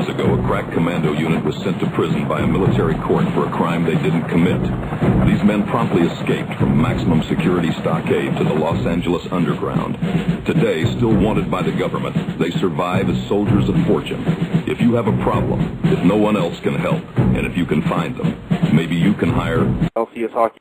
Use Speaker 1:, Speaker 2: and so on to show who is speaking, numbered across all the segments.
Speaker 1: Iraq commando unit was sent to prison by a military court for a crime they didn't commit. These men promptly escaped from maximum security stockade to the Los Angeles underground. Today, still wanted by the government, they survive as soldiers of fortune. If you have a problem, if no one else can help, and if you can find them, maybe you can hire
Speaker 2: LCS Hockey.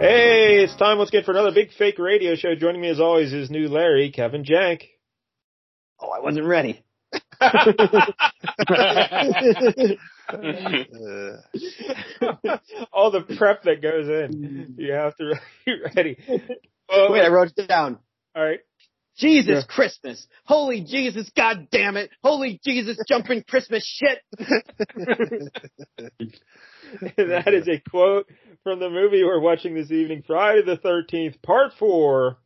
Speaker 3: Hey, it's time once again for another big fake radio show. Joining me as always is new Larry, Kevin Jank.
Speaker 4: Oh, I wasn't ready.
Speaker 3: All the prep that goes in, you have to be ready. Well,
Speaker 4: Wait, I wrote it down.
Speaker 3: all right. Yeah.
Speaker 4: Jesus Christmas. Holy Jesus, god damn it. Holy Jesus, jumping Christmas shit.
Speaker 3: that is a quote from the movie we're watching this evening, Friday the 13th, part four.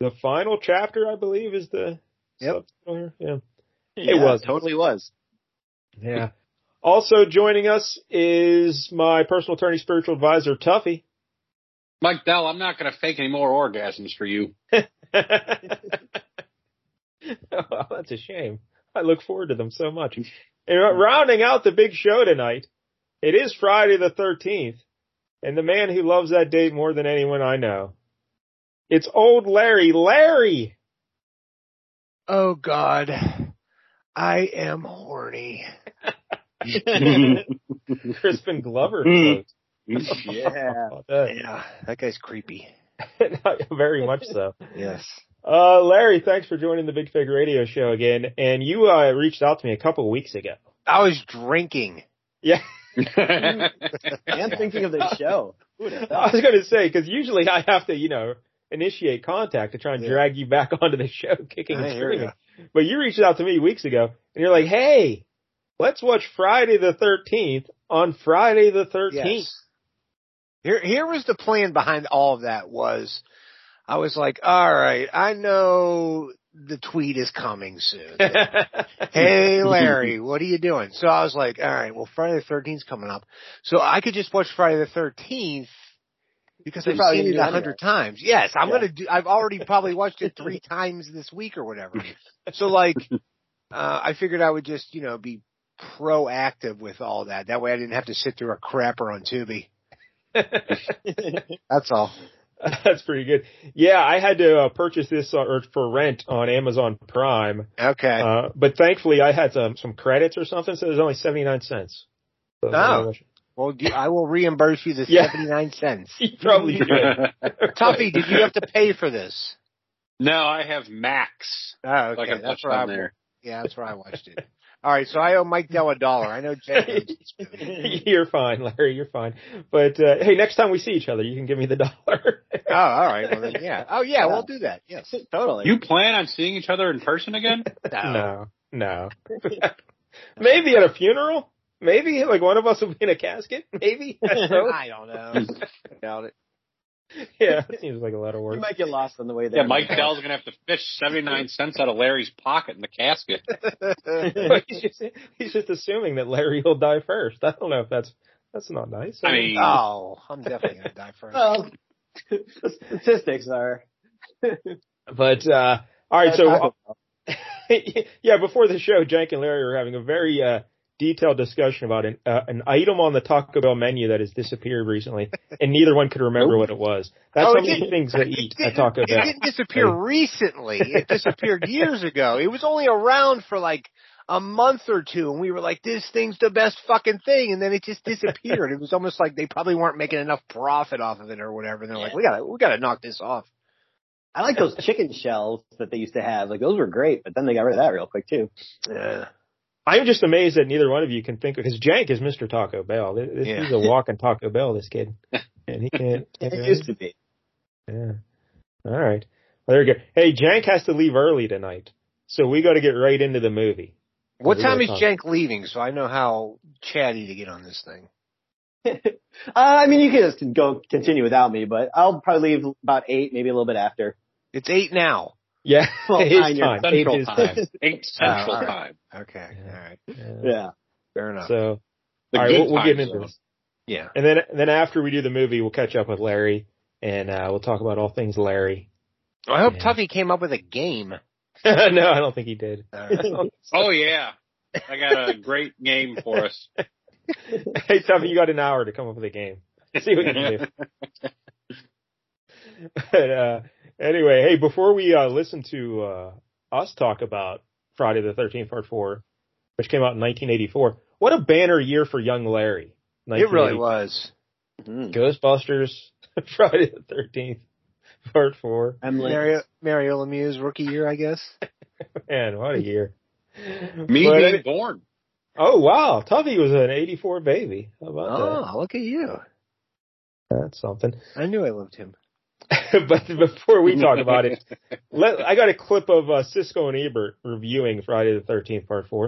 Speaker 3: The final chapter, I believe, is the.
Speaker 4: Yep.
Speaker 3: subtitle here. Yeah.
Speaker 4: Yeah,
Speaker 3: was.
Speaker 4: Totally was.
Speaker 3: Yeah. Also joining us is my personal attorney, spiritual advisor, Tuffy.
Speaker 5: Mike Dell, I'm not going to fake any more orgasms for you.
Speaker 3: oh, that's a shame. I look forward to them so much. And rounding out the big show tonight, it is Friday the 13th, and the man who loves that date more than anyone I know. It's old Larry. Larry!
Speaker 6: Oh God, I am horny.
Speaker 3: Crispin Glover.
Speaker 5: Mm.
Speaker 3: quote.
Speaker 4: Yeah.
Speaker 3: About that.
Speaker 6: Yeah, that guy's creepy.
Speaker 3: Very much so.
Speaker 6: Yes.
Speaker 3: Uh, Larry, thanks for joining the Big Fig Radio Show again. And you uh, reached out to me a couple of weeks ago.
Speaker 6: I was drinking.
Speaker 3: Yeah,
Speaker 4: I'm thinking of this show. Who'd have
Speaker 3: I
Speaker 4: thought?
Speaker 3: was going to say because usually I have to, you know, initiate contact to try and
Speaker 6: Yeah.
Speaker 3: drag you back onto the show, kicking and
Speaker 6: I hear
Speaker 3: screaming.
Speaker 6: you.
Speaker 3: But you reached out to me weeks ago, and you're like, "Hey, let's watch Friday the Thirteenth on Friday the 13th.
Speaker 6: Yes. Here, here was the plan behind all of that was I was like, all right, I know the tweet is coming soon. hey Larry, what are you doing? So I was like, all right, well Friday the 13th is coming up. So I could just watch Friday the 13th because
Speaker 4: You're
Speaker 6: I've
Speaker 4: probably
Speaker 6: seen
Speaker 4: gonna
Speaker 6: it
Speaker 4: do it
Speaker 6: a hundred times. Yes, I'm going to do, I've already probably watched it three times this week or whatever. So like, uh, I figured I would just, you know, be proactive with all that. That way I didn't have to sit through a crapper on Tubi. That's all.
Speaker 3: That's pretty good. Yeah, I had to uh, purchase this uh, or for rent on Amazon Prime,
Speaker 6: Okay.
Speaker 3: uh, but thankfully I had some some credits or something, so it was only seventy nine cents. So
Speaker 6: Oh. well, do, I will reimburse you the
Speaker 3: Yeah.
Speaker 6: 79 cents.
Speaker 3: you probably should.
Speaker 6: Tuffy, did you have to pay for this?
Speaker 5: no, I have Max.
Speaker 6: Oh,
Speaker 5: Like
Speaker 6: okay.
Speaker 5: I
Speaker 6: that's
Speaker 5: touched
Speaker 6: where I,
Speaker 5: on there.
Speaker 6: yeah, that's where I watched it. All right. So I owe Mike Dell a dollar. I know Jack. owes this movie.
Speaker 3: you're fine, Larry. You're fine. But uh, hey, next time we see each other, you can give me the dollar.
Speaker 6: Oh, all right. Well, then, yeah. Oh, yeah,
Speaker 4: Yeah.
Speaker 6: We'll do that. Yes.
Speaker 4: totally.
Speaker 5: You plan on seeing each other in person again?
Speaker 3: no, no. Maybe at a funeral. Maybe like one of us will be in a casket. Maybe. I hope.
Speaker 6: I don't know. Doubt it.
Speaker 3: yeah, it seems like a lot of
Speaker 4: You
Speaker 3: work.
Speaker 4: might get lost on the way there.
Speaker 5: Yeah, Mike Dell's going to have to fish 79 cents out of Larry's pocket in the casket.
Speaker 3: But he's just he's just assuming that Larry will die first. I don't know if that's that's not nice.
Speaker 5: I mean,
Speaker 6: oh, I'm definitely going to die first.
Speaker 4: Well, statistics are.
Speaker 3: but uh, all right.
Speaker 4: Uh,
Speaker 3: So
Speaker 4: Taco
Speaker 3: yeah, before the show, Jank and Larry were having a very uh, detailed discussion about an uh, an item on the Taco Bell menu that has disappeared recently, and neither one could remember what it was. That's
Speaker 6: Oh,
Speaker 3: how
Speaker 6: it
Speaker 3: many
Speaker 6: didn't-
Speaker 3: things they
Speaker 6: It
Speaker 3: eat at
Speaker 6: didn't-
Speaker 3: Taco
Speaker 6: It
Speaker 3: Bell.
Speaker 6: didn't disappear recently. It disappeared years ago. It was only around for like a month or two, and we were like, "This thing's the best fucking thing," and then it just disappeared. it was almost like they probably weren't making enough profit off of it or whatever. And they're like, "We gotta, we gotta knock this off."
Speaker 4: I like those chicken shells that they used to have. Like those were great, but then they got rid of that real quick too.
Speaker 6: Yeah.
Speaker 3: I'm just amazed that neither one of you can think because Jank is Mr. Taco Bell. This- this-
Speaker 6: Yeah.
Speaker 3: He's a walking Taco Bell. This kid, and he can't.
Speaker 4: It used to be.
Speaker 3: Yeah. All right. Well, there we go. Hey, Jank has to leave early tonight, so we got to get right into the movie.
Speaker 6: What
Speaker 3: Really
Speaker 6: time is
Speaker 3: tough.
Speaker 6: Jenk leaving? So I know how chatty to get on this thing.
Speaker 4: Uh, I mean, you can just go continue without me, but I'll probably leave about eight, maybe a little bit after.
Speaker 6: It's eight now.
Speaker 3: Yeah,
Speaker 4: Well,
Speaker 3: it is
Speaker 4: nine, you're
Speaker 3: time. It
Speaker 5: Central
Speaker 3: is
Speaker 5: Time. 8 Central
Speaker 6: Oh, all right.
Speaker 5: Time.
Speaker 6: Okay.
Speaker 3: Yeah.
Speaker 6: All right.
Speaker 3: Yeah.
Speaker 4: Yeah.
Speaker 6: Fair enough.
Speaker 3: So,
Speaker 5: The
Speaker 3: all right,
Speaker 5: good
Speaker 3: we'll, we'll get
Speaker 5: times,
Speaker 3: into
Speaker 5: though.
Speaker 3: this.
Speaker 6: yeah.
Speaker 3: And then, then after we do the movie, we'll catch up with Larry and, uh, we'll talk about all things Larry.
Speaker 6: I hope
Speaker 3: Yeah.
Speaker 6: Tuffy came up with a game. Uh,
Speaker 3: no, I don't think he did.
Speaker 6: All right.
Speaker 5: Oh yeah, I got a great game for us.
Speaker 3: hey, Tuffy, you got an hour to come up with a game. See what you can do. But, uh, anyway, hey, before we uh, listen to uh, us talk about Friday the 13th, Part 4, which came out in 1984, what a banner year for young Larry.
Speaker 6: it really
Speaker 3: 1980.
Speaker 6: was.
Speaker 4: Mm.
Speaker 3: Ghostbusters, Friday the 13th, Part 4.
Speaker 4: Emily.
Speaker 6: Mario, Mario Lemieux's rookie year, I guess.
Speaker 3: Man, what a year.
Speaker 5: Me
Speaker 3: But-
Speaker 5: being born.
Speaker 3: oh, wow. Tuffy was an 84 baby. How about
Speaker 6: Oh, look at you.
Speaker 3: that? That's something.
Speaker 6: I knew I loved him.
Speaker 3: but before we talk about it, let, I got a clip of uh, Cisco and Ebert reviewing Friday the 13th, part four.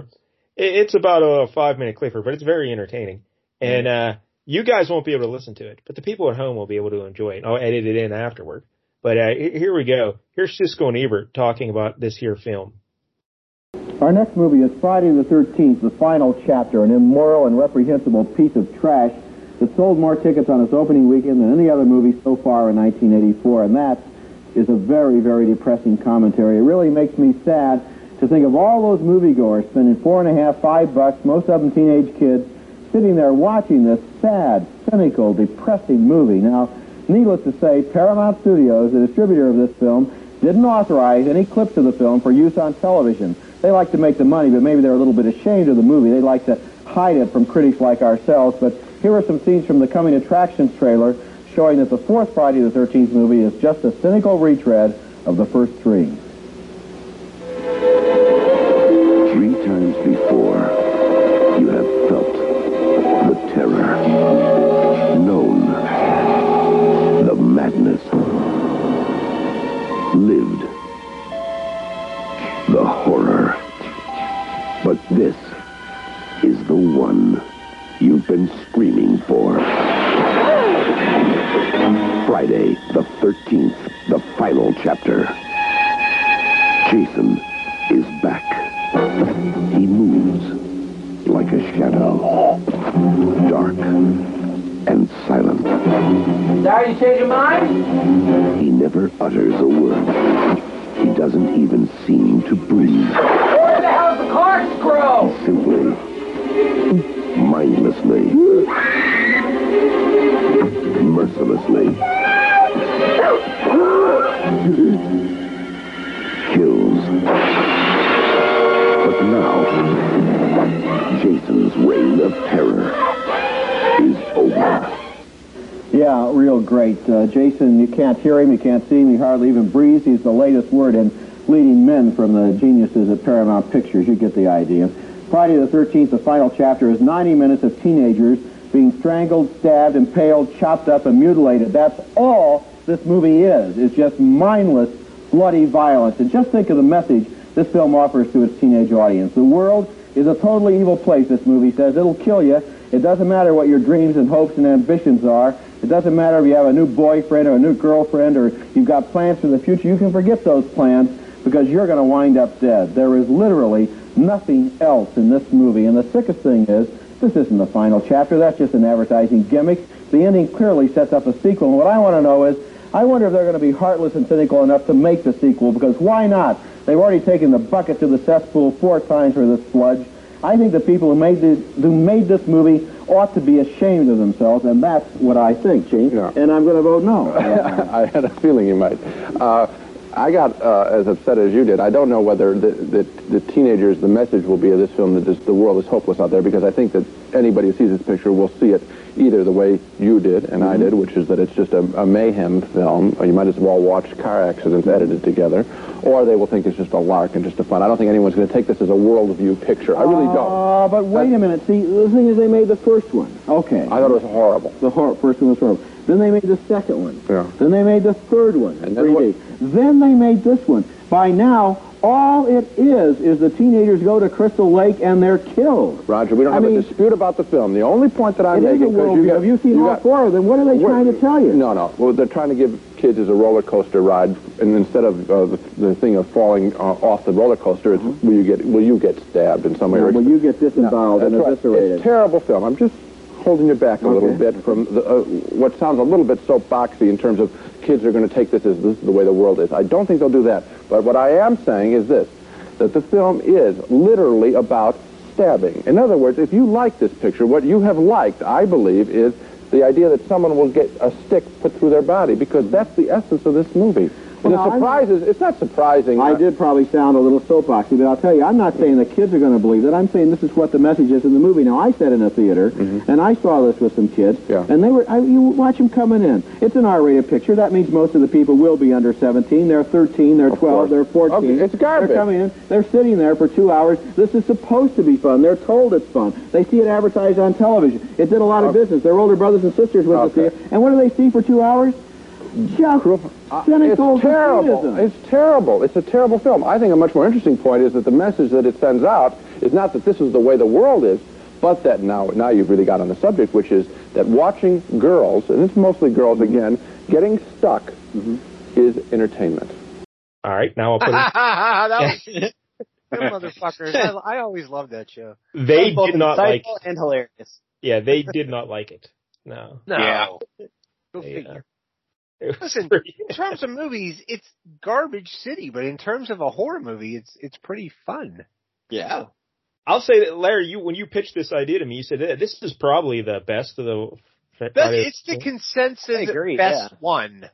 Speaker 3: It, it's about a five minute clipper, but it's very entertaining.
Speaker 6: Mm.
Speaker 3: And, uh, you guys won't be able to listen to it, but the people at home will be able to enjoy it. And I'll edit it in afterward. But, uh, he- here we go. Here's Cisco and Ebert talking about this here film.
Speaker 2: Our next movie is Friday the 13th, the final chapter, an immoral and reprehensible piece of trash that sold more tickets on its opening weekend than any other movie so far in 1984. And that is a very, very depressing commentary. It really makes me sad to think of all those moviegoers spending four and a half, five bucks, most of them teenage kids, sitting there watching this sad, cynical, depressing movie. Now, needless to say, Paramount Studios, the distributor of this film, didn't authorize any clips of the film for use on television. They like to make the money, but maybe they're a little bit ashamed of the movie. They like to hide it from critics like ourselves. But here are some scenes from the coming attractions trailer showing that the fourth Friday the 13th movie is just a cynical retread of the first three.
Speaker 7: Three times before, you have felt the terror, known the madness, lived the horror. But this is the one you've been screaming for. Friday, the 13th, the final chapter. Jason is back. He moves like a shadow, dark and silent.
Speaker 8: Sorry you changed your mind?
Speaker 7: He never utters a word. He doesn't even seem to breathe.
Speaker 8: Where the hell's the corkscrew?
Speaker 7: Simply, mindlessly, mercilessly, kills. But now, Jason's reign of terror is over.
Speaker 2: Yeah, real great. Uh, Jason, you can't hear him, you can't see him, you hardly even breathe. He's the latest word in leading men from the geniuses at Paramount Pictures. You get the idea. Friday the 13th, the final chapter, is 90 minutes of teenagers being strangled, stabbed, impaled, chopped up, and mutilated. That's all this movie is. It's just mindless, bloody violence. And just think of the message this film offers to its teenage audience. The world is a totally evil place, this movie says. It'll kill you. It doesn't matter what your dreams and hopes and ambitions are. It doesn't matter if you have a new boyfriend or a new girlfriend or you've got plans for the future. You can forget those plans because you're going to wind up dead. There is literally nothing else in this movie. And the sickest thing is, this isn't the final chapter. That's just an advertising gimmick. The ending clearly sets up a sequel. And what I want to know is, I wonder if they're going to be heartless and cynical enough to make the sequel because why not? They've already taken the bucket to the cesspool four times for this sludge. I think the people who made this who made this movie ought to be ashamed of themselves, and that's what I think, Chief. And I'm going to vote no.
Speaker 9: I had a feeling you might. Uh, I got uh, as upset as you did. I don't know whether the, the, the teenagers, the message will be of this film that this, the world is hopeless out there, because I think that anybody who sees this picture will see it either the way you did and
Speaker 7: Mm-hmm.
Speaker 9: I did, which is that it's just a, a mayhem film, or you might as well watch car accidents edited together, or they will think it's just a lark and just a fun. I don't think anyone's going to take this as a worldview picture. I really don't.
Speaker 2: Oh, but wait a minute. See, the thing is, they made the first one. Okay.
Speaker 9: I thought it was horrible.
Speaker 2: The hor- first one was horrible. Then they made the second one.
Speaker 9: Yeah.
Speaker 2: Then they made the third one.
Speaker 9: And then
Speaker 2: 3D. Then they made this one. By now, All it is is the teenagers go to Crystal Lake and they're killed.
Speaker 9: Roger, we don't
Speaker 2: I
Speaker 9: have
Speaker 2: mean-
Speaker 9: a dispute about the film. The only point that I'm
Speaker 2: It is a
Speaker 9: making
Speaker 2: worldview.
Speaker 9: you got-
Speaker 2: Have you seen
Speaker 9: you
Speaker 2: all
Speaker 9: got-
Speaker 2: four of them? What are they
Speaker 9: We're-
Speaker 2: trying to tell you?
Speaker 9: No, no. Well, they're trying to give kids is a roller coaster ride, and instead of uh, the, the thing of falling uh, off the roller coaster, it's will you get will you get stabbed in some way? or-
Speaker 2: Well, you get disinvolved
Speaker 9: That's
Speaker 2: and
Speaker 9: right.
Speaker 2: eviscerated.
Speaker 9: It's a terrible film. I'm just holding you back a little bit from the, uh, what sounds a little bit soapboxy in terms of kids are going to take this as this is the way the world is. I don't think they'll do that. But what I am saying is this, that the film is literally about stabbing. In other words, if you like this picture, what you have liked, I believe, is the idea that someone will get a stick put through their body because that's the essence of this movie.
Speaker 2: Well, I'm-
Speaker 9: the surprise is, it's not surprising. Uh,
Speaker 2: I did probably sound a little soapboxy, but I'll tell you, I'm not saying the kids are going to believe it. I'm saying this is what the message is in the movie. Now, I sat in a theater, and I saw this with some kids,
Speaker 9: Mm-hmm. Yeah.
Speaker 2: and they were. I, you watch them coming in. It's an R-rated picture. That means most of the people will be under 17. They're 13. They're 12.
Speaker 9: course.
Speaker 2: They're 14.
Speaker 9: Okay, it's garbage.
Speaker 2: They're coming in. They're sitting there for two hours. This is supposed to be fun. They're told it's fun. They see it advertised on television. It did a lot of business. Their older brothers and sisters went
Speaker 9: Okay.
Speaker 2: to see it, and what do they see for two hours? Just
Speaker 9: Uh,
Speaker 2: cynical
Speaker 9: it's terrible.
Speaker 2: sadism.
Speaker 9: It's terrible. It's a terrible film. I think a much more interesting point is that the message that it sends out is not that this is the way the world is, but that now now you've really got on the subject, which is that watching girls, and it's mostly girls again, getting stuck
Speaker 2: Mm-hmm.
Speaker 9: is entertainment.
Speaker 3: All right, now I'll put it.
Speaker 6: that was them motherfuckers. I, I always loved that show.
Speaker 3: They
Speaker 4: both
Speaker 3: did not like.
Speaker 4: insightful and hilarious.
Speaker 3: Yeah, they did not like it. No.
Speaker 6: No.
Speaker 5: Yeah.
Speaker 3: Yeah.
Speaker 6: Go figure.
Speaker 3: It was
Speaker 6: Listen,
Speaker 3: pretty-
Speaker 6: in terms of movies, it's garbage city, but in terms of a horror movie, it's it's pretty fun.
Speaker 4: Yeah.
Speaker 3: I'll say that, Larry, you when you pitched this idea to me, you said "Eh, this is probably the best of the.
Speaker 6: That, it's the consensus
Speaker 4: I agree,
Speaker 6: best
Speaker 4: yeah.
Speaker 6: one.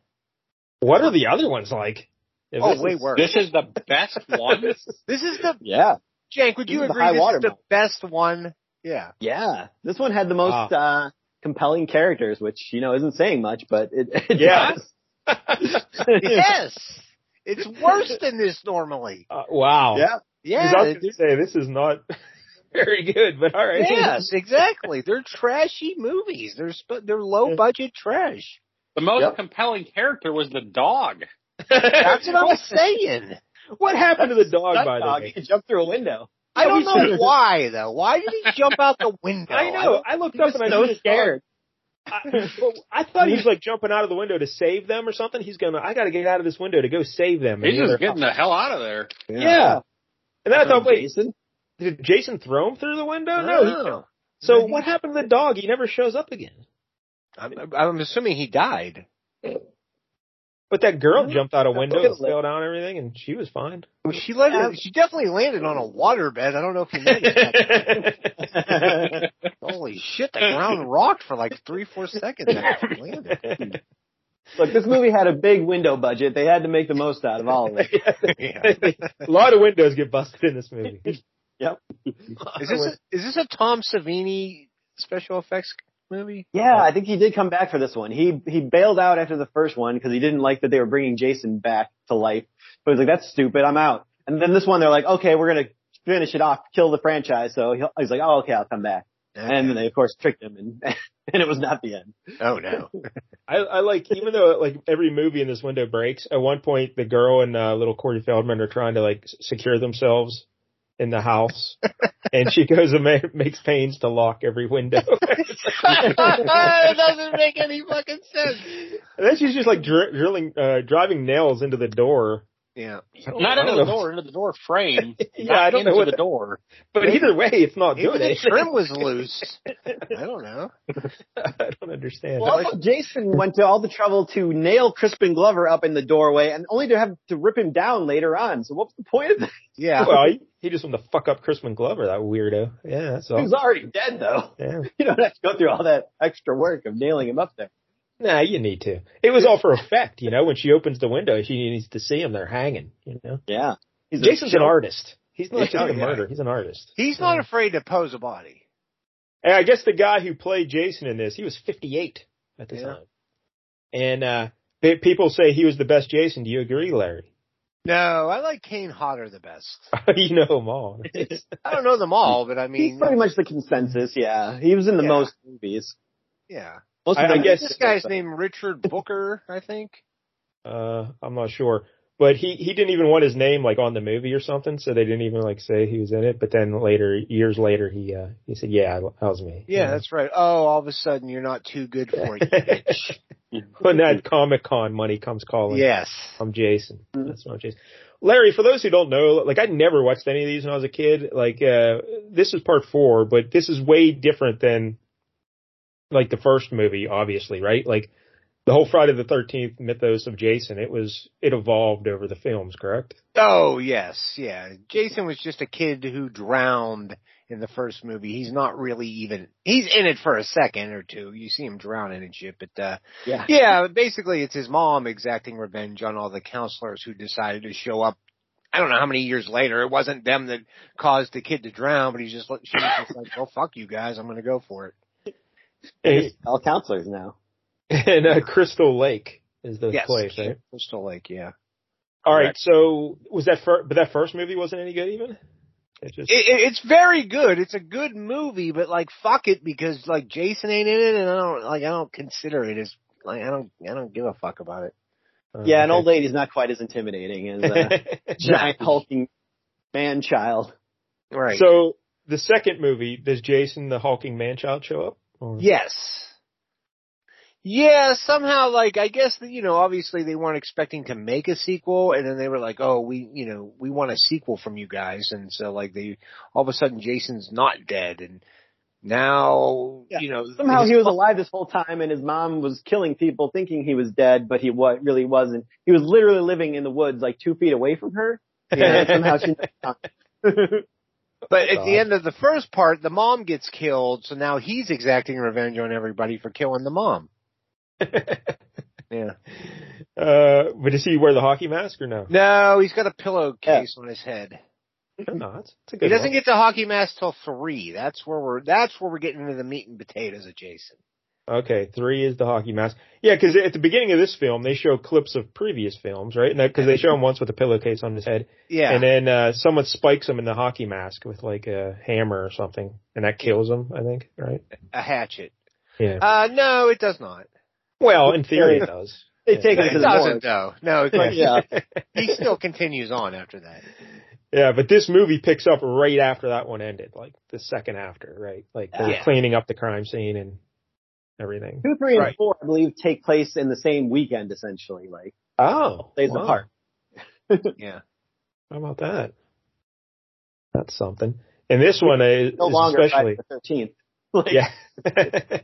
Speaker 3: What are the other ones like? If
Speaker 6: Oh,
Speaker 3: this
Speaker 6: way
Speaker 3: is-
Speaker 6: worse.
Speaker 5: This is the best one.
Speaker 3: this is-
Speaker 6: This is the
Speaker 4: Yeah.
Speaker 6: Jank. Would
Speaker 4: This
Speaker 6: you
Speaker 4: is the
Speaker 6: agree?
Speaker 4: high
Speaker 6: This is the
Speaker 4: watermark.
Speaker 6: best one. Yeah.
Speaker 4: Yeah. This one had the most uh, compelling characters, which, you know, isn't saying much, but it, it
Speaker 3: Yeah.
Speaker 4: does.
Speaker 6: yes. It's worse than this normally.
Speaker 3: uh, wow.
Speaker 4: Yeah.
Speaker 3: 'Cause
Speaker 6: Yeah.
Speaker 3: I was gonna say this is not very good, but all right.
Speaker 6: Yes, exactly. They're trashy movies. They're sp- they're low budget trash.
Speaker 5: The most
Speaker 4: Yep.
Speaker 5: compelling character was the dog.
Speaker 6: That's what I'm saying.
Speaker 3: what happened to the dog,
Speaker 4: That
Speaker 3: by
Speaker 4: dog,
Speaker 3: the way?
Speaker 4: he could jump through a window.
Speaker 6: I don't
Speaker 3: Yeah, we
Speaker 6: know
Speaker 3: should-
Speaker 6: why though. Why did he jump out the window?
Speaker 3: I know. I looked
Speaker 4: He
Speaker 3: up
Speaker 4: was
Speaker 3: and I
Speaker 4: so
Speaker 3: noticed the dog.
Speaker 4: scared.
Speaker 3: I, well, I thought he was like jumping out of the window to save them or something. He's gonna. I got to get out of this window to go save them.
Speaker 5: He's
Speaker 3: And
Speaker 5: just
Speaker 3: they're-
Speaker 5: getting the hell out of there.
Speaker 3: yeah. And then I thought, wait,
Speaker 4: Jason?
Speaker 3: did Jason throw him through the window?
Speaker 6: I
Speaker 3: No. he-
Speaker 6: don't know.
Speaker 3: so what happened to the dog? He never shows up again.
Speaker 6: I'm, I'm assuming he died.
Speaker 3: But that girl jumped out a window and
Speaker 4: Look at it.
Speaker 3: fell down and everything, and she was fine.
Speaker 6: Well, She landed, She definitely landed on a waterbed. I don't know if you noticed that. Holy shit! The ground rocked for like three, four seconds after she landed.
Speaker 4: Look, this movie had a big window budget. They had to make the most out of all of it.
Speaker 6: Yeah.
Speaker 3: a lot of windows get busted in this movie.
Speaker 6: Is this a, is this a Tom Savini special effects movie?
Speaker 4: Yeah, I think he did come back for this one. He he bailed out after the first one because he didn't like that they were bringing Jason back to life. But he's like, that's stupid. I'm out. And then this one, they're like, okay, we're gonna finish it off, kill the franchise. So he'll- he's like, oh, okay, I'll come back. And then they of course tricked him, and and it was not the end.
Speaker 6: oh no!
Speaker 3: I, I like even though like every movie in this window breaks. At one point, the girl and uh, little Corey Feldman are trying to like s- secure themselves in the house, and she goes and ma- makes pains to lock every window.
Speaker 6: it doesn't make any fucking sense.
Speaker 3: and then she's just like dr- drilling, uh, driving nails into the door.
Speaker 6: Yeah,
Speaker 5: Not into
Speaker 3: I
Speaker 5: the
Speaker 3: don't know.
Speaker 5: door, into the door frame.
Speaker 3: Yeah,
Speaker 5: Not
Speaker 3: I don't know
Speaker 5: into
Speaker 3: what
Speaker 5: the
Speaker 3: that-
Speaker 5: door.
Speaker 3: But either way, it's not
Speaker 6: even
Speaker 3: good.
Speaker 6: the trim was loose. I don't know.
Speaker 3: I don't understand.
Speaker 4: Well, also, Jason went to all the trouble to nail Crispin Glover up in the doorway, and only to have to rip him down later on. So what's the point of that?
Speaker 6: Yeah,
Speaker 3: Well, he, he just wanted to fuck up Crispin Glover, that weirdo. Yeah, that's
Speaker 4: He
Speaker 3: all.
Speaker 4: was already dead though.
Speaker 3: Yeah.
Speaker 4: You don't have to go through all that extra work of nailing him up there.
Speaker 3: Nah, you need to. It was all for effect, you know. When she opens the window, she needs to see him. They're hanging, you know.
Speaker 4: Yeah. He's a
Speaker 3: Jason's an
Speaker 4: joke.
Speaker 3: artist. He's not
Speaker 6: Yeah,
Speaker 3: just
Speaker 6: oh,
Speaker 3: a
Speaker 6: yeah.
Speaker 3: murderer. He's an artist.
Speaker 6: he's not afraid to pose a body.
Speaker 3: And I guess the guy who played Jason in this, he was 58 at the
Speaker 6: Yeah.
Speaker 3: time. And uh pe- people say he was the best Jason. Do you agree, Larry?
Speaker 6: No, I like Kane Hodder the best.
Speaker 3: you know them all.
Speaker 6: I don't know them all, but I
Speaker 4: He's
Speaker 6: mean,
Speaker 4: pretty much the consensus, yeah. He was in the
Speaker 6: Yeah.
Speaker 4: most movies.
Speaker 6: yeah.
Speaker 4: Most
Speaker 3: I-
Speaker 4: of
Speaker 3: I
Speaker 4: them
Speaker 3: guess-
Speaker 6: This guy's named Richard Booker, I think.
Speaker 3: Uh I'm not sure. But he, he didn't even want his name like on the movie or something, so they didn't even like say he was in it. But then later, years later, he uh he said, "Yeah, that was me."
Speaker 6: Yeah, that's right. Oh, all of a sudden you're not too good for it.
Speaker 3: when that Comic Con money comes calling.
Speaker 6: yes.
Speaker 3: I'm Jason. That's what I'm Jason. Larry, for those who don't know, like I never watched any of these when I was a kid. Like uh this is part four, but this is way different than like the first movie, obviously, right? Like the whole Friday the thirteenth mythos of Jason, it was it evolved over the films, correct?
Speaker 6: Oh, yes. Yeah. Jason was just a kid who drowned in the first movie. He's not really even, he's in it for a second or two. You see him drown in it shit, but, uh,
Speaker 4: Yeah.
Speaker 6: yeah, basically it's his mom exacting revenge on all the counselors who decided to show up. I don't know how many years later. It wasn't them that caused the kid to drown, but he's just, like- she was just like, well, fuck you guys. I'm going to go for it.
Speaker 3: And,
Speaker 4: All counselors now.
Speaker 3: and uh, Crystal Lake is the
Speaker 6: Yes.
Speaker 3: place, right?
Speaker 6: Crystal Lake. Yeah.
Speaker 3: All right. So was that first? But that first movie wasn't any good, even. It's just
Speaker 6: it, it- it's very good. It's a good movie, but like fuck it because like Jason ain't in it, and I don't like I don't consider it as like I don't I don't give a fuck about it.
Speaker 3: uh,
Speaker 4: Yeah, an
Speaker 3: okay.
Speaker 4: old lady's not quite as intimidating as a giant hulking man child.
Speaker 6: Right. So
Speaker 3: So the second movie, does Jason the hulking manchild show up? Or-
Speaker 6: yes. Yeah, somehow, like, I guess, that, you know, obviously they weren't expecting to make a sequel, and then they were like, oh, we, you know, we want a sequel from you guys, and so, like, they, all of a sudden Jason's not dead, and now,
Speaker 4: Yeah.
Speaker 6: you know.
Speaker 4: Somehow
Speaker 6: his
Speaker 4: he was alive this whole time and his mom was killing people thinking he was dead, but he wa- really wasn't. He was literally living in the woods like two feet away from her. And somehow she,
Speaker 6: But at
Speaker 3: God.
Speaker 6: the end of the first part, the mom gets killed, so now he's exacting revenge on everybody for killing the mom. Yeah.
Speaker 3: Uh, but does he wear the hockey mask or
Speaker 6: Mm-hmm.
Speaker 3: no?
Speaker 6: No, he's got a pillowcase on his head.
Speaker 3: No, it's, it's a good
Speaker 6: He doesn't
Speaker 3: one.
Speaker 6: get the hockey mask till three. That's where we're. That's where we're getting into the meat and potatoes of Jason.
Speaker 3: okay, three is the hockey mask. Yeah, because at the beginning of this film, they show clips of previous films, right? Because they show him once with a pillowcase on his head,
Speaker 6: Yeah.
Speaker 3: and then uh, someone spikes him in the hockey mask with like a hammer or something, and that kills him. I think, right?
Speaker 6: a hatchet.
Speaker 3: Yeah.
Speaker 6: Uh, no, it does not.
Speaker 3: well, in theory, it does.
Speaker 4: they take him
Speaker 6: It
Speaker 4: to the
Speaker 6: doesn't
Speaker 4: woods.
Speaker 6: though. No, it's like
Speaker 4: Yeah.
Speaker 6: he still continues on after that.
Speaker 3: Yeah, but this movie picks up right after that one ended, like the second after, right? Like they're
Speaker 6: Yeah.
Speaker 3: cleaning up the crime scene and everything.
Speaker 4: Two, three, and
Speaker 6: Right.
Speaker 4: four, I believe, take place in the same weekend essentially, like
Speaker 3: Oh,
Speaker 4: days
Speaker 3: wow.
Speaker 4: apart.
Speaker 6: Yeah.
Speaker 3: How about that? That's something. And this one is,
Speaker 4: No
Speaker 3: is
Speaker 4: longer
Speaker 3: especially
Speaker 4: Friday the thirteenth. Like,
Speaker 3: yeah. and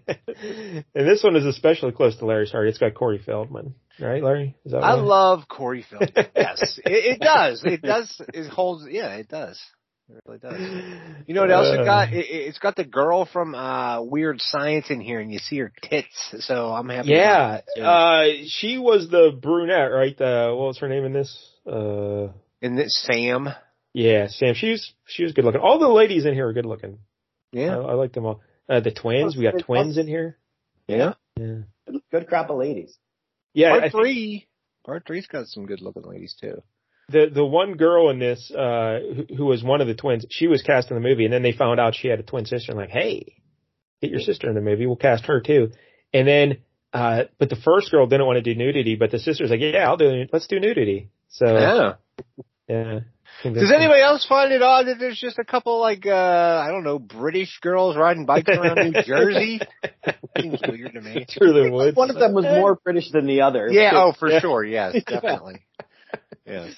Speaker 3: this one is especially close to Larry's heart. It's got Corey Feldman, right, Larry? Is that
Speaker 6: I
Speaker 3: right?
Speaker 6: love Corey Feldman. Yes, it, it does. It does. It holds. Yeah, it does. It really does. You know what else it got? It, it- it's got the girl from uh Weird Science in here, and you see her tits. So I'm happy. about
Speaker 3: Yeah,
Speaker 6: that, too.
Speaker 3: uh, she was the brunette, right? Uh, what was her name in this? Uh,
Speaker 6: and this Sam.
Speaker 3: yeah, Sam. She was she was good looking. All the ladies in here are good looking. I,
Speaker 6: Yeah.
Speaker 3: I like them all. Uh, the twins. We got twins in here.
Speaker 6: Yeah.
Speaker 3: Yeah.
Speaker 4: Good crop of ladies.
Speaker 3: Yeah. I
Speaker 6: Part
Speaker 3: think
Speaker 6: three. Part three's got some good looking ladies too.
Speaker 3: the the one girl in this uh, who, who was one of the twins, she was cast in the movie, and then they found out she had a twin sister. And like, hey, get your sister in the movie. We'll cast her too. And then, uh, but the first girl didn't want to do nudity, but the sister's like, yeah, I'll do. it. Let's do nudity. So
Speaker 6: Yeah.
Speaker 3: yeah.
Speaker 6: Does anybody else find it odd that there's just a couple like uh I don't know British girls riding bikes around New Jersey? Seems weird to me.
Speaker 3: Through the woods.
Speaker 4: One of them was more British than the other.
Speaker 6: Yeah.
Speaker 4: So-
Speaker 6: Oh, for
Speaker 3: Eh. Yeah.
Speaker 6: sure. Yes, definitely. Yes.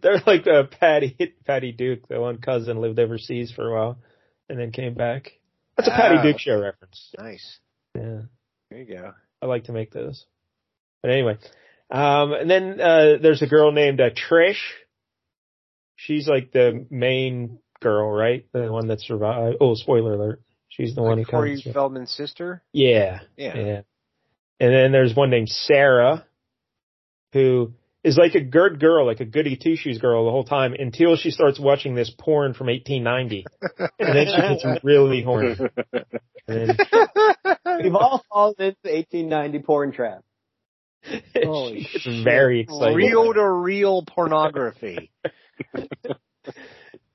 Speaker 3: They're like uh, Patty Patty Duke. The one cousin lived overseas for a while, and then came back. That's a Patty
Speaker 6: Oh.
Speaker 3: Duke show reference.
Speaker 6: Nice.
Speaker 3: Yeah.
Speaker 6: There you go.
Speaker 3: I like to make those. But anyway, um, and then uh, there's a girl named uh, Trish. She's like the main girl, right? The one that survived. Oh, spoiler alert! She's the one who
Speaker 6: Like Corey
Speaker 3: comes.
Speaker 6: Feldman's sister.
Speaker 3: yeah,
Speaker 6: Yeah.
Speaker 3: yeah. And then there's one named Sarah, who is like a good girl, like a goody two shoes girl the whole time until she starts watching this porn from 1890, and then she gets really horny. And then
Speaker 4: We've all fallen into the 1890 porn trap.
Speaker 3: she gets very excited.
Speaker 6: Real to real pornography.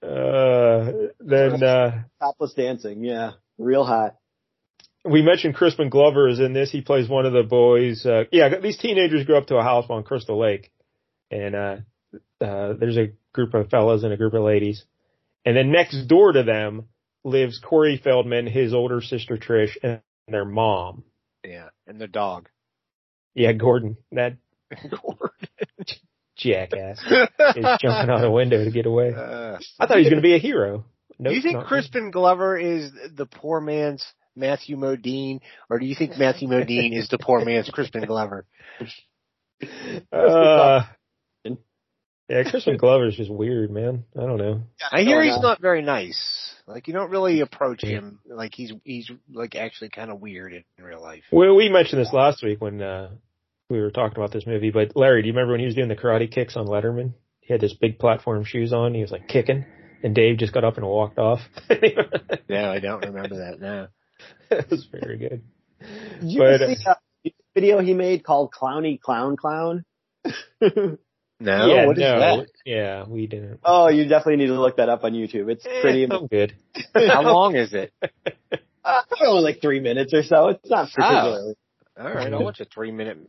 Speaker 3: Uh, then uh,
Speaker 4: Topless dancing, yeah. Real hot.
Speaker 3: we mentioned Crispin Glover is in this. He plays one of the boys. Uh, yeah, these teenagers grew up to a house on Crystal Lake, and uh, uh, there's a group of fellas and a group of ladies. And then next door to them lives Corey Feldman, his older sister Trish, and their mom.
Speaker 6: Yeah, and the dog.
Speaker 3: Yeah, Gordon, that jackass is jumping out a window to get away.
Speaker 6: Uh,
Speaker 3: I thought he was going to be a hero. No,
Speaker 6: do you think Crispin Glover is the poor man's Matthew Modine, or do you think Matthew Modine is the poor man's Crispin Glover?
Speaker 3: Uh, yeah, Crispin Glover's just weird, man. I don't know.
Speaker 6: I hear he's
Speaker 4: yeah.
Speaker 6: not very nice. Like you don't really approach him. Like he's he's like actually kind of weird in real life.
Speaker 3: Well, we mentioned this last week when uh, we were talking about this movie, but Larry, do you remember when he was doing the karate kicks on Letterman? He had this big platform shoes on. He was like kicking, and Dave just got up and walked off. it
Speaker 6: No, I don't remember that now.
Speaker 3: was very good.
Speaker 4: Did you
Speaker 3: But- uh,
Speaker 4: see that video he made called Clowny Clown Clown?
Speaker 6: No,
Speaker 3: yeah,
Speaker 6: what is
Speaker 3: no,
Speaker 6: that?
Speaker 3: yeah, we didn't.
Speaker 4: Oh, you definitely need to look that up on YouTube. It's pretty.
Speaker 3: Eh,
Speaker 4: amazing.
Speaker 3: I'm good.
Speaker 6: How long is it?
Speaker 4: Uh, only like three minutes or so. It's not
Speaker 3: Oh.
Speaker 4: particularly.
Speaker 6: Oh. All right, I'll watch a three minute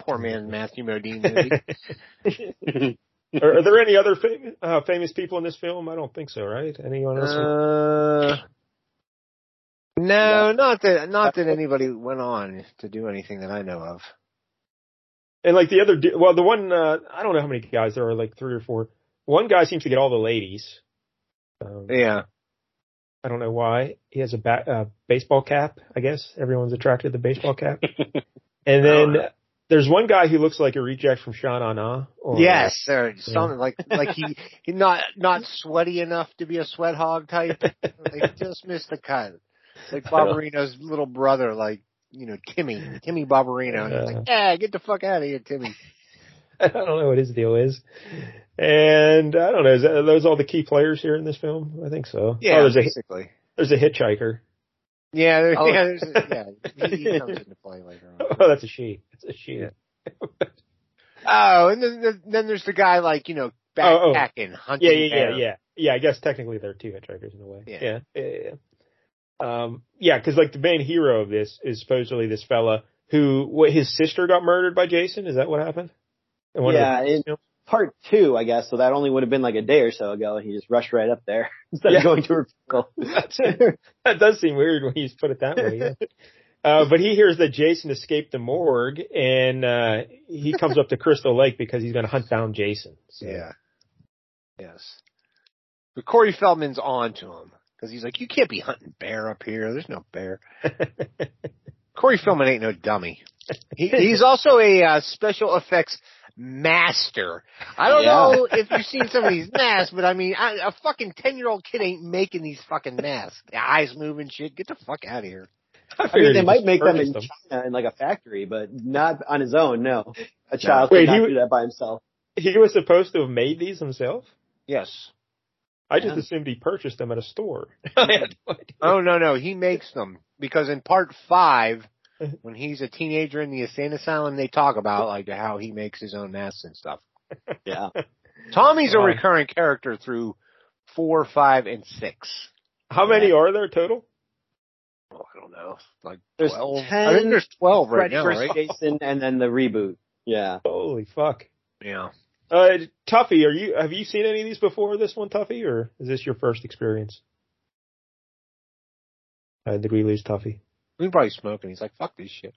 Speaker 6: poor man Matthew Modine movie.
Speaker 3: Are, are there any other fam- uh, famous people in this film? I don't think so, right? Anyone else?
Speaker 6: Uh, no, not that not that anybody went on to do anything that I know of.
Speaker 3: And like the other, du- well, the one uh, I don't know how many guys there are, like three or four. One guy seems to get all the ladies. Um,
Speaker 6: Yeah,
Speaker 3: I don't know why. He has a ba- uh, baseball cap, I guess. Everyone's attracted to the baseball cap. and then there's one guy who looks like a reject from Sha Na Na. Or,
Speaker 6: yes, or something like like he, he not not sweaty enough to be a sweat hog type. like just missed the cut. It's like Barbarino's little brother, like you know Timmy, Timmy Barbarino. And it's like, yeah, get the fuck out of here, Timmy.
Speaker 3: I don't know what his deal is. And I don't know. Is that, are those all the key players here in this film? I think so.
Speaker 6: Yeah,
Speaker 3: Oh, there's a
Speaker 6: basically.
Speaker 3: there's a hitchhiker.
Speaker 6: Yeah, there,
Speaker 4: Oh.
Speaker 6: yeah, there's a, yeah. He, he comes into play later on.
Speaker 3: Oh, that's a she. That's a she.
Speaker 6: Oh, and then then- then there's the guy like you know
Speaker 3: Oh, oh.
Speaker 6: backpacking, hunting.
Speaker 3: Yeah, yeah, yeah,
Speaker 6: bear.
Speaker 3: yeah, yeah. I guess technically they're two hitchhikers in a way.
Speaker 6: Yeah.
Speaker 3: Yeah, yeah, yeah. yeah. Um, yeah, because like the main hero of this is supposedly this fella who what his sister got murdered by Jason. Is that what happened? In one of the-
Speaker 4: Yeah, in
Speaker 3: Yep.
Speaker 4: part two, I guess. So that only would have been like a day or so ago, and he just rushed right up there instead
Speaker 3: Yeah.
Speaker 4: of going to her vehicle.
Speaker 3: that does seem weird when you put it that way. Yeah. Uh, but he hears that Jason escaped the morgue and, uh, he comes up to Crystal Lake because he's going to hunt down Jason. So.
Speaker 6: Yeah. Yes. But Corey Feldman's on to him because he's like, you can't be hunting bear up here. There's no bear. Corey Feldman ain't no dummy. He, he's also a uh, special effects master. I don't
Speaker 4: Yeah.
Speaker 6: know if you've seen some of these masks, but I mean, I, a fucking ten year old kid ain't making these fucking masks. The eyes moving, shit. Get the fuck out of here.
Speaker 3: I
Speaker 4: I mean,
Speaker 3: figured
Speaker 4: they
Speaker 3: he
Speaker 4: might
Speaker 3: just
Speaker 4: make them in
Speaker 3: purchased
Speaker 4: China in like a factory, but not on his own. No, a child
Speaker 3: Wait,
Speaker 4: could not
Speaker 3: he-
Speaker 4: do that by himself.
Speaker 3: He was supposed to have made these himself.
Speaker 6: Yes.
Speaker 3: I just
Speaker 4: Yeah.
Speaker 3: assumed he purchased them at a store. I had no idea.
Speaker 6: Oh no no, he makes them because in part five, when he's a teenager in the insane asylum, they talk about like how he makes his own masks and stuff.
Speaker 4: Yeah,
Speaker 6: Tommy's a
Speaker 3: Wow.
Speaker 6: recurring character through four, five, and six.
Speaker 3: How many are there total?
Speaker 6: Oh, I don't know, like
Speaker 4: There's
Speaker 6: twelve. I think
Speaker 4: ten
Speaker 6: there's twelve right
Speaker 4: Freddy
Speaker 6: now,
Speaker 4: vs.
Speaker 6: right?
Speaker 4: Jason, and then the reboot. Yeah,
Speaker 3: Holy fuck.
Speaker 6: Yeah.
Speaker 3: Uh, Tuffy, are you, have you seen any of these before this one, Tuffy, or is this your first experience? Uh, did we lose Tuffy?
Speaker 6: We probably smoking. He's like, fuck this shit.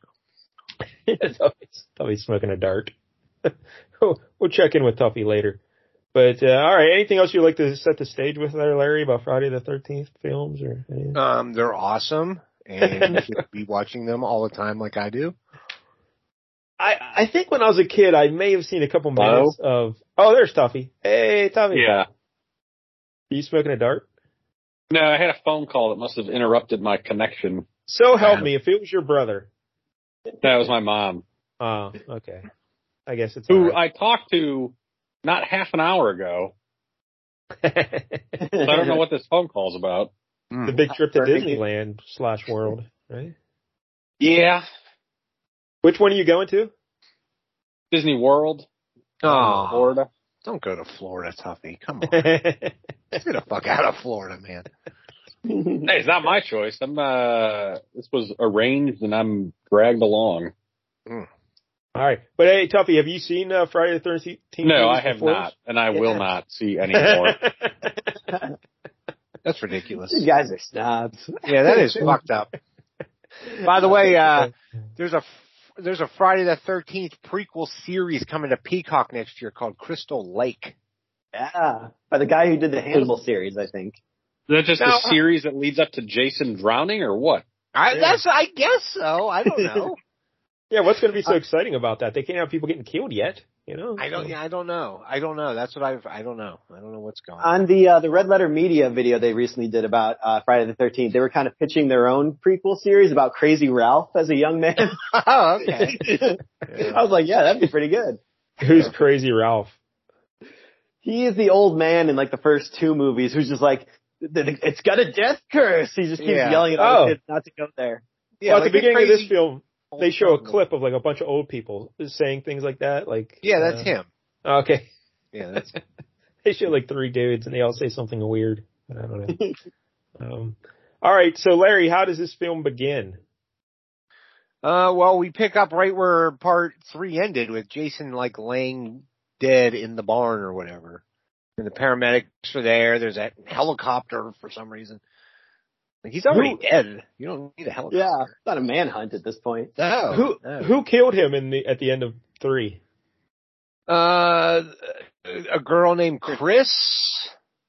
Speaker 3: Tuffy's, Tuffy's smoking a dart. we'll we'll check in with Tuffy later. But, uh, alright, anything else you'd like to set the stage with there, Larry, about Friday the 13th films or anything?
Speaker 6: Um, they're awesome, and you should be watching them all the time, like I do.
Speaker 3: I, I think when I was a kid, I may have seen a couple minutes of, oh, there's Tuffy. Hey, Tuffy.
Speaker 5: Yeah.
Speaker 3: Are you smoking a dart?
Speaker 5: No, I had a phone call that must have interrupted my connection.
Speaker 3: So help me, if it was your brother.
Speaker 5: That was my mom,
Speaker 3: Oh, okay. I guess it's
Speaker 5: who
Speaker 3: all right.
Speaker 5: I talked to not half an hour ago. So I don't know what this phone call's about.
Speaker 3: the
Speaker 6: Mm.
Speaker 3: big trip to
Speaker 4: Burning.
Speaker 3: Disneyland slash World, right?
Speaker 5: Yeah.
Speaker 3: Which one are you going to?
Speaker 5: Disney World,
Speaker 6: Oh,
Speaker 5: Florida.
Speaker 6: don't go to Florida, Tuffy. Come on,
Speaker 3: yeah,
Speaker 6: get the fuck out of Florida, man.
Speaker 5: Hey, it's not my choice. I'm uh this was arranged and I'm dragged along.
Speaker 3: All right, but hey, Tuffy, have you seen uh, Friday the Thirteenth?
Speaker 5: No, I have not, and I will
Speaker 4: Yeah.
Speaker 5: not see any more.
Speaker 6: That's ridiculous.
Speaker 4: These guys are snobs.
Speaker 6: Yeah, that is fucked up. By the way, uh, there's a there's a Friday the Thirteenth prequel series coming to Peacock next year called Crystal Lake.
Speaker 4: Yeah, by the guy who did the Hannibal series, I think.
Speaker 5: Is that just
Speaker 6: No,
Speaker 5: the series that leads up to Jason drowning, or what?
Speaker 6: I,
Speaker 3: Yeah.
Speaker 6: That's I guess so. I don't know.
Speaker 3: yeah, what's going to be so exciting about that? They can't have people getting killed yet, you know.
Speaker 6: I don't. Yeah, I don't know. I don't know. That's what I've. I don't know. I don't know what's going. on.
Speaker 4: On the uh, the Red Letter Media video they recently did about uh, Friday the Thirteenth, they were kind of pitching their own prequel series about Crazy Ralph as a young man.
Speaker 6: Oh, okay.
Speaker 3: Uh,
Speaker 4: I was like, yeah, that'd be pretty good.
Speaker 3: Who's crazy Ralph?
Speaker 4: He is the old man in like the first two movies who's just like, it's got a death curse. He just keeps
Speaker 6: Yeah.
Speaker 4: yelling at all
Speaker 3: Oh.
Speaker 4: the kids not to go there.
Speaker 6: Yeah,
Speaker 3: well, at
Speaker 6: like
Speaker 3: the
Speaker 6: a
Speaker 3: beginning of this
Speaker 6: crazy
Speaker 3: film,
Speaker 6: old
Speaker 3: they show a
Speaker 6: man.
Speaker 3: clip of like a bunch of old people saying things like that. Like,
Speaker 6: Yeah, that's
Speaker 3: uh,
Speaker 6: him.
Speaker 3: Okay,
Speaker 6: Yeah, that's
Speaker 3: they show like three dudes and they all say something weird. I don't know. um, all right, so Larry, how does this film begin?
Speaker 6: Uh, well, we pick up right where part three ended with Jason like laying dead in the barn or whatever. And the paramedics are there. There's that helicopter for some reason. Like he's already dead. You don't need a
Speaker 4: Yeah,
Speaker 6: helicopter.
Speaker 4: it's not a manhunt at this point.
Speaker 6: No.
Speaker 3: who
Speaker 6: no.
Speaker 3: who killed him in the at the end of three?
Speaker 6: Uh, a girl named Chris,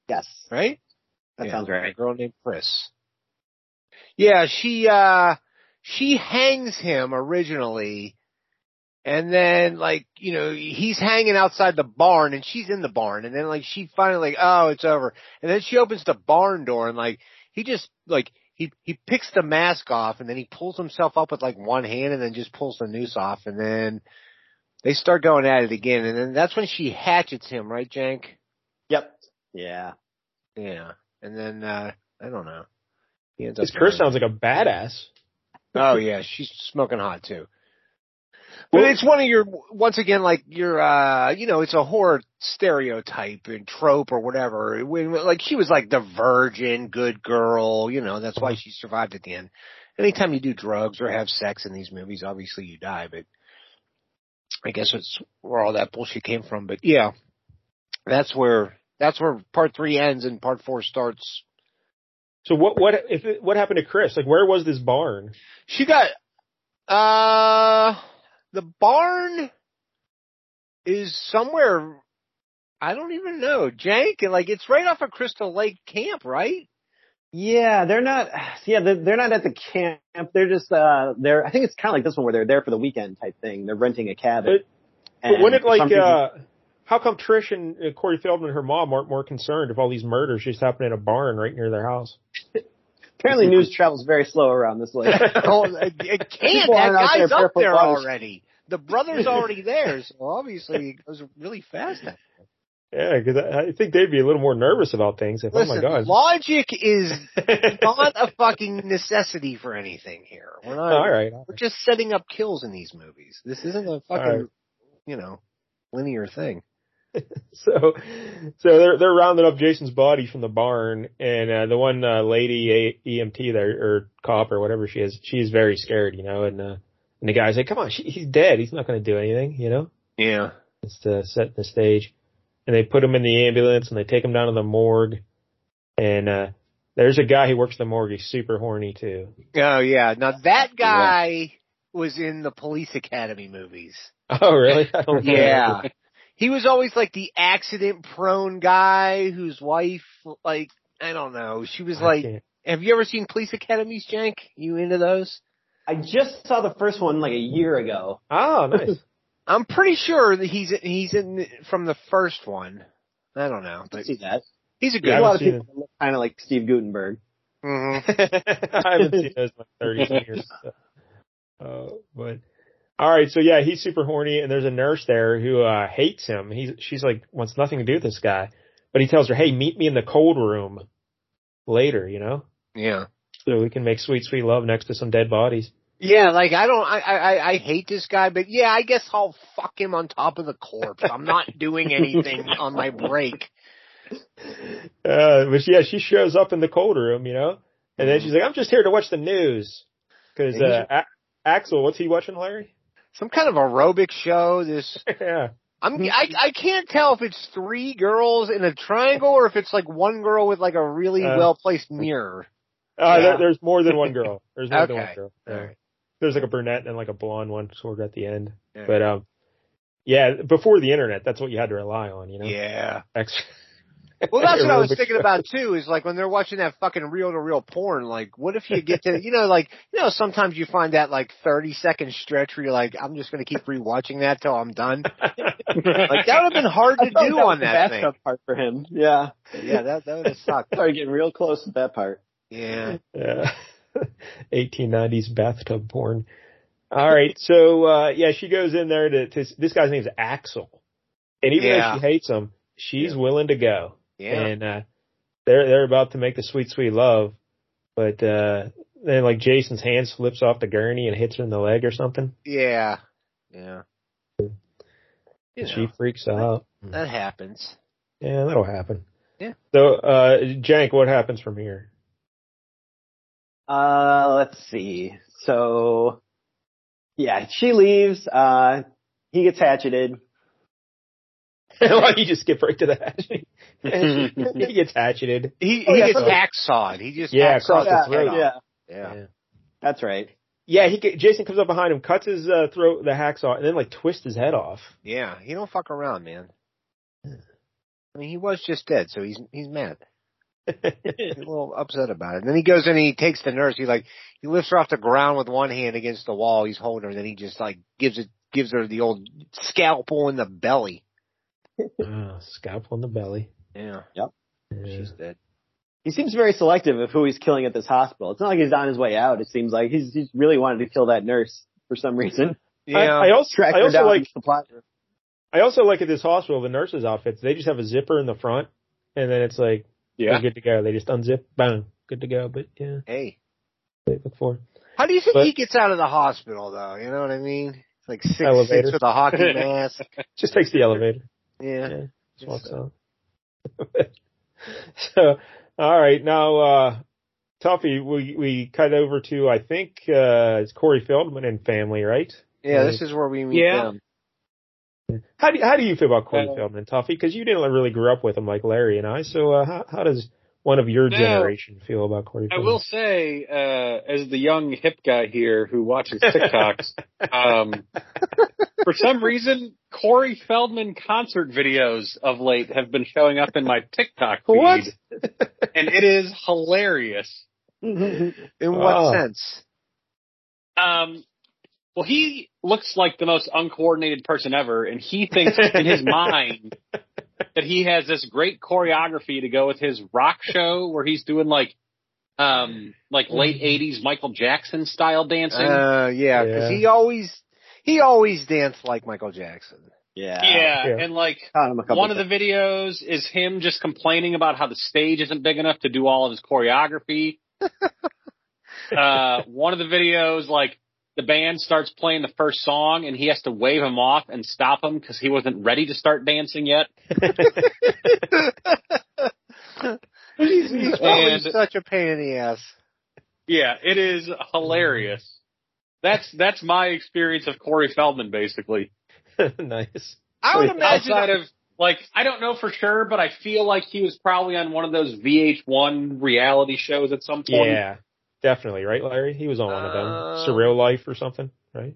Speaker 4: Yes,
Speaker 6: right?
Speaker 4: that
Speaker 6: Yeah,
Speaker 4: sounds
Speaker 6: A
Speaker 4: right.
Speaker 6: girl named Chris. Yeah, she uh she hangs him originally and then like, you know, he's hanging outside the barn and she's in the barn and then like she finally like, oh, it's over. And then she opens the barn door and like he just like he he picks the mask off and then he pulls himself up with like one hand and then just pulls the noose off and then they start going at it again and then that's when she hatchets him, right, Jank?
Speaker 4: Yep. Yeah.
Speaker 6: Yeah. And then uh I don't know. He ends
Speaker 3: This
Speaker 6: up
Speaker 3: Chris
Speaker 6: dying.
Speaker 3: sounds like a badass.
Speaker 6: Oh yeah, she's smoking hot too. But it's one of your once again like your uh you know it's a horror stereotype and trope or whatever. When like she was like the virgin good girl, you know that's why she survived at the end. Anytime you do drugs or have sex in these movies, obviously you die. But I guess that's where all that bullshit came from. But yeah, that's where that's where part three ends and part four starts.
Speaker 3: So what what if it, what happened to Chris? Like where was this barn?
Speaker 6: She got uh the barn is somewhere I don't even know. Jank like it's right off of Crystal Lake camp, right?
Speaker 4: Yeah, they're not. Yeah, they're, they're not at the camp. They're just uh, they're. I think it's kind of like this one where they're there for the weekend type thing. They're renting a cabin.
Speaker 3: But
Speaker 4: And
Speaker 3: wouldn't it
Speaker 4: for
Speaker 3: like
Speaker 4: some reason-
Speaker 3: uh how come Trish and uh, Corey Feldman and her mom aren't more concerned if all these murders just happen in a barn right near their house?
Speaker 4: apparently news travels very slow around this lake.
Speaker 6: oh, it, it can't.
Speaker 4: People
Speaker 6: That
Speaker 4: aren't out
Speaker 6: guy's
Speaker 4: there
Speaker 6: up there
Speaker 4: barefoot bars.
Speaker 6: already. The brother's already there, so obviously it goes really fast.
Speaker 3: Yeah, because I, I think they'd be a little more nervous about things. If
Speaker 6: Listen,
Speaker 3: oh my god,
Speaker 6: logic is not a fucking necessity for anything here. We're not.
Speaker 3: all right,
Speaker 6: We're just setting up kills in these movies. This isn't a fucking,
Speaker 3: right.
Speaker 6: you know, linear thing.
Speaker 3: so so they're they're rounding up Jason's body from the barn, and uh, the one uh, lady a- EMT there or cop or whatever she is, she's very scared, you know, and uh, and the guy's like, come on, she, he's dead, he's not going to do anything, you know.
Speaker 6: Yeah.
Speaker 3: It's to set the stage. And they put him in the ambulance and they take him down to the morgue. And uh there's a guy who works the morgue. He's super horny too.
Speaker 6: Oh yeah. Now that guy was in the police academy movies.
Speaker 3: Oh really? I don't know.
Speaker 6: he was always like the accident prone guy whose wife like I don't know. She was
Speaker 3: I
Speaker 6: like
Speaker 3: can't-
Speaker 6: have you ever seen police academies, Jank? You into those?
Speaker 4: I just saw the first one like a year ago.
Speaker 3: Oh, nice.
Speaker 6: I'm pretty sure that he's he's in from the first one. I don't know.
Speaker 4: I
Speaker 6: But
Speaker 4: see that.
Speaker 6: he's a good
Speaker 3: Yeah,
Speaker 4: There's a
Speaker 3: I haven't
Speaker 4: lot of
Speaker 3: seen
Speaker 4: people that look kind of like Steve Gutenberg.
Speaker 6: Mhm.
Speaker 3: I haven't seen those in like 30 years. so. Uh, but all right, so yeah, he's super horny, and there's a nurse there who uh hates him. He's she's like wants nothing to do with this guy, but he tells her, "Hey, meet me in the cold room later," you know,
Speaker 6: Yeah.
Speaker 3: so we can make sweet, sweet love next to some dead bodies.
Speaker 6: Yeah, like I don't, I, I, I- I hate this guy, but yeah, I guess I'll fuck him on top of the corpse. I'm not doing anything on my break.
Speaker 3: Uh, but yeah, she shows up in the cold room, you know,
Speaker 6: Mm-hmm.
Speaker 3: and then she's like, "I'm just here to watch the news," because uh, a- Axel, what's he watching, Larry?
Speaker 6: some kind of aerobic show. This
Speaker 3: yeah.
Speaker 6: I'm I, I can't tell if it's three girls in a triangle or if it's like one girl with like a really
Speaker 3: Uh.
Speaker 6: well placed mirror.
Speaker 3: Uh, there, there's more than one girl. There's more than one
Speaker 6: Okay.
Speaker 3: girl.
Speaker 6: All
Speaker 3: Yeah.
Speaker 6: right.
Speaker 3: There's like a brunette and like a blonde one sort of at the end.
Speaker 6: Yeah.
Speaker 3: But um, yeah, before the internet, that's what you had to rely on, you know.
Speaker 6: Yeah.
Speaker 3: Ex-
Speaker 6: Well, that's what I was
Speaker 3: Aerobic
Speaker 6: thinking
Speaker 3: show.
Speaker 6: about too. Is like when they're watching that fucking reel to reel porn. Like, what if you get to you know like you know sometimes you find that like thirty second stretch where you're like I'm just gonna keep rewatching that till I'm done. Like that would have been hard to
Speaker 4: I thought
Speaker 6: do
Speaker 4: that was
Speaker 6: on
Speaker 4: the
Speaker 6: that thing.
Speaker 4: bathtub part for him. Yeah,
Speaker 6: Yeah, that that would have sucked.
Speaker 4: started getting real close to that part.
Speaker 6: Yeah.
Speaker 3: Yeah. 1890s bathtub porn. All right. So, uh, yeah, she goes in there to, to this guy's name's Axel. And even
Speaker 6: Yeah.
Speaker 3: though she hates him, she's willing to go.
Speaker 6: Yeah.
Speaker 3: And, uh, they're, they're about to make the sweet, sweet love. But, uh, then like Jason's hand slips off the gurney and hits her in the leg or something.
Speaker 6: Yeah. Yeah. You
Speaker 3: she
Speaker 6: know,
Speaker 3: freaks out.
Speaker 6: that happens.
Speaker 3: Yeah, that'll happen.
Speaker 6: Yeah.
Speaker 3: So, uh, Jank, what happens from here?
Speaker 4: Uh, let's see. So, yeah, she leaves. Uh, he gets hatcheted.
Speaker 3: Why you just skip right to that? he gets hatcheted.
Speaker 6: He
Speaker 4: Oh,
Speaker 6: he
Speaker 4: yeah,
Speaker 6: gets
Speaker 4: so-
Speaker 6: axawed. He just
Speaker 3: Yeah,
Speaker 6: axawed
Speaker 3: across the
Speaker 6: his
Speaker 3: throat.
Speaker 6: head off.
Speaker 4: yeah,
Speaker 6: Yeah.
Speaker 4: Oh, that's right.
Speaker 3: Yeah, he ca- Jason comes up behind him, cuts his uh, throat, the hacksaw, and then like twists his head off.
Speaker 6: Yeah, he don't fuck around, man. I mean, he was just dead, so he's he's mad. He's a little upset about it. And then he goes in and he takes the nurse. He like he lifts her off the ground with one hand against the wall. He's holding her, and then he just like gives it gives her the old scalpel in the belly.
Speaker 3: oh, scalpel in the belly.
Speaker 6: Yeah,
Speaker 3: Yeah.
Speaker 6: she's dead.
Speaker 4: He seems very selective of who he's killing at this hospital. It's not like he's on his way out. It seems like he's, he's really wanted to kill that nurse for some reason.
Speaker 6: Yeah,
Speaker 3: I, I also,
Speaker 4: Track
Speaker 3: I
Speaker 4: her
Speaker 3: also
Speaker 4: down.
Speaker 3: like,
Speaker 4: supply-
Speaker 3: I also like at this hospital the nurses' outfits. They just have a zipper in the front, and then it's like
Speaker 5: Yeah.
Speaker 3: they're good to go. They just unzip, boom, good to go. But yeah,
Speaker 6: hey,
Speaker 3: they look for
Speaker 6: how do you think
Speaker 3: But-
Speaker 6: he gets out of the hospital though? You know what I mean? It's like six
Speaker 3: Elevator.
Speaker 6: six with a hockey mask.
Speaker 3: just takes the elevator,
Speaker 6: Yeah,
Speaker 3: Yeah. just walks out. so, all right, now uh Tuffy, we we cut over to I think uh it's Corey Feldman and family, right?
Speaker 6: yeah. This is where we meet
Speaker 5: Yeah.
Speaker 6: them.
Speaker 3: How do you, how do you feel about Corey
Speaker 5: Uh,
Speaker 3: Feldman and Toffee? Because you didn't really grow up with him like Larry and I. So uh, how how does one of your
Speaker 5: No.
Speaker 3: generation feel about Corey?
Speaker 5: I
Speaker 3: Feldman?
Speaker 5: will say, uh, as the young hip guy here who watches TikToks, um, for some reason, Corey Feldman concert videos of late have been showing up in my TikTok feed,
Speaker 3: What?
Speaker 5: and it is hilarious.
Speaker 6: In what
Speaker 3: Oh.
Speaker 6: sense?
Speaker 5: Um, well, he looks like the most uncoordinated person ever, and he thinks in his mind that he has this great choreography to go with his rock show where he's doing like, um, like late '80s Michael Jackson style dancing.
Speaker 6: Uh, yeah, because
Speaker 3: Yeah.
Speaker 6: he always he always danced like Michael Jackson.
Speaker 4: yeah.
Speaker 5: yeah,
Speaker 3: Yeah.
Speaker 5: and like
Speaker 4: Caught him a couple
Speaker 5: one of the videos is him just complaining about how the stage isn't big enough to do all of his choreography. uh, one of the videos, like the band starts playing the first song and he has to wave him off and stop him because he wasn't ready to start dancing yet.
Speaker 6: he's, he's probably
Speaker 5: And-
Speaker 6: such a pain in the ass.
Speaker 5: Yeah, it is hilarious. That's that's my experience of Corey Feldman basically.
Speaker 3: nice.
Speaker 6: I would imagine.
Speaker 5: Outside of like I don't know for sure, but I feel like he was probably on one of those VH1 reality shows at some point.
Speaker 3: Yeah, definitely. Right, Larry. He was on one of them,
Speaker 6: Uh,
Speaker 3: Surreal Life or something, right?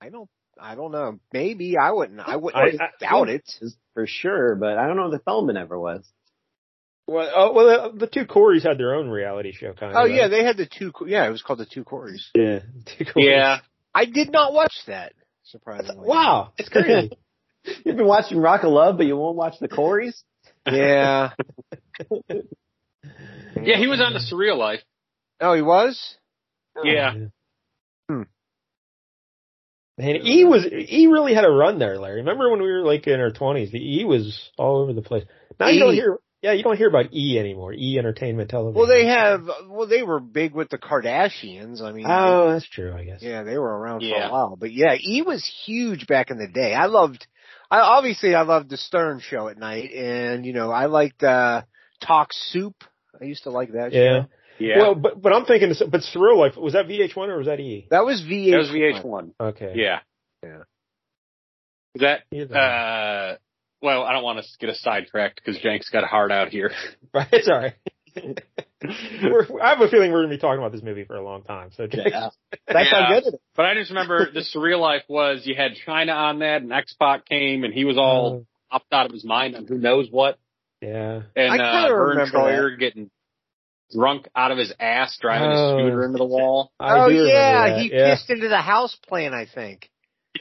Speaker 6: I don't. I don't know. Maybe I wouldn't. I wouldn't
Speaker 3: I-
Speaker 6: I,
Speaker 3: I-
Speaker 6: doubt it.
Speaker 4: videos for sure, but I don't know if the Feldman ever was.
Speaker 3: Well, oh, well, the, the two Corys had their own reality show, kind of.
Speaker 6: Oh yeah,
Speaker 3: right?
Speaker 6: they had the two. Yeah, it was called the two Corys.
Speaker 3: yeah, two Corys.
Speaker 5: Yeah.
Speaker 6: I did not watch that. Surprisingly.
Speaker 3: Wow, it's crazy.
Speaker 4: You've been watching Rock of Love, but you won't watch the Corys.
Speaker 6: Yeah.
Speaker 5: Yeah, he was on the Surreal Life.
Speaker 6: Oh, he was.
Speaker 5: Yeah.
Speaker 6: Hmm.
Speaker 3: Man, E was E really had a run there, Larry. Remember when we were like in our twenties? The E was all over the place. Now you don't
Speaker 6: E.
Speaker 3: hear, yeah, you don't hear about E anymore. E Entertainment Television.
Speaker 6: Well, they have. Well, they were big with the Kardashians. I mean.
Speaker 3: Oh, that's true. I guess.
Speaker 6: Yeah, they were around for
Speaker 5: Yeah.
Speaker 6: a while. But yeah, E was huge back in the day. I loved I obviously I loved the Stern show at night and you know, I liked uh Talk Soup. I used to like that
Speaker 3: Yeah.
Speaker 6: show.
Speaker 5: Yeah.
Speaker 3: Well, but but I'm thinking, this- but Surreal Life was that VH1 or was that E?
Speaker 6: That was VH.
Speaker 5: that was VH1.
Speaker 3: Okay.
Speaker 5: Yeah. Is that
Speaker 3: You know.
Speaker 5: uh well, I don't want to get us sidetracked because Jank's got a heart out here.
Speaker 3: Right, it's all right. we're, I have a feeling we're going to be talking about this movie for a long time. So Jake,
Speaker 4: Yeah. That's
Speaker 5: Yeah.
Speaker 4: how good it is.
Speaker 5: But I just remember the surreal life was you had China on that, and Xbox came, and he was all popped out of his mind on who knows what,
Speaker 3: yeah,
Speaker 5: and
Speaker 6: I
Speaker 5: uh,
Speaker 6: kinda
Speaker 5: Vern
Speaker 6: remember
Speaker 5: Troyer getting drunk out of his ass driving
Speaker 3: Oh.
Speaker 5: his scooter into the wall.
Speaker 3: I
Speaker 6: oh
Speaker 3: do remember
Speaker 6: yeah,
Speaker 3: that.
Speaker 6: he
Speaker 3: yeah.
Speaker 6: pissed into the house plan, I think.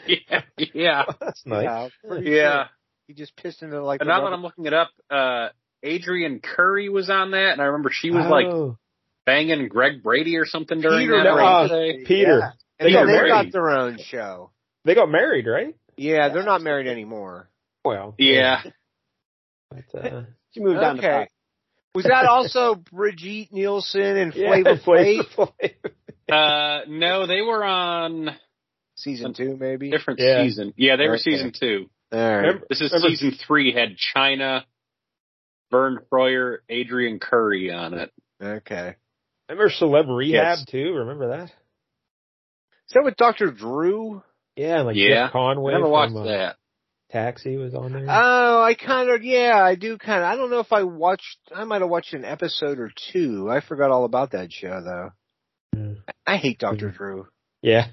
Speaker 5: yeah, yeah,
Speaker 3: That's nice.
Speaker 6: Yeah, pretty
Speaker 5: yeah.
Speaker 6: sure. He just pissed into like.
Speaker 5: And
Speaker 6: the
Speaker 5: now that
Speaker 6: rubber-
Speaker 5: I'm looking it up, uh, Adrian Curry was on that, and I remember she was like
Speaker 3: Oh,
Speaker 5: banging Greg Brady or something during
Speaker 6: Peter
Speaker 5: that.
Speaker 3: no,
Speaker 5: or
Speaker 3: uh,
Speaker 5: something.
Speaker 3: Peter.
Speaker 6: Yeah.
Speaker 3: They
Speaker 6: And
Speaker 5: got
Speaker 6: they
Speaker 5: married.
Speaker 6: got their own show.
Speaker 3: they got married, right?
Speaker 6: Yeah, they're not married anymore.
Speaker 3: Well,
Speaker 5: yeah,
Speaker 3: But, uh,
Speaker 4: She moved on to
Speaker 6: Okay.
Speaker 4: Fox.
Speaker 6: Was that also Brigitte Nielsen and
Speaker 3: yeah,
Speaker 6: Flavor Flav?
Speaker 3: Flavor Flav.
Speaker 5: uh, no, they were on
Speaker 6: Season two, maybe.
Speaker 5: different
Speaker 3: Yeah.
Speaker 5: season. Yeah, they were
Speaker 6: Okay.
Speaker 5: season two.
Speaker 6: All right.
Speaker 3: Remember-
Speaker 5: This is
Speaker 3: Remember-
Speaker 5: season three. Had China, Vern Troyer, Adrian Curry on it.
Speaker 6: Okay.
Speaker 3: Remember Celeb Rehab
Speaker 5: Yes.
Speaker 3: too? Remember that?
Speaker 6: Is that with Doctor Drew?
Speaker 3: Yeah, and like
Speaker 5: Yeah.
Speaker 3: Jeff Conway
Speaker 5: Never
Speaker 3: from
Speaker 5: watched
Speaker 3: uh,
Speaker 5: that. Uh.
Speaker 3: Taxi was on there.
Speaker 6: Oh, I kind of yeah, I do kind of. I don't know if I watched. I might have watched an episode or two. I forgot all about that show though.
Speaker 3: Yeah.
Speaker 6: I hate Doctor Drew.
Speaker 3: yeah,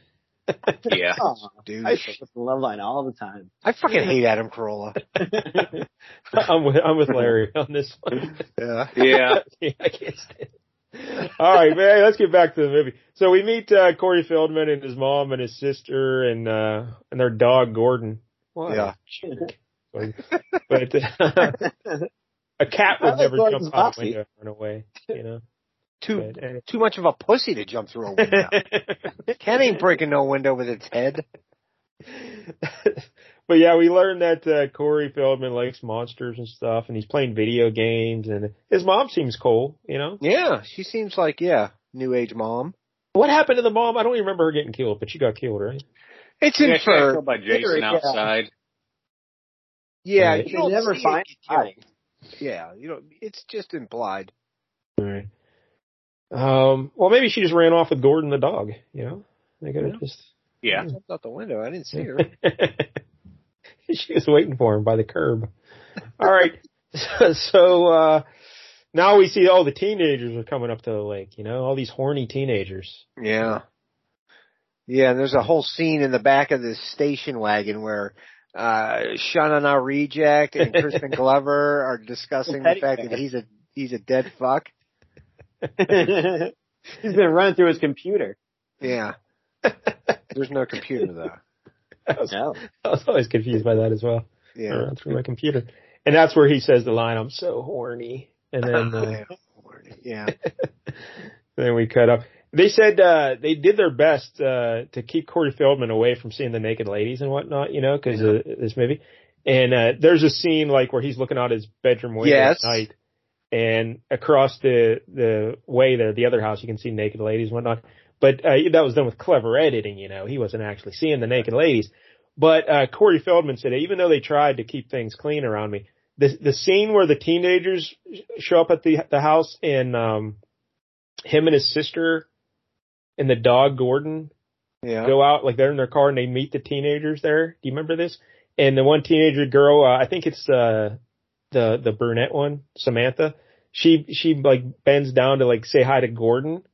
Speaker 5: Yeah,
Speaker 4: Oh,
Speaker 6: Dude,
Speaker 4: I used to listen to Loveline all the time.
Speaker 6: I fucking hate Adam Carolla.
Speaker 3: I'm with I'm with Larry on this one.
Speaker 6: Yeah.
Speaker 5: yeah.
Speaker 3: Yeah, I can't stand it. All right, man. Let's get back to the movie. So we meet uh, Corey Feldman and his mom and his sister and uh and their dog Gordon. What?
Speaker 6: Yeah.
Speaker 3: But uh, a cat would
Speaker 4: I like
Speaker 3: never
Speaker 4: Gordon's
Speaker 3: jump out a
Speaker 4: boxy.
Speaker 3: window and run away. You know.
Speaker 6: Too
Speaker 3: But, uh,
Speaker 6: too much of a pussy to jump through a window. Ken ain't breaking no window with its head.
Speaker 3: but yeah, we learned that uh, Corey Feldman likes monsters and stuff, and he's playing video games. And his mom seems cool. You know.
Speaker 6: Yeah, she seems like yeah, new age mom.
Speaker 3: What happened to the mom? I don't even remember her getting killed, but she got killed, right?
Speaker 6: It's
Speaker 5: yeah she got
Speaker 6: inferred.
Speaker 5: killed by
Speaker 4: Peter,
Speaker 5: Jason
Speaker 4: yeah.
Speaker 5: outside.
Speaker 6: Yeah,
Speaker 3: Right.
Speaker 4: They
Speaker 6: you don't
Speaker 4: never
Speaker 6: see
Speaker 4: find
Speaker 6: it get
Speaker 4: out.
Speaker 6: killed. Yeah, you don't. It's just implied.
Speaker 3: Right. Um. Well, maybe she just ran off with Gordon the dog. You know, they could have just.
Speaker 5: Yeah.
Speaker 6: Jumped out the window. I didn't see her.
Speaker 3: she was waiting for him by the curb. All right. so uh now we see all the teenagers are coming up to the lake. You know, all these horny teenagers.
Speaker 6: Yeah. Yeah, and there's a whole scene in the back of this station wagon where uh Shanana Reject and Kristen Glover are discussing the
Speaker 4: Petty
Speaker 6: fact that
Speaker 4: man.
Speaker 6: he's a he's a dead fuck.
Speaker 4: He's been running through his computer.
Speaker 6: Yeah. There's no computer though.
Speaker 3: I was,
Speaker 4: No.
Speaker 3: I was always confused by that as well.
Speaker 6: Yeah.
Speaker 3: Uh, through my computer, and that's where he says the line, "I'm so horny," and then. Uh,
Speaker 6: yeah.
Speaker 3: Then we cut up. They said uh, they did their best uh, to keep Corey Feldman away from seeing the naked ladies and whatnot, you know, because uh, this movie. And uh, there's a scene like where he's looking out his bedroom window
Speaker 6: Yes.
Speaker 3: at night, and across the the way there, the other house, you can see naked ladies and whatnot. But uh, that was done with clever editing, you know. He wasn't actually seeing the naked ladies. But uh, Corey Feldman said, even though they tried to keep things clean around me, the the scene where the teenagers sh- show up at the the house and um, him and his sister and the dog Gordon
Speaker 6: Yeah.
Speaker 3: go out like they're in their car and they meet the teenagers there. Do you remember this? And the one teenager girl, uh, I think it's uh, the the brunette one, Samantha. She she like bends down to like say hi to Gordon,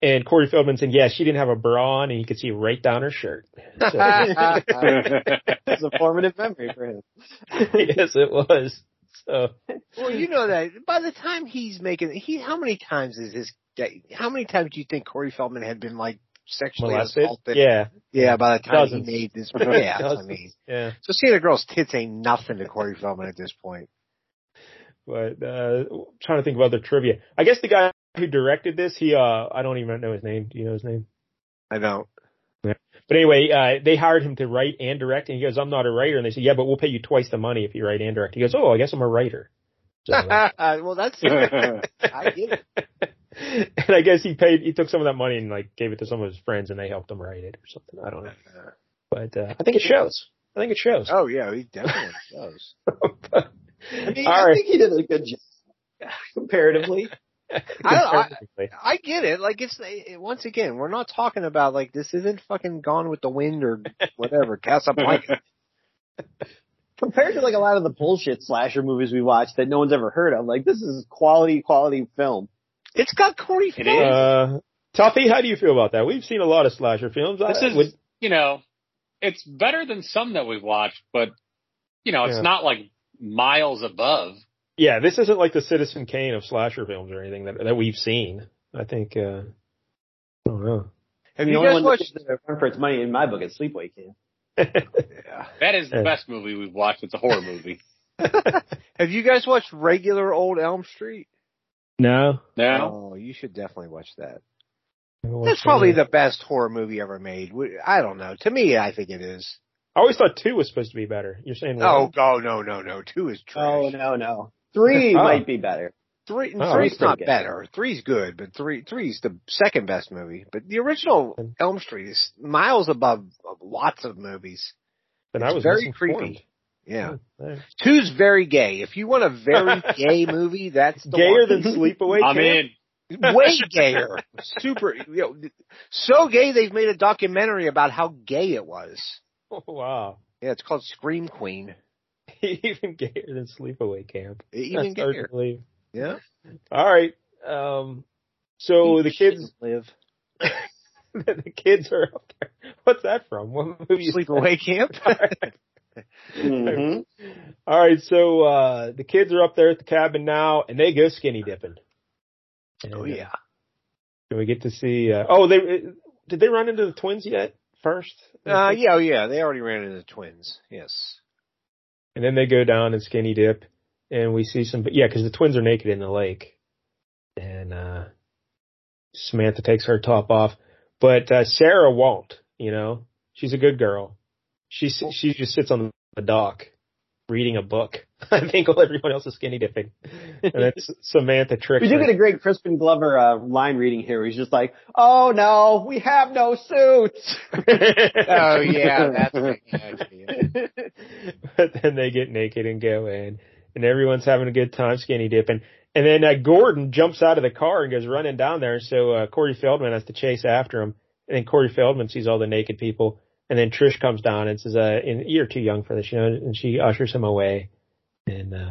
Speaker 3: and Corey Feldman said, "Yeah, she didn't have a bra on, and you could see right down her shirt." So-
Speaker 4: It's a formative memory for him.
Speaker 3: yes, it was. So
Speaker 6: well, you know that by the time he's making he how many times is his how many times do you think Corey Feldman had been like sexually
Speaker 3: molested.
Speaker 6: assaulted?
Speaker 3: Yeah,
Speaker 6: Yeah, by the time
Speaker 3: Dozens.
Speaker 6: he made this yeah, I
Speaker 3: Dozens.
Speaker 6: mean
Speaker 3: yeah.
Speaker 6: So seeing a girl's tits ain't nothing to Corey Feldman at this point.
Speaker 3: but uh trying to think of other trivia. I guess the guy who directed this, he uh I don't even know his name. Do you know his name?
Speaker 6: I don't.
Speaker 3: But anyway, uh they hired him to write and direct and he goes, I'm not a writer and they said, Yeah, but we'll pay you twice the money if you write and direct. He goes, Oh, I guess I'm a writer. So, uh,
Speaker 6: well, that's I get it.
Speaker 3: and I guess he paid he took some of that money and like gave it to some of his friends and they helped him write it or something. I don't know. But uh I think it shows. I think it shows.
Speaker 6: Oh yeah, he definitely does.
Speaker 3: All
Speaker 4: I mean, I
Speaker 3: right.
Speaker 4: think he did a good job comparatively.
Speaker 6: I don't- I- I get it. Like it's it- once again, we're not talking about like this isn't fucking Gone with the Wind or whatever Casablanca.
Speaker 4: compared to like a lot of the bullshit slasher movies we watch that no one's ever heard of. Like this is quality, quality film.
Speaker 6: it's got Corey
Speaker 5: It
Speaker 6: Feldman.
Speaker 3: Uh, Tuffy, how do you feel about that? We've seen a lot of slasher films.
Speaker 5: This
Speaker 3: I,
Speaker 5: is,
Speaker 3: would-
Speaker 5: you know, it's better than some that we've watched, but you know, it's
Speaker 3: Yeah.
Speaker 5: not like miles above.
Speaker 3: yeah, this isn't like the Citizen Kane of slasher films or anything that that we've seen. I think. Uh, I don't know.
Speaker 6: Have
Speaker 4: the
Speaker 6: you
Speaker 4: only
Speaker 6: guys
Speaker 4: one
Speaker 6: watched?
Speaker 4: that run for its money in my book is Sleepaway Camp.
Speaker 5: That is the
Speaker 3: Yeah.
Speaker 5: best movie we've watched. It's a horror movie.
Speaker 6: Have you guys watched regular old Elm Street?
Speaker 3: no.
Speaker 5: No,
Speaker 6: Oh, you should definitely watch that.
Speaker 3: That's
Speaker 6: That's probably the best horror movie ever made. We- I don't know. To me, I think it is.
Speaker 3: I always thought two was supposed to be better. You're saying one?
Speaker 6: Oh, oh no, no, no. Two is trash.
Speaker 4: Oh no, no. Three
Speaker 3: Oh.
Speaker 4: might be better.
Speaker 6: Three,
Speaker 3: Oh,
Speaker 6: three's
Speaker 3: that's
Speaker 6: not
Speaker 4: pretty good.
Speaker 6: better. Three's good, but three, three's the second best movie. But the original Elm Street is miles above lots of movies.
Speaker 3: then I
Speaker 6: it's
Speaker 3: was
Speaker 6: very
Speaker 3: misinformed.
Speaker 4: Hmm.
Speaker 6: Yeah.
Speaker 3: Yeah.
Speaker 6: Two's very gay. If you want a very gay movie, that's the
Speaker 3: Gayer
Speaker 6: one.
Speaker 3: than Sleepaway
Speaker 5: I'm
Speaker 3: Camp.
Speaker 5: in.
Speaker 6: way gayer. Super, you know, so gay they've made a documentary about how gay it was.
Speaker 3: Oh, wow.
Speaker 6: Yeah, it's called Scream Queen.
Speaker 3: Even gayer than Sleepaway Camp.
Speaker 6: Even
Speaker 3: That's hard
Speaker 6: gayer.
Speaker 3: to believe.
Speaker 6: Yeah.
Speaker 3: All right. Um, so the kids,
Speaker 4: live.
Speaker 3: the kids are up there. What's that from? What movie? is that?
Speaker 6: Sleepaway Camp.
Speaker 4: hmm
Speaker 6: Mm-hmm.
Speaker 3: All right. So uh, the kids are up there at the cabin now, and they go skinny dipping. And,
Speaker 6: oh
Speaker 3: uh,
Speaker 6: yeah.
Speaker 3: And we get to see. Uh, oh, they did they run into the twins yet? First.
Speaker 6: Uh, yeah, oh yeah. They already ran into the twins. Yes.
Speaker 3: And then they go down and skinny dip, and we see some. Yeah, because the twins are naked in the lake, and uh Samantha takes her top off, but uh Sarah won't. You know, she's a good girl. She s- she just sits on the dock reading a book. I think while everyone else is skinny dipping, and that's Samantha tricks.
Speaker 4: We do
Speaker 3: her.
Speaker 4: get a great Crispin Glover uh, line reading here. He's just like, "Oh no, we have no suits."
Speaker 6: Oh yeah. That's yeah, yeah.
Speaker 3: but then they get naked and go in, and everyone's having a good time skinny dipping. And then uh, Gordon jumps out of the car and goes running down there. So uh, Corey Feldman has to chase after him. And then Corey Feldman sees all the naked people. And then Trish comes down and says, uh, and "You're too young for this," you know. And she ushers him away. And uh,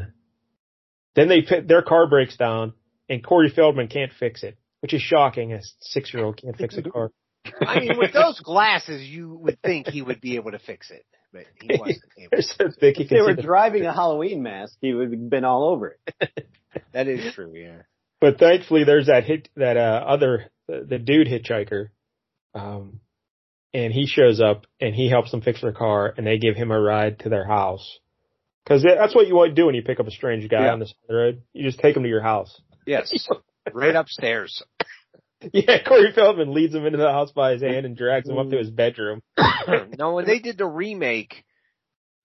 Speaker 3: then they fi- their car breaks down, and Corey Feldman can't fix it, which is shocking. A six year old can't fix a car.
Speaker 6: I mean, with those glasses, you would think he would be able to fix it, but he wasn't able.
Speaker 3: They're so thick you
Speaker 4: if
Speaker 3: can
Speaker 4: they
Speaker 3: see
Speaker 4: were
Speaker 3: the-
Speaker 4: driving a Halloween mask, he would have been all over it.
Speaker 6: That is true. Yeah.
Speaker 3: But thankfully, there's that hit that uh, other the, the dude hitchhiker, um, and he shows up and he helps them fix their car, and they give him a ride to their house. Because that's what you want to do when you pick up a strange guy
Speaker 6: Yeah.
Speaker 3: on the side of the road. You just take him to your house.
Speaker 6: Yes. Right upstairs.
Speaker 3: Yeah, Corey Feldman leads him into the house by his hand and drags him up to his bedroom.
Speaker 6: no, when they did the remake,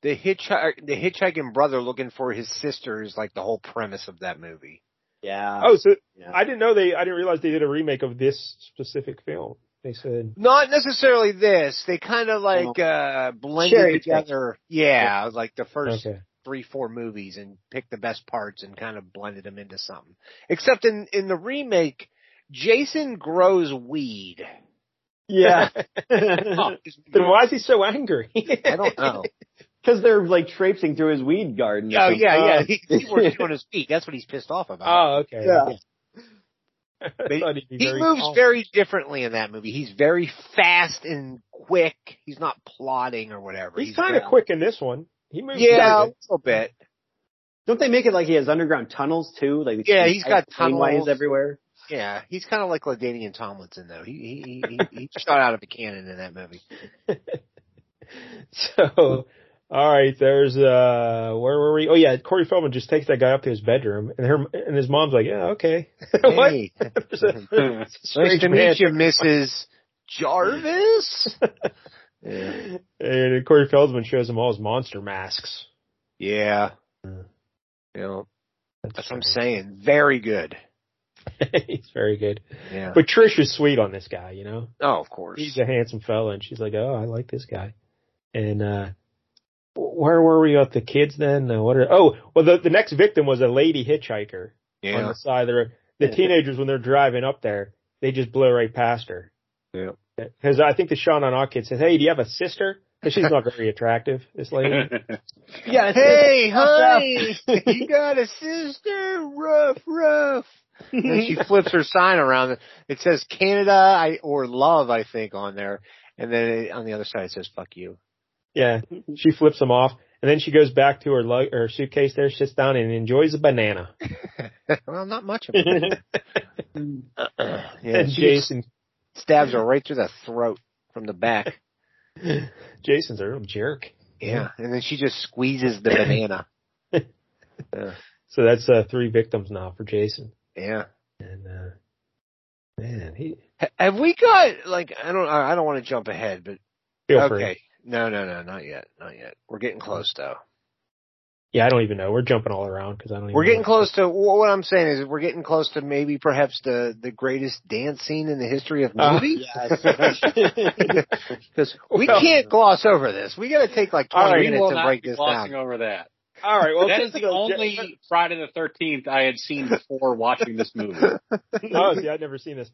Speaker 6: the hitchhik the hitchhiking brother looking for his sister is like the whole premise of that movie.
Speaker 4: Yeah.
Speaker 3: Oh, so
Speaker 4: Yeah.
Speaker 3: I didn't know they. I didn't realize they did a remake of this specific film. They said
Speaker 6: Not necessarily this. They kind of like uh blended
Speaker 4: Cherry
Speaker 6: together. Yeah, like the first
Speaker 3: okay.
Speaker 6: three, four movies and picked the best parts and kind of blended them into something. Except in in the remake, Jason grows weed.
Speaker 4: yeah.
Speaker 3: Then why is he so angry?
Speaker 6: I don't know.
Speaker 4: Because they're like traipsing through his weed garden. or
Speaker 6: Oh yeah,
Speaker 4: something.
Speaker 6: yeah. He, he works on his feet. That's what he's pissed off about.
Speaker 3: oh, okay.
Speaker 4: Yeah.
Speaker 3: I
Speaker 6: They-
Speaker 3: thought he'd be
Speaker 6: he
Speaker 3: very
Speaker 6: moves
Speaker 3: calm.
Speaker 6: very differently in that movie. He's very fast and quick. He's not plodding or whatever.
Speaker 3: He's kind of
Speaker 6: very-
Speaker 3: quick in this one. He moves.
Speaker 6: Yeah, a
Speaker 3: quick.
Speaker 6: little bit.
Speaker 4: Don't they make it like he has underground tunnels too? Like
Speaker 6: Yeah, he's got tunnels.
Speaker 4: tunnels everywhere.
Speaker 6: Yeah, he's kind of like Ladanian Tomlinson though. He he he, he, he shot out of a cannon in that movie.
Speaker 3: So, all right. There's uh, where were we? Oh yeah, Corey Feldman just takes that guy up to his bedroom, and her and his mom's like, yeah, okay. what?
Speaker 6: Hey,
Speaker 3: There's a- there's a
Speaker 6: nice
Speaker 3: strange
Speaker 6: to
Speaker 3: man.
Speaker 6: meet you, Mrs. Jarvis. yeah.
Speaker 3: And Corey Feldman shows him all his monster masks.
Speaker 6: yeah. You know, that's what I'm saying. Very good.
Speaker 3: saying. He's very good.
Speaker 6: Yeah.
Speaker 3: But Trish is sweet on this guy, you know.
Speaker 6: Oh, of course.
Speaker 3: he's a handsome fella and she's like oh i like this guy and uh wh- where were we with the kids then uh, what are oh well the, the next victim was a lady hitchhiker on
Speaker 6: yeah.
Speaker 3: the side of the road the teenagers when they're driving up there, they just blow right past her.
Speaker 6: Yeah.
Speaker 3: Because I think the Sean on our kid says, "Hey, do you have a sister?" 'Cause she's not very attractive. This lady.
Speaker 4: Yeah. It's,
Speaker 6: Hey, honey, you got a sister? Rough, rough. And then she flips her sign around. It says Canada I, or love, I think, on there. And then it, on the other side it says fuck you.
Speaker 3: Yeah, she flips them off, and then she goes back to her lug- her suitcase. There, sits down and enjoys a banana.
Speaker 6: well, not much of it. Uh-uh. yeah,
Speaker 3: and
Speaker 6: she
Speaker 3: Jason,
Speaker 6: stabs her right through the throat from the back.
Speaker 3: Jason's a real jerk.
Speaker 6: Yeah, and then she just squeezes the banana.
Speaker 3: So that's uh, three victims now for Jason.
Speaker 6: Yeah.
Speaker 3: And uh, man, he
Speaker 6: Ha- Have we got like I don't I don't want to jump ahead, but
Speaker 3: feel free.
Speaker 6: okay. No, no, no, not yet, not yet. We're getting close though.
Speaker 3: Yeah, I don't even know. We're jumping all around because I don't. Even
Speaker 6: We're getting
Speaker 3: know.
Speaker 6: close to wh- what I'm saying is we're getting close to maybe perhaps the the greatest dance scene in the history of
Speaker 3: Uh,
Speaker 6: movies. Because we
Speaker 3: Well-
Speaker 6: can't gloss over this. We got to take like 20
Speaker 3: All right.
Speaker 5: We will
Speaker 6: minutes and
Speaker 5: not
Speaker 6: break
Speaker 5: be
Speaker 6: this
Speaker 5: glossing
Speaker 6: down.
Speaker 5: over that.
Speaker 3: All right. Well,
Speaker 5: that is
Speaker 3: since
Speaker 5: the only Friday the Thirteenth I had seen before watching this movie.
Speaker 3: oh, see, I've never seen this.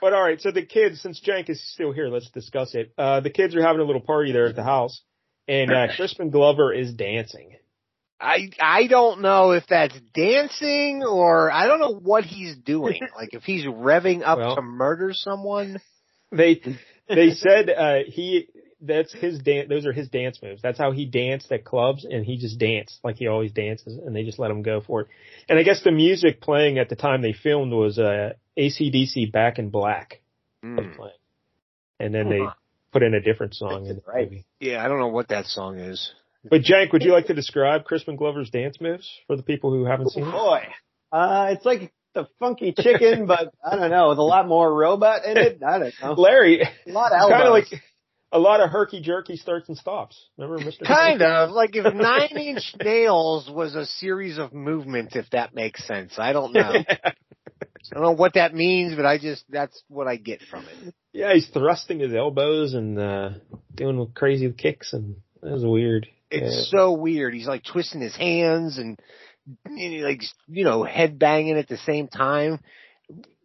Speaker 3: But all right, so the kids, since Jank is still here, let's discuss it. Uh, the kids are having a little party there at the house, and uh, Crispin Glover is dancing.
Speaker 6: I I don't know if that's dancing or I don't know what he's doing. Like if he's revving up
Speaker 3: Well-
Speaker 6: to murder someone.
Speaker 3: They they said uh, he that's his dance. Those are his dance moves. That's how he danced at clubs, and he just danced like he always dances, and they just let him go for it. And I guess the music playing at the time they filmed was uh, ACDC Back in Black was
Speaker 6: Hmm.
Speaker 3: playing, and then they
Speaker 6: Huh.
Speaker 3: put in a different song in the
Speaker 4: Right.
Speaker 3: movie.
Speaker 6: Yeah, I don't know what that song is.
Speaker 3: But Jank, would you like to describe Crispin Glover's dance moves for the people who haven't seen it?
Speaker 4: boy. Uh, it's like the funky chicken, but I don't know, with a lot more robot in it. I don't
Speaker 6: Oh,
Speaker 4: know.
Speaker 3: Larry,
Speaker 4: A lot of
Speaker 3: kind
Speaker 4: elbows.
Speaker 3: of like a lot of herky jerky starts and stops. Remember, Mister?
Speaker 6: Kind of like if Nine Inch Nails was a series of movements, if that makes sense. I don't know. I don't know what that means, but I just that's what I get from it.
Speaker 3: Yeah, he's thrusting his elbows and uh doing crazy kicks, and that was weird.
Speaker 6: It's
Speaker 3: Yeah.
Speaker 6: so weird. He's like twisting his hands and, and he, like you know head banging at the same time,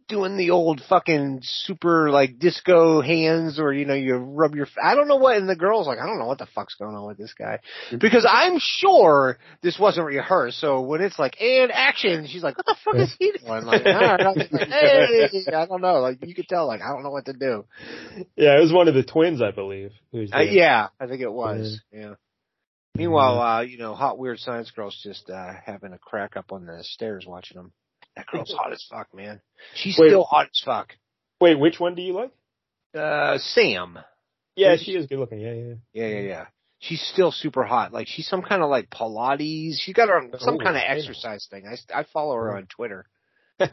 Speaker 6: doing the old fucking super like disco hands or you know you rub your. I don't know what. And the girl's like, I don't know what the fuck's going on with this guy because I'm sure this wasn't rehearsed. So when it's like and action, she's like, what the fuck is he doing? Like, all right. I'm just like, hey, I don't know. Like you could tell. Like I don't know what to do.
Speaker 3: yeah, it was one of the twins, I believe. Who's
Speaker 6: Uh, yeah, I think it was. Yeah. Meanwhile, uh, you know, hot weird science girl's just uh having a crack up on the stairs watching them. That girl's hot as fuck, man. She's
Speaker 3: Wait.
Speaker 6: still hot as fuck.
Speaker 3: Mm-hmm. Wait, which one do you like?
Speaker 6: Uh, Sam.
Speaker 3: Yeah, she is good looking. Yeah, yeah.
Speaker 6: Yeah, yeah, yeah. She's still super hot. Like she's some kind of like Pilates. She's got her on some
Speaker 3: Oh,
Speaker 6: kind of
Speaker 3: yeah. Hmm.
Speaker 6: exercise thing. I I follow her on Twitter.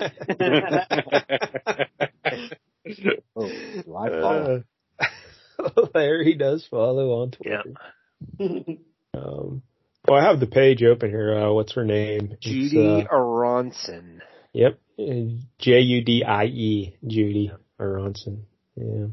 Speaker 6: Oh, do I follow. her?
Speaker 3: Uh, Larry does follow on Twitter. Um, well, I have the page open here. Uh, what's her name? It's,
Speaker 6: Judy
Speaker 3: uh,
Speaker 6: Aronson.
Speaker 3: yep. Uh, J U D I E. Judy Aronson. Yeah.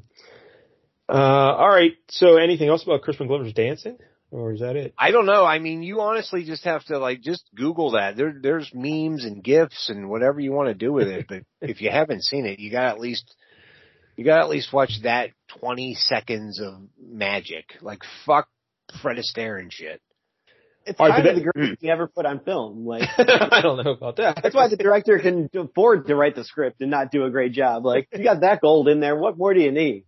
Speaker 3: Uh, all right. So, anything else about Crispin Glover's dancing, or is that it?
Speaker 6: I don't know. I mean, you honestly just have to like just Google that. There, there's memes and gifs and whatever you want to do with it. But if you haven't seen it, you got at least you got at least watch that 20 seconds of magic. Like fuck Fred Astaire and shit.
Speaker 4: it's
Speaker 3: All right,
Speaker 4: kind
Speaker 3: but
Speaker 4: of the
Speaker 3: that- hmm.
Speaker 4: greatest thing ever put on film. Like
Speaker 3: I don't know about that.
Speaker 4: that's why the director can afford to write the script and not do a great job. Like you got that gold in there. What more do you need?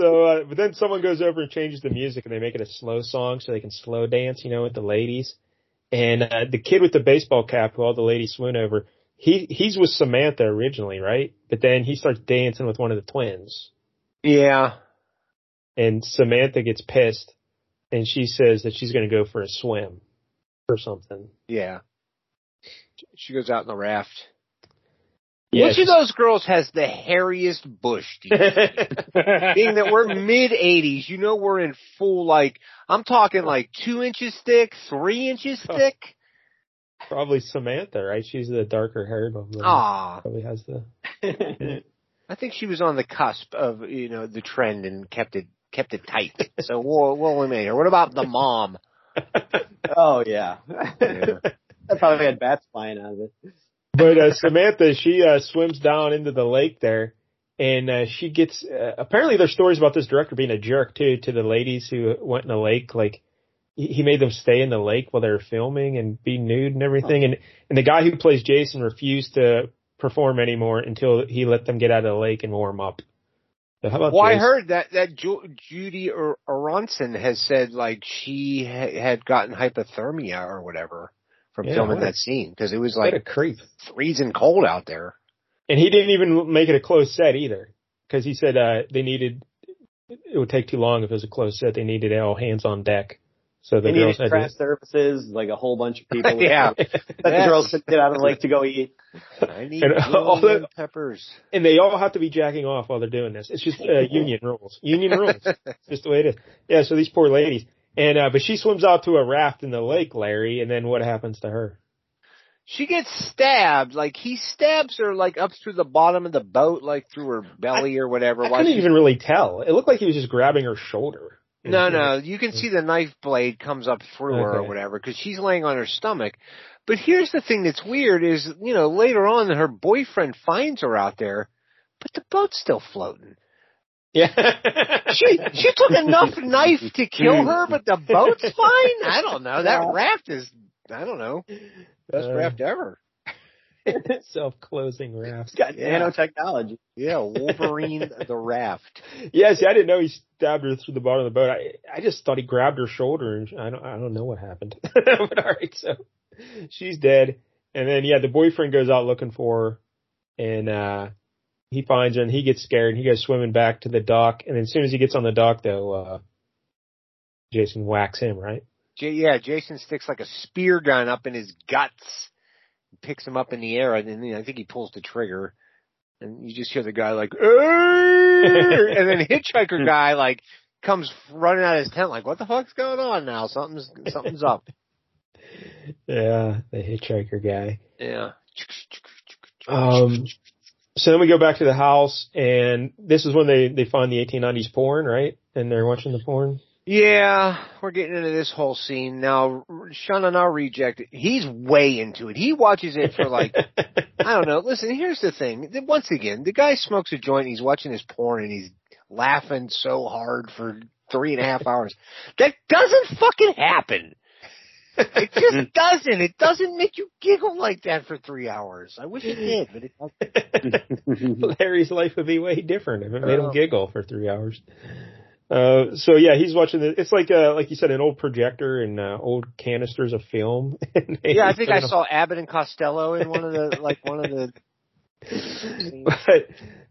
Speaker 3: So, uh, but then someone goes over and changes the music, and they make it a slow song so they can slow dance, you know, with the ladies. And uh, the kid with the baseball cap, who all the ladies swoon over, he he's with Samantha originally, right? But then he starts dancing with one of the twins,
Speaker 6: Yeah.
Speaker 3: and Samantha gets pissed, and she says that she's going to go for a swim or something.
Speaker 6: Yeah. She goes out in the raft.
Speaker 3: Yeah,
Speaker 6: Which of those girls has the hairiest bush? Do you being that we're mid 80s, you know we're in full like I'm talking like two inches thick, three inches thick.
Speaker 3: probably Samantha, right? She's the darker haired one.
Speaker 6: Ah,
Speaker 3: Probably has the
Speaker 6: I think she was on the cusp of you know the trend and kept it kept it tight. So we'll we'll eliminate her. What about the mom?
Speaker 4: Oh yeah,
Speaker 6: Yeah.
Speaker 4: that probably had bats flying out of it.
Speaker 3: But uh, Samantha, she uh, swims down into the lake there, and uh, she gets. Uh, apparently, there's stories about this director being a jerk too to the ladies who went in the lake. Like he- he made them stay in the lake while they were filming and be nude and everything. And and the guy who plays Jason refused to perform anymore until he let them get out of the lake and warm up. So how about
Speaker 6: Well, I
Speaker 3: this?
Speaker 6: heard that that Ju- Judy Ar- Aronson has said like she ha- had gotten hypothermia or whatever from
Speaker 3: Yeah,
Speaker 6: filming
Speaker 3: what a-
Speaker 6: that scene because it was
Speaker 3: what a
Speaker 6: like
Speaker 3: creep.
Speaker 6: freezing cold out there.
Speaker 3: And he didn't even make it a closed set either, because he said uh, they needed it would take too long if it was a closed set. They needed all hands on deck. So the
Speaker 4: They
Speaker 3: girls
Speaker 4: needed
Speaker 3: had
Speaker 4: craft
Speaker 3: to.
Speaker 4: services, like a whole bunch of people.
Speaker 6: Yeah.
Speaker 4: That the girls could get out of the lake to go eat.
Speaker 6: I need
Speaker 3: And all
Speaker 6: lemon
Speaker 3: that-
Speaker 6: peppers.
Speaker 3: and they all have to be jacking off while they're doing this. It's just uh, union rules. Union rules. It's just the way it is. Yeah. So these poor ladies. And uh, but she swims out to a raft in the lake, Larry. And then what happens to her?
Speaker 6: She gets stabbed. Like he stabs her like up through the bottom of the boat, like through her belly or whatever.
Speaker 3: I
Speaker 6: while
Speaker 3: couldn't
Speaker 6: she's-
Speaker 3: even really tell. It looked like he was just grabbing her shoulder.
Speaker 6: No, no, you can see the knife blade comes up through her or
Speaker 3: Okay.
Speaker 6: whatever because she's laying on her stomach. But here's the thing that's weird is, you know, later on her boyfriend finds her out there, but the boat's still floating.
Speaker 3: Yeah.
Speaker 6: She she took enough knife to kill her, but the boat's fine. I don't know. That raft is, I don't know, best
Speaker 3: Uh,
Speaker 6: raft ever.
Speaker 3: self-closing rafts.
Speaker 4: It's got
Speaker 6: Yeah.
Speaker 4: nanotechnology.
Speaker 6: Yeah, Wolverine the raft.
Speaker 3: Yeah, see, I didn't know he stabbed her through the bottom of the boat. I I just thought he grabbed her shoulder, and I don't I don't know what happened. but all right, so she's dead, and then yeah, the boyfriend goes out looking for her, and uh he finds her, and he gets scared, and he goes swimming back to the dock, and as soon as he gets on the dock, though, uh Jason whacks him right.
Speaker 6: J- yeah, Jason sticks like a spear gun up in his guts, picks him up in the air, and then you know, I think he pulls the trigger. And you just hear the guy like, "Arr!" and then hitchhiker guy like comes running out of his tent like, what the fuck's going on now? Something's something's up.
Speaker 3: Yeah, the hitchhiker guy.
Speaker 6: Yeah.
Speaker 3: Um, so then we go back to the house, and this is when they they find the 1890s porn, right? And they're watching the porn.
Speaker 6: Yeah, we're getting into this whole scene now. Sean and I reject it. He's way into it. He watches it for like I don't know. Listen, here's the thing. Th- Once again, the guy smokes a joint. He's watching his porn and he's laughing so hard for three and a half hours. That doesn't fucking happen. It just doesn't. It doesn't make you giggle like that for three hours. I wish it did, but it doesn't.
Speaker 3: Larry's life would be way different if it made him
Speaker 6: Oh.
Speaker 3: giggle for three hours. Uh, so yeah, he's watching the, it's like, uh, like you said, an old projector and, uh, old canisters of film. And
Speaker 6: Yeah, I think I
Speaker 3: he's
Speaker 6: saw Abbott and Costello in one of the like one of the.
Speaker 3: but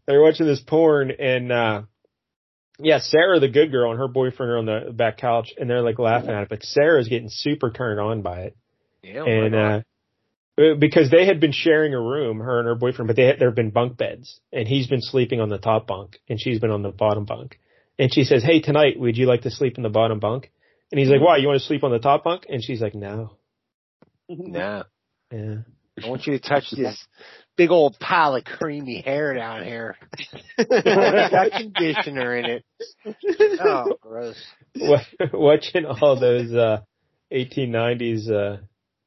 Speaker 3: they're watching this porn and uh yeah, Sarah, the good girl, and her boyfriend are on the back couch, and they're like laughing at it. But Sarah's getting super turned on by it,
Speaker 6: Yeah, why
Speaker 3: and
Speaker 6: not?
Speaker 3: uh, because they had been sharing a room, her and her boyfriend, but they had, there have been bunk beds, and he's been sleeping on the top bunk, and she's been on the bottom bunk. And she says, "Hey, tonight, would you like to sleep in the bottom bunk?" And he's like, "Why? You want to sleep on the top bunk?" And she's like, "No."
Speaker 6: nah.
Speaker 3: Yeah.
Speaker 6: I want you to touch this big old pile of creamy hair down here. It's got conditioner in it. Oh, gross.
Speaker 3: wa- watching all those uh 1890s uh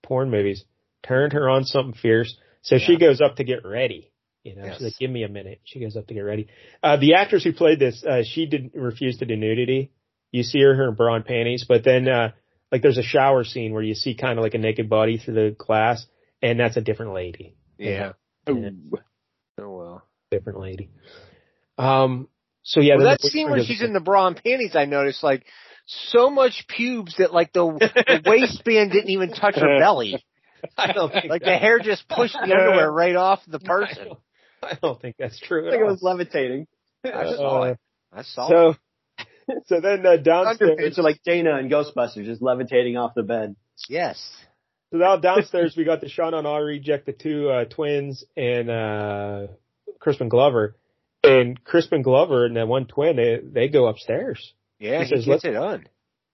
Speaker 3: porn movies turned her on something fierce so she goes up to get ready you know
Speaker 6: Yes.
Speaker 3: she's like give me a minute she goes up to get ready uh the actress who played this uh she did refuse to do nudity you see her in her bra and panties but then uh like there's a shower scene where you see kind of like a naked body through the glass and that's a different lady
Speaker 6: Yeah.
Speaker 5: Ooh.
Speaker 6: Oh well.
Speaker 3: different lady um so yeah
Speaker 6: well
Speaker 3: then
Speaker 6: that
Speaker 3: the
Speaker 6: scene
Speaker 3: boyfriend
Speaker 6: where
Speaker 3: goes-
Speaker 6: she's in the bra and panties, I noticed like so much pubes that like the, the waistband didn't even touch her belly.
Speaker 3: I don't think
Speaker 6: Like the
Speaker 3: that-
Speaker 6: hair just pushed the underwear right off the
Speaker 3: I
Speaker 6: person.
Speaker 3: don't, I don't think that's true
Speaker 4: I
Speaker 3: at
Speaker 4: think it
Speaker 3: all.
Speaker 4: was levitating.
Speaker 6: I saw
Speaker 3: Uh,
Speaker 6: it. I saw it.
Speaker 3: So, so then uh, downstairs,
Speaker 4: Underpants are like Dana and Ghostbusters, just levitating off the bed.
Speaker 6: Yes.
Speaker 3: so now downstairs we got the Sean and I reject the two uh, twins and uh, Crispin Glover, and Crispin Glover and that one twin they, they go upstairs,
Speaker 6: Yeah,
Speaker 3: He
Speaker 6: he
Speaker 3: says,
Speaker 6: gets
Speaker 3: "Let-
Speaker 6: it on.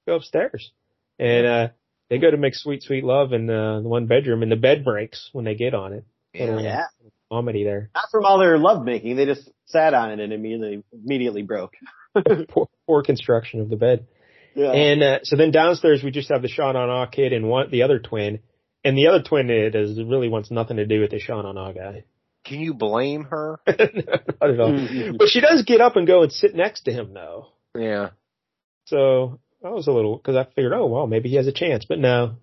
Speaker 3: go upstairs, and uh, they go to make sweet sweet love in uh, the one bedroom, and the bed breaks when they get on it.
Speaker 6: Yeah.
Speaker 4: Yeah.
Speaker 3: Comedy there.
Speaker 4: Not from all their love making. They just sat on it and immediately immediately broke.
Speaker 3: poor, poor construction of the bed.
Speaker 4: Yeah.
Speaker 3: And uh, so then downstairs we just have the Sean on Aw kid and one the other twin, and the other twin it is really wants nothing to do with the Sean on guy.
Speaker 6: Can you blame her?
Speaker 3: Not at all. But she does get up and go and sit next to him though.
Speaker 6: yeah.
Speaker 3: So I was a little because I figured, oh well, maybe he has a chance, but no,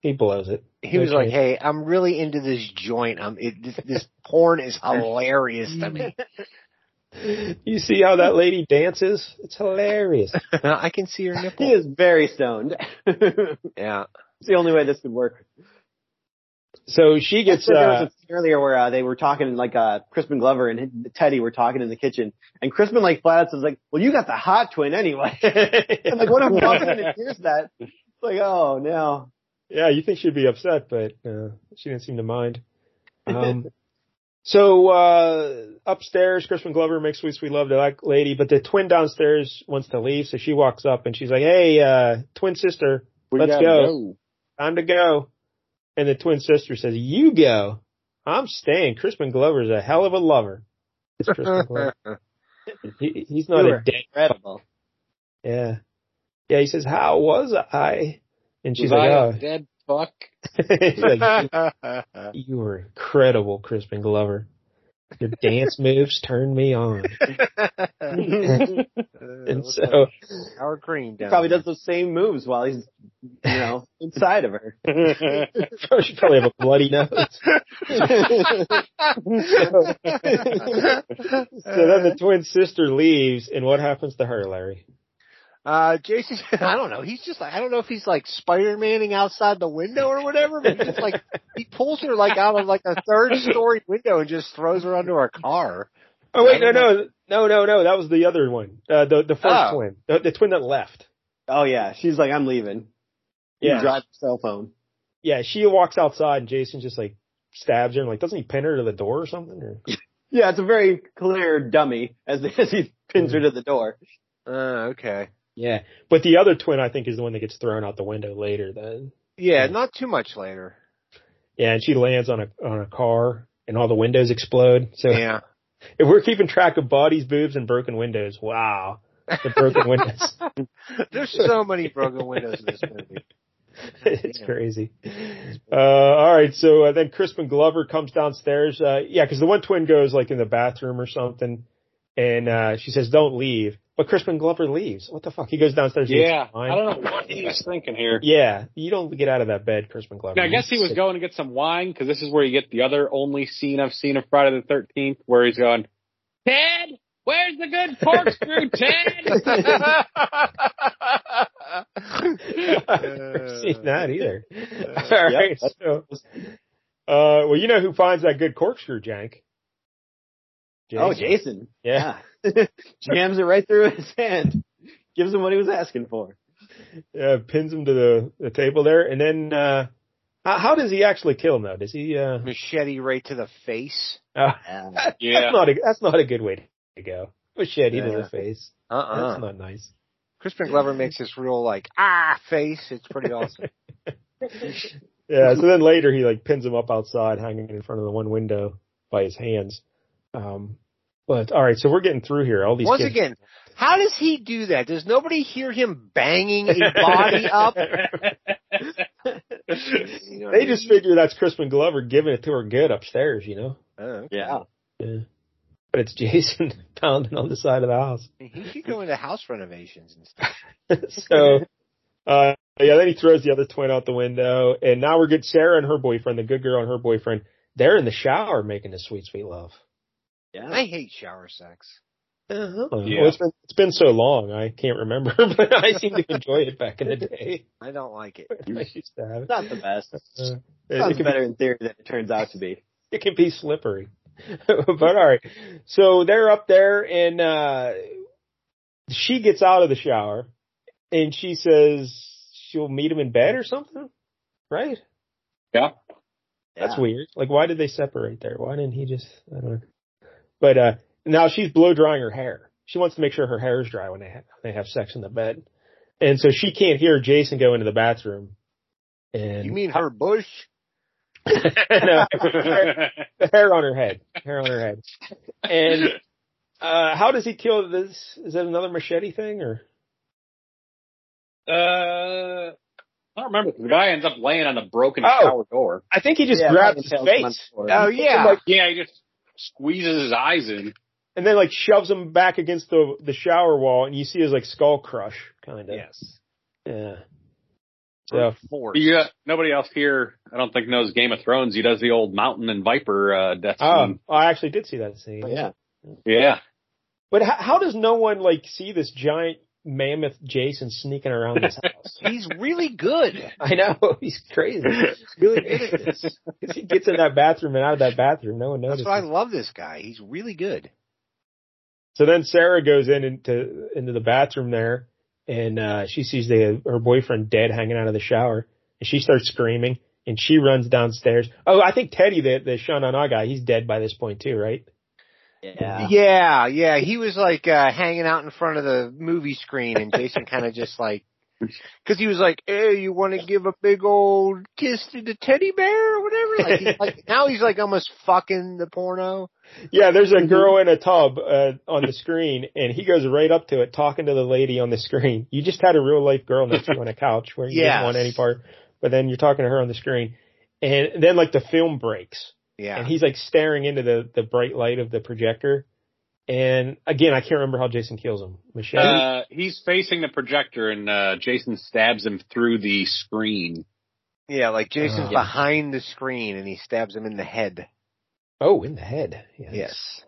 Speaker 3: he blows it.
Speaker 6: He was
Speaker 3: Okay.
Speaker 6: like, "Hey, I'm really into this joint. I'm it, this, this porn is hilarious to me.
Speaker 3: You see how that lady dances? It's hilarious.
Speaker 6: I can see your nipple."
Speaker 4: He is very stoned. it's
Speaker 6: Yeah.
Speaker 4: the only way this could work.
Speaker 3: So she gets
Speaker 4: So there was
Speaker 3: uh,
Speaker 4: a scene earlier where uh, they were talking, and like uh, Crispin Glover and Teddy were talking in the kitchen, and Crispin like flat out says like, "Well, you got the hot twin anyway." I'm like, what if Rosalina hears that? It's like, oh no.
Speaker 3: Yeah, you think she'd be upset, but uh, she didn't seem to mind. Um, so uh, upstairs, Crispin Glover makes sweet, sweet love to that lady, but the twin downstairs wants to leave, so she walks up and she's like, "Hey, uh, twin sister, let's
Speaker 5: gotta
Speaker 3: go. Time to go." And the twin sister says, "You go. I'm staying." Crispin Glover's a hell of a lover. It's Crispin Glover. He, he's not
Speaker 4: You
Speaker 3: a
Speaker 4: are
Speaker 3: dick.
Speaker 4: Incredible.
Speaker 3: Yeah, yeah. He says, "How was I?" And she's
Speaker 5: Was
Speaker 3: like,
Speaker 5: I a
Speaker 3: "Oh."
Speaker 5: dead fuck.
Speaker 3: He's like, You were incredible, Crispin Glover. Your dance moves turned me on. And so,
Speaker 6: our green
Speaker 4: He
Speaker 6: down.
Speaker 4: probably
Speaker 6: there.
Speaker 4: does those same moves while he's, you know, inside of her.
Speaker 3: she probably have a bloody nose. So then the twin sister leaves, and what happens to her, Larry?
Speaker 6: Uh, Jason, I don't know. He's just like, I don't know if he's like Spider-Maning outside the window or whatever, but it's like, he pulls her like out of like a third story window and just throws her under a car.
Speaker 3: Oh wait, no, no, no, no, no. That was the other one. Uh, the the first
Speaker 6: Oh.
Speaker 3: twin, the, the twin that left.
Speaker 4: Oh yeah, she's like, I'm leaving. You
Speaker 3: Yeah,
Speaker 4: drive your cell phone.
Speaker 3: yeah. She walks outside, and Jason just like stabs her, and like doesn't he pin her to the door or something? Or
Speaker 4: Yeah, it's a very clear dummy as, as he pins her to the door.
Speaker 6: Uh, okay.
Speaker 3: yeah, but the other twin, I think, is the one that gets thrown out the window later. Then
Speaker 6: Yeah, not too much later.
Speaker 3: Yeah, and she lands on a on a car, and all the windows explode. So
Speaker 6: Yeah.
Speaker 3: if we're keeping track of bodies, boobs, and broken windows, wow, the broken windows,
Speaker 6: There's so many broken windows in this movie.
Speaker 3: it's crazy. Uh, all right, so uh, then Crispin Glover comes downstairs. Uh, yeah, because the one twin goes like in the bathroom or something, and uh, she says, "Don't leave," but Crispin Glover leaves. What the fuck? He goes downstairs. and
Speaker 5: Yeah,
Speaker 3: he's fine.
Speaker 5: I don't know what he was thinking here.
Speaker 3: Yeah, you don't get out of that bed, Crispin Glover.
Speaker 5: Now, I guess he was going to get some wine because this is where you get the other only scene I've seen of Friday the Thirteenth, where he's going, Ted, where's the good corkscrew, Ted?
Speaker 3: I've never
Speaker 6: Uh,
Speaker 3: seen that either. All
Speaker 4: yeah,
Speaker 3: right,
Speaker 4: that's-
Speaker 3: so, uh, well, you know who finds that good corkscrew, Jank?
Speaker 4: Oh, Jason.
Speaker 3: Yeah.
Speaker 4: Yeah. Jams it right through his hand. Gives him what he was asking for.
Speaker 3: Uh, pins him to the, the table there, and then uh, how, how does he actually kill him? Though, does he? Uh,
Speaker 6: Machete right to the face. Uh-uh.
Speaker 3: uh,
Speaker 4: Yeah.
Speaker 5: Yeah.
Speaker 3: that's not a that's not a good way to go. Oh, Machete to the face.
Speaker 4: Uh-huh.
Speaker 6: Uh-uh.
Speaker 3: That's not nice.
Speaker 6: Crispin Glover makes this real like, ah, face. It's pretty awesome.
Speaker 3: Yeah. So then later he like pins him up outside, hanging in front of the one window by his hands. Um, but all right, so we're getting through here. All these
Speaker 6: Once
Speaker 3: kids-
Speaker 6: again, how does he do that? Does nobody hear him banging a body up?
Speaker 3: They just figure that's Crispin Glover giving it to her good upstairs, you know.
Speaker 6: Oh,
Speaker 4: Yeah.
Speaker 3: But it's Jason pounding on the side of the house.
Speaker 6: he should go into house renovations and stuff.
Speaker 3: so, uh, yeah, then he throws the other twin out the window, and now we're getting Sarah and her boyfriend, the good girl and her boyfriend. They're in the shower making the sweet, sweet love.
Speaker 6: I hate shower sex.
Speaker 3: Uh-huh.
Speaker 5: Yeah.
Speaker 3: Well, it's been it's been so long, I can't remember, but I seem to enjoy it back in the day.
Speaker 6: I don't like it.
Speaker 3: I used to have it.
Speaker 4: It's not the best.
Speaker 3: Uh, it can
Speaker 4: Sounds
Speaker 3: be
Speaker 4: better in theory than it turns out to be.
Speaker 3: it can be slippery. but all right. So they're up there and uh she gets out of the shower and she says she'll meet him in bed or something. Right?
Speaker 5: yeah.
Speaker 3: That's
Speaker 4: Yeah.
Speaker 3: weird. Like why did they separate there? Why didn't he just I don't know. But uh now she's blow drying her hair. She wants to make sure her hair is dry when they ha- they have sex in the bed. And so she can't hear Jason go into the bathroom. And
Speaker 6: You mean her bush?
Speaker 3: No, hair on her head. Hair on her head. And uh how does he kill this? Is that another machete thing or?
Speaker 5: uh, I don't remember. The guy ends up laying on a broken
Speaker 3: Oh.
Speaker 5: shower door.
Speaker 3: I think he just
Speaker 4: Yeah,
Speaker 3: grabs
Speaker 4: Ryan
Speaker 3: his
Speaker 4: Taylor's on
Speaker 3: face
Speaker 4: the floor.
Speaker 6: Oh yeah.
Speaker 3: Like-
Speaker 5: Yeah, he just squeezes his eyes in.
Speaker 3: and then like shoves him back against the the shower wall, and you see his like skull crush, kind of.
Speaker 6: Yes.
Speaker 3: Yeah. So
Speaker 6: Four.
Speaker 5: Yeah, nobody else here, I don't think, knows Game of Thrones. He does the old mountain and viper uh, death
Speaker 6: Ah.
Speaker 3: Oh,
Speaker 5: scene.
Speaker 3: I actually did see that scene.
Speaker 4: yeah.
Speaker 5: Yeah.
Speaker 3: But how, how does no one like see this giant mammoth Jason sneaking around this house?
Speaker 6: He's really good.
Speaker 3: I know he's crazy. He's really good at this. 'Cause he gets in that bathroom and out of that bathroom. No one
Speaker 6: That's
Speaker 3: notices.
Speaker 6: why I love this guy. He's really good.
Speaker 3: So then Sarah goes in into into the bathroom there, and uh, she sees the her boyfriend dead hanging out of the shower, and she starts screaming, and she runs downstairs. Oh, I think Teddy, the the Sean on guy, he's dead by this point too, right?
Speaker 4: Yeah.
Speaker 6: Yeah, yeah. He was like uh hanging out in front of the movie screen, and Jason kind of just like, because he was like, "Hey, you want to give a big old kiss to the teddy bear or whatever?" Like, he's like now he's like almost fucking the porno.
Speaker 3: Yeah, there's a girl in a tub uh, on the screen, and he goes right up to it, talking to the lady on the screen. You just had a real life girl next to you on a couch where you
Speaker 6: Yes.
Speaker 3: didn't want any part, but then you're talking to her on the screen, and then like the film breaks.
Speaker 6: Yeah.
Speaker 3: and he's like staring into the the bright light of the projector. And again, I can't remember how Jason kills him. Michelle.
Speaker 5: Uh, he's facing the projector and uh, Jason stabs him through the screen.
Speaker 6: Yeah, like Jason's
Speaker 3: Uh.
Speaker 6: behind the screen and he stabs him in the head.
Speaker 3: oh, in the head. Yes.
Speaker 6: Yes.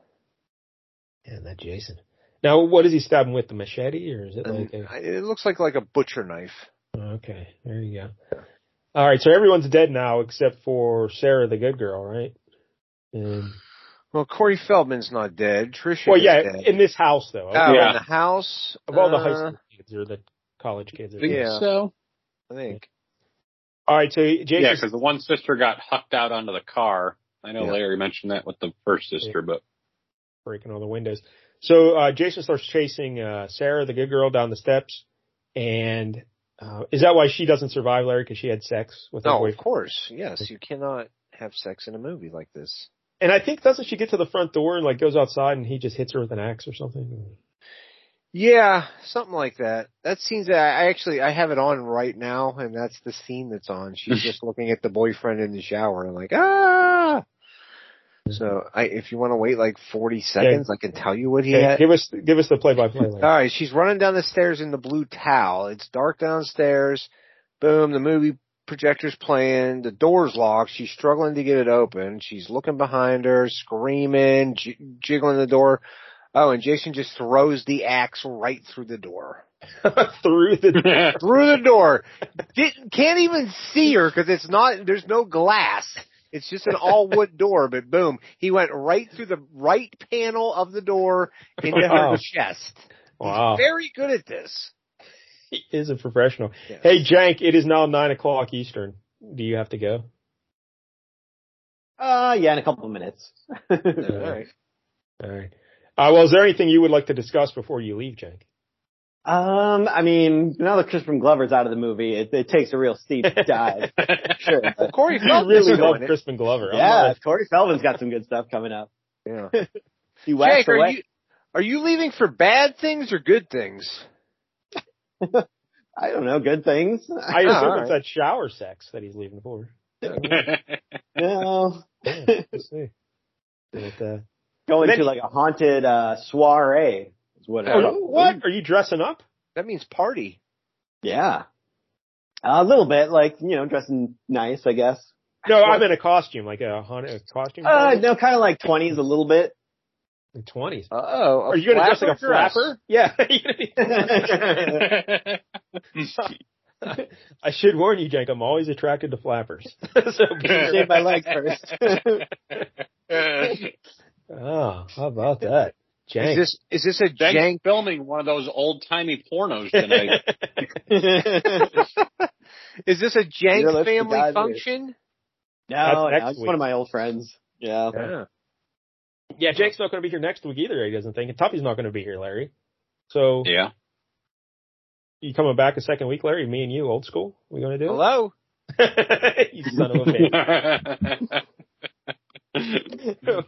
Speaker 3: And that Jason. Now, what does he stab him with? The machete, or is it like?
Speaker 6: And
Speaker 3: A,
Speaker 6: It looks like like a butcher knife.
Speaker 3: oh, okay, there you go. All right, so everyone's dead now except for Sarah, the good girl, right? Um,
Speaker 6: Well, Corey Feldman's not dead. Trisha.
Speaker 3: well,
Speaker 6: is
Speaker 3: yeah,
Speaker 6: dead.
Speaker 3: in this house though.
Speaker 6: Oh,
Speaker 3: Okay.
Speaker 6: in the house
Speaker 3: Of all the high
Speaker 6: Uh,
Speaker 3: school kids or the college kids. Or
Speaker 6: Yeah.
Speaker 5: So
Speaker 6: I think.
Speaker 3: All right, so Jason.
Speaker 5: yeah, because the one sister got hucked out onto the car. I know
Speaker 6: Yeah.
Speaker 5: Larry mentioned that with the first sister, but
Speaker 3: breaking all the windows. So uh, Jason starts chasing uh, Sarah, the good girl, down the steps. And uh, is that why she doesn't survive, Larry? Because she had sex with her
Speaker 6: No, of
Speaker 3: boyfriend.
Speaker 6: course. Yes, you cannot have sex in a movie like this.
Speaker 3: And I think doesn't she get to the front door and like goes outside and he just hits her with an axe or something?
Speaker 6: Yeah, something like that. That scene's I I actually I have it on right now, and that's the scene that's on. She's just looking at the boyfriend in the shower and like ah. So I, if you want to wait like forty seconds, I can tell you what he
Speaker 3: Okay,
Speaker 6: had.
Speaker 3: Give us give us the play by play.
Speaker 6: All right, she's running down the stairs in the blue towel. It's dark downstairs. Boom, the movie projector's playing. The door's locked. She's struggling to get it open. She's looking behind her, screaming, j- jiggling the door. Oh, and Jason just throws the axe right through the door.
Speaker 3: Through the
Speaker 5: yeah,
Speaker 6: Through the door. Didn't, can't even see her because it's not, there's no glass. It's just an all wood door, but boom, he went right through the right panel of the door into
Speaker 3: Wow.
Speaker 6: her chest.
Speaker 3: wow,
Speaker 6: Very good at this.
Speaker 3: he is a professional.
Speaker 6: Yes.
Speaker 3: Hey Jank, it is now nine o'clock Eastern. Do you have to go?
Speaker 4: Uh, yeah, in a couple of minutes.
Speaker 3: All right. All right. Uh, well, is there anything you would like to discuss before you leave, Jank?
Speaker 4: Um, I mean, now that Crispin Glover's out of the movie, it, it takes a real steep dive. sure. but-
Speaker 6: Corey
Speaker 3: You
Speaker 6: Feldman's
Speaker 3: really love
Speaker 6: doing it.
Speaker 3: Crispin Glover. I'm not
Speaker 4: yeah, Corey Feldman's got some good stuff coming up.
Speaker 6: Yeah.
Speaker 4: He
Speaker 6: Jake,
Speaker 4: waxed
Speaker 6: are
Speaker 4: away.
Speaker 6: you are you leaving for bad things or good things?
Speaker 4: I don't know, good things.
Speaker 3: I assume
Speaker 6: All
Speaker 3: it's
Speaker 6: right.
Speaker 3: that shower sex that he's leaving for.
Speaker 4: no.
Speaker 3: Yeah, let's see. But, uh,
Speaker 4: Going
Speaker 3: Then-
Speaker 4: to like a haunted uh soiree is what it
Speaker 5: Oh,
Speaker 4: was.
Speaker 3: oh, what? Are you dressing up?
Speaker 6: That means party.
Speaker 4: Yeah. a little bit, like, you know, dressing nice, I guess.
Speaker 3: No, I'm in a costume, like a haunted a costume.
Speaker 4: Uh, no, kind of like 20s a little bit.
Speaker 3: in twenties.
Speaker 6: Oh,
Speaker 3: Are you gonna dress like a flapper? Yeah. I should warn you, Jank. I'm always attracted to flappers. so
Speaker 4: Shave my legs first.
Speaker 3: oh, how about that,
Speaker 6: Is
Speaker 3: Jank?
Speaker 6: this is this a
Speaker 5: Jank's
Speaker 6: jank?
Speaker 5: filming one of those old timey pornos tonight.
Speaker 6: Is this a jank
Speaker 4: You're listening
Speaker 6: family
Speaker 4: to Dodger.
Speaker 6: function?
Speaker 4: no,
Speaker 3: That's
Speaker 4: no,
Speaker 3: next
Speaker 4: it's one of my old friends. Yeah.
Speaker 6: Yeah.
Speaker 3: yeah, Jake's not going to be here next week either. He doesn't think, and Tuffy's not going to be here, Larry. So
Speaker 5: yeah.
Speaker 3: you coming back a second week, Larry? Me and you, old school. We going to do it?
Speaker 6: Hello.
Speaker 3: you son of a bitch. yeah,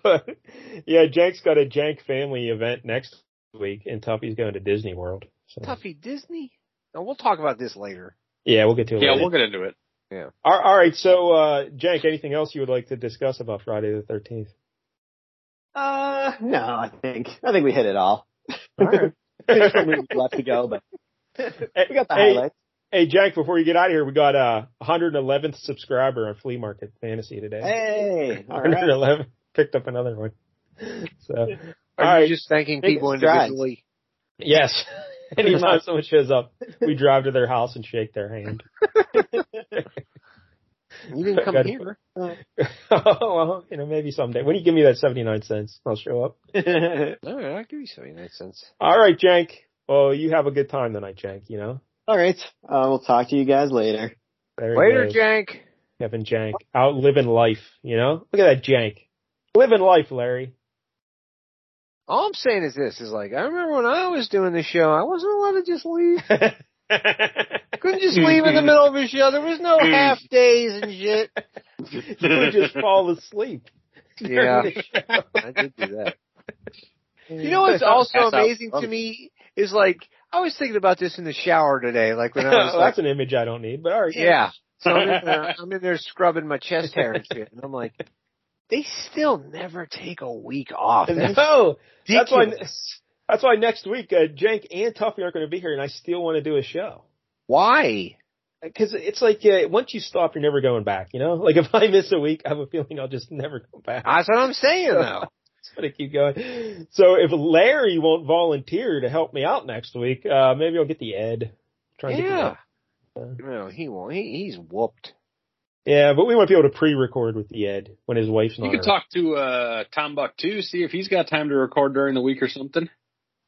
Speaker 3: Jank's got a Jank family event next week, and Tuffy's going to Disney World. So.
Speaker 6: Tuffy Disney. No, we'll talk about this later.
Speaker 3: Yeah, we'll get to it.
Speaker 5: Yeah,
Speaker 3: later.
Speaker 5: we'll get into it.
Speaker 3: All, all right. So, uh, Jank, anything else you would like to discuss about Friday the 13th?
Speaker 4: Uh, no, I think I think we hit it all.
Speaker 3: All right.
Speaker 4: We've left to go, but we got the
Speaker 3: hey,
Speaker 4: highlights.
Speaker 3: hey, Jank, before you get out of here, we got a 111th subscriber on Flea Market Fantasy today.
Speaker 4: Hey, all right.
Speaker 3: 111 picked up another one. So,
Speaker 6: Are
Speaker 3: all
Speaker 6: you
Speaker 3: right.
Speaker 6: just thanking
Speaker 4: Big
Speaker 6: people
Speaker 4: strides.
Speaker 6: individually?
Speaker 3: yes. Anytime someone shows up, we drive to their house and shake their hand.
Speaker 6: You didn't come
Speaker 3: Got it.
Speaker 6: here.
Speaker 3: well, you know, maybe someday. When you give me that 79 cents, I'll show up.
Speaker 6: All right, I'll give you seventy nine cents.
Speaker 3: All right, Jank. Well, you have a good time tonight, Jank, you know?
Speaker 4: all right. Uh, we'll talk to you guys later.
Speaker 3: There
Speaker 6: Later,
Speaker 3: you go.
Speaker 6: Jank.
Speaker 3: Kevin Jank. Out living life, you know? Look at that Jank. Living life, Larry.
Speaker 6: All I'm saying is this: is like I remember when I was doing the show, I wasn't allowed to just leave. Couldn't just leave in the middle of a show. There was no half days and shit.
Speaker 3: you would just fall asleep.
Speaker 6: Yeah,
Speaker 3: during the show.
Speaker 6: I did do that. You know what's also
Speaker 5: That's how-
Speaker 6: amazing to me is like I was thinking about this in the shower today, like when I was
Speaker 3: Well,
Speaker 6: like,
Speaker 3: that's an image I don't need, but all right.
Speaker 6: yeah. So I'm in, there, I'm in there scrubbing my chest hair and shit, and I'm like, they still never take a week off. That's
Speaker 3: No, that's why,
Speaker 6: ridiculous.
Speaker 3: that's why next week, uh, Jank and Tuffy aren't going to be here and I still want to do a show.
Speaker 6: Why?
Speaker 3: Because it's like uh, once you stop, you're never going back. You know, like if I miss a week, I have a feeling I'll just never go back.
Speaker 6: That's what I'm saying though.
Speaker 3: It's gonna keep going. So if Larry won't volunteer to help me out next week, uh, maybe I'll get the Ed. Try and get the
Speaker 6: yeah.
Speaker 3: Ed.
Speaker 6: No, he won't. He, he's whooped.
Speaker 3: yeah, but we might be able to pre-record with the Ed when his wife's not.
Speaker 5: You could
Speaker 3: around.
Speaker 5: talk to uh, Tom Buck too, see if he's got time to record during the week or something.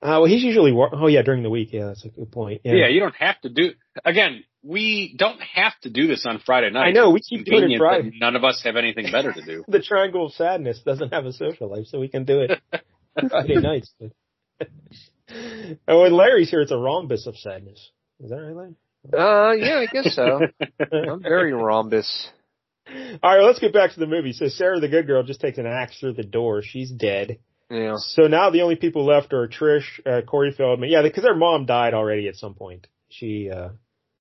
Speaker 3: Uh, well, he's usually wor- oh yeah during the week. Yeah, that's a good point. Yeah,
Speaker 5: Yeah. you don't have to do. Again, we don't have to do this on Friday night.
Speaker 3: I know. We keep
Speaker 5: It's
Speaker 3: doing it
Speaker 5: convenient
Speaker 3: Friday.
Speaker 5: that none of us have anything better to do.
Speaker 3: The Triangle of Sadness doesn't have a social life, so we can do it Friday nights. But- Oh, and when Larry's here, it's a rhombus of sadness. Is that right, Larry?
Speaker 6: Uh, yeah, I guess so. I'm very rhombus.
Speaker 3: All right, let's get back to the movie. So Sarah, the good girl, just takes an axe through the door. She's dead.
Speaker 6: Yeah.
Speaker 3: So now the only people left are Trish, uh, Corey Feldman. Yeah, because their mom died already at some point. She, uh,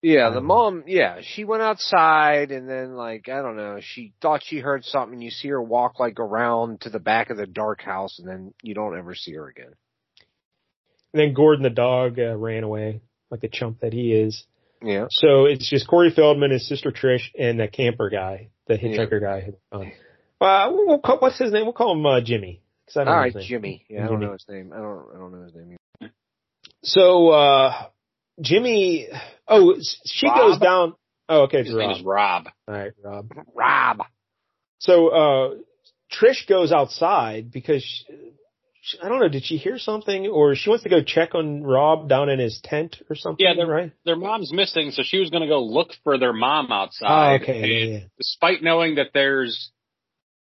Speaker 6: Yeah, the
Speaker 3: Mm.
Speaker 6: mom, yeah, she went outside and then like, I don't know, she thought she heard something. You see her walk like around to the back of the dark house and then you don't ever see her again.
Speaker 3: and then Gordon the dog uh, ran away like the chump that he is.
Speaker 6: Yeah.
Speaker 3: So it's just Corey Feldman, his sister Trish, and that camper guy, the hitchhiker guy. Um, uh, we'll call, what's his name? We'll call him, uh, Jimmy. 'cause I
Speaker 6: All
Speaker 3: don't know
Speaker 6: right,
Speaker 3: his name.
Speaker 6: Jimmy. Yeah, I don't
Speaker 3: Jimmy.
Speaker 6: know his name. I don't, I don't know his name. either.
Speaker 3: So, uh, Jimmy, oh, s- she
Speaker 5: Rob?
Speaker 3: goes down. Oh, okay. It's
Speaker 5: His name
Speaker 3: Rob.
Speaker 5: is Rob.
Speaker 3: All right, Rob.
Speaker 6: Rob.
Speaker 3: So uh Trish goes outside because she, she, I don't know, did she hear something or she wants to go check on Rob down in his tent or something?
Speaker 5: Yeah,
Speaker 3: is that right?
Speaker 5: Their mom's missing, so she was going to go look for their mom outside.
Speaker 3: Oh, okay,
Speaker 5: And
Speaker 3: yeah, yeah.
Speaker 5: Despite knowing that there's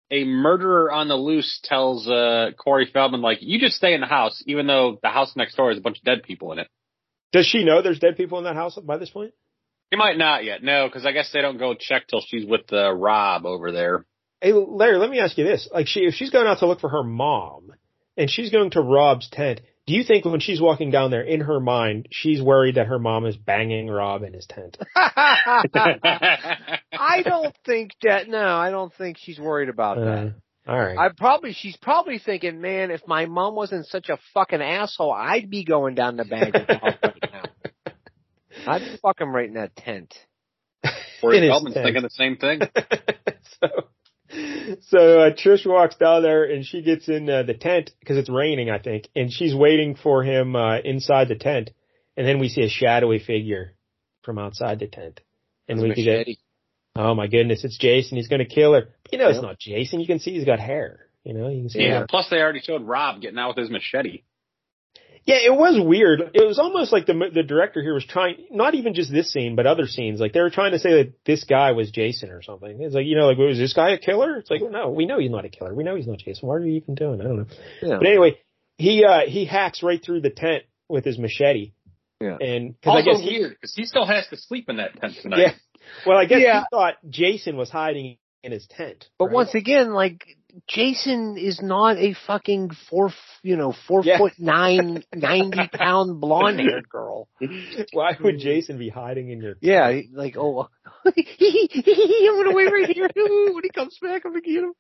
Speaker 5: a murderer on the loose, tells uh, Corey Feldman like, "You just stay in the house, even though the house next door has a bunch of dead people in it."
Speaker 3: Does she know there's dead people in that house by this point?
Speaker 5: He might not yet, no, because I guess they don't go check till she's with uh, Rob over there.
Speaker 3: Hey Larry, let me ask you this. Like she if she's going out to look for her mom and she's going to Rob's tent, do you think when she's walking down there in her mind, she's worried that her mom is banging Rob in his tent?
Speaker 6: I don't think that, no, I don't think she's worried about
Speaker 3: Uh,
Speaker 6: that.
Speaker 3: all right.
Speaker 6: I probably, she's probably thinking, man, if my mom wasn't such a fucking asshole, I'd be going down the bank right now. I'd fuck him right in that tent.
Speaker 3: In
Speaker 5: Corey
Speaker 3: his
Speaker 5: Feldman's
Speaker 3: tent.
Speaker 5: thinking the same thing.
Speaker 3: so, so uh, Trish walks down there and she gets in uh, the tent because it's raining, I think, and she's waiting for him uh, inside the tent. And then we see a shadowy figure from outside the tent, and we can get, oh my goodness, it's Jason. He's going to kill her. But you know, it's not Jason. You can see he's got hair. You know, you can see.
Speaker 5: Yeah. Plus, they already showed Rob getting out with his machete.
Speaker 3: Yeah, it was weird. It was almost like the mo- the director here was trying, not even just this scene, but other scenes. Like they were trying to say that this guy was Jason or something. It's like you know, like was this guy a killer? It's like no, we know he's not a killer. We know he's not Jason. What are you even doing? I don't know.
Speaker 6: Yeah.
Speaker 3: But anyway, he uh he hacks right through the tent with his machete.
Speaker 6: Yeah.
Speaker 3: And because
Speaker 5: Also
Speaker 3: I guess he,
Speaker 5: weird because he still has to sleep in that tent tonight.
Speaker 3: yeah. Well, I guess
Speaker 6: Yeah.
Speaker 3: he thought Jason was hiding in his tent.
Speaker 6: But
Speaker 3: right?
Speaker 6: once again, like Jason is not a fucking four, you know, four
Speaker 3: Yeah.
Speaker 6: foot nine, ninety pound blonde haired girl.
Speaker 3: why would Jason be hiding in your?
Speaker 6: Yeah, like oh, I'm gonna wait right here Ooh, when he comes back. I'm gonna get him.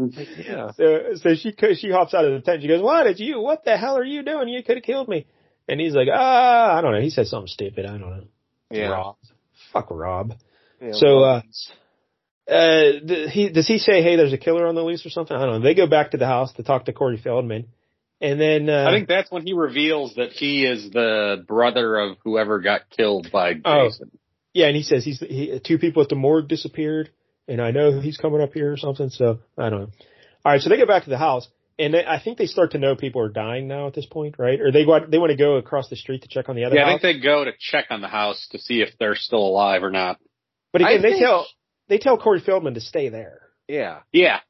Speaker 6: Like, yeah,
Speaker 3: So, Uh, so she co- she hops out of the tent. She goes, "Why did you? What the hell are you doing? You could have killed me." And he's like, "Ah, I don't know." He says something stupid. I don't know. Rob. Fuck Rob.
Speaker 6: Yeah,
Speaker 3: so, uh, uh, th- he, does he say, "Hey, there's a killer on the loose" or something? I don't know. They go back to the house to talk to Corey Feldman, and then uh,
Speaker 5: I think that's when he reveals that he is the brother of whoever got killed by
Speaker 3: Oh.
Speaker 5: Jason.
Speaker 3: yeah, and he says he's he, two people at the morgue disappeared, and I know he's coming up here or something. So I don't know. All right, so they go back to the house, and they, I think they start to know people are dying now at this point, right? Or they go out, they want to go across the street to check on the other
Speaker 5: yeah, I
Speaker 3: house.
Speaker 5: think they go to check on the house to see if they're still alive or not.
Speaker 3: but again,
Speaker 6: I
Speaker 3: they
Speaker 6: think-
Speaker 3: tell they tell Corey Feldman to stay there.
Speaker 6: yeah.
Speaker 5: Yeah,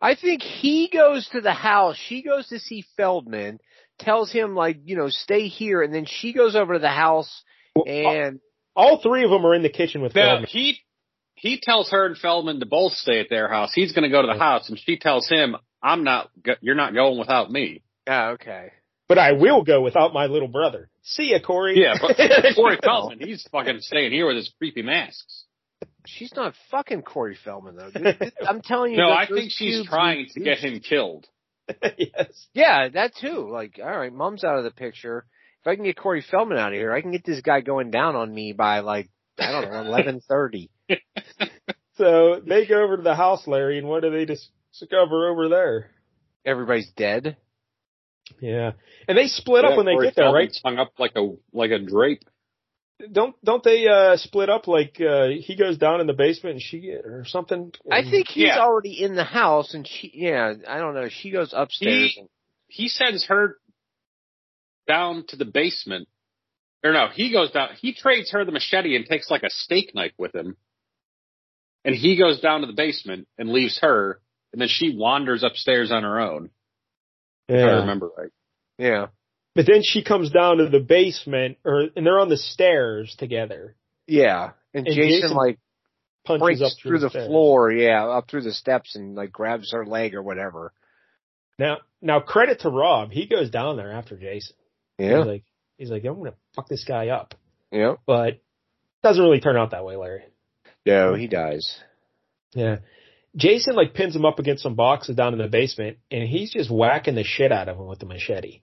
Speaker 6: I think he goes to the house. She goes to see Feldman. Tells him like you know stay here, and then she goes over to the house
Speaker 3: uh,
Speaker 6: and
Speaker 3: All three of them are in the kitchen with
Speaker 5: Now,
Speaker 3: Feldman.
Speaker 5: he he tells her and Feldman to both stay at their house. He's going to go to the house, and she tells him, "I'm not. go- You're not going without me."
Speaker 6: oh, okay.
Speaker 3: But I will go without my little brother. See ya, Corey.
Speaker 5: Yeah, but Corey Feldman, he's fucking staying here with his creepy masks.
Speaker 6: She's not fucking Corey Feldman though. dude. I'm telling you.
Speaker 5: No,
Speaker 6: those-
Speaker 5: I
Speaker 6: those
Speaker 5: think she's
Speaker 6: pubes
Speaker 5: trying
Speaker 6: need
Speaker 5: to get him killed.
Speaker 3: yes.
Speaker 6: Yeah, that too. Like, all right, mom's out of the picture. If I can get Corey Feldman out of here, I can get this guy going down on me by like I don't know eleven thirty.
Speaker 3: So they go over to the house, Larry, and what do they dis- discover over there?
Speaker 6: Everybody's dead.
Speaker 3: Yeah, and they split up
Speaker 5: Yeah,
Speaker 3: when they
Speaker 5: Corey
Speaker 3: get there, right?
Speaker 5: Feldman's Hung up like a like a drape.
Speaker 3: don't don't they uh split up like uh he goes down in the basement and she or something
Speaker 6: I think he's
Speaker 5: Mm-hmm. Yeah.
Speaker 6: already in the house, and she. Yeah, I don't know. She goes upstairs.
Speaker 5: He-
Speaker 6: and,
Speaker 5: He sends her down to the basement. Or no, he goes down. He trades her the machete and takes like a steak knife with him. And he goes down to the basement and leaves her. And then she wanders upstairs on her own. If I remember right.
Speaker 6: yeah,
Speaker 3: but then she comes down to the basement or and they're on the stairs together
Speaker 6: yeah. And,
Speaker 3: And
Speaker 6: Jason,
Speaker 3: Jason
Speaker 6: like
Speaker 3: punches
Speaker 6: breaks
Speaker 3: up
Speaker 6: through the
Speaker 3: stairs.
Speaker 6: floor. Yeah, up through the steps and like grabs her leg or whatever.
Speaker 3: now now credit to rob he goes down there after jason
Speaker 6: Yeah,
Speaker 3: he's like he's like i'm gonna fuck this guy up
Speaker 6: yeah.
Speaker 3: but doesn't really turn out that way larry
Speaker 6: No, he dies.
Speaker 3: yeah jason like pins him up against some boxes down in the basement and he's just whacking the shit out of him with the machete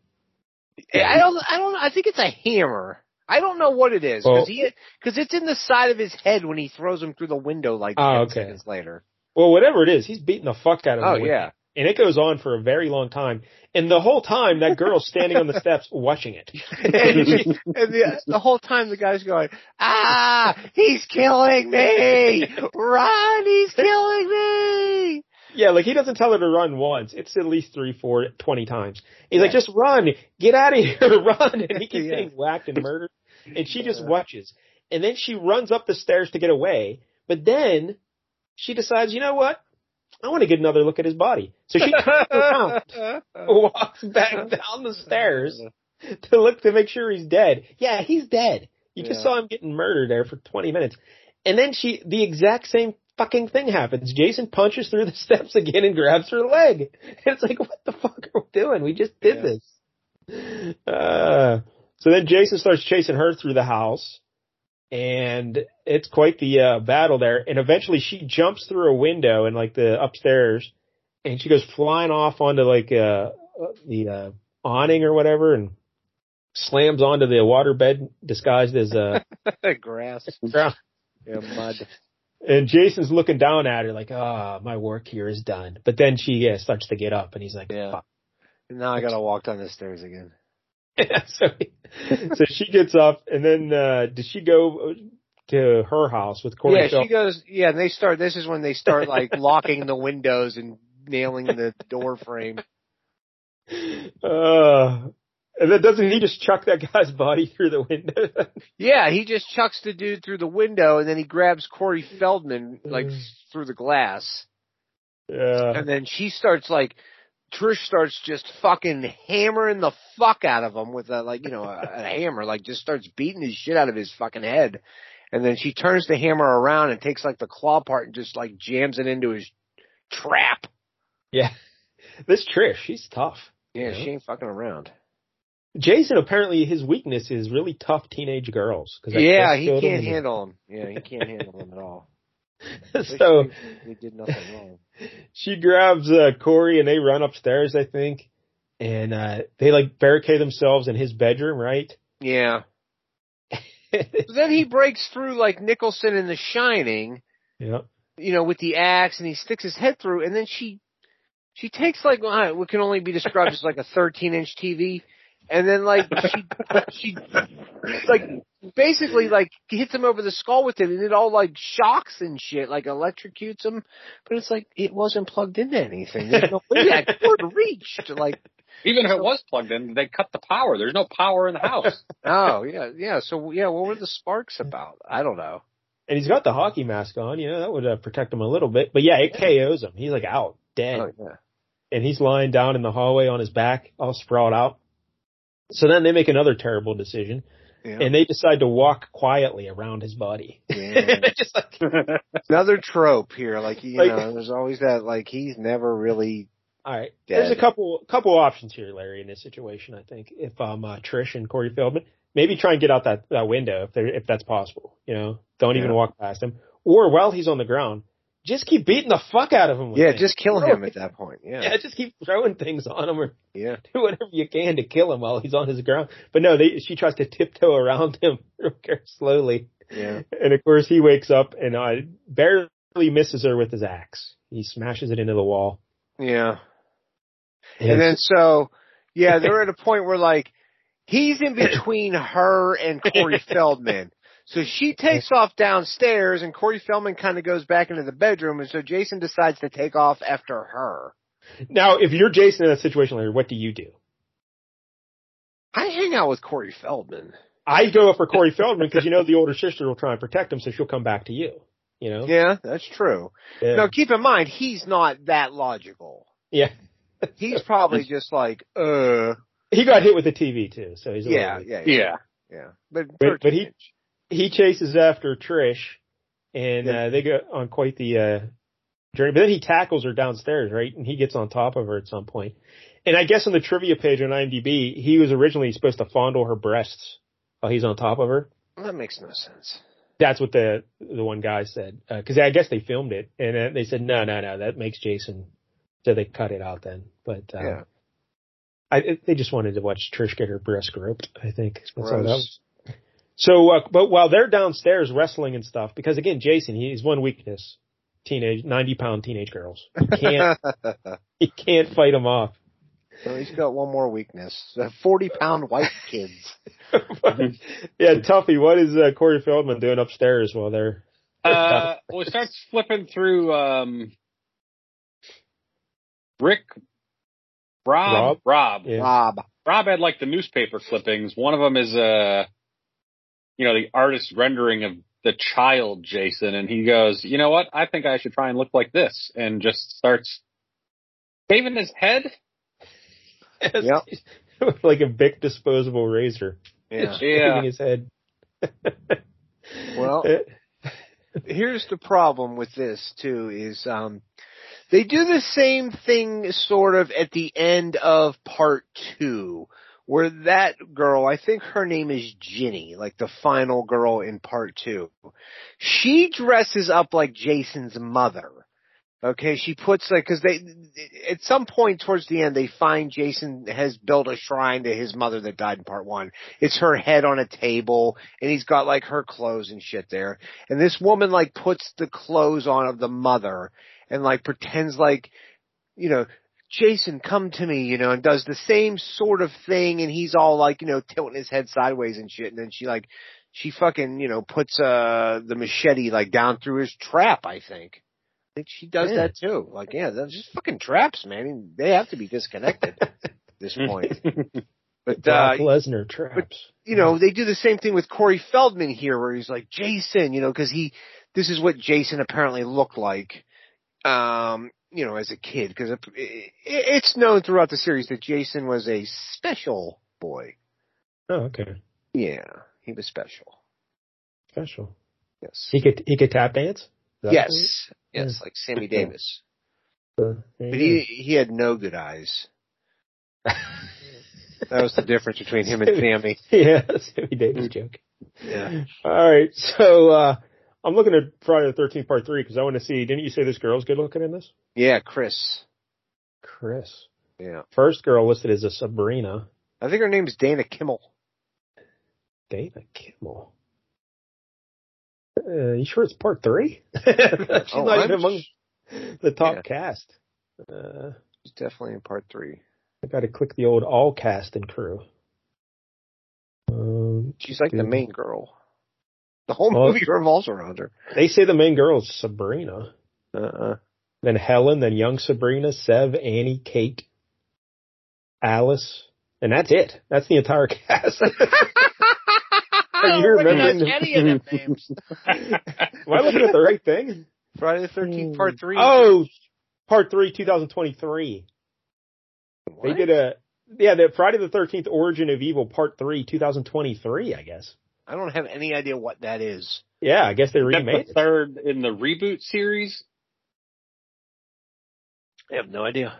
Speaker 6: I don't. I don't. I think it's a hammer. I don't know what it is
Speaker 3: Well-
Speaker 6: because he because it's in the side of his head when he throws him through the window like
Speaker 3: Oh,
Speaker 6: 10
Speaker 3: okay.
Speaker 6: seconds later.
Speaker 3: well whatever it is he's beating the fuck out of him
Speaker 6: Oh
Speaker 3: with
Speaker 6: yeah,
Speaker 3: And it goes on for a very long time. And the whole time, that girl's standing on the steps watching it.
Speaker 6: and, he- and the, the whole time the guy's going, ah, he's killing me, run, he's killing me.
Speaker 3: Yeah, like he doesn't tell her to run once. It's at least three, four, twenty times. He's like, just run, get out of here, run. And he keeps
Speaker 6: Yeah.
Speaker 3: getting whacked and murdered. And she just
Speaker 6: Yeah.
Speaker 3: watches. And then she runs up the stairs to get away. But then she decides, you know what? I want to get another look at his body. So she turns around, walks back down the stairs to look to make sure he's dead. Yeah, he's dead. You just
Speaker 6: Yeah.
Speaker 3: saw him getting murdered there for 20 minutes. And then she, the exact same fucking thing happens. Jason punches through the steps again and grabs her leg. It's like, what the fuck are we doing? We just did
Speaker 6: Yeah.
Speaker 3: this. Uh, so then Jason starts chasing her through the house and it's quite the uh, battle there. And eventually she jumps through a window and like the upstairs and she goes flying off onto like, uh, the, uh, awning or whatever and slams onto the waterbed disguised as uh, a
Speaker 6: Grass,
Speaker 3: ground.
Speaker 6: yeah, mud.
Speaker 3: And Jason's looking down at her like, ah, my work here is done. But then she yeah, starts to get up and he's like,
Speaker 6: Yeah.
Speaker 3: fuck.
Speaker 6: And now I gotta walk down the stairs again.
Speaker 3: so, so she gets up and then, uh, does she go to her house with Corey?
Speaker 6: yeah,
Speaker 3: Feldman?
Speaker 6: she goes. Yeah, and they start. This is when they start like locking the windows and nailing the door frame.
Speaker 3: Uh, and then doesn't he just chuck that guy's body through the window?
Speaker 6: Yeah, he just chucks the dude through the window and then he grabs Corey Feldman like
Speaker 3: Mm. Uh-huh.
Speaker 6: through the glass.
Speaker 3: yeah.
Speaker 6: And then she starts like Trish starts just fucking hammering the fuck out of him with a like, you know, a, a hammer, like just starts beating his shit out of his fucking head. and then she turns the hammer around and takes like the claw part and just like jams it into his trap.
Speaker 3: Yeah. This Trish, she's tough.
Speaker 6: Yeah, she ain't fucking around.
Speaker 3: Jason apparently his weakness is really tough teenage girls. 'cause I
Speaker 6: Yeah,
Speaker 3: just
Speaker 6: he
Speaker 3: killed him
Speaker 6: can't
Speaker 3: in-
Speaker 6: handle him. Yeah, he can't handle him at all.
Speaker 3: so
Speaker 6: They did nothing wrong.
Speaker 3: she grabs uh, Corey and they run upstairs, I think, and uh, they like barricade themselves in his bedroom, right?
Speaker 6: Yeah. But then he breaks through like Nicholson in The Shining,
Speaker 3: yeah.
Speaker 6: you know, with the axe, and he sticks his head through, and then she, she takes like uh, what can only be described as like a 13 inch TV, and then like she, she, like basically like hits him over the skull with it, and it all like shocks and shit, like electrocutes him. But it's like it wasn't plugged into anything. There's no way that cord reached. Like,
Speaker 5: Even if it was plugged in, they cut the power. There's no power in the house.
Speaker 6: oh yeah, yeah. So yeah, what were the sparks about? I don't know.
Speaker 3: And he's got the hockey mask on, you know, that would uh, protect him a little bit. But yeah, it KOs him. He's like out, dead.
Speaker 6: Oh yeah.
Speaker 3: and he's lying down in the hallway on his back, all sprawled out. So then they make another terrible decision,
Speaker 6: Yeah.
Speaker 3: and they decide to walk quietly around his body.
Speaker 6: Yeah.
Speaker 3: They just like,
Speaker 6: Another trope here, like you
Speaker 3: Like-
Speaker 6: know, there's always that like he's never really.
Speaker 3: all right,
Speaker 6: Dead.
Speaker 3: there's a couple couple options here, Larry, in this situation. I think if um uh, Trish and Corey Feldman, maybe try and get out that that window if they if that's possible. You know, don't even
Speaker 6: Yeah.
Speaker 3: walk past him, or while he's on the ground, just keep beating the fuck out of him. With
Speaker 6: Yeah,
Speaker 3: things.
Speaker 6: just kill
Speaker 3: Throw-
Speaker 6: him at that point. Yeah,
Speaker 3: Yeah, just keep throwing things on him or
Speaker 6: yeah.
Speaker 3: do whatever you can to kill him while he's on his ground. But no, they, she tries to tiptoe around him real care- slowly.
Speaker 6: Yeah.
Speaker 3: And of course he wakes up and uh, barely misses her with his axe. He smashes it into the wall.
Speaker 6: Yeah. And then so, yeah, they're at a point where like he's in between her and Corey Feldman. So she takes off downstairs and Corey Feldman kind of goes back into the bedroom and so Jason decides to take off after her.
Speaker 3: now if you're Jason in that situation, Larry, what do you do?
Speaker 6: I hang out with Corey Feldman.
Speaker 3: I go for Corey Feldman because you know the older sister will try and protect him, so she'll come back to you. You know?
Speaker 6: Yeah, that's true.
Speaker 3: Yeah.
Speaker 6: Now keep in mind, he's not that logical.
Speaker 3: Yeah.
Speaker 6: He's probably just like, uh,
Speaker 3: He got hit with the TV too, so he's a little
Speaker 6: yeah,
Speaker 3: bit-
Speaker 6: yeah, yeah,
Speaker 5: Yeah.
Speaker 6: yeah. But,
Speaker 3: But- but he- he chases after Trish, and
Speaker 6: Yeah.
Speaker 3: uh, they go on quite the uh, journey. But then he tackles her downstairs, right? And he gets on top of her at some point. And I guess on the trivia page on IMDb, he was originally supposed to fondle her breasts while he's on top of her.
Speaker 6: that makes no sense.
Speaker 3: That's what the the one guy said because I guess they filmed it and uh, they said no, no, no, that makes Jason. So they cut it out then, but uh,
Speaker 6: Yeah.
Speaker 3: I, it- they just wanted to watch Trish get her breast groped. I think that's all that was.
Speaker 6: Gross.
Speaker 3: So, uh, but while they're downstairs wrestling and stuff, because again, Jason, he is one weakness: teenage, ninety-pound teenage girls. He can't, he can't fight them off.
Speaker 6: So he's got one more weakness: the forty-pound white kids.
Speaker 3: yeah, Tuffy, what is uh, Corey Feldman doing upstairs while they're?
Speaker 5: Uh, well, he starts flipping through um, Rick, Rob, Rob. Rob.
Speaker 3: Yeah.
Speaker 6: Rob.
Speaker 5: had like the newspaper clippings. One of them is uh, you know, the artist rendering of the child Jason, and he goes, "You know what? I think I should try and look like this," and just starts shaving his head.
Speaker 6: Yep.
Speaker 3: with like a big disposable razor,
Speaker 6: Yeah.
Speaker 3: shaving
Speaker 5: Yeah,
Speaker 3: his head. Uh,
Speaker 6: Well, uh, Here's the problem with this too: is um, they do the same thing sort of at the end of part two, where that girl, I think her name is Ginny, like the final girl in part two. She dresses up like Jason's mother. Okay, she puts like because they at some point towards the end they find Jason has built a shrine to his mother that died in part one. It's her head on a table, and he's got like her clothes and shit there. And this woman like puts the clothes on of the mother and like pretends like, you know, Jason, come to me, you know, and does the same sort of thing. And he's all like, you know, tilting his head sideways and shit. And then she like, she fucking, you know, puts, uh, the machete like down through his trap, I think. I think she does
Speaker 3: Yeah.
Speaker 6: that too. Like, yeah, that's just fucking traps, man. And They have to be disconnected at this point. But, uh,
Speaker 3: Brock Lesnar traps.
Speaker 6: you know, they do the same thing with Corey Feldman here, where he's like Jason, you know, because he, this is what Jason apparently looked like, um, you know, as a kid, because it, it, it's known throughout the series that Jason was a special boy.
Speaker 3: oh, okay,
Speaker 6: Yeah, he was special.
Speaker 3: special.
Speaker 6: Yes.
Speaker 3: He could he could tap dance. Is that what
Speaker 6: Yes. Yes, like Sammy Davis.
Speaker 3: it is? Uh,
Speaker 6: But he he had no good eyes. that was the difference between him and Sammy.
Speaker 3: yeah, that's Sammy
Speaker 6: Mm.
Speaker 3: Davis joke.
Speaker 6: Yeah.
Speaker 3: All right, so uh I'm looking at Friday the Thirteenth Part Three because I want to see. Didn't you say this girl's good looking in this?
Speaker 6: Yeah, Chris.
Speaker 3: Chris,
Speaker 6: Yeah.
Speaker 3: first girl listed is a Sabrina
Speaker 6: I think her name is Dana Kimmel.
Speaker 3: Dana Kimmel. Uh, you sure it's Part Three? She's
Speaker 6: Oh,
Speaker 3: not
Speaker 6: I'm
Speaker 3: even among the top
Speaker 6: Yeah.
Speaker 3: cast. Uh,
Speaker 6: She's definitely in part three.
Speaker 3: I got to click the old all cast and crew. Um,
Speaker 6: She's like the
Speaker 3: Dude.
Speaker 6: main girl. The whole
Speaker 3: Well-
Speaker 6: movie revolves around her.
Speaker 3: they say the main girl is Sabrina,
Speaker 6: Uh-uh.
Speaker 3: then Helen, then young Sabrina, Sev, Annie, Kate, Alice, and that's it. That's the entire cast. Are you remembering? the-
Speaker 5: any of them names.
Speaker 3: Am I looking at the right thing?
Speaker 6: Friday the Thirteenth Part Three.
Speaker 3: Oh, part three, 2023. They did a yeah, the Friday the 13th Origin of Evil Part Three, 2023. I guess.
Speaker 6: I don't have any idea what that is.
Speaker 3: Yeah, I guess they
Speaker 5: That's
Speaker 3: remade
Speaker 5: the
Speaker 3: it.
Speaker 5: third in the reboot series.
Speaker 6: I have no idea.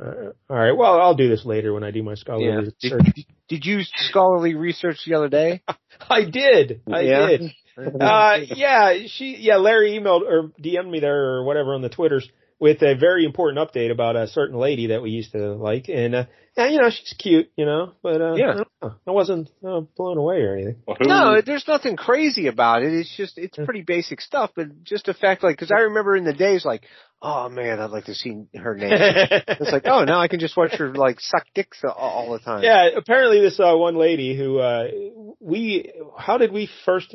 Speaker 3: Uh, all right. Well, I'll do this later when I do my scholarly
Speaker 6: Yeah.
Speaker 3: research.
Speaker 6: Did you scholarly research the other day?
Speaker 3: I did. I
Speaker 6: Yeah.
Speaker 3: did. Uh, yeah, she, yeah, Larry emailed or DM'd me there or whatever on the Twitters with a very important update about a certain lady that we used to like. And, uh, yeah, you know, she's cute, you know, but, uh,
Speaker 6: Yeah.
Speaker 3: I, don't know. I wasn't uh, blown away or anything.
Speaker 6: No, there's nothing crazy about it. It's just it's pretty basic stuff, but just the fact like because I remember in the days like, oh man, I'd like to see her name. it's like oh now I can just watch her like suck dicks all, all the time.
Speaker 3: yeah, apparently this, uh, one lady who, uh, we, how did we first,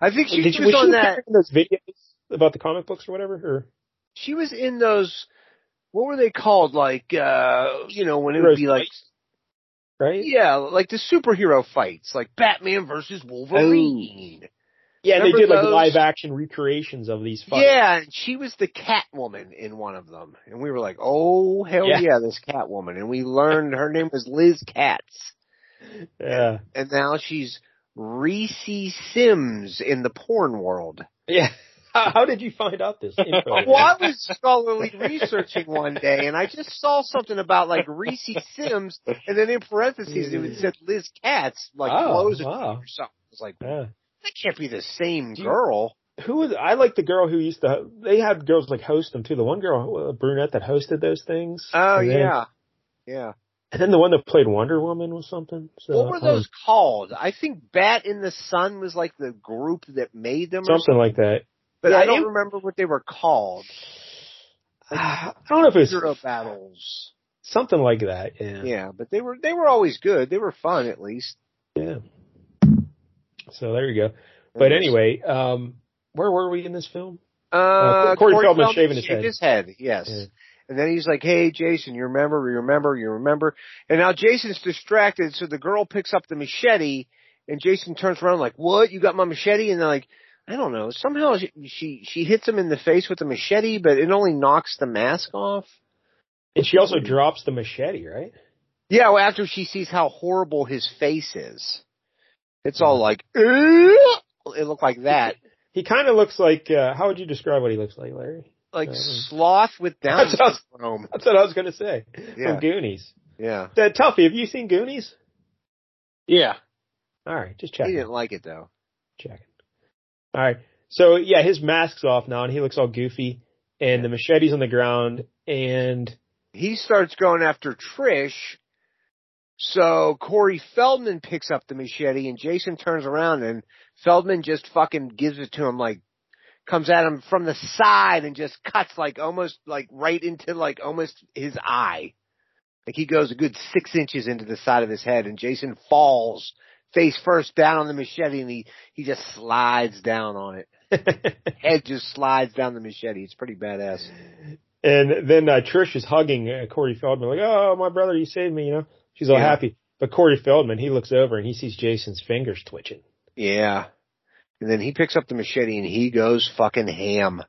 Speaker 6: I think she
Speaker 3: did
Speaker 6: was on
Speaker 3: she
Speaker 6: that.
Speaker 3: in those videos about the comic books or whatever? Or
Speaker 6: She was in those. What were they called? Like uh you know when it would
Speaker 3: Heroes
Speaker 6: be like
Speaker 3: right?
Speaker 6: yeah like the superhero fights like Batman versus Wolverine.
Speaker 3: Oh, Yeah, they
Speaker 6: Remember
Speaker 3: did like
Speaker 6: those?
Speaker 3: live action recreations of these fights.
Speaker 6: Yeah, and she was the Catwoman in one of them, and we were like, "Oh hell
Speaker 3: Yeah.
Speaker 6: yeah, this Catwoman!" And we learned her name was Liz Katz,
Speaker 3: Yeah.
Speaker 6: and now she's Reese Sims in the porn world.
Speaker 3: Yeah. How, how did you find out this info?
Speaker 6: Well, I was scholarly researching one day, and I just saw something about like Reese Sims, and then in parentheses it said Liz Katz, like
Speaker 3: Oh,
Speaker 6: blows
Speaker 3: wow.
Speaker 6: or something. I was like,
Speaker 3: Yeah.
Speaker 6: that can't be the same
Speaker 3: Do you-
Speaker 6: girl.
Speaker 3: Who was? I like the girl who used to. They had girls like host them too. The one girl, uh, brunette, that hosted those things.
Speaker 6: Oh
Speaker 3: And then-
Speaker 6: yeah, yeah.
Speaker 3: And then the one that played Wonder Woman was something. So,
Speaker 6: What
Speaker 3: I
Speaker 6: were
Speaker 3: don't know.
Speaker 6: those called? I think Bat in the Sun was like the group that made them, or something,
Speaker 3: uh, Something like that.
Speaker 6: but
Speaker 3: Yeah,
Speaker 6: I don't
Speaker 3: it-
Speaker 6: remember what they were called.
Speaker 3: I don't know if it
Speaker 6: Zero
Speaker 3: was
Speaker 6: battles.
Speaker 3: something like that. Yeah.
Speaker 6: Yeah, but they were they were always good. They were fun at least.
Speaker 3: Yeah. So there you go. But anyway, um, where were we in this film?
Speaker 6: uh,
Speaker 3: Corey
Speaker 6: Corey,
Speaker 3: Feldman
Speaker 6: Feldman,
Speaker 3: shaving his
Speaker 6: shaved
Speaker 3: head.
Speaker 6: his head. Yes.
Speaker 3: Yeah.
Speaker 6: And then he's like, "Hey, Jason, you remember? You remember? You remember?" And now Jason's distracted, so the girl picks up the machete, and Jason turns around like, "What? You got my machete?" And they're like, "I don't know." Somehow she she, she hits him in the face with the machete, but it only knocks the mask off.
Speaker 3: And she also drops the machete, right?
Speaker 6: Yeah, well, after she sees how horrible his face is, it's
Speaker 3: Mm-hmm.
Speaker 6: all like, "Ugh!" it looked like that,
Speaker 3: He kind of looks like. Uh, how would you describe what he looks like, Larry?
Speaker 6: like
Speaker 3: Mhm.
Speaker 6: sloth with Down
Speaker 3: That sounds-
Speaker 6: syndrome.
Speaker 3: That's what I was going to say.
Speaker 6: Yeah.
Speaker 3: From Goonies.
Speaker 6: Yeah,
Speaker 3: Uh, Tuffy, have you seen Goonies?
Speaker 5: Yeah.
Speaker 3: All right, just
Speaker 6: he
Speaker 3: checking.
Speaker 6: didn't like it though.
Speaker 3: Checking. All right. So yeah, his mask's off now, and he looks all goofy, and the machete's on the ground, and
Speaker 6: he starts going after Trish. So Corey Feldman picks up the machete and Jason turns around and Feldman just fucking gives it to him like comes at him from the side and just cuts like almost like right into like almost his eye. Like he goes a good six inches into the side of his head and Jason falls face first down on the machete and he, he just slides down on it. Head just slides down the machete. It's pretty badass.
Speaker 3: and then uh, Trish is hugging uh, Corey Feldman, like, "Oh, my brother, you saved me," you know. She's all
Speaker 6: Yeah.
Speaker 3: happy, but Corey Feldman, he looks over and he sees Jason's fingers twitching.
Speaker 6: Yeah. And then he picks up the machete and he goes fucking ham.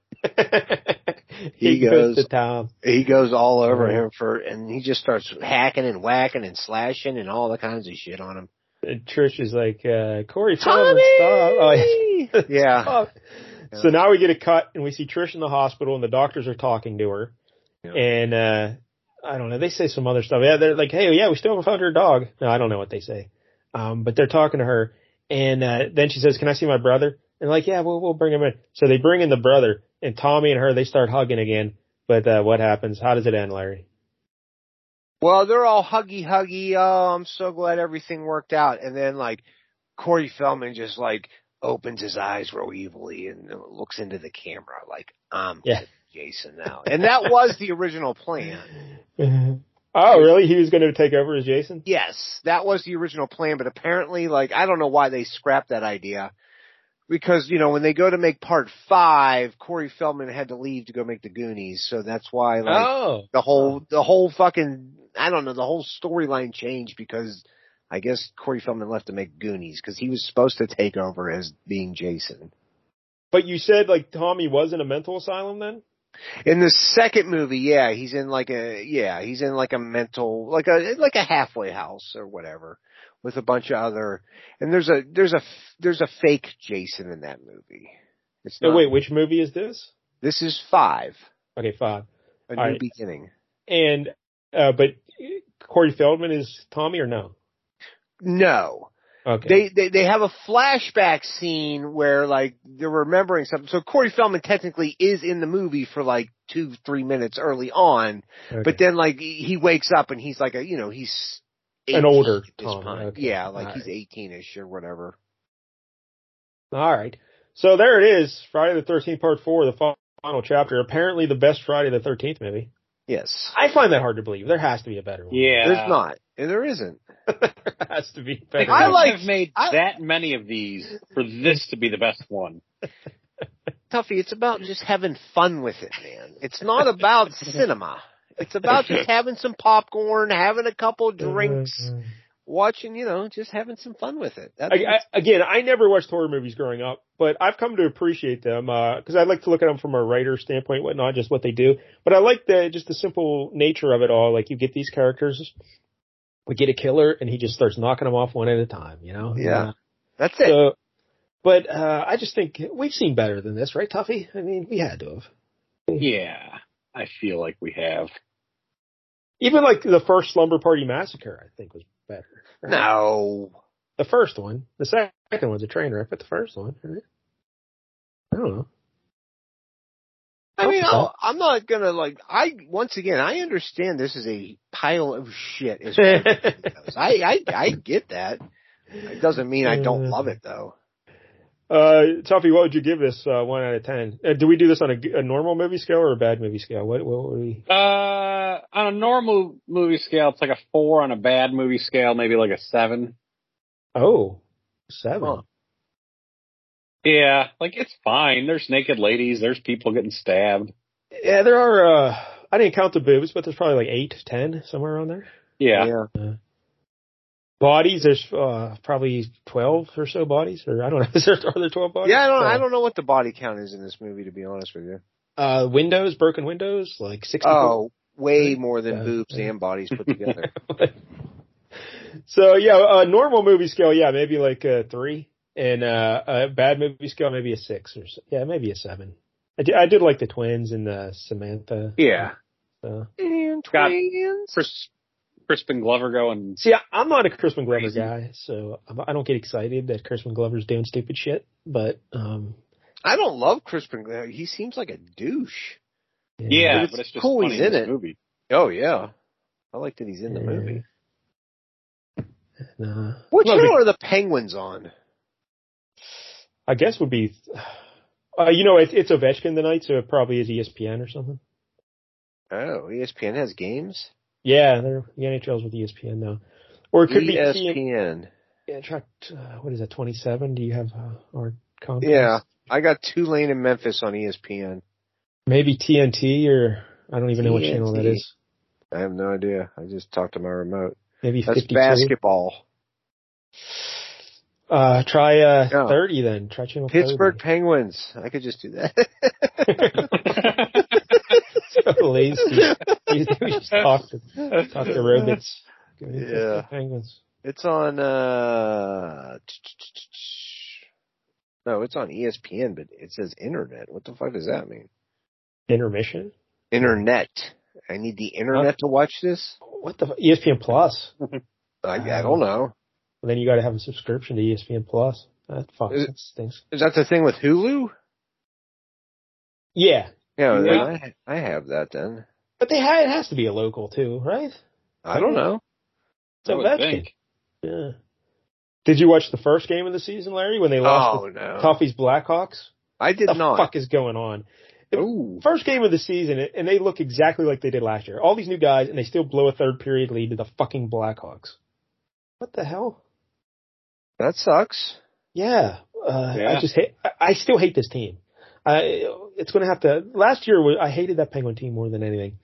Speaker 3: he,
Speaker 6: He
Speaker 3: goes,
Speaker 6: goes-
Speaker 3: to town.
Speaker 6: He goes all over
Speaker 3: Mhm.
Speaker 6: him for, and he just starts hacking and whacking and slashing and all the kinds of shit on him.
Speaker 3: And Trish is like, uh, Corey Feldman, stop. Oh, yeah.
Speaker 6: Yeah.
Speaker 3: Stop. Oh. So now we get a cut and we see Trish in the hospital and the doctors are talking to her.
Speaker 6: Yeah.
Speaker 3: And, uh, I don't know. They say some other stuff. Yeah. They're like, Hey, yeah, we still haven't found her dog. No, I don't know what they say. Um, but they're talking to her and, uh, then she says, can I see my brother? And like, yeah, we'll, we'll bring him in. So they bring in the brother and Tommy and her, they start hugging again. But, uh, what happens? How does it end, Larry?
Speaker 6: Well, they're all huggy huggy. Oh, I'm so glad everything worked out. And then like Corey Feldman just like opens his eyes real evilly and looks into the camera like I'm
Speaker 3: Yeah.
Speaker 6: Jason now. And that was the original plan.
Speaker 3: oh, really? He was going to take over as Jason?
Speaker 6: Yes, that was the original plan, but apparently, like, I don't know why they scrapped that idea. Because, you know, when they go to make part five, Corey Feldman had to leave to go make the Goonies, so that's why, like,
Speaker 3: Oh.
Speaker 6: the whole, the whole fucking, I don't know, the whole storyline changed because I guess Corey Feldman left to make Goonies because he was supposed to take over as being Jason.
Speaker 3: But you said like Tommy was in a mental asylum then?
Speaker 6: In the second movie, yeah, he's in like a yeah, he's in like a mental like a like a halfway house or whatever with a bunch of other and there's a there's a there's a fake Jason in that movie. It's
Speaker 3: No,
Speaker 6: not,
Speaker 3: Oh, wait, which movie is this?
Speaker 6: This is five,
Speaker 3: Okay, five.
Speaker 6: a
Speaker 3: All
Speaker 6: new
Speaker 3: right.
Speaker 6: beginning.
Speaker 3: And uh but Corey Feldman is Tommy or no?
Speaker 6: No,
Speaker 3: Okay.
Speaker 6: they, they they have a flashback scene where like they're remembering something. So Corey Feldman technically is in the movie for like two three minutes early on,
Speaker 3: Okay.
Speaker 6: But then like he he wakes up and he's like a you know he's
Speaker 3: An older
Speaker 6: 18 at this
Speaker 3: Tom,
Speaker 6: point.
Speaker 3: okay.
Speaker 6: Yeah, like
Speaker 3: All
Speaker 6: he's
Speaker 3: right.
Speaker 6: eighteen ish or whatever.
Speaker 3: All right. So there it is, Friday the thirteenth part four, the fi- final chapter. Apparently the best Friday the thirteenth movie.
Speaker 6: Yes,
Speaker 3: I find that hard to believe. There has to be a better one.
Speaker 5: Yeah.
Speaker 6: there's not, and there isn't.
Speaker 3: there has to be a
Speaker 5: They
Speaker 3: better
Speaker 5: I
Speaker 3: one.
Speaker 6: like-
Speaker 5: have made
Speaker 6: I-
Speaker 5: that many of these for this to be the best one.
Speaker 6: Tuffy, it's about just having fun with it, man. It's not about cinema. It's about just having some popcorn, having a couple drinks, watching, you know, just having some fun with it. That's,
Speaker 3: I, I, again, I never watched horror movies growing up, but I've come to appreciate them because I like to look at them from a writer standpoint, whatnot, just what they do. But I like the just the simple nature of it all. Like you get these characters, we get a killer, and he just starts knocking them off one at a time. You know?
Speaker 6: Yeah. that's
Speaker 3: Uh,
Speaker 6: it.
Speaker 3: so, but uh, I just think we've seen better than this, right, Tuffy? I mean, we had to have.
Speaker 5: Yeah. I feel like we have.
Speaker 3: Even like the first Slumber Party Massacre, I think was better. right?
Speaker 6: no,
Speaker 3: The first one. The second one's a train wreck, but the first one. right? I don't know.
Speaker 6: I mean,
Speaker 3: Okay.
Speaker 6: I'll, I'm not gonna like. I once again, I understand this is a pile of shit. As far as
Speaker 3: uh,
Speaker 6: goes. I, I I get that. It doesn't mean I don't love it though.
Speaker 3: Uh, Tuffy, what would you give this uh, one out of ten? Uh, do we do this on a, a normal movie scale or a bad movie scale? What what would we?
Speaker 5: Uh, on a normal movie scale, it's like a four. On a bad movie scale, maybe like a seven.
Speaker 3: Oh, seven.
Speaker 6: Huh.
Speaker 5: Yeah, like it's fine. There's naked ladies. There's people getting stabbed.
Speaker 3: Yeah, there are. uh I didn't count the boobs, but there's probably like eight, ten somewhere around there.
Speaker 5: Yeah.
Speaker 3: Bodies, there's uh probably twelve or so bodies, or I don't know. Is there are there twelve bodies?
Speaker 6: Yeah, I don't
Speaker 3: Uh,
Speaker 6: I don't know what the body count is in this movie to be honest with you.
Speaker 3: Uh, windows, broken windows, like sixty.
Speaker 6: Oh, way more than
Speaker 3: Yeah.
Speaker 6: boobs and bodies put together.
Speaker 3: so yeah, uh, normal movie scale, yeah, maybe like a three, and uh, a bad movie scale, maybe a six or so. yeah, maybe a seven. I did, I did like the twins and uh, Samantha.
Speaker 5: Yeah.
Speaker 3: So.
Speaker 6: and
Speaker 5: Got-
Speaker 6: twins.
Speaker 5: Chris, Crispin Glover going.
Speaker 3: See, I, I'm not a Crispin Glover
Speaker 5: Crazy.
Speaker 3: guy, so I'm- I don't get excited that Crispin Glover's doing stupid shit. But um,
Speaker 6: I don't love Crispin. Glover. He seems like a douche.
Speaker 5: Yeah, but
Speaker 6: But it's
Speaker 5: it's, just
Speaker 6: cool
Speaker 5: funny
Speaker 6: he's in
Speaker 5: this
Speaker 6: it.
Speaker 5: movie.
Speaker 6: Oh yeah, I like that he's in the
Speaker 3: Yeah.
Speaker 6: movie.
Speaker 3: Nah.
Speaker 6: What
Speaker 3: Look,
Speaker 6: channel are the penguins on?
Speaker 3: I guess would be. Uh, you know, it's it's Ovechkin tonight, so it probably is E ESPN or something.
Speaker 6: Oh, ESPN has games.
Speaker 3: Yeah, E they're, the NHL's with E ESPN now, or it could be
Speaker 6: E
Speaker 3: TN
Speaker 6: ESPN.
Speaker 3: Yeah, track. Uh, what is that? Twenty seven. Do you have uh, our Comcast?
Speaker 6: Yeah, I got Tulane and Memphis on E ESPN.
Speaker 3: Maybe TNT or I don't even know what channel that
Speaker 6: TNT.
Speaker 3: is.
Speaker 6: I have no idea. I just talked to my remote.
Speaker 3: Maybe
Speaker 6: That's
Speaker 3: fifty two.
Speaker 6: basketball.
Speaker 3: Uh, try uh
Speaker 6: Yeah.
Speaker 3: thirty then. Try channel
Speaker 6: Pittsburgh Penguins. I could just do that.
Speaker 3: 30. so lazy. You just talk to talk to robots. Go to
Speaker 6: Yeah.
Speaker 3: Pittsburgh Penguins.
Speaker 6: It's on. uh No, it's on E ESPN, but it says internet. What the fuck does that mean?
Speaker 3: Intermission?
Speaker 6: Internet. I need the internet to watch this.
Speaker 3: What the? fu- E ESPN Plus.
Speaker 6: I, I don't know.
Speaker 3: Well, then you got to have a subscription to E ESPN Plus. That fucks.
Speaker 6: Is it-
Speaker 3: That stinks.
Speaker 6: Is that the thing with Hulu?
Speaker 3: Yeah,
Speaker 6: Yeah,
Speaker 3: Yeah.
Speaker 6: I, I have that then.
Speaker 3: but they ha it has to be a local too, right?
Speaker 6: I don't know.
Speaker 5: I
Speaker 3: So
Speaker 5: would
Speaker 3: that's
Speaker 5: think.
Speaker 3: yeah. Did you watch the first game of the season, Larry, when they lost
Speaker 6: Oh
Speaker 3: to
Speaker 6: no,
Speaker 3: Coffee's Blackhawks?
Speaker 6: I did
Speaker 3: What the
Speaker 6: not.
Speaker 3: fuck is going on?
Speaker 6: Ooh.
Speaker 3: First game of the season, and they look exactly like they did last year. All these new guys, and they still blow a third period lead to the fucking Blackhawks. What the hell?
Speaker 6: That sucks.
Speaker 3: Yeah, uh, I
Speaker 5: Yeah.
Speaker 3: just hate. I, I still hate this team. I it's going to have to. Last year was, I hated that Penguin team more than anything.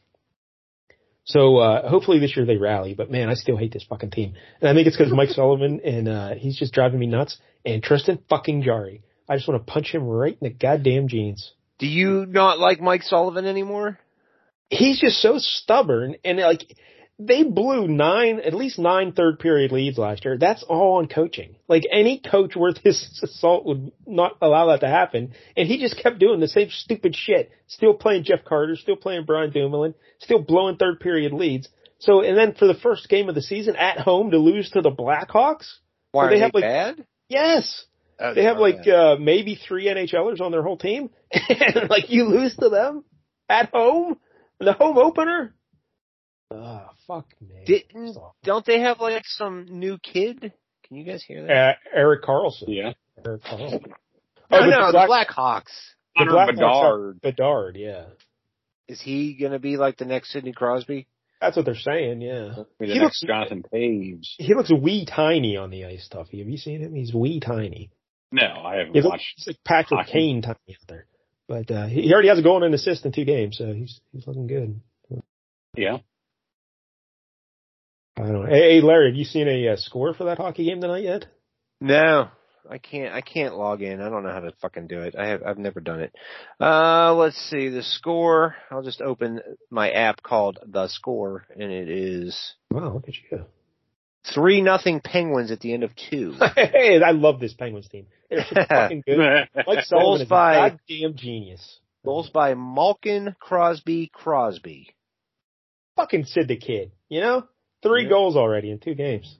Speaker 3: So uh, hopefully this year they rally. But man, I still hate this fucking team, and I think it's because Mike Sullivan and uh, he's just driving me nuts. And Tristan fucking Jari, I just want to punch him right in the goddamn jeans.
Speaker 6: Do you not like Mike Sullivan anymore?
Speaker 3: he's just so stubborn and like they blew nine at least nine third period leads last year. That's all on coaching. Like any coach worth his salt would not allow that to happen. And he just kept doing the same stupid shit. Still playing Jeff Carter, still playing Brian Dumoulin, still blowing third period leads. So and then for the first game of the season at home to lose to the Blackhawks?
Speaker 6: Why
Speaker 3: Well,
Speaker 6: are
Speaker 3: they
Speaker 6: they
Speaker 3: have, like-
Speaker 6: bad?
Speaker 3: Yes.
Speaker 6: Oh,
Speaker 3: They have
Speaker 6: are
Speaker 3: like
Speaker 6: bad.
Speaker 3: uh, maybe three NHLers on their whole team, and like you lose to them at home, the home opener. Ah, fuck me.
Speaker 6: Didn't- don't they have like some new kid? Can you guys hear that?
Speaker 3: uh, Eric Carlson?
Speaker 5: Yeah.
Speaker 3: Eric Carlson.
Speaker 6: Oh,
Speaker 3: but
Speaker 6: no,
Speaker 3: the
Speaker 6: the
Speaker 3: Black-
Speaker 6: Blackhawks.
Speaker 3: the
Speaker 5: Connor
Speaker 3: Blackhawks are-
Speaker 5: Bedard.
Speaker 3: Bedard, yeah,
Speaker 6: Is he gonna be like the next Sidney Crosby?
Speaker 3: that's what they're saying. Yeah,
Speaker 5: Maybe
Speaker 3: He
Speaker 5: the next
Speaker 3: looks-
Speaker 5: Jonathan Page.
Speaker 3: he looks wee tiny on the ice, Stuffy. Have you seen him? He's wee tiny.
Speaker 5: No, I haven't
Speaker 3: He looks
Speaker 5: watched.
Speaker 3: he's like Patrick
Speaker 5: hockey.
Speaker 3: Kane tiny out there. But uh, he he already has a goal and an assist in two games, so he's he's looking good.
Speaker 5: Yeah.
Speaker 3: I don't know. Hey, hey, Larry, have you seen a uh, score for that hockey game tonight yet?
Speaker 6: No. I can't I can't log in. I don't know how to fucking do it. I have I've never done it. Uh let's see, the score. I'll just open my app called The Score and it is
Speaker 3: Wow, look at you.
Speaker 6: three nothing penguins at the end of two.
Speaker 3: hey, I love this Penguins team. They're so fucking good. Mike Sullivan is a
Speaker 6: by-
Speaker 3: goddamn genius.
Speaker 6: Goals by Malkin, Crosby, Crosby.
Speaker 3: Fucking Sid the Kid, you know? Three
Speaker 6: Yeah.
Speaker 3: goals already in two games.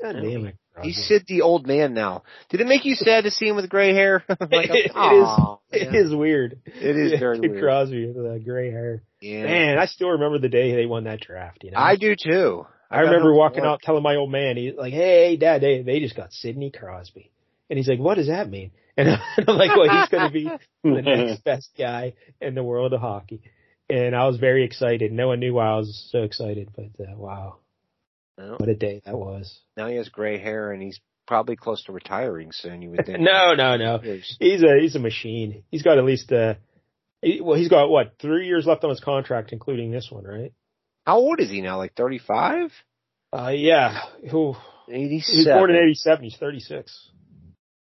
Speaker 3: God
Speaker 6: Yeah.
Speaker 3: damn it.
Speaker 6: He's
Speaker 3: Crosby.
Speaker 6: Sid the old man now. Did it make you sad to see him with gray hair? Like,
Speaker 3: It is-
Speaker 6: aw,
Speaker 3: It
Speaker 6: man.
Speaker 3: is weird.
Speaker 6: It is
Speaker 3: Yeah,
Speaker 6: very
Speaker 3: Kid
Speaker 6: weird.
Speaker 3: Crosby with the gray hair.
Speaker 6: Yeah.
Speaker 3: Man, I still remember the day they won that draft, you know?
Speaker 6: I do too.
Speaker 3: I remember walking out telling my old man, he's like, "Hey, Dad, they they just got Sidney Crosby," and he's like, "What does that mean?" And I'm like, "Well, he's going to be the next best guy in the world of hockey," and I was very excited. No one knew why I was so excited, but uh, wow,
Speaker 6: Well,
Speaker 3: what a day that was!
Speaker 6: Now he has gray hair and he's probably close to retiring soon. You would think.
Speaker 3: No, no, no.
Speaker 6: Years.
Speaker 3: He's a he's a machine. He's got at least uh, he, well, he's got what three years left on his contract, including this one, right?
Speaker 6: How old is he now? Like 35?
Speaker 3: Uh, yeah. Who? He
Speaker 6: 87.
Speaker 3: was born in '87. He's 36.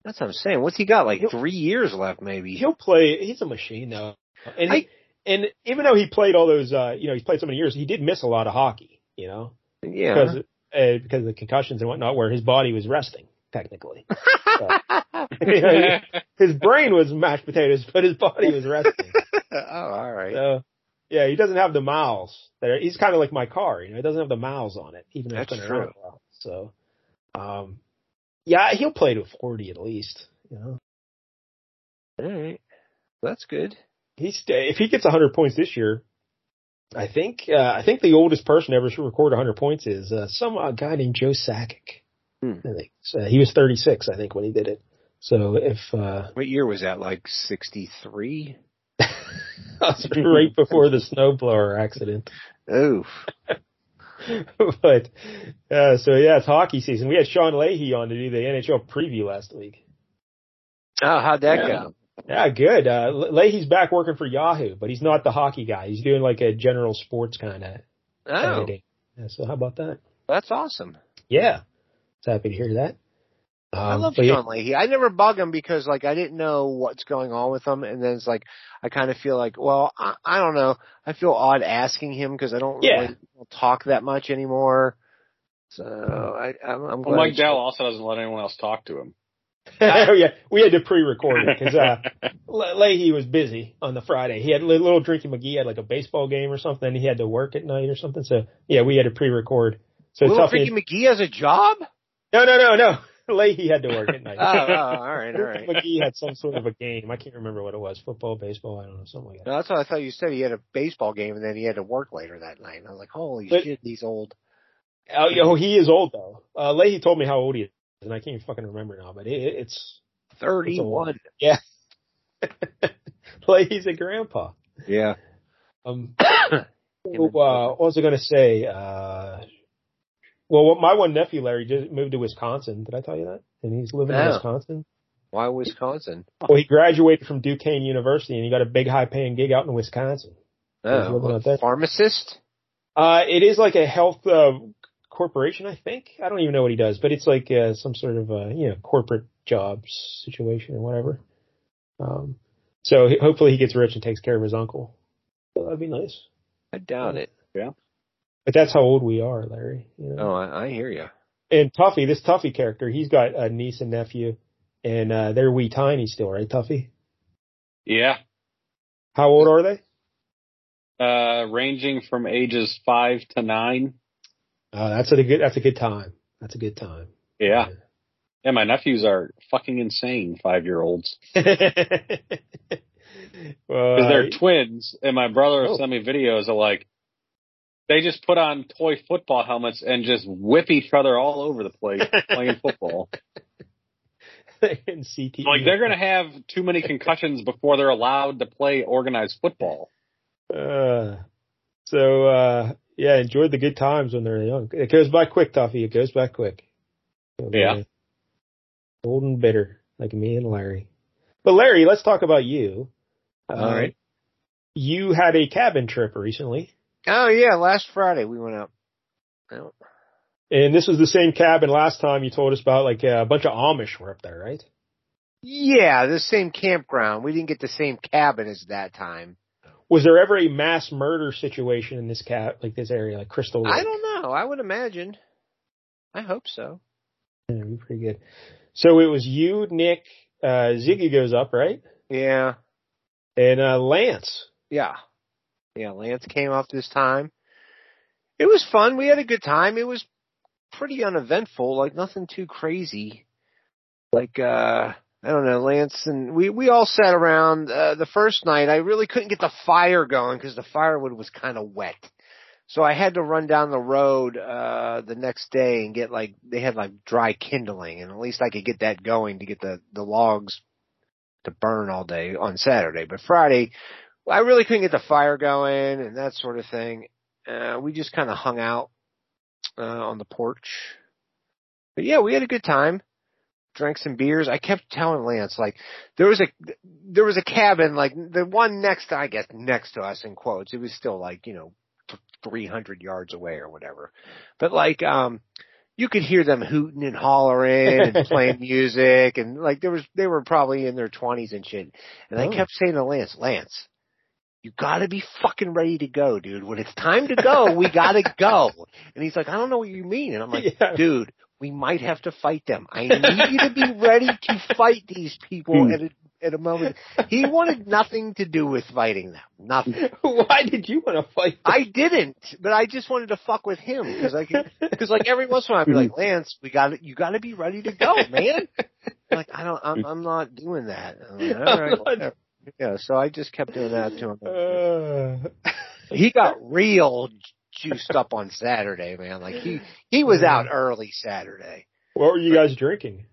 Speaker 6: That's what I'm saying. What's he got? Like three years left, maybe.
Speaker 3: he'll play. He's a machine though, and he, and even though he played all those, uh, you know, he's played so many years, he did miss a lot of hockey, you know,
Speaker 6: Yeah.
Speaker 3: because uh, because of the concussions and whatnot, where his body was resting technically. So, you know, his brain was mashed potatoes, but his body was resting.
Speaker 6: oh, all right.
Speaker 3: So yeah, he doesn't have the miles. That are, he's kind of like my car, you know, he doesn't have the miles on it, even though it's
Speaker 6: That's
Speaker 3: been around a while. So, um, yeah, he'll play to forty at least. You know,
Speaker 6: all right. That's good.
Speaker 3: he's if he gets 100 points this year, I think uh, I think the oldest person ever to record 100 points is uh, some uh, guy named Joe Sakic.
Speaker 6: Hmm.
Speaker 3: I think so he was 36, I think, when he did it. So if uh,
Speaker 6: What year was that? Like 63?
Speaker 3: that's right before the snowblower accident,
Speaker 6: Oof.
Speaker 3: but uh, so yeah, it's hockey season. We had Sean Leahy on to do the NHL preview last week.
Speaker 6: Oh, how'd that
Speaker 5: Yeah.
Speaker 6: go?
Speaker 3: Yeah, good. Uh, Le- Leahy's back working for Yahoo, but he's not the hockey guy. He's doing like a general sports kind of
Speaker 6: Oh,
Speaker 3: editing. Yeah, so how about that?
Speaker 6: that's awesome.
Speaker 3: Yeah. It's happy to hear that. Um,
Speaker 6: I love
Speaker 3: but yeah,
Speaker 6: Sean Leahy. I never bug him because like I didn't know what's going on with him, and then it's like I kind of feel like, well, I, I don't know. I feel odd asking him because I don't
Speaker 3: Yeah.
Speaker 6: really talk that much anymore. So I, I'm, I'm
Speaker 5: Well,
Speaker 6: glad.
Speaker 5: Mike Dell also doesn't let anyone else talk to him.
Speaker 3: oh yeah, we had to pre-record it because uh, Le- Leahy was busy on the Friday. He had little Drinky McGee had like a baseball game or something. And he had to work at night or something. So yeah, we had to pre-record. So
Speaker 6: Little
Speaker 3: Tuffy,
Speaker 6: Freaky McGee has a job?
Speaker 3: no, no, no, no. Leahy had to work at night.
Speaker 6: Oh, oh, all right, all
Speaker 3: Drinky
Speaker 6: right.
Speaker 3: McGee had some sort of a game. I can't remember what it was. Football, baseball, I don't know, something like that.
Speaker 6: No, that's what I thought you said. He had a baseball game and then he had to work later that night. And I was like, holy
Speaker 3: But-
Speaker 6: shit, he's old.
Speaker 3: Oh, yeah, oh, he is old though. Uh, Leahy told me how old he is, and I can't even fucking remember now. But it, it's
Speaker 6: 31.
Speaker 3: Leahy's a grandpa.
Speaker 6: Yeah.
Speaker 3: Um, so, uh, what was I going to say? Uh, well, what- my one nephew Larry just moved to Wisconsin. Did I tell you that? And he's living in
Speaker 6: No.
Speaker 3: Wisconsin.
Speaker 6: Why Wisconsin?
Speaker 3: Well, he graduated from Duquesne University and he got a big high paying gig out in Wisconsin. He's
Speaker 6: Oh,
Speaker 3: living out
Speaker 6: what,
Speaker 3: there.
Speaker 6: pharmacist?
Speaker 3: Uh, it is like a health uh, corporation, I think. I don't even know what he does, but it's like uh, some sort of uh, you know corporate job situation or whatever. Um, so he, hopefully he gets rich and takes care of his uncle. So that'd be nice.
Speaker 6: I doubt it.
Speaker 3: But that's how old we are, Larry. You know?
Speaker 6: Oh, I, I hear you.
Speaker 3: and Tuffy, this Tuffy character, he's got a niece and nephew, and uh, they're wee tiny still, right, Tuffy?
Speaker 5: Yeah.
Speaker 3: How old are they?
Speaker 5: Uh, ranging from ages five to nine.
Speaker 3: Uh, that's a good. That's a good time. That's a good time.
Speaker 5: Yeah. Yeah, my nephews are fucking insane five year olds.
Speaker 3: well,
Speaker 5: Because
Speaker 3: uh,
Speaker 5: they're twins, and my brother
Speaker 3: Oh.
Speaker 5: sent me videos of like, they just put on toy football helmets and just whip each other all over the place playing football.
Speaker 3: in CTE.
Speaker 5: Like, they're going to have too many concussions before they're allowed to play organized football.
Speaker 3: Uh, so uh, yeah, enjoy the good times when they're young. It goes by quick, Tuffy. It goes by quick.
Speaker 5: Yeah.
Speaker 3: Old and bitter, like me and Larry. But Larry, let's talk about you.
Speaker 6: All
Speaker 3: Uh,
Speaker 6: right.
Speaker 3: You had a cabin trip recently,
Speaker 6: Oh, yeah. Last Friday we went out. Well,
Speaker 3: and this was the same cabin last time you told us about. Like uh, a bunch of Amish were up there, right?
Speaker 6: Yeah, the same campground. We didn't get the same cabin as that time.
Speaker 3: Was there ever a mass murder situation in this cat, like this area, like Crystal Lake?
Speaker 6: I don't know. I would imagine. I hope so.
Speaker 3: Yeah, it'd be pretty good. So it was you, Nick, uh, Ziggy goes up, right?
Speaker 6: Yeah.
Speaker 3: And uh, Lance.
Speaker 6: Yeah. Yeah, Lance came up this time. It was fun. We had a good time. It was pretty uneventful, like nothing too crazy. Like uh I don't know, Lance and we we all sat around uh, the first night. I really couldn't get the fire going cuz the firewood was kind of wet. So I had to run down the road uh the next day and get like they had like dry kindling and at least I could get that going to get the the logs to burn all day on Saturday. But Friday well, I really couldn't get the fire going and that sort of thing. Uh, we just kind of hung out uh, on the porch. But yeah, we had a good time. Drank some beers. I kept telling Lance like there was a there was a cabin like the one next to I guess next to us in quotes. It was still like you know th- 300 yards away or whatever. But like um you could hear them hooting and hollering and playing music and like there was they were probably in their 20s and shit. And
Speaker 3: Oh.
Speaker 6: I kept saying to Lance, Lance, you gotta be fucking ready to go, dude. When it's time to go, we gotta go. And he's like, I don't know what you mean. And I'm like,
Speaker 3: Yeah.
Speaker 6: dude, we might have to fight them. I need you to be ready to fight these people at a, at a moment. He wanted nothing to do with fighting them. Nothing.
Speaker 3: Why did you want to fight?
Speaker 6: I didn't, but I just wanted to fuck with him because I could, because like every once in a while I'd be like, Lance, we got to you got to be ready to go, man. I'm like I don't, I'm, I'm not doing that. I'm like, All right, whatever. yeah. So I just kept doing that to him.
Speaker 3: Uh,
Speaker 6: He got real juiced up on Saturday, man. Like he he was out early Saturday.
Speaker 3: what were you guys drinking?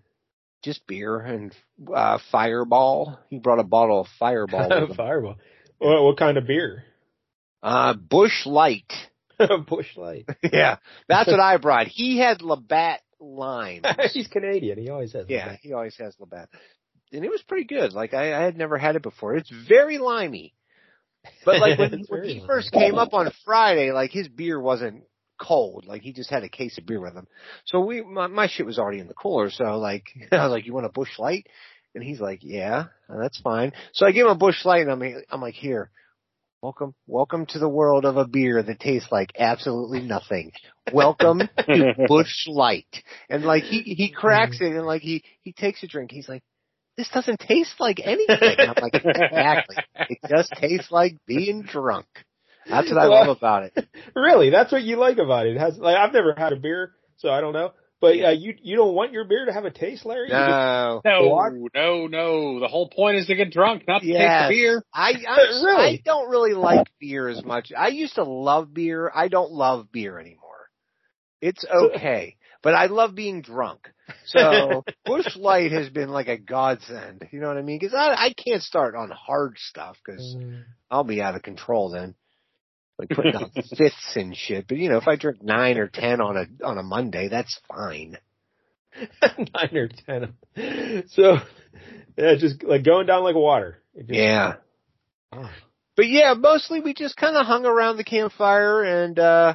Speaker 6: Just beer and uh Fireball. He brought a bottle of Fireball. With him.
Speaker 3: Fireball. What, what kind of beer?
Speaker 6: Uh Bush Light.
Speaker 3: Bush Light.
Speaker 6: Yeah, that's what I brought. He had Labatt Lime.
Speaker 3: He's Canadian. He always has.
Speaker 6: Yeah,
Speaker 3: that.
Speaker 6: he always has Labatt. And it was pretty good. Like I, I had never had it before. It's very limey. But like when,
Speaker 3: It's
Speaker 6: when
Speaker 3: very
Speaker 6: he
Speaker 3: limey.
Speaker 6: first came up on Friday, like his beer wasn't cold. Like he just had a case of beer with him. So we, my, my shit was already in the cooler. So like, I was like, you want a bush light? And he's like, yeah, that's fine. So I gave him a bush light and I'm, I'm like, here, Welcome, welcome to the world of a beer that tastes like absolutely nothing. Welcome to Bush Light. And like he he cracks it and like he he takes a drink. He's like, this doesn't taste like anything. And I'm like, exactly. It just tastes like being drunk. That's what I love about it.
Speaker 3: Really, that's what you like about it. it has like I've never had a beer, so I don't know. But uh, you you don't want your beer to have a taste, Larry. You just-
Speaker 6: No,
Speaker 5: No, no, no. The whole point is to get drunk, not to
Speaker 6: Yes.
Speaker 5: take beer.
Speaker 6: I I,
Speaker 3: Really?
Speaker 6: I don't really like beer as much. I used to love beer. I don't love beer anymore. It's okay, but I love being drunk. So Bush Light has been like a godsend. You know what I mean? Because I I can't start on hard stuff because
Speaker 3: Mm.
Speaker 6: I'll be out of control then. Like putting on fifths and shit. But you know, if I drink nine or ten on a on a Monday, that's fine.
Speaker 3: nine or ten. So yeah, just like going down like water. It just-
Speaker 6: Yeah. But yeah, mostly we just kind of hung around the campfire and uh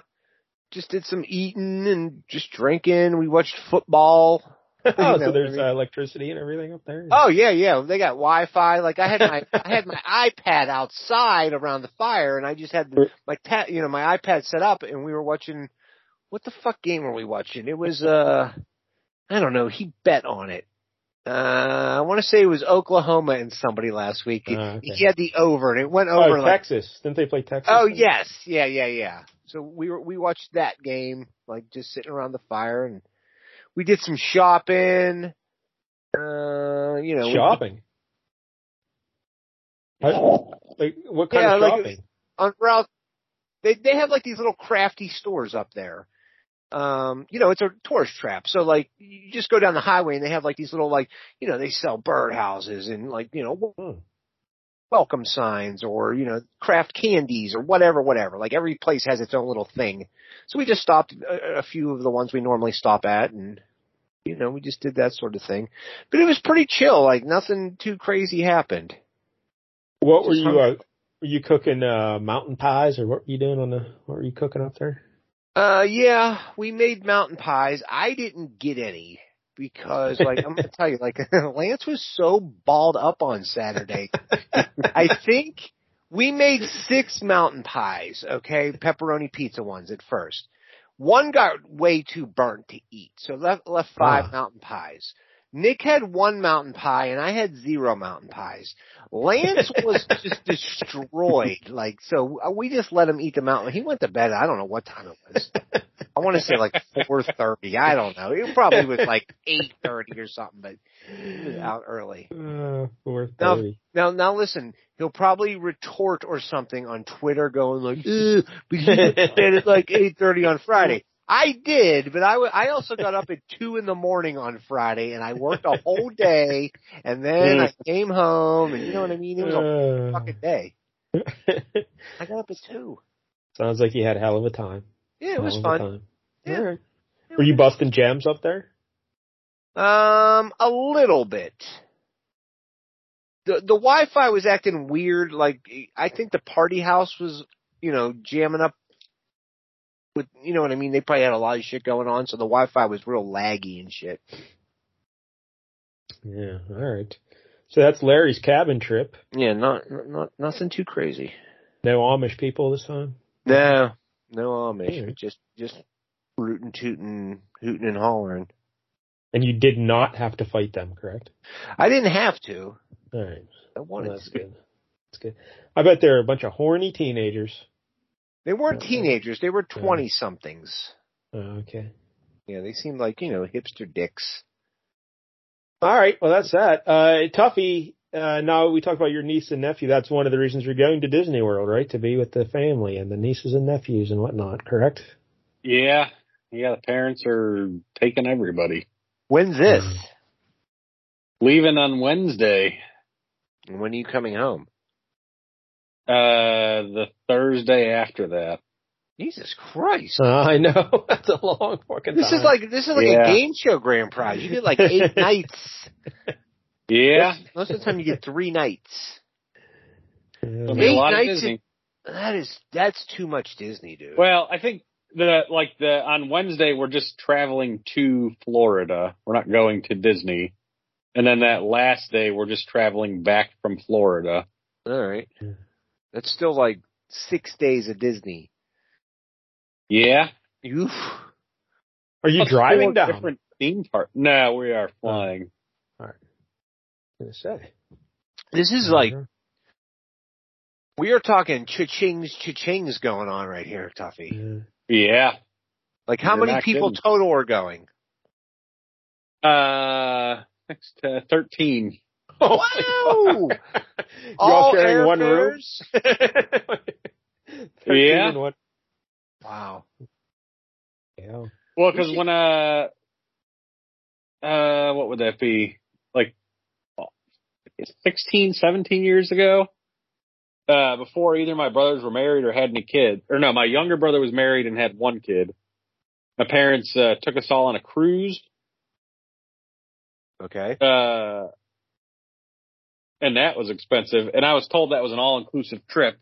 Speaker 6: just did some eating and just drinking. We watched football.
Speaker 3: Oh,
Speaker 6: You know,
Speaker 3: so there's
Speaker 6: I mean-
Speaker 3: uh, electricity and everything up there.
Speaker 6: Oh yeah, yeah. They got Wi-Fi. Like I had my I had my iPad outside around the fire, and I just had the, my pat, you know, my iPad set up, and we were watching. What the fuck game were we watching? It was uh, I don't know. He bet on it. Uh, I want to say it was Oklahoma and somebody last week.
Speaker 3: Oh, okay.
Speaker 6: He had the over, and it went
Speaker 3: Oh,
Speaker 6: over like
Speaker 3: Texas. Didn't they play Texas?
Speaker 6: Oh yes, yeah, yeah, yeah. So we were we watched that game, like just sitting around the fire, and we did some shopping. Uh, you know, we-
Speaker 3: shopping. How- like what kind
Speaker 6: Yeah,
Speaker 3: of
Speaker 6: like-
Speaker 3: shopping?
Speaker 6: on Ralph. They they have like these little crafty stores up there. Um, you know, it's a tourist trap. So like, you just go down the highway and they have like these little like, you know, they sell birdhouses and like, you know,
Speaker 3: Hmm.
Speaker 6: welcome signs or, you know, craft candies or whatever, whatever. Like every place has its own little thing. So we just stopped uh, a, a few of the ones we normally stop at and, you know, we just did that sort of thing. But it was pretty chill. Like nothing too crazy happened.
Speaker 3: What were
Speaker 6: Just
Speaker 3: you?
Speaker 6: hung-
Speaker 3: Uh, were you cooking uh, mountain pies, or what were you doing on the? What were you cooking up there?
Speaker 6: Uh, yeah, we made mountain pies. I didn't get any because, like, I'm gonna tell you, like, Lance was so balled up on Saturday. I think we made six mountain pies. Okay, pepperoni pizza ones at first. One got way too burnt to eat, so left left five
Speaker 3: Ah.
Speaker 6: mountain pies. Nick had one mountain pie and I had zero mountain pies. Lance was just destroyed. Like, so uh, we just let him eat the mountain. He went to bed. I don't know what time it was. I want to say like 4.30. I don't know. It probably was like 8.30 or something, but he
Speaker 3: Mm.
Speaker 6: was out early.
Speaker 3: Uh, four
Speaker 6: Now,
Speaker 3: thirty.
Speaker 6: now, now listen, he'll probably retort or something on Twitter going like, "Ugh, but you went to bed at like 8.30 on Friday. I did, but I, w- I also got up at 2 in the morning on Friday and I worked a whole day and then I
Speaker 3: Mm.
Speaker 6: came home and you know what I mean? It was a
Speaker 3: Uh,
Speaker 6: fucking day. I got up at 2.
Speaker 3: Sounds like you had a hell of a time.
Speaker 6: Yeah, it was
Speaker 3: Hell of a
Speaker 6: fun.
Speaker 3: time.
Speaker 6: Yeah.
Speaker 3: All right. Were you busting jams up there?
Speaker 6: Um, a little bit. The the Wi-Fi was acting weird. Like I think the party house was, you know, jamming up. With you know what I mean? They probably had a lot of shit going on, so the Wi-Fi was real laggy and shit.
Speaker 3: Yeah. All right. So that's Larry's cabin trip.
Speaker 6: Yeah, not not nothing too crazy.
Speaker 3: No Amish people this time.
Speaker 6: No, no Amish,
Speaker 3: Yeah.
Speaker 6: but just just rootin' tootin', hootin' and hollering.
Speaker 3: And you did not have to fight them, correct?
Speaker 6: I didn't have to.
Speaker 3: All right.
Speaker 6: I
Speaker 3: Well,
Speaker 6: wanted
Speaker 3: that's
Speaker 6: to.
Speaker 3: good. That's good. I bet there are a bunch of horny teenagers.
Speaker 6: They weren't
Speaker 3: Yeah.
Speaker 6: teenagers. They were twenty somethings.
Speaker 3: Oh, okay.
Speaker 6: Yeah, they seemed like you know hipster dicks.
Speaker 3: All right. Well, that's that. Uh, Tuffy, uh, now we talked about your niece and nephew. That's one of the reasons you're going to Disney World, right? To be with the family and the nieces and nephews and whatnot, correct?
Speaker 5: Yeah. Yeah, the parents are taking everybody. Mm-hmm.
Speaker 6: When's this?
Speaker 5: Leaving on Wednesday,
Speaker 6: And when are you coming home?
Speaker 5: uh, the Thursday after that.
Speaker 6: Jesus Christ.
Speaker 3: Uh, I know. that's a long fucking
Speaker 6: This
Speaker 3: time.
Speaker 6: is like this is like
Speaker 5: uh-huh. Yeah.
Speaker 6: a game show grand prize. You get like eight nights.
Speaker 5: Yeah.
Speaker 6: Most, most of the time you get three nights.
Speaker 5: It'll
Speaker 3: Yeah.
Speaker 5: be a lot of
Speaker 6: nights
Speaker 5: Disney.
Speaker 6: That is that's too much Disney, dude.
Speaker 5: Well, I think the like the on Wednesday we're just traveling to Florida. We're not going to Disney. And then that last day we're just traveling back from Florida.
Speaker 6: All right.
Speaker 3: Yeah.
Speaker 6: That's still like six days of Disney.
Speaker 5: Yeah.
Speaker 6: Oof.
Speaker 3: Are you
Speaker 5: Plus
Speaker 3: driving
Speaker 5: four
Speaker 3: down? Oh.
Speaker 5: Different theme park. No, we are flying.
Speaker 3: I'm gonna say.
Speaker 6: This is like
Speaker 5: Mm-hmm.
Speaker 6: we are talking cha-chings, cha-chings going on right here, Tuffy.
Speaker 3: Yeah.
Speaker 5: Yeah.
Speaker 6: Like how
Speaker 5: You're
Speaker 6: many
Speaker 5: not
Speaker 6: people
Speaker 5: kidding.
Speaker 6: total are going?
Speaker 5: Uh, next to 13. Oh,
Speaker 6: Wow!
Speaker 3: you all
Speaker 6: All
Speaker 3: sharing one room?
Speaker 6: airfares?
Speaker 3: Thirteen
Speaker 5: Yeah.
Speaker 3: in one-
Speaker 6: Wow.
Speaker 3: Yeah.
Speaker 5: Well, cause when, uh, uh, what would that be? Like oh, 16, 17 years ago? Uh, before either my brothers were married or had any kid, or no, my younger brother was married and had one kid. My parents, uh, took us all on a cruise
Speaker 6: Okay.
Speaker 5: uh, and that was expensive. And I was told that was an all inclusive trip.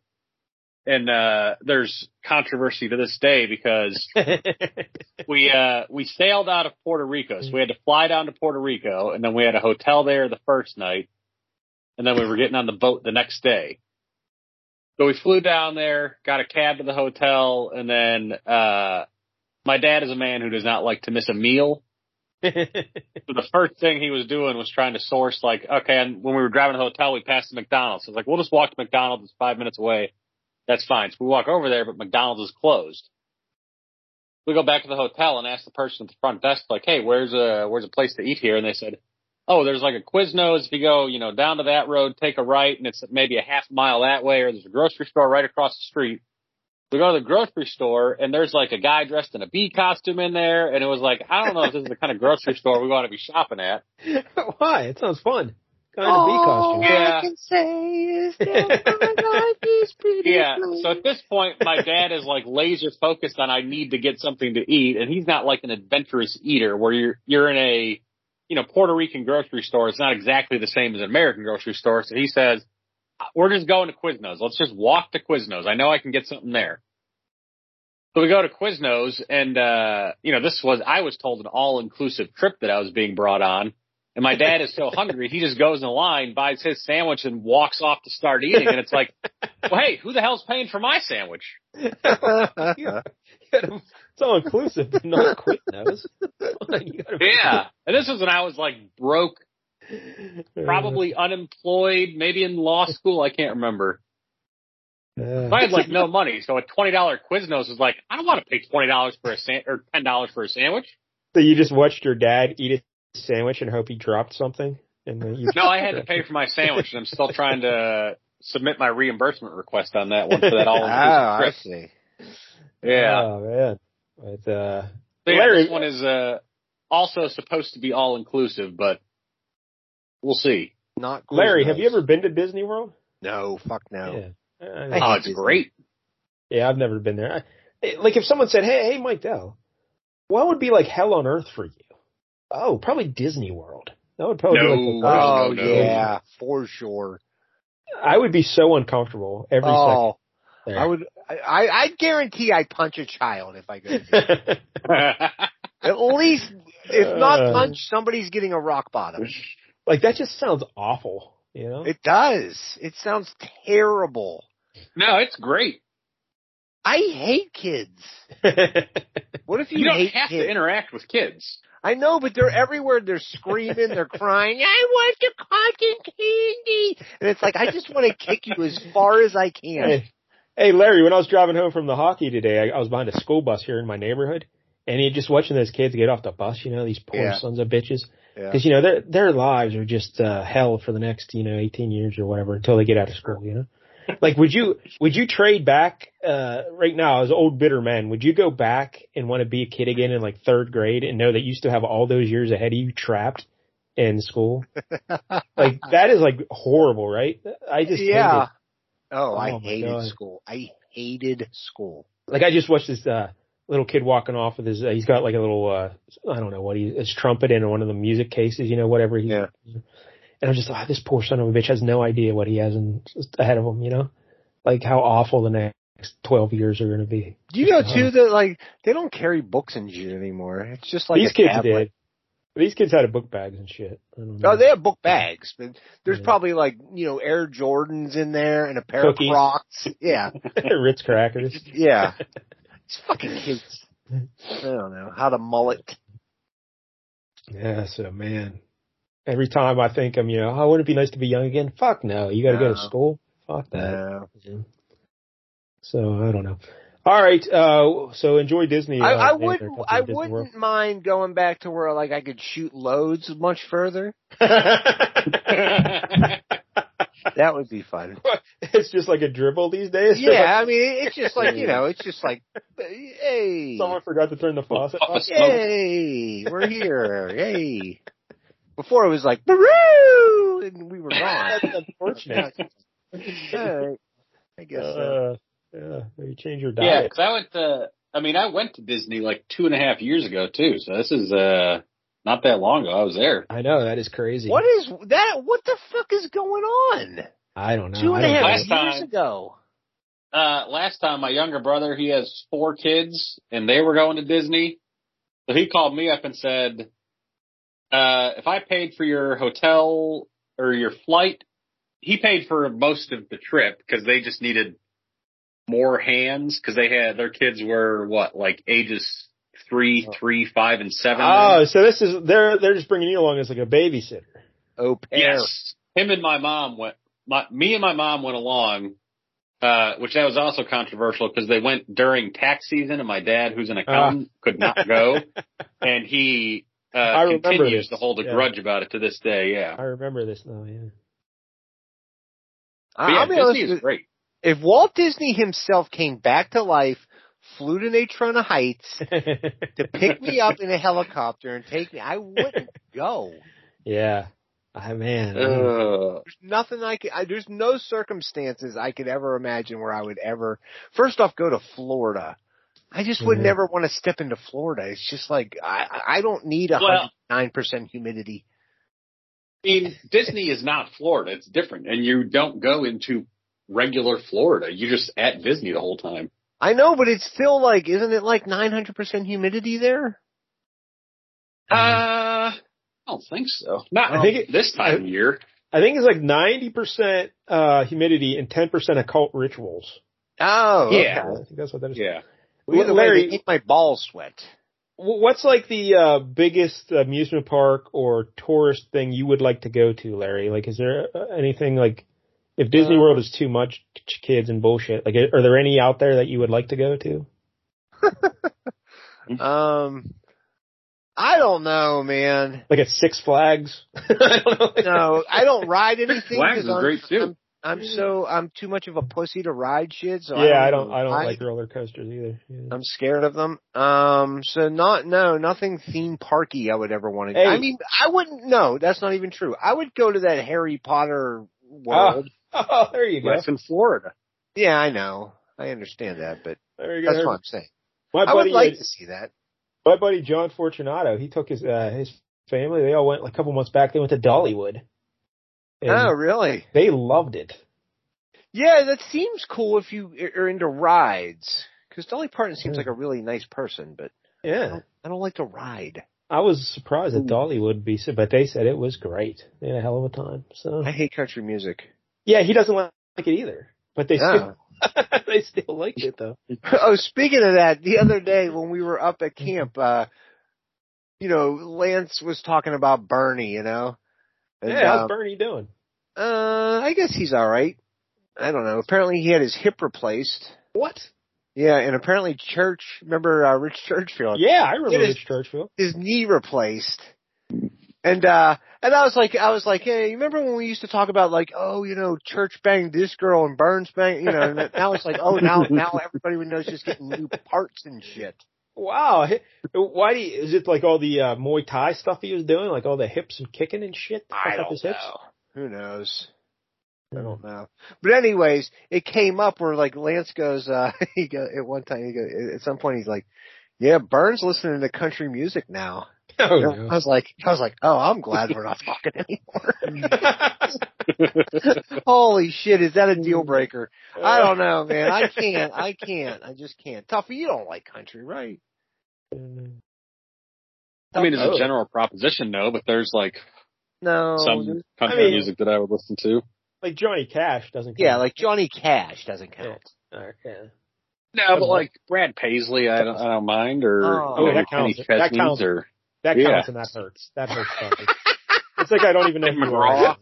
Speaker 5: And uh, there's controversy to this day because we uh, we sailed out of Puerto Rico, so we had to fly down to Puerto Rico, and then we had a hotel there the first night, and then we were getting on the boat the next day. So we flew down there, got a cab to the hotel, and then uh, my dad is a man who does not like to miss a meal, so the first thing he was doing was trying to source like, okay, and when we were driving to the hotel, we passed the McDonald's. I was like, we'll just walk to McDonald's. It's five minutes away. That's fine. So we walk over there, but McDonald's is closed. We go back to the hotel and ask the person at the front desk, like, hey, where's a, where's a place to eat here? And they said, oh, there's like a Quiznos. If you go, you know, down to that road, take a right and it's maybe a half mile that way, or there's a grocery store right across the street we go to the grocery store and there's like a guy dressed in a bee costume in there and it was like I don't know if this is the kind of grocery store we want to be shopping at.
Speaker 3: Why? It sounds fun. Kind of bee
Speaker 6: Oh,
Speaker 3: costume.
Speaker 5: Yeah. Yeah.
Speaker 6: yeah.
Speaker 5: So at this point my dad is like laser focused on I need to get something to eat and he's not like an adventurous eater where you're you're in a you know Puerto Rican grocery store it's not exactly the same as an American grocery store so he says we're just going to Quiznos. Let's just walk to Quiznos. I know I can get something there. So we go to Quiznos and, uh, you know, this was, I was told an all inclusive trip that I was being brought on. And my dad is so hungry, he just goes in line, buys his sandwich and walks off to start eating. And it's like, well, hey, who the hell's paying for my sandwich?
Speaker 3: It's all inclusive, but not quick nose. You gotta be-
Speaker 5: Yeah. And this was when I was like broke, probably unemployed, maybe in law school. I can't remember.
Speaker 3: Uh,
Speaker 5: But I had like no money. So a $20 Quiznos is like, I don't want to pay $20 for a sand or $10 for a sandwich.
Speaker 3: so you just watched your dad eat a sandwich and hope he dropped something, and then you
Speaker 5: No, I had to pay for my sandwich, and I'm still trying to submit my reimbursement request on that one for that
Speaker 6: Oh,
Speaker 5: all
Speaker 6: I
Speaker 5: inclusive
Speaker 6: see.
Speaker 5: trip. Yeah.
Speaker 3: Oh man. But uh,
Speaker 5: So, yeah,
Speaker 3: Larry-
Speaker 5: this one is uh, also supposed to be all inclusive, but we'll see.
Speaker 6: Not Quiznos.
Speaker 3: Larry, have you ever been to Disney World?
Speaker 6: No, fuck no.
Speaker 3: Yeah.
Speaker 6: I
Speaker 3: Uh,
Speaker 5: Oh,
Speaker 6: hate
Speaker 5: it's
Speaker 6: Disney.
Speaker 5: great.
Speaker 3: yeah, I've never been there. I, like if someone said, "Hey, hey, Mike Dell, what would be like hell on earth for you?" Oh, probably Disney World. That would probably be like the
Speaker 5: No.
Speaker 3: worst.
Speaker 6: Oh,
Speaker 5: no, no.
Speaker 6: yeah, for sure.
Speaker 3: I would be so uncomfortable every
Speaker 6: Oh,
Speaker 3: second. There.
Speaker 6: I would. I I guarantee I punch a child if I go. At least, if
Speaker 3: Uh.
Speaker 6: not punch, somebody's getting a rock bottom.
Speaker 3: like that just sounds awful. You know?
Speaker 6: It does. It sounds terrible.
Speaker 5: no, it's great.
Speaker 6: I hate kids. What if you,
Speaker 5: You don't
Speaker 6: hate
Speaker 5: have
Speaker 6: kids?
Speaker 5: to interact with kids.
Speaker 6: I know, but they're everywhere. They're screaming. They're crying. I want the cotton candy. And it's like I just want to kick you as far as I can.
Speaker 3: Hey, hey, Larry, when I was driving home from the hockey today, I, I was behind a school bus here in my neighborhood, and you just watching those kids get off the bus, you know, these poor
Speaker 6: Yeah.
Speaker 3: sons of bitches.
Speaker 6: Yeah.
Speaker 3: Because, you know, their their lives are just uh, hell for the next, you know, 18 years or whatever until they get out of school, you know? Like, would you, would you trade back, uh, right now as old bitter men, would you go back and want to be a kid again in like third grade and know that you still have all those years ahead of you trapped in school? like, that is like horrible, right? I just, hate it.
Speaker 6: Yeah. Oh, I
Speaker 3: Oh, my
Speaker 6: hated
Speaker 3: God.
Speaker 6: school. I hated school.
Speaker 3: like I just watched this uh little kid walking off with his uh, he's got like a little uh I don't know what he his trumpet in one of the music cases, you know, whatever he
Speaker 6: Yeah.
Speaker 3: And I'm just like, "Ah, this poor son of a bitch has no idea what he has in, ahead of him, you know? Like how awful the next 12 years are going to be. Uh-huh.
Speaker 6: You know too that like they don't carry books and shit anymore. It's just like
Speaker 3: These
Speaker 6: a
Speaker 3: kids
Speaker 6: tablet.
Speaker 3: did. These kids had a book bags and shit. I don't know.
Speaker 6: Oh, they have book bags, but there's
Speaker 3: Yeah.
Speaker 6: probably like you know Air Jordans in there and a pair
Speaker 3: Cookies.
Speaker 6: of Crocs. Yeah,
Speaker 3: Ritz crackers.
Speaker 6: yeah. it's fucking kids. I don't know how to mullet.
Speaker 3: Yeah, so man, every time I think I'm, you know, oh, wouldn't it be nice to be young again? Fuck no, you got to go to
Speaker 6: No.
Speaker 3: school. Fuck that.
Speaker 6: No.
Speaker 3: So I don't know. All right, uh, so enjoy Disney.
Speaker 6: I,
Speaker 3: uh,
Speaker 6: I
Speaker 3: Panther
Speaker 6: would.
Speaker 3: Company,
Speaker 6: I
Speaker 3: Disney World.
Speaker 6: wouldn't mind going back to where like I could shoot loads much further. That would be fun.
Speaker 3: it's just like a dribble these days.
Speaker 6: Yeah, I mean it's just like you know, it's just like, hey,
Speaker 3: Someone forgot to turn the faucet
Speaker 5: Puff
Speaker 3: on.
Speaker 5: of smoke.
Speaker 6: Yay, we're here. Yay. Before it was like, woo, and we were gone.
Speaker 3: That's unfortunate.
Speaker 6: All right. I guess so.
Speaker 3: Uh, yeah, maybe change your
Speaker 5: Yeah,
Speaker 3: diet.
Speaker 5: because I went to. I mean, I went to Disney like two and a half years ago too. So this is uh not that long ago. I was there.
Speaker 3: I know that is crazy.
Speaker 6: What is that? What the fuck is going on?
Speaker 3: I don't know.
Speaker 6: Two and a
Speaker 3: I don't
Speaker 6: half
Speaker 3: know.
Speaker 6: years
Speaker 5: Last time.
Speaker 6: ago.
Speaker 5: Uh Last time, my younger brother he has four kids, and they were going to Disney. So he called me up and said, uh, "If I paid for your hotel or your flight, he paid for most of the trip because they just needed more hands because they had their kids were what like ages three, three, five, and seven.
Speaker 3: Oh, so this is they're they're just bringing you along as like a babysitter.
Speaker 6: Au pair.
Speaker 5: Yes. Him and my mom went, my, me and my mom went along, uh, which that was also controversial because they went during tax season and my dad,
Speaker 3: Ah.
Speaker 5: who's an accountant, could not go. and he,
Speaker 3: I
Speaker 5: uh,
Speaker 3: remember
Speaker 5: continues
Speaker 3: this.
Speaker 5: to hold a
Speaker 3: Yeah.
Speaker 5: grudge about it to this day. Yeah.
Speaker 3: I remember this now. Yeah.
Speaker 6: I-
Speaker 5: But yeah,
Speaker 6: I'll be honest
Speaker 5: Disney
Speaker 6: with
Speaker 5: is great.
Speaker 6: If Walt Disney himself came back to life, flew to Natrona Heights to pick me up in a helicopter and take me, I wouldn't go.
Speaker 3: yeah. I man.
Speaker 5: Uh,
Speaker 6: There's nothing I could. I, there's no circumstances I could ever imagine where I would ever. First off, go to Florida. I just would
Speaker 3: Mhm.
Speaker 6: never want to step into Florida. It's just like I, I don't need a
Speaker 5: Well-
Speaker 6: hundred nine percent humidity.
Speaker 5: I mean, Disney is not Florida. It's different. And you don't go into regular Florida. You're just at Disney the whole time.
Speaker 6: I know, but it's still like, isn't it like nine hundred percent humidity there?
Speaker 5: Uh, I don't think so. Not
Speaker 3: Mm-hmm. I think it-
Speaker 5: this time of year.
Speaker 3: I think it's like ninety percent uh humidity and ten percent occult rituals.
Speaker 6: Oh,
Speaker 5: Yeah.
Speaker 6: okay.
Speaker 3: I think that's what that is.
Speaker 5: Yeah.
Speaker 6: Well, either way,
Speaker 3: Larry-
Speaker 6: they make my balls sweat.
Speaker 3: Wh- What's like the uh biggest amusement park or tourist thing you would like to go to, Larry? Like, is there uh, anything like if Disney
Speaker 6: Uh,
Speaker 3: World is too much ch- kids and bullshit? Like, are there any out there that you would like to go to?
Speaker 6: Um, I don't know, man.
Speaker 3: Like at Six Flags? I don't know.
Speaker 6: No, I don't ride anything.
Speaker 5: Flags
Speaker 6: 'cause
Speaker 5: is
Speaker 6: I'm-
Speaker 5: great too.
Speaker 6: I'm- I'm so I'm too much of a pussy to ride shit. So
Speaker 3: yeah,
Speaker 6: I
Speaker 3: I
Speaker 6: don't.
Speaker 3: don't. I don't
Speaker 6: ride.
Speaker 3: like roller coasters either. Yeah.
Speaker 6: I'm scared of them. Um, so not no nothing theme parky I would ever want to.
Speaker 3: Hey.
Speaker 6: I mean, I wouldn't. No, that's not even true. I would go to that Harry
Speaker 3: Ah,
Speaker 6: Potter world.
Speaker 3: Oh, there you go.
Speaker 5: That's in Florida.
Speaker 6: Yeah, I know. I understand that, but
Speaker 3: There you go.
Speaker 6: that's what I'm saying.
Speaker 3: My
Speaker 6: I would
Speaker 3: buddy, uh,
Speaker 6: like to see that.
Speaker 3: my buddy John Fortunato, he took his uh, his family. They all went like, a couple months back. They went to Dollywood. And
Speaker 6: Oh, really?
Speaker 3: They loved it.
Speaker 6: Yeah, that seems cool if you are into rides. Because Dolly Parton seems
Speaker 3: Yeah.
Speaker 6: like a really nice person, but
Speaker 3: Yeah,
Speaker 6: I don't like to ride.
Speaker 3: I was surprised that Dollywood would be, so- but they said it was great. They had a hell of a time. So
Speaker 6: I hate country music.
Speaker 3: yeah, he doesn't like it either, but they
Speaker 6: Oh.
Speaker 3: still they still liked it though.
Speaker 6: oh, speaking of that, the other day when we were up
Speaker 3: Mm-hmm.
Speaker 6: at camp, uh, you know, Lance was talking about Bernie, you know. And,
Speaker 3: yeah, how's
Speaker 6: um,
Speaker 3: Bernie doing?
Speaker 6: uh, I guess he's all right. I don't know. Apparently he had his hip replaced.
Speaker 3: What?
Speaker 6: Yeah, and apparently Church, remember uh, Rich Churchfield?
Speaker 3: Yeah, I remember
Speaker 6: It is-
Speaker 3: Rich Churchfield.
Speaker 6: His knee replaced. And uh and I was like I was like, hey, you remember when we used to talk about like, oh, you know, Church banged this girl and Burns banged, you know, and now it's like, oh, now now everybody would know she's getting new parts and shit.
Speaker 3: Wow, hi- why do you, is it like all the uh, Muay Thai stuff he was doing, like all the hips and kicking and shit? that fucked up his hips?
Speaker 6: Who knows? I
Speaker 3: Hmm.
Speaker 6: don't know. But anyways, it came up where like Lance goes, uh, he go at one time, he go, at some point he's like, yeah, Burns listening to country music now.
Speaker 3: Oh
Speaker 6: I was like, I was like, oh, I'm glad we're not talking anymore. Holy shit, is that a deal breaker? I
Speaker 3: Uh,
Speaker 6: don't know, man. I can't, I can't, I just can't. Tuffy, you don't like country, right?
Speaker 3: know.
Speaker 5: I mean, as a
Speaker 3: Oh.
Speaker 5: general proposition, no, but there's like
Speaker 6: No.
Speaker 5: some country
Speaker 3: I mean-
Speaker 5: music that Oh, I would listen to.
Speaker 3: Like Johnny Cash doesn't.
Speaker 6: Yeah,
Speaker 3: count.
Speaker 6: like Johnny Cash doesn't count.
Speaker 3: okay.
Speaker 5: No, but like Brad Paisley, I don't, I don't mind, or
Speaker 6: Oh.
Speaker 5: you
Speaker 3: Oh, that
Speaker 5: know, Kenny
Speaker 3: counts. That
Speaker 5: Chesney's
Speaker 3: counts.
Speaker 5: or
Speaker 3: That
Speaker 5: Yeah.
Speaker 3: counts and that hurts. That hurts. Something. it's like I don't even know
Speaker 5: Tim
Speaker 3: who you
Speaker 5: McGraw.
Speaker 3: are.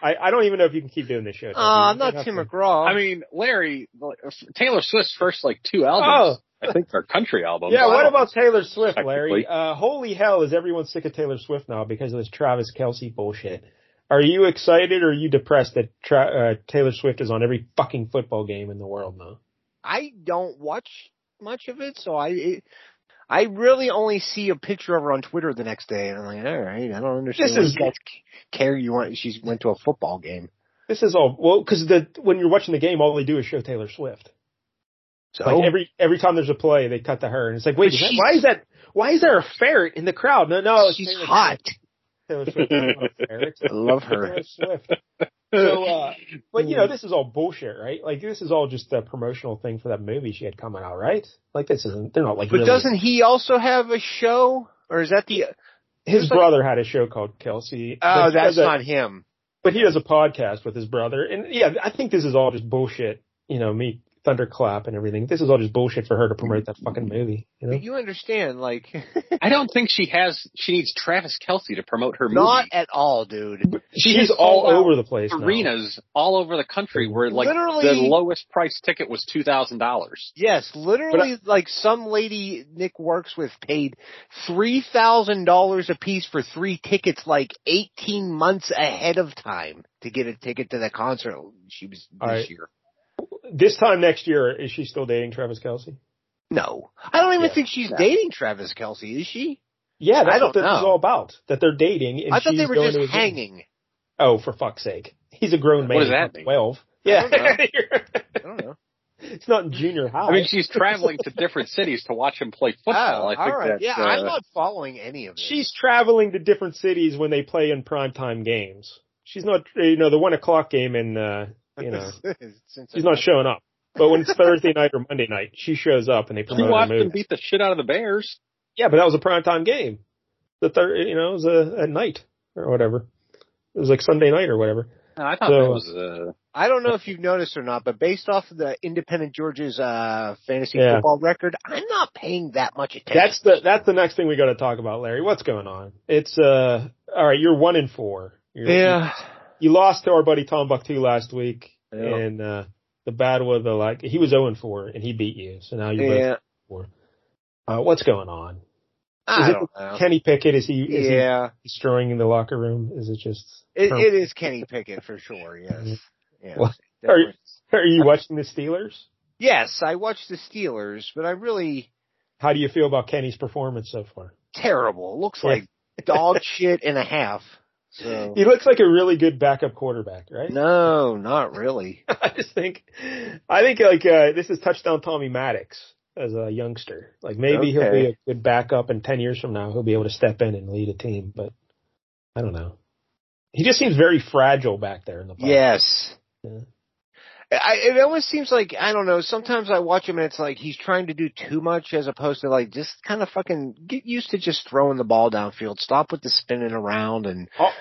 Speaker 3: I, I don't even know if you can keep doing this shit.
Speaker 6: Oh, I'm not Tim McGraw.
Speaker 5: I mean, Larry, like, Taylor Swift's first like two
Speaker 3: Oh,
Speaker 5: albums, I think, are country albums.
Speaker 3: yeah.
Speaker 5: I
Speaker 3: What
Speaker 5: don't-
Speaker 3: about Taylor Swift, Larry?
Speaker 5: Technically.
Speaker 3: Uh, holy hell, is everyone sick of Taylor Swift now because of this Travis Kelsey bullshit? Are you excited or are you depressed that tra- uh, Taylor Swift is on every fucking football game in the world now?
Speaker 6: I don't watch much of it, so I it, I really only see a picture of her on Twitter the next day, and I'm like, all right, I don't understand.
Speaker 3: This
Speaker 6: why
Speaker 3: is-
Speaker 6: you guys c- care you want? She went to a football game,
Speaker 3: This is all well because the when you're watching the game, all they do is show Taylor Swift.
Speaker 6: so
Speaker 3: Like every every time there's a play, they cut to her, and it's like, wait,
Speaker 6: But
Speaker 3: is that,
Speaker 6: she's-
Speaker 3: why is that? Why is there a ferret in the crowd? No, no, it's
Speaker 5: Oh,
Speaker 6: she's
Speaker 3: Taylor
Speaker 6: hot.
Speaker 3: Taylor Swift. is not a ferret.
Speaker 6: I love her.
Speaker 3: Taylor Swift. So, uh, but you know, this is all bullshit, right? Like this is all just a promotional thing for that movie she had coming out, right? Like this isn't. They're not like.
Speaker 6: But
Speaker 3: really-
Speaker 6: doesn't he also have a show, or is that the?
Speaker 3: his
Speaker 6: there's like-
Speaker 3: brother had a show called Kelsey?
Speaker 6: Oh,
Speaker 3: but he
Speaker 6: that's
Speaker 3: does a-
Speaker 6: not him.
Speaker 3: But he does a podcast with his brother, and yeah, I think this is all just bullshit. You know, me thunderclap and everything. This is all just bullshit for her to promote that fucking movie. You know.
Speaker 6: But you understand, like,
Speaker 5: I don't think she has. She needs Travis Kelsey to promote her
Speaker 6: not
Speaker 5: movie.
Speaker 6: at all, dude.
Speaker 3: She's
Speaker 5: She's
Speaker 3: all
Speaker 5: sold out
Speaker 3: over the place. now.
Speaker 5: Arenas all over the country where like
Speaker 6: Literally-
Speaker 5: the lowest price ticket was two thousand dollars.
Speaker 6: Yes, literally, like some lady Nick works with paid three thousand dollars a piece for three tickets, like eighteen months ahead of time to get a ticket to the concert. She was this
Speaker 3: All right.
Speaker 6: year.
Speaker 3: This time next year, is she still dating Travis Kelsey?
Speaker 6: No, I don't even
Speaker 3: Yeah.
Speaker 6: think she's dating Travis Kelsey, is she?
Speaker 3: Yeah, that's
Speaker 6: I don't
Speaker 3: what this
Speaker 6: know.
Speaker 3: is all about. That they're dating. And
Speaker 6: I thought
Speaker 3: she's
Speaker 6: they were
Speaker 3: going
Speaker 6: just
Speaker 3: to his-
Speaker 6: hanging.
Speaker 3: Oh, for fuck's sake! He's a grown man.
Speaker 5: What does that
Speaker 3: He's
Speaker 5: mean?
Speaker 3: Twelve.
Speaker 6: I
Speaker 3: Yeah,
Speaker 6: I don't know.
Speaker 3: it's not in junior high.
Speaker 5: I mean, she's traveling to different cities to watch him play football.
Speaker 6: Oh,
Speaker 5: I think
Speaker 6: all right.
Speaker 5: that's,
Speaker 6: yeah,
Speaker 5: uh,
Speaker 6: I'm not following any of this.
Speaker 3: she's traveling to different cities when they play in primetime games. She's not, you know, the one o'clock game in, uh, you know,
Speaker 6: Since
Speaker 3: she's not showing up. But when it's Thursday night or Monday night, she shows up and they
Speaker 5: She
Speaker 3: promote her
Speaker 5: watched him
Speaker 3: movie.
Speaker 5: beat the shit out of the Bears.
Speaker 3: Yeah, but that was a primetime game. The third, you know, it was a, at night or whatever. It was like Sunday night or whatever.
Speaker 5: No, I thought
Speaker 3: So-
Speaker 5: that was uh,
Speaker 6: I don't know if you've noticed or not, but based off of the independent George's uh fantasy
Speaker 3: Yeah.
Speaker 6: football record, I'm not paying that much attention.
Speaker 3: That's the that's the next thing we got to talk about, Larry. What's going on? It's uh, all right. You're one in four. You're,
Speaker 6: yeah.
Speaker 3: You, you lost to our buddy Tom Bucktu last week,
Speaker 6: Yeah.
Speaker 3: and uh, the battle of the like he was zero and four, and he beat you. So now you're both
Speaker 6: Yeah.
Speaker 3: Uh, what's going on?
Speaker 6: I
Speaker 3: it-
Speaker 6: don't know.
Speaker 3: Kenny Pickett is he is
Speaker 6: Yeah.
Speaker 3: he destroying the locker room? Is it just?
Speaker 6: It, it is Kenny Pickett for sure. Yes. Yes.
Speaker 3: Well, are you-
Speaker 6: definitely.
Speaker 3: Are you watching the Steelers?
Speaker 6: Yes, I watched the Steelers, but I really
Speaker 3: How do you feel about Kenny's performance so far?
Speaker 6: terrible. Looks
Speaker 3: Yeah.
Speaker 6: like dog shit and a half. So
Speaker 3: He looks like a really good backup quarterback, right?
Speaker 6: no, not really.
Speaker 3: I just think, I think like uh, this is touchdown Tommy Maddox as a youngster. Like maybe he'll be a good backup, and ten years from now he'll be able to step in and lead a team. But I don't know. He just seems very fragile back there in the pocket.
Speaker 6: Yes.
Speaker 3: Yeah.
Speaker 6: I, it almost seems like I don't know. Sometimes I watch him and it's like he's trying to do too much as opposed to like just kind of fucking get used to just throwing the ball downfield. Stop with the spinning around and
Speaker 3: All,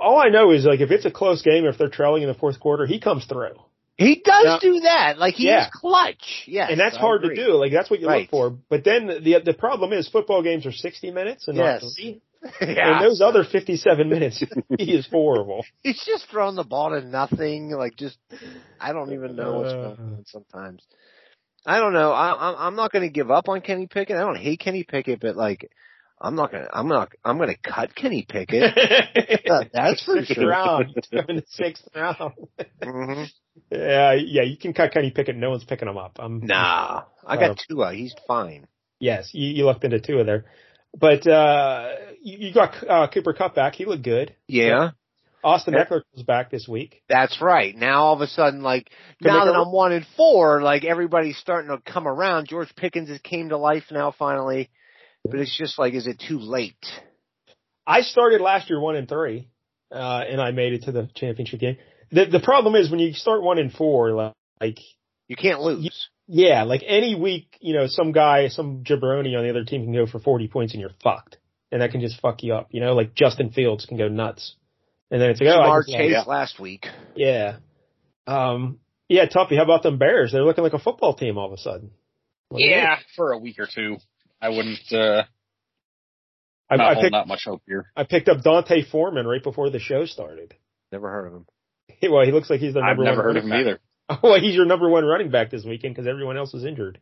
Speaker 3: all I know is like if it's a close game, if they're trailing in the fourth quarter, he comes through.
Speaker 6: he does
Speaker 3: Yeah.
Speaker 6: do that. Like he's
Speaker 3: Yeah.
Speaker 6: clutch. Yes,
Speaker 3: and that's
Speaker 6: I
Speaker 3: hard
Speaker 6: agree.
Speaker 3: to do. Like that's what you
Speaker 6: Right.
Speaker 3: look for. But then the the problem is football games are sixty minutes and not
Speaker 6: Yes.
Speaker 3: 90.
Speaker 6: yeah,
Speaker 3: and those other fifty seven minutes he is horrible.
Speaker 6: he's just throwing the ball to nothing. Like just I don't even know
Speaker 3: Uh.
Speaker 6: what's going on sometimes. I don't know. I, I'm I'm not going to give up on Kenny Pickett. I don't hate Kenny Pickett, but like I'm not gonna I'm not I'm gonna cut Kenny Pickett. that's for
Speaker 3: Sixth
Speaker 6: sure.
Speaker 3: round. He's coming in sixth round.
Speaker 6: hmm
Speaker 3: Yeah, yeah, you can cut Kenny Pickett. No one's picking him up. I'm,
Speaker 6: Nah, I
Speaker 3: Um,
Speaker 6: got Tua. He's fine.
Speaker 3: Yes, you, you lucked into two of there. But uh you, you got uh, Cooper Cup back. He looked good.
Speaker 6: Yeah,
Speaker 3: Austin
Speaker 6: Yeah.
Speaker 3: Eckler comes back this week.
Speaker 6: that's right. Now all of a sudden, like
Speaker 3: Can
Speaker 6: now
Speaker 3: they
Speaker 6: that
Speaker 3: go-
Speaker 6: I'm one and four, like everybody's starting to come around. George Pickens has came to life now finally, but it's just like, is it too late?
Speaker 3: I started last year one and three, uh, and I made it to the championship game. The the problem is when you start one and four, like, like
Speaker 6: You can't lose.
Speaker 3: yeah, like any week, you know, some guy, some jabroni on the other team can go for forty points and you're fucked. and that can just fuck you up. You know, like Justin Fields can go nuts, and then it's like, oh, I
Speaker 6: Jamar
Speaker 3: just-
Speaker 6: Chase last week.
Speaker 3: yeah, um, yeah, Tuffy. How about them Bears? They're looking like a football team all of a sudden. Like,
Speaker 5: Yeah, for a week or two. I wouldn't uh
Speaker 3: I,
Speaker 5: not
Speaker 3: I
Speaker 5: hold
Speaker 3: picked
Speaker 5: out much hope here.
Speaker 3: I picked up Dante Foreman right before the show started.
Speaker 6: Never heard of him.
Speaker 3: Well, he looks like he's the
Speaker 5: I've
Speaker 3: number
Speaker 5: never
Speaker 3: one
Speaker 5: heard of him
Speaker 3: running
Speaker 5: either.
Speaker 3: back. Well, he's your number one running back this weekend because everyone else was injured.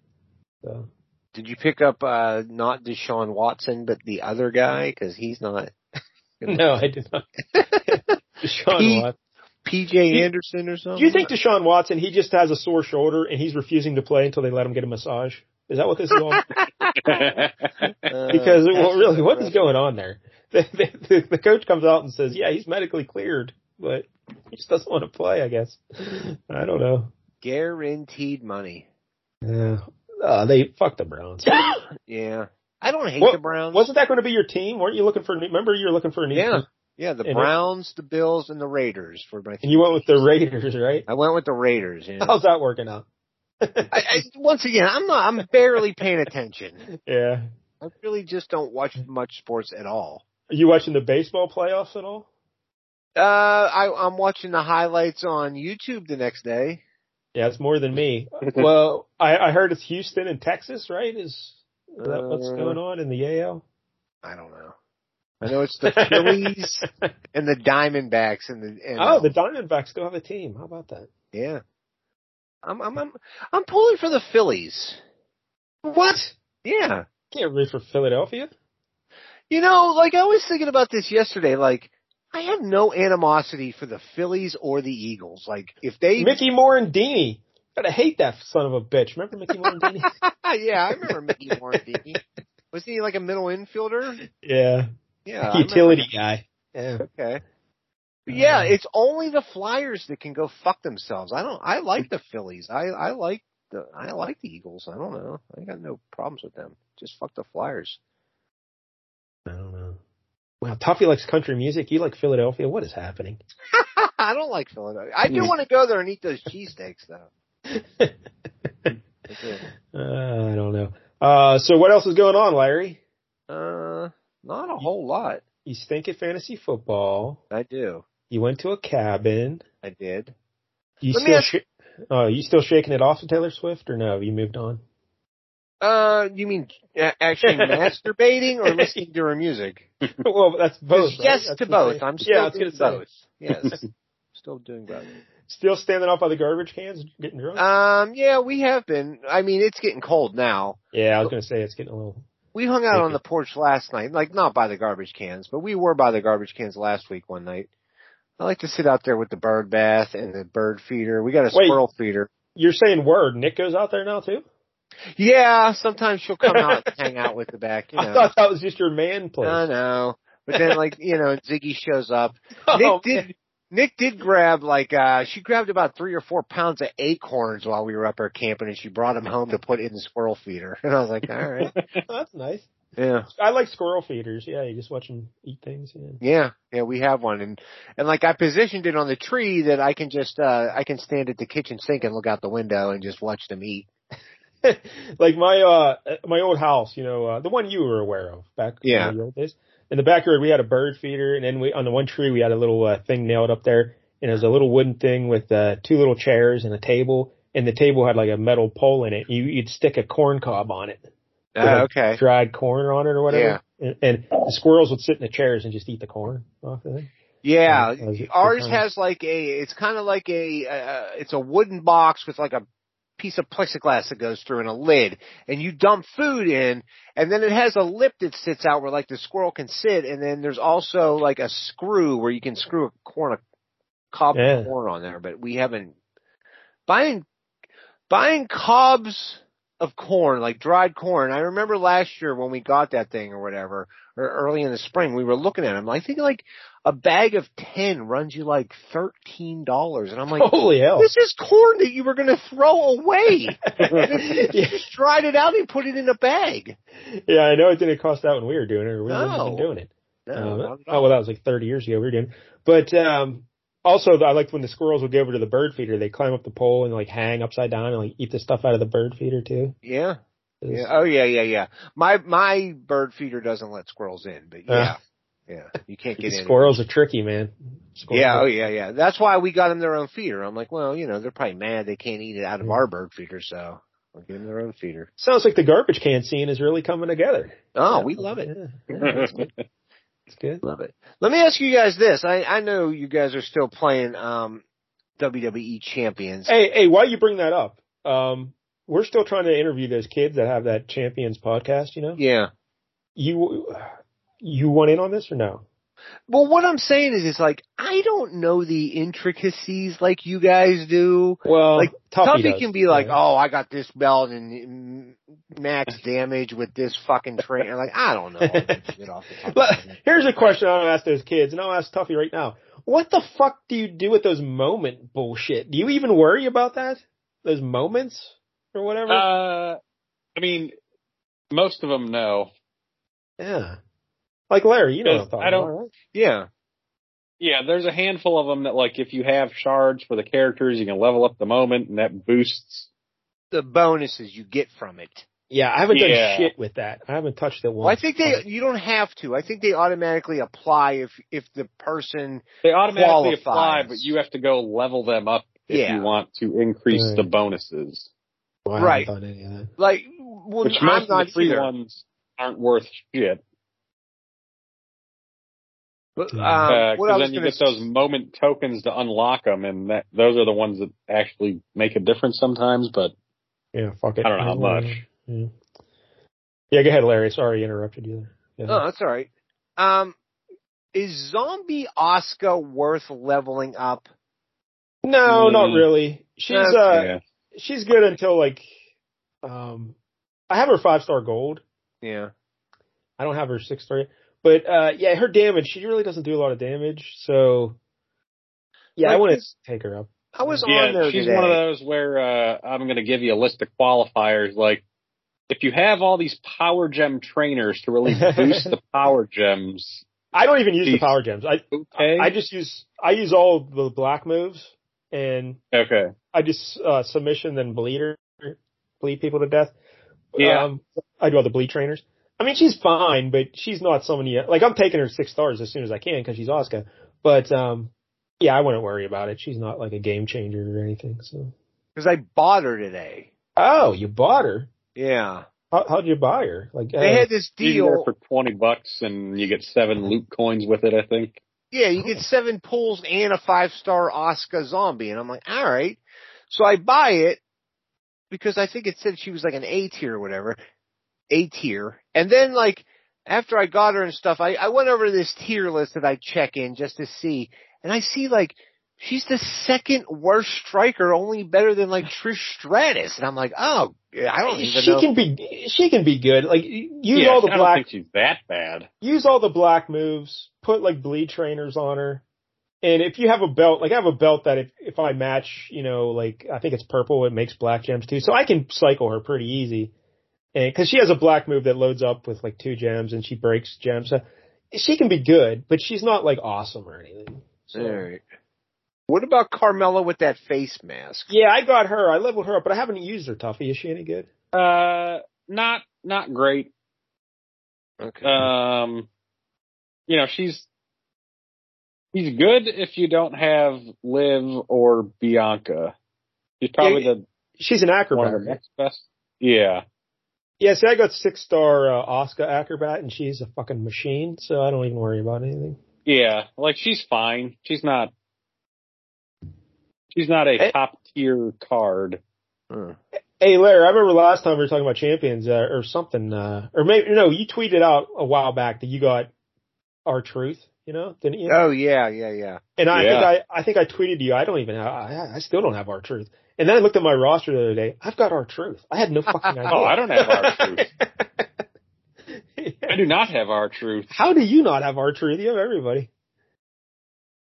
Speaker 3: So
Speaker 6: Did you pick up uh not Deshaun Watson, but the other guy? Because he's not
Speaker 3: no, I did not. Deshaun
Speaker 6: He-
Speaker 3: Watson.
Speaker 6: PJ Anderson or something.
Speaker 3: Do you think Deshaun Watson? He just has a sore shoulder and he's refusing to play until they let him get a massage. Is that what this is all? about?
Speaker 6: Uh,
Speaker 3: because well,
Speaker 6: that's
Speaker 3: really, what is
Speaker 6: impressive.
Speaker 3: going on there? The, the, the, the coach comes out and says, "Yeah, he's medically cleared, but he just doesn't want to play." I guess I don't know.
Speaker 6: Guaranteed money.
Speaker 3: Yeah, uh, they fucked the Browns.
Speaker 6: Yeah, I don't hate
Speaker 3: What-
Speaker 6: the Browns.
Speaker 3: Wasn't that going to be your team? weren't you looking for? a new- Remember, you were looking for a new
Speaker 6: Yeah,
Speaker 3: team,
Speaker 6: yeah, the
Speaker 3: And it-
Speaker 6: Browns, the Bills, and the Raiders were my.
Speaker 3: and you went with the Oh, Raiders, right?
Speaker 6: I went with the Raiders. Yeah.
Speaker 3: How's that working out?
Speaker 6: I, I, once again, I'm not. I'm barely paying attention.
Speaker 3: Yeah,
Speaker 6: I really just don't watch much sports at all.
Speaker 3: are you watching the baseball playoffs at all?
Speaker 6: Uh, I, I'm watching the highlights on YouTube the next day.
Speaker 3: Yeah, it's more than me. well, I, I heard it's Houston and Texas, right? Is, is that what's
Speaker 6: Uh,
Speaker 3: going on in the AL?
Speaker 6: I don't know. I know it's the Phillies and the Diamondbacks and the and uh,
Speaker 3: Oh, the Diamondbacks still have a team. How about that?
Speaker 6: yeah. I'm I'm I'm I'm pulling for the Phillies.
Speaker 3: What?
Speaker 6: Yeah.
Speaker 3: Can't root for Philadelphia.
Speaker 6: You know, like I was thinking about this yesterday. Like I have no animosity for the Phillies or the Eagles. Like if they
Speaker 3: Mickey Morandini. Gotta hate that son of a bitch. Remember Mickey Morandini?
Speaker 6: Ah, yeah, I remember Mickey Morandini. Was he like a middle infielder?
Speaker 3: yeah, Uh,
Speaker 6: Yeah, I remember
Speaker 3: utility Uh, guy. Yeah.
Speaker 6: Okay. But yeah, it's only the Flyers that can go fuck themselves. I don't. I like the Phillies. I I like the I like the Eagles. I don't know. I got no problems with them. Just fuck the Flyers.
Speaker 3: I don't know. Wow, Toffee likes country music. You like Philadelphia. What is happening?
Speaker 6: I don't like Philadelphia. I do want to go there and eat those cheesesteaks though.
Speaker 3: uh,
Speaker 6: I do.
Speaker 3: I don't know. Uh, so what else is going on, Larry?
Speaker 6: Uh, not a whole lot.
Speaker 3: You stink at fantasy football.
Speaker 6: I do.
Speaker 3: You went to a cabin.
Speaker 6: I did.
Speaker 3: You
Speaker 6: Let me
Speaker 3: still
Speaker 6: ask-
Speaker 3: sh- oh, you still shaking it off to Taylor Swift or no? Have you moved on?
Speaker 6: Uh, you mean uh, actually masturbating or listening to her music?
Speaker 3: well, that's both. right?
Speaker 6: yes
Speaker 3: That's
Speaker 6: to
Speaker 3: the
Speaker 6: both.
Speaker 3: thing.
Speaker 6: I'm still
Speaker 3: yeah, I was
Speaker 6: doing
Speaker 3: gonna say.
Speaker 6: both. Yes, still doing both.
Speaker 3: Still standing up by the garbage cans, getting drunk.
Speaker 6: Um, yeah, we have been. I mean, it's getting cold now.
Speaker 3: yeah, I was gonna say it's getting a little.
Speaker 6: We hung out on
Speaker 3: Mhm.
Speaker 6: the porch last night, like not by the garbage cans, but we were by the garbage cans last week one night. I like to sit out there with the bird bath and the bird feeder. We got a
Speaker 3: Wait.
Speaker 6: squirrel feeder.
Speaker 3: You're saying word. Nick goes out there now too.
Speaker 6: Yeah, sometimes she'll come out and hang out with the back, you
Speaker 3: I
Speaker 6: know.
Speaker 3: thought that was just your man place.
Speaker 6: I know. But then like, you know, Ziggy shows up. Nick
Speaker 3: Oh,
Speaker 6: did Nick did grab like uh she grabbed about three or four pounds of acorns while we were up there camping and she brought them home to put in the squirrel feeder. And I was like, All right.
Speaker 3: that's nice.
Speaker 6: Yeah.
Speaker 3: I like squirrel feeders. Yeah, you just watch them eat things. Yeah.
Speaker 6: Yeah, yeah, we have one, and and like I positioned it on the tree that I can just uh I can stand at the kitchen sink and look out the window and just watch them eat.
Speaker 3: like my uh my old house, you know, uh, the one you were aware of back
Speaker 6: Yeah.
Speaker 3: in the old days. In the backyard, we had a bird feeder, and then we on the one tree we had a little uh, thing nailed up there, and it was a little wooden thing with uh, two little chairs and a table, and the table had like a metal pole in it. You you'd stick a corn cob on it,
Speaker 6: Uh, okay.
Speaker 3: dried corn on it or whatever, and, and the squirrels would sit in the chairs and just eat the corn off of it.
Speaker 6: Yeah,
Speaker 3: Yeah, it's a
Speaker 6: ours
Speaker 3: good time.
Speaker 6: has like a it's kind of like a uh, it's a wooden box with like a piece of plexiglass that goes through and a lid, and you dump food in, and then it has a lip that sits out where like the squirrel can sit, and then there's also like a screw where you can screw a corn a cob of
Speaker 3: Yeah.
Speaker 6: corn on there, but we haven't buying buying cobs of corn, like dried corn. I remember last year when we got that thing or whatever, or early in the spring, we were looking at them. I think like a bag of 10 runs you like $13. And I'm like,
Speaker 3: Holy hell!
Speaker 6: this is corn that you were going to throw away.
Speaker 3: yeah,
Speaker 6: you just dried it out and put it in a bag.
Speaker 3: yeah, I know it didn't cost that when we were doing it, or we wouldn't have
Speaker 6: No.
Speaker 3: been doing it.
Speaker 6: No,
Speaker 3: Um,
Speaker 6: Uh, not at
Speaker 3: oh
Speaker 6: all.
Speaker 3: well, that was like 30 years ago we were doing. But um, also, I liked when the squirrels would go over to the bird feeder. They climb up the pole and like hang upside down and like eat the stuff out of the bird feeder too.
Speaker 6: yeah. Yeah. Oh yeah, yeah, yeah. My my bird feeder doesn't let squirrels in, but yeah,
Speaker 3: Uh.
Speaker 6: yeah, you can't get
Speaker 3: These
Speaker 6: in.
Speaker 3: squirrels are tricky, man. Squirrels
Speaker 6: Yeah,
Speaker 3: are-
Speaker 6: oh yeah, yeah. That's why we got them their own feeder. I'm like, well, you know, they're probably mad they can't eat it out
Speaker 3: Hmm.
Speaker 6: of our bird feeder, so we'll give them their own feeder.
Speaker 3: Sounds like the garbage can scene is really coming together.
Speaker 6: Oh, we love it.
Speaker 3: Yeah, it's good.
Speaker 6: Love it. Let me ask you guys this. I, I know you guys are still playing um WWE champions.
Speaker 3: Hey, hey, why you bring that up? Um, we're still trying to interview those kids that have that champions podcast. You know,
Speaker 6: Yeah.
Speaker 3: you you want in on this or no?
Speaker 6: Well, what I'm saying is, it's like I don't know the intricacies like you guys do.
Speaker 3: Well,
Speaker 6: Like,
Speaker 3: Tuffy,
Speaker 6: Tuffy
Speaker 3: does.
Speaker 6: can be like,
Speaker 3: Yeah.
Speaker 6: "Oh, I got this belt and mm, max damage with this fucking train." Like, I don't know. all that shit off the top of my
Speaker 3: Look,
Speaker 6: head.
Speaker 3: Here's a question I'll ask those kids, and I'll ask Tuffy right now. What the fuck do you do with those moment bullshit? Do you even worry about that? Those moments or whatever?
Speaker 5: Uh, I mean, most of them know.
Speaker 3: yeah. Like Larry, you know what I'm talking
Speaker 5: I don't-
Speaker 3: about, right?
Speaker 6: Yeah,
Speaker 5: Yeah, there's a handful of them that like if you have shards for the characters, you can level up the moment, and that boosts.
Speaker 6: the bonuses you get from it.
Speaker 3: Yeah, I haven't
Speaker 5: Yeah.
Speaker 3: done shit with that. I haven't touched it once.
Speaker 6: Well, I think they you don't have to. I think they automatically apply if if the person.
Speaker 5: They automatically apply,
Speaker 6: Qualifies.
Speaker 5: but you have to go level them up if
Speaker 6: Yeah.
Speaker 5: you want to increase
Speaker 3: Right.
Speaker 5: the bonuses.
Speaker 3: Well, I
Speaker 6: right.
Speaker 3: haven't done any of that.
Speaker 6: Like, well,
Speaker 5: Which
Speaker 6: I'm
Speaker 5: most
Speaker 6: not
Speaker 5: of the free
Speaker 6: either.
Speaker 5: ones aren't worth shit.
Speaker 6: But, um,
Speaker 5: Uh 'cause
Speaker 6: what I was
Speaker 5: then you
Speaker 6: gonna
Speaker 5: get those moment tokens to unlock them, and that, those are the ones that actually make a difference sometimes. But
Speaker 3: Yeah, fuck it.
Speaker 5: I don't know how much.
Speaker 3: Yeah. Yeah, go ahead, Larry. Sorry, I interrupted you there. Yeah.
Speaker 6: Oh, that's all right. Um, is Zombie Oscar worth leveling up?
Speaker 3: no, not
Speaker 5: Mm.
Speaker 3: really. She's
Speaker 6: That's-
Speaker 3: uh,
Speaker 5: yeah.
Speaker 3: she's good until like, um, I have her five star gold.
Speaker 6: Yeah.
Speaker 3: I don't have her six star yet. But uh yeah, her damage, she really doesn't do a lot of damage, so yeah, I
Speaker 6: Like,
Speaker 3: want
Speaker 6: it's-
Speaker 3: to take her up.
Speaker 6: I was on
Speaker 5: yeah,
Speaker 6: there
Speaker 5: she's
Speaker 6: today.
Speaker 5: one of those where uh, I'm going to give you a list of qualifiers. Like, if you have all these power gem trainers to really boost the power gems,
Speaker 3: I don't even use the
Speaker 5: Jeez.
Speaker 3: power gems. I
Speaker 5: okay,
Speaker 3: I just use I use all the black moves and
Speaker 5: okay,
Speaker 3: I just uh submission then bleed her bleed people to death.
Speaker 5: Yeah.
Speaker 3: Um, I do all the bleed trainers. I mean, she's fine, but she's not someone yet. Like I'm taking her six stars as soon as I can because she's Oscar. But um yeah, I wouldn't worry about it. She's not like a game changer or anything. So
Speaker 6: Because I bought her today.
Speaker 3: oh, you bought her.
Speaker 6: Yeah.
Speaker 3: How, how'd you buy her? Like,
Speaker 6: They
Speaker 3: uh,
Speaker 6: had this
Speaker 5: She's there
Speaker 6: deal.
Speaker 5: for twenty bucks, and you get seven loot coins with it. I think.
Speaker 6: Yeah, you get seven pulls and a five star Oscar zombie. And I'm like, all right. So I buy it because I think it said she was like an A tier or whatever. A tier. And then like after I got her and stuff, I, I went over this tier list that I check in just to see. And I see like she's the second worst striker, only better than like Trish Stratus. And I'm like, oh, yeah, I don't even
Speaker 3: she
Speaker 6: know.
Speaker 3: can be, she can be good. Like, y- use
Speaker 5: yeah,
Speaker 3: all the
Speaker 5: I
Speaker 3: black,
Speaker 5: don't think she's that bad.
Speaker 3: use all the black moves, put like bleed trainers on her. And if you have a belt, like I have a belt that if, if I match, you know, like I think it's purple, it makes black gems too. So I can cycle her pretty easy. And cause she has a black move that loads up with like two gems and she breaks gems. So she can be good, but she's not like awesome or anything. So.
Speaker 6: All right. What about Carmella with that face mask?
Speaker 3: Yeah, I got her. I leveled her up, but I haven't used her, Tuffy. Is she any good?
Speaker 5: Uh, not not great.
Speaker 6: Okay.
Speaker 5: um, you know, she's she's good if you don't have Liv or Bianca. She's probably
Speaker 3: Yeah,
Speaker 5: the
Speaker 3: She's an acrobat.
Speaker 5: one of the next best. Yeah,
Speaker 3: Yeah, see, I got six star uh, Oscar acrobat, and she's a fucking machine, so I don't even worry about anything.
Speaker 5: yeah. Like she's fine. She's not. She's not a
Speaker 3: Eh.
Speaker 5: top tier card.
Speaker 6: Hmm.
Speaker 3: Hey, Larry, I remember last time we were talking about champions uh, or something, uh, or maybe no, you tweeted out a while back that you got our truth, you know, didn't you?
Speaker 6: Oh yeah, yeah, yeah.
Speaker 3: and I
Speaker 5: yeah.
Speaker 3: think I, I think I tweeted to you, I don't even have, I, I still don't have our truth. And then I looked at my roster the other day. I've got our truth. I had no fucking idea.
Speaker 5: Oh, I don't have our truth. I
Speaker 3: Yeah.
Speaker 5: do not have our truth.
Speaker 3: How do you not have our truth? You have everybody.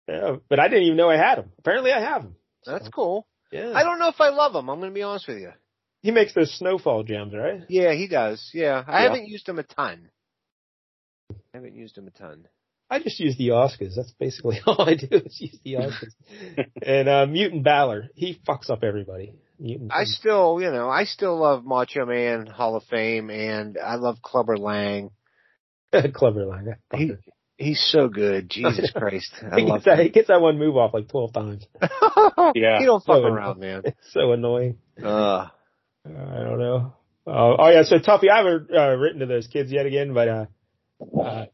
Speaker 3: Yeah, but I didn't even know I had him. Apparently, I have him.
Speaker 6: That's cool.
Speaker 3: Yeah.
Speaker 6: I don't know if I love him. I'm going to be honest with you.
Speaker 3: he makes those snowfall gems, right?
Speaker 6: Yeah, he does. Yeah, I
Speaker 5: Yeah.
Speaker 6: haven't used him a ton. I haven't used him a ton.
Speaker 3: I just use the Oscars. That's basically all I do is use the Oscars. and uh, Mutant Balor, he fucks up everybody. You,
Speaker 6: I still, you know, I still love Macho Man Hall of Fame, and I love Clubber Lang.
Speaker 3: clever line. that
Speaker 6: He,
Speaker 3: fucker.
Speaker 6: he's so good. Jesus Christ, I
Speaker 3: He
Speaker 6: love
Speaker 3: gets, that, he
Speaker 6: him.
Speaker 3: gets that one move off like twelve times. oh.
Speaker 5: Yeah.
Speaker 6: he don't fuck
Speaker 3: So-
Speaker 6: around, man.
Speaker 3: It's so annoying.
Speaker 6: Uh,
Speaker 3: Uh, I don't know. Uh, oh yeah, so Tuffy, I haven't uh, written to those kids yet again, but uh, uh,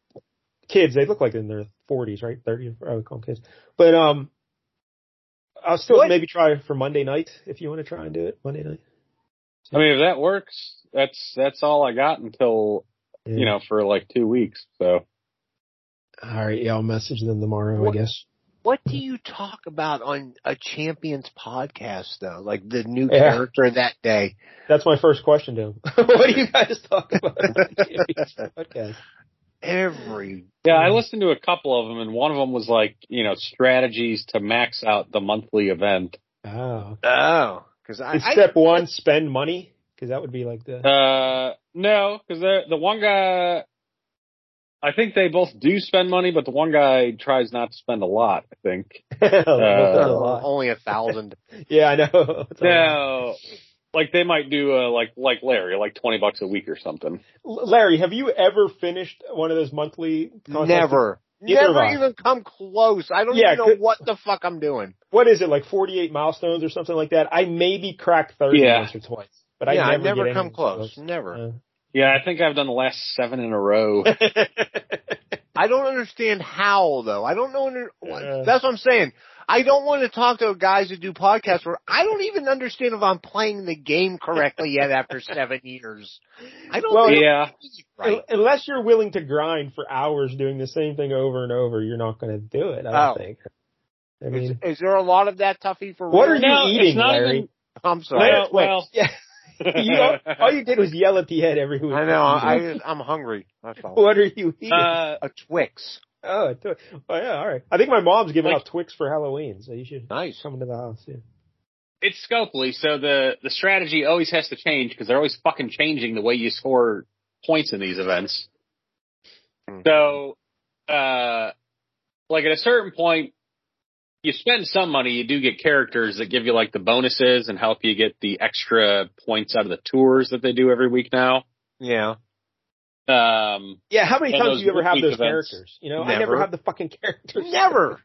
Speaker 3: kids, they look like they're in their forties, right? Thirty, I would call them kids. But um, I'll still
Speaker 6: What?
Speaker 3: maybe try for Monday night if you want to try and do it Monday night.
Speaker 5: I mean, if that works, that's that's all I got until
Speaker 3: Yeah.
Speaker 5: you know for like two weeks. So
Speaker 3: All right, yeah, I'll message them tomorrow,
Speaker 6: What-
Speaker 3: I guess.
Speaker 6: what do you talk about on a champions podcast though? Like the new
Speaker 3: Yeah.
Speaker 6: character that day.
Speaker 3: That's my first question to him. what do you guys talk about? on the podcast?
Speaker 6: Every
Speaker 5: yeah, I listened to a couple of them, and one of them was like you know strategies to max out the monthly event.
Speaker 3: Oh,
Speaker 6: oh, because I,
Speaker 3: Is
Speaker 6: I
Speaker 3: step one spend money because that would be like the
Speaker 5: Uh, no, because the the one guy, I think they both do spend money, but the one guy tries not to spend a lot. I think.
Speaker 3: That's a
Speaker 5: uh,
Speaker 6: oh,
Speaker 3: lot.
Speaker 6: only a thousand.
Speaker 3: Yeah, I know. It's a lot.
Speaker 5: No, like they might do uh, like like Larry, like twenty bucks a week or something.
Speaker 3: L- Larry, have you ever finished one of those monthly? contests?
Speaker 6: Never.
Speaker 3: Neither have
Speaker 6: Never
Speaker 3: I.
Speaker 6: even come close. I don't
Speaker 3: Yeah,
Speaker 6: even know
Speaker 3: good-
Speaker 6: what the fuck I'm doing.
Speaker 3: What is it like? Forty-eight milestones or something like that. I maybe cracked thirty
Speaker 5: Yeah.
Speaker 3: once or twice, but
Speaker 6: yeah,
Speaker 3: I never,
Speaker 6: I
Speaker 3: get
Speaker 6: never
Speaker 3: anything
Speaker 6: come close. Never.
Speaker 3: Uh,
Speaker 5: Yeah, I think I've done the last seven in a row.
Speaker 6: I don't understand how though. I don't know. Under-
Speaker 3: Yeah.
Speaker 6: That's what I'm saying. I don't want to talk to guys that do podcasts where I don't even understand if I'm playing the game correctly yet after seven years. I don't.
Speaker 3: Well,
Speaker 5: Oh,
Speaker 6: think I'm
Speaker 5: yeah.
Speaker 6: doing it right.
Speaker 3: Uh, un- Unless you're willing to grind for hours doing the same thing over and over, you're not going to do it. I don't
Speaker 6: Oh.
Speaker 3: think. I
Speaker 6: Is,
Speaker 3: mean,
Speaker 6: is there a lot of that Tuffy for
Speaker 3: What
Speaker 6: real?
Speaker 3: are you
Speaker 5: No,
Speaker 3: eating,
Speaker 5: it's not
Speaker 3: Larry?
Speaker 5: even.
Speaker 6: I'm sorry.
Speaker 5: Well, well,
Speaker 3: Yeah. you all, all you did was yell at the head every week.
Speaker 6: I know. I just, I'm hungry. That's all.
Speaker 3: What are you eating?
Speaker 5: uh,
Speaker 6: A Twix.
Speaker 3: oh, I do- oh, yeah, all right. I think my mom's giving
Speaker 5: Like-
Speaker 3: out Twix for Halloween, so you should
Speaker 6: Nice.
Speaker 3: come to the house. Yeah.
Speaker 5: it's Scopely, so the the strategy always has to change because they're always fucking changing the way you score points in these events. So, uh, like at a certain point, you spend some money. You do get characters that give you like the bonuses and help you get the extra points out of the tours that they do every week now.
Speaker 6: Yeah.
Speaker 5: Um,
Speaker 3: Yeah, how many
Speaker 5: And
Speaker 3: times
Speaker 5: those
Speaker 3: do you ever have
Speaker 5: repeat
Speaker 3: those
Speaker 5: events.
Speaker 3: characters? You know, I never
Speaker 6: Never.
Speaker 3: have the fucking characters.
Speaker 6: Never.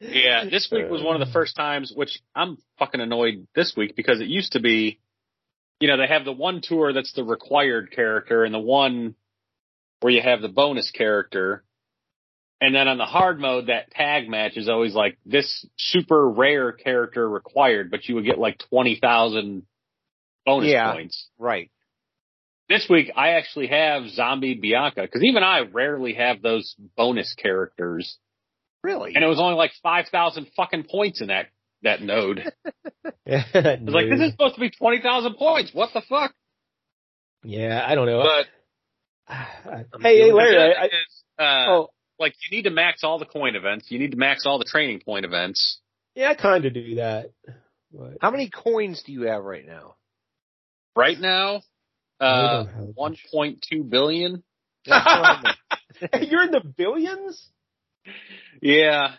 Speaker 5: Yeah, this week was one of the first times, which I'm fucking annoyed this week because it used to be, you know, they have the one tour that's the required character and the one where you have the bonus character. And then on the hard mode, that tag match is always like this super rare character required, but you would get like 20,000 bonus
Speaker 6: Yeah.
Speaker 5: points.
Speaker 6: Right.
Speaker 5: This week, I actually have Zombie Bianca because even I rarely have those bonus characters.
Speaker 6: Really.
Speaker 5: And it was only like 5,000 fucking points in that, that node. It's
Speaker 3: Yeah,
Speaker 5: like, this is supposed to be 20,000 points. What the fuck?
Speaker 3: yeah, I don't know.
Speaker 5: But
Speaker 3: hey, hey, Larry.
Speaker 5: the other
Speaker 3: I, I,
Speaker 5: thing is, uh,
Speaker 3: oh,
Speaker 5: like you need to max all the coin events. You need to max all the training point events.
Speaker 3: yeah, I kind of do that. But
Speaker 6: How many coins do you have right now?
Speaker 5: Right now,
Speaker 3: I
Speaker 5: uh,
Speaker 3: don't have much.
Speaker 5: 1.2 billion.
Speaker 6: That's what I'm-
Speaker 3: You're in the billions?
Speaker 5: Yeah.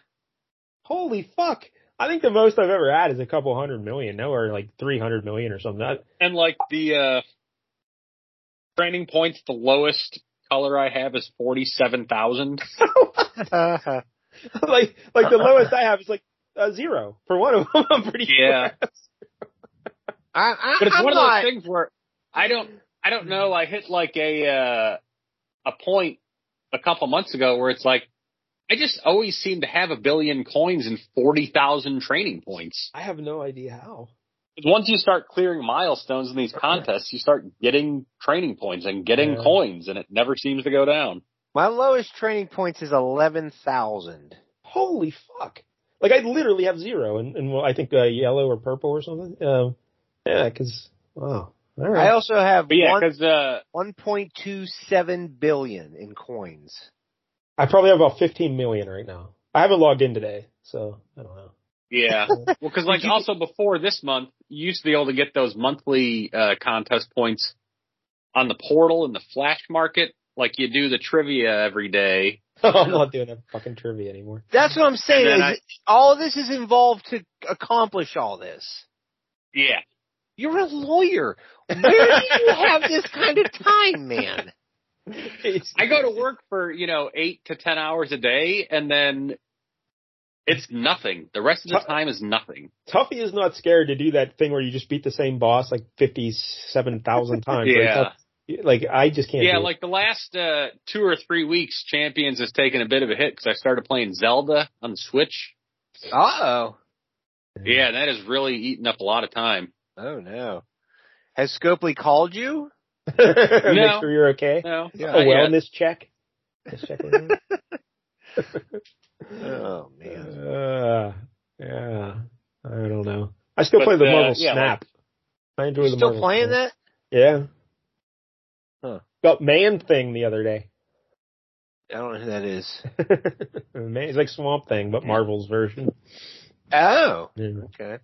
Speaker 3: Holy fuck. I think the most I've ever had is a couple hundred million, nowhere like 300 million or something. I,
Speaker 5: And like the, uh, training points, the lowest color I have is 47,000.
Speaker 3: like, like the lowest I have is like uh, zero for one of them. I'm pretty
Speaker 5: Yeah.
Speaker 3: sure.
Speaker 6: I, I,
Speaker 5: but it's
Speaker 6: I'm
Speaker 5: one
Speaker 6: not,
Speaker 5: of those things where I don't, I don't know. I hit like a uh, a point a couple months ago where it's like I just always seem to have a billion coins and forty thousand training points.
Speaker 3: I have no idea how.
Speaker 5: 'Cause Once you start clearing milestones in these contests, you start getting training points and getting
Speaker 3: Yeah.
Speaker 5: coins, and it never seems to go down.
Speaker 6: My lowest training points is eleven thousand.
Speaker 3: holy fuck! Like I literally have zero, and, and well, I think uh, yellow or purple or something. Um, yeah, because wow, all
Speaker 6: I
Speaker 3: right.
Speaker 6: also have
Speaker 5: But yeah,
Speaker 6: one
Speaker 5: because uh,
Speaker 6: one point two seven billion in coins.
Speaker 3: I probably have about 15 million right now. I haven't logged in today, so I don't know.
Speaker 5: yeah, well, because like also before this month, you used to be able to get those monthly uh, contest points on the portal and the flash market. Like you do the trivia every day.
Speaker 3: I'm not doing that fucking trivia anymore.
Speaker 6: That's what I'm saying.
Speaker 5: And
Speaker 6: Is
Speaker 5: then
Speaker 6: all this is involved to accomplish all this.
Speaker 5: Yeah.
Speaker 6: You're a lawyer. Where do you have this kind of time, man?
Speaker 5: I go to work for, you know, eight to ten hours a day and then it's nothing. The rest of the time is nothing.
Speaker 3: Tuffy is not scared to do that thing where you just beat the same boss like fifty-seven thousand times. Like,
Speaker 5: Yeah.
Speaker 3: that's- like I just can't.
Speaker 5: Yeah,
Speaker 3: do it.
Speaker 5: like the last uh, two or three weeks, Champions has taken a bit of a hit because I started playing Zelda on the Switch.
Speaker 6: Uh oh.
Speaker 5: Yeah, and that has really eaten up a lot of time.
Speaker 6: Oh no. Has Scopely called you?
Speaker 3: make
Speaker 5: No.
Speaker 3: sure you're okay.
Speaker 5: No,
Speaker 6: Yeah.
Speaker 5: not
Speaker 3: A
Speaker 5: yet.
Speaker 3: wellness check. Just checking in.
Speaker 6: Oh man.
Speaker 3: Uh, yeah, I don't know. I still
Speaker 5: But,
Speaker 3: play the
Speaker 5: uh,
Speaker 3: Marvel
Speaker 5: yeah,
Speaker 3: Snap. I enjoy
Speaker 6: You
Speaker 3: the
Speaker 6: still
Speaker 3: Marvel
Speaker 6: playing
Speaker 3: Snap.
Speaker 6: that?
Speaker 3: Yeah.
Speaker 6: Huh.
Speaker 3: Got Man Thing the other day.
Speaker 6: I don't know who that is.
Speaker 3: man, it's like Swamp Thing, but Marvel's version.
Speaker 6: Oh.
Speaker 3: Yeah.
Speaker 6: Okay.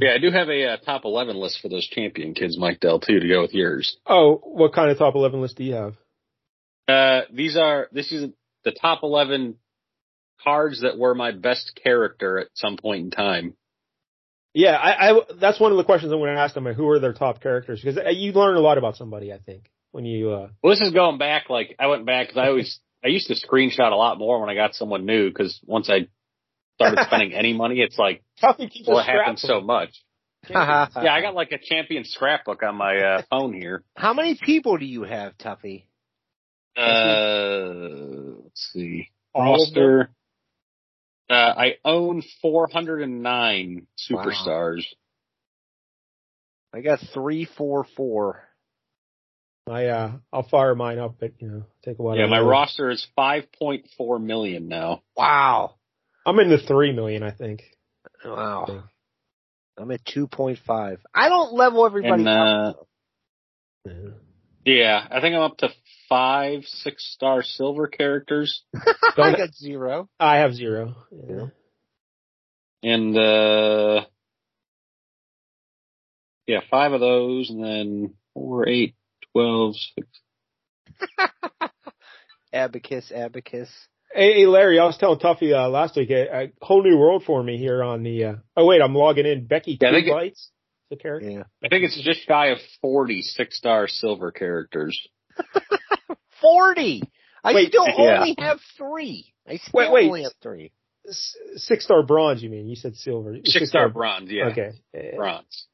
Speaker 5: yeah, I do have a uh, top eleven list for those Champion kids, Mike Dell, too, to go with yours.
Speaker 3: Oh, what kind of top eleven list do you have?
Speaker 5: Uh, these are this is the top eleven cards that were my best character at some point in time.
Speaker 3: Yeah, I, I that's one of the questions I'm going to ask them. Who are their top characters? Because you learn a lot about somebody, I think, when you. uh
Speaker 5: Well, this is going back. Like I went back because I always I used to screenshot a lot more when I got someone new because once I started spending any money, it's like
Speaker 3: Tuffy keeps
Speaker 5: well,
Speaker 3: a
Speaker 5: it happened so
Speaker 3: scrapbook. Uh-huh.
Speaker 5: much. Yeah, I got like a champion scrapbook on my uh, phone here.
Speaker 6: How many people do you have, Tuffy?
Speaker 5: Uh, let's see.
Speaker 3: All of them?
Speaker 5: Roster. Uh, I own 409 superstars.
Speaker 6: I got three, four, four.
Speaker 3: I uh, I'll fire mine up, but you know, take a while.
Speaker 5: Yeah,
Speaker 3: to
Speaker 5: my
Speaker 3: load.
Speaker 5: roster is 5.4 million now.
Speaker 6: Wow.
Speaker 3: I'm in the three million, I think. Yeah.
Speaker 6: Wow. I'm at two point five. I don't level everybody
Speaker 5: And, uh,
Speaker 6: up.
Speaker 5: Yeah, I think I'm up to five six star silver characters,
Speaker 6: I
Speaker 3: Don't,
Speaker 6: got zero.
Speaker 3: I have zero. Yeah.
Speaker 5: and uh, yeah, five of those, and then four, eight, twelve, six.
Speaker 6: Abacus, abacus.
Speaker 3: Hey, hey, Larry, I was telling Tuffy uh, last week a, a whole new world for me here on the. Uh, oh wait, I'm logging in. Becky
Speaker 5: Yeah, I think it-
Speaker 3: Lights, the character.
Speaker 6: Yeah.
Speaker 5: I think it's just shy of 40 six star silver characters.
Speaker 6: Forty. I
Speaker 3: Wait,
Speaker 6: still
Speaker 5: yeah.
Speaker 6: only have three. I still
Speaker 3: Wait, wait.
Speaker 6: only have three.
Speaker 3: Six star bronze, you mean? You said silver.
Speaker 5: Six star bronze, yeah.
Speaker 3: Okay. Eh,
Speaker 5: Bronze.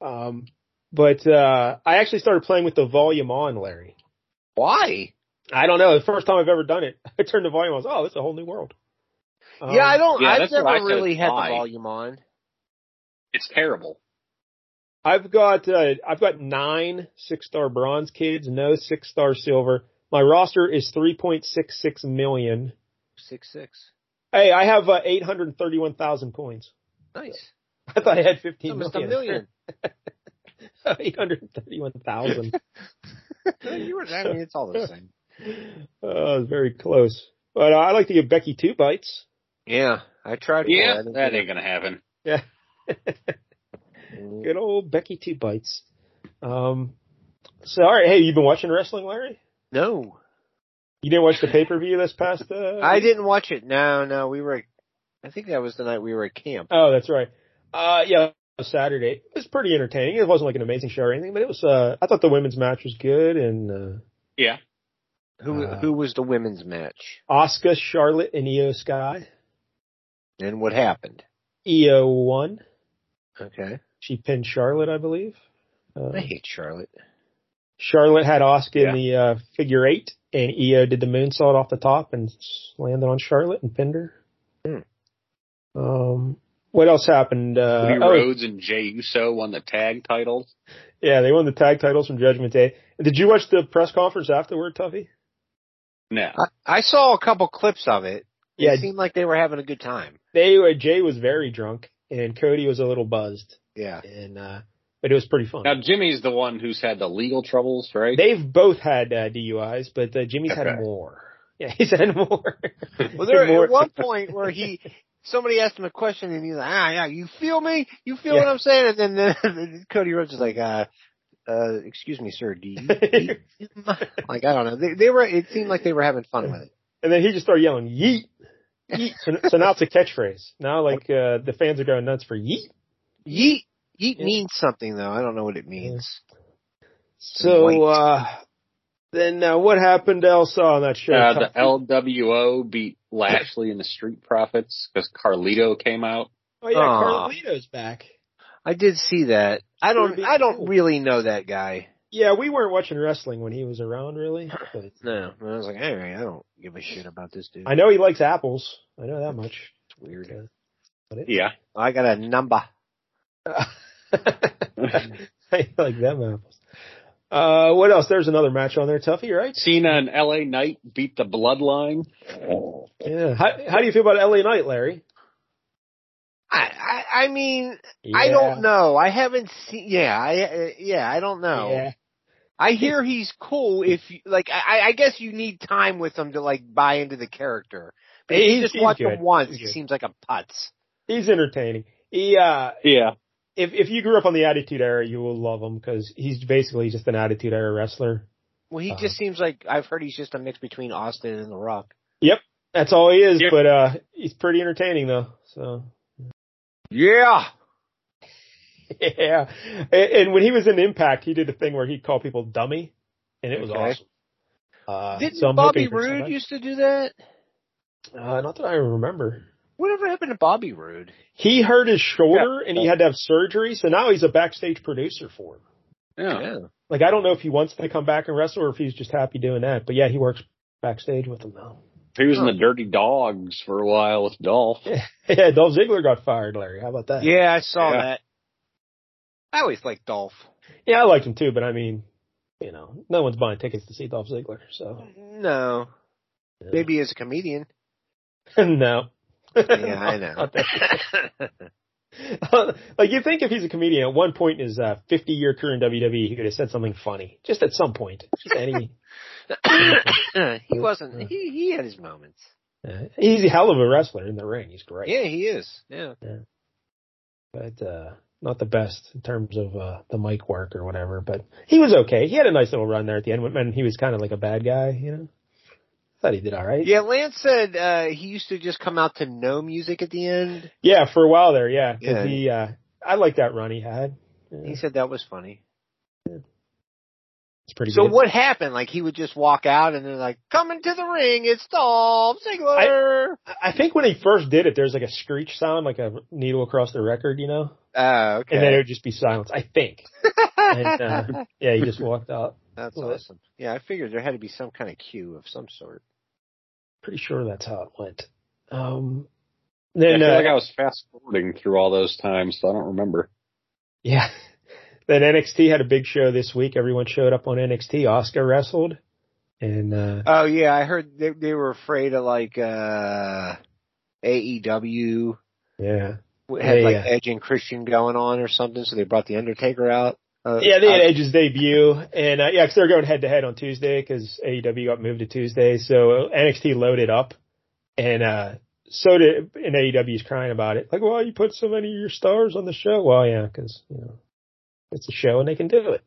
Speaker 3: Um, but uh, I actually started playing with the volume on, Larry.
Speaker 6: Why?
Speaker 3: I don't know. The first time I've ever done it, I turned the volume on. I was, oh, it's a whole new world. Um,
Speaker 6: yeah, I don't.
Speaker 5: yeah,
Speaker 6: I've
Speaker 5: that's what
Speaker 6: never
Speaker 5: I said,
Speaker 6: really had
Speaker 5: why?
Speaker 6: the volume on.
Speaker 5: It's terrible.
Speaker 3: I've got uh, I've got nine six star bronze kids, no six star silver. My roster is three point six six million.
Speaker 6: Six six.
Speaker 3: Hey, I have uh, eight hundred thirty one thousand points.
Speaker 6: Nice.
Speaker 3: I thought I had fifteen
Speaker 6: Almost a million.
Speaker 3: eight hundred thirty-one thousand.
Speaker 6: you were. I mean, it's all the same.
Speaker 3: oh, it's very close. But uh, I like to give Becky two bites.
Speaker 6: Yeah, I tried.
Speaker 5: Yeah,
Speaker 6: for it. I
Speaker 5: that
Speaker 6: didn't
Speaker 5: ain't gonna happen.
Speaker 3: Yeah,
Speaker 6: think
Speaker 3: good old Becky two bites. Um, so all right, hey, you been watching wrestling, Larry?
Speaker 6: I- No,
Speaker 3: You didn't watch the pay per view this past? Uh,
Speaker 6: I didn't watch it. No, no, we were. I think that was the night we were at camp.
Speaker 3: Oh, that's right. Uh, yeah, it was Saturday. It was pretty entertaining. It wasn't like an amazing show or anything, but it was. Uh, I thought the women's match was good, and
Speaker 5: Yeah.
Speaker 6: Who
Speaker 3: Uh,
Speaker 6: who was the women's match
Speaker 3: uh, Asuka, Charlotte, and Io Sky.
Speaker 6: and what happened?
Speaker 3: Io won.
Speaker 6: Okay,
Speaker 3: She pinned Charlotte, I believe.
Speaker 6: I
Speaker 3: Uh,
Speaker 6: hate Charlotte.
Speaker 3: Charlotte had Asuka in the uh, figure eight, and Io did the moonsault off the top and s- landed on Charlotte and pinned her.
Speaker 6: Hmm.
Speaker 3: Um, what else happened? Uh,
Speaker 5: Cody
Speaker 3: oh,
Speaker 5: Rhodes and Jey Uso won the tag title.
Speaker 3: yeah, they won the tag titles from Judgment Day. Did you watch the press conference afterward, Tuffy?
Speaker 5: No.
Speaker 6: I, I saw a couple clips of it. It
Speaker 3: Yeah,
Speaker 6: seemed like they were having a good time.
Speaker 3: they were Jay was very drunk and Cody was a little buzzed
Speaker 6: Yeah.
Speaker 3: and uh but it was pretty fun.
Speaker 5: Now Jimmy's the one who's had the legal troubles, right?
Speaker 3: They've both had uh, DUIs, but uh, Jimmy's had
Speaker 5: Okay.
Speaker 3: more. Yeah, he's had more.
Speaker 6: Well, there
Speaker 3: more.
Speaker 6: at one point where he somebody asked him a question and he's like, ah, yeah, you feel me? You feel what
Speaker 3: Yeah.
Speaker 6: I'm saying? And then, then Cody Rhodes is like, uh, uh, excuse me, sir, do you? do you mind?" like, I don't know. They, they were. It seemed like they were having fun with it.
Speaker 3: and then he just started yelling "Yeet." yeet. So, so now it's a catchphrase. Now like uh the fans are going nuts for "Yeet."
Speaker 6: Yeet, Yeet means something though. I don't know what it means.
Speaker 3: So
Speaker 6: White.
Speaker 3: uh, then uh, what happened to El Saw on that show?
Speaker 5: Uh,
Speaker 3: Tom?
Speaker 5: the LWO beat Lashley and the Street Profits because Carlito came out.
Speaker 3: oh yeah,
Speaker 6: Aw.
Speaker 3: Carlito's back.
Speaker 6: I did see that. I don't. I don't really know that guy.
Speaker 3: Yeah, we weren't watching wrestling when he was around, really. But
Speaker 6: No, I was like, anyway, I don't give a shit about this dude.
Speaker 3: I know he likes apples. I know that much.
Speaker 6: It's weird.
Speaker 5: Yeah.
Speaker 6: I got a number.
Speaker 3: I like them apples. Uh, what else? There's another match on there, Tuffy, right?
Speaker 5: Cena and LA Knight beat the Bloodline.
Speaker 3: Yeah. How, how do you feel about LA Knight, Larry?
Speaker 6: I, I, I mean, I don't know. I haven't seen. Yeah, I, uh, yeah, I don't know.
Speaker 3: Yeah.
Speaker 6: I hear he's cool. If you, like, I, I guess you need time with him to like buy into the character. But if
Speaker 3: He's-
Speaker 6: you just
Speaker 3: he's
Speaker 6: watch
Speaker 3: good.
Speaker 6: him once,
Speaker 3: He's
Speaker 6: he
Speaker 3: good.
Speaker 6: seems like a putz.
Speaker 3: He's entertaining. He, uh,
Speaker 5: Yeah.
Speaker 3: if, if you grew up on the Attitude Era, you will love him because he's basically just an Attitude Era wrestler.
Speaker 6: Well, he
Speaker 3: Uh-huh.
Speaker 6: just seems like I've heard he's just a mix between Austin and The Rock.
Speaker 3: That's all he is,
Speaker 5: Yeah.
Speaker 3: but, uh, he's pretty entertaining though. So,
Speaker 6: Yeah.
Speaker 3: yeah. And, and when he was in Impact, he did a thing where he'd call people dummy and it was
Speaker 6: Okay.
Speaker 3: awesome. Uh,
Speaker 6: Didn't
Speaker 3: so I'm
Speaker 6: Bobby
Speaker 3: hoping for
Speaker 6: Roode
Speaker 3: somebody-
Speaker 6: used to do that?
Speaker 3: Uh, not that I remember.
Speaker 6: Whatever happened to Bobby Roode?
Speaker 3: He hurt his shoulder and he had to have surgery, so now he's a backstage producer for him.
Speaker 5: Yeah.
Speaker 3: Like I don't know if he wants to come back and wrestle or if he's just happy doing that. But yeah, he works backstage with them now.
Speaker 5: He was in the Dirty Dogs for a while with Dolph.
Speaker 3: Yeah, Dolph Ziggler got fired, Larry. How about that?
Speaker 6: Yeah, I saw
Speaker 5: Yeah.
Speaker 6: that. I always liked Dolph.
Speaker 3: yeah, I liked him too, but I mean, you know, no one's buying tickets to see Dolph Ziggler, so
Speaker 6: No,
Speaker 3: yeah.
Speaker 6: maybe as a comedian.
Speaker 3: no.
Speaker 6: Yeah, I know.
Speaker 3: Not that- like you think if he's a comedian, at one point in his uh, 50 year career in WWE, he could have said something funny. Just at some point, just any.
Speaker 6: he wasn't. He he had his moments.
Speaker 3: Uh, he's a hell of a wrestler in the ring. He's great.
Speaker 6: Yeah, he is. Yeah.
Speaker 3: but uh, not the best in terms of uh, the mic work or whatever. But he was okay. He had a nice little run there at the end, and he was kind of like a bad guy, you know. Thought he did all right.
Speaker 6: Yeah, Lance said uh, he used to just come out to no music at the end.
Speaker 3: yeah, for a while there, yeah. 'cause
Speaker 6: Yeah.
Speaker 3: He, uh, I like that run he had.
Speaker 6: He
Speaker 3: Yeah,
Speaker 6: said that was funny.
Speaker 3: it's pretty.
Speaker 6: So
Speaker 3: good.
Speaker 6: what happened? Like he would just walk out and they're like, "Coming to the ring, it's Dolph Ziggler."
Speaker 3: I think when he first did it, there's like a screech sound, like a needle across the record, you know,
Speaker 6: Oh, okay.
Speaker 3: and then it would just be silence. I think. And, uh, yeah, he just walked out.
Speaker 6: That's
Speaker 3: Well, that-
Speaker 6: awesome. Yeah, I figured there had to be some kind of cue of some sort.
Speaker 3: Pretty sure that's how it went. Um,
Speaker 5: I
Speaker 3: then
Speaker 5: feel
Speaker 3: uh,
Speaker 5: like I was fast forwarding through all those times, so I don't remember.
Speaker 3: Yeah. Then NXT had a big show this week. Everyone showed up on NXT. Oscar wrestled, and uh
Speaker 6: Oh yeah, I heard they they were afraid of like uh AEW
Speaker 3: yeah,
Speaker 6: had
Speaker 3: Yeah,
Speaker 6: like
Speaker 3: yeah.
Speaker 6: Edge and Christian going on or something, so they brought the Undertaker out. Uh,
Speaker 3: yeah, they had
Speaker 6: I-
Speaker 3: Edge's debut, and uh, yeah, because they're going head to head on Tuesday because AEW got moved to Tuesday, so NXT loaded up, and uh so did and AEW's crying about it, like, "Why you put so many of your stars on the show?" Well, yeah, because you know it's a show and they can do it.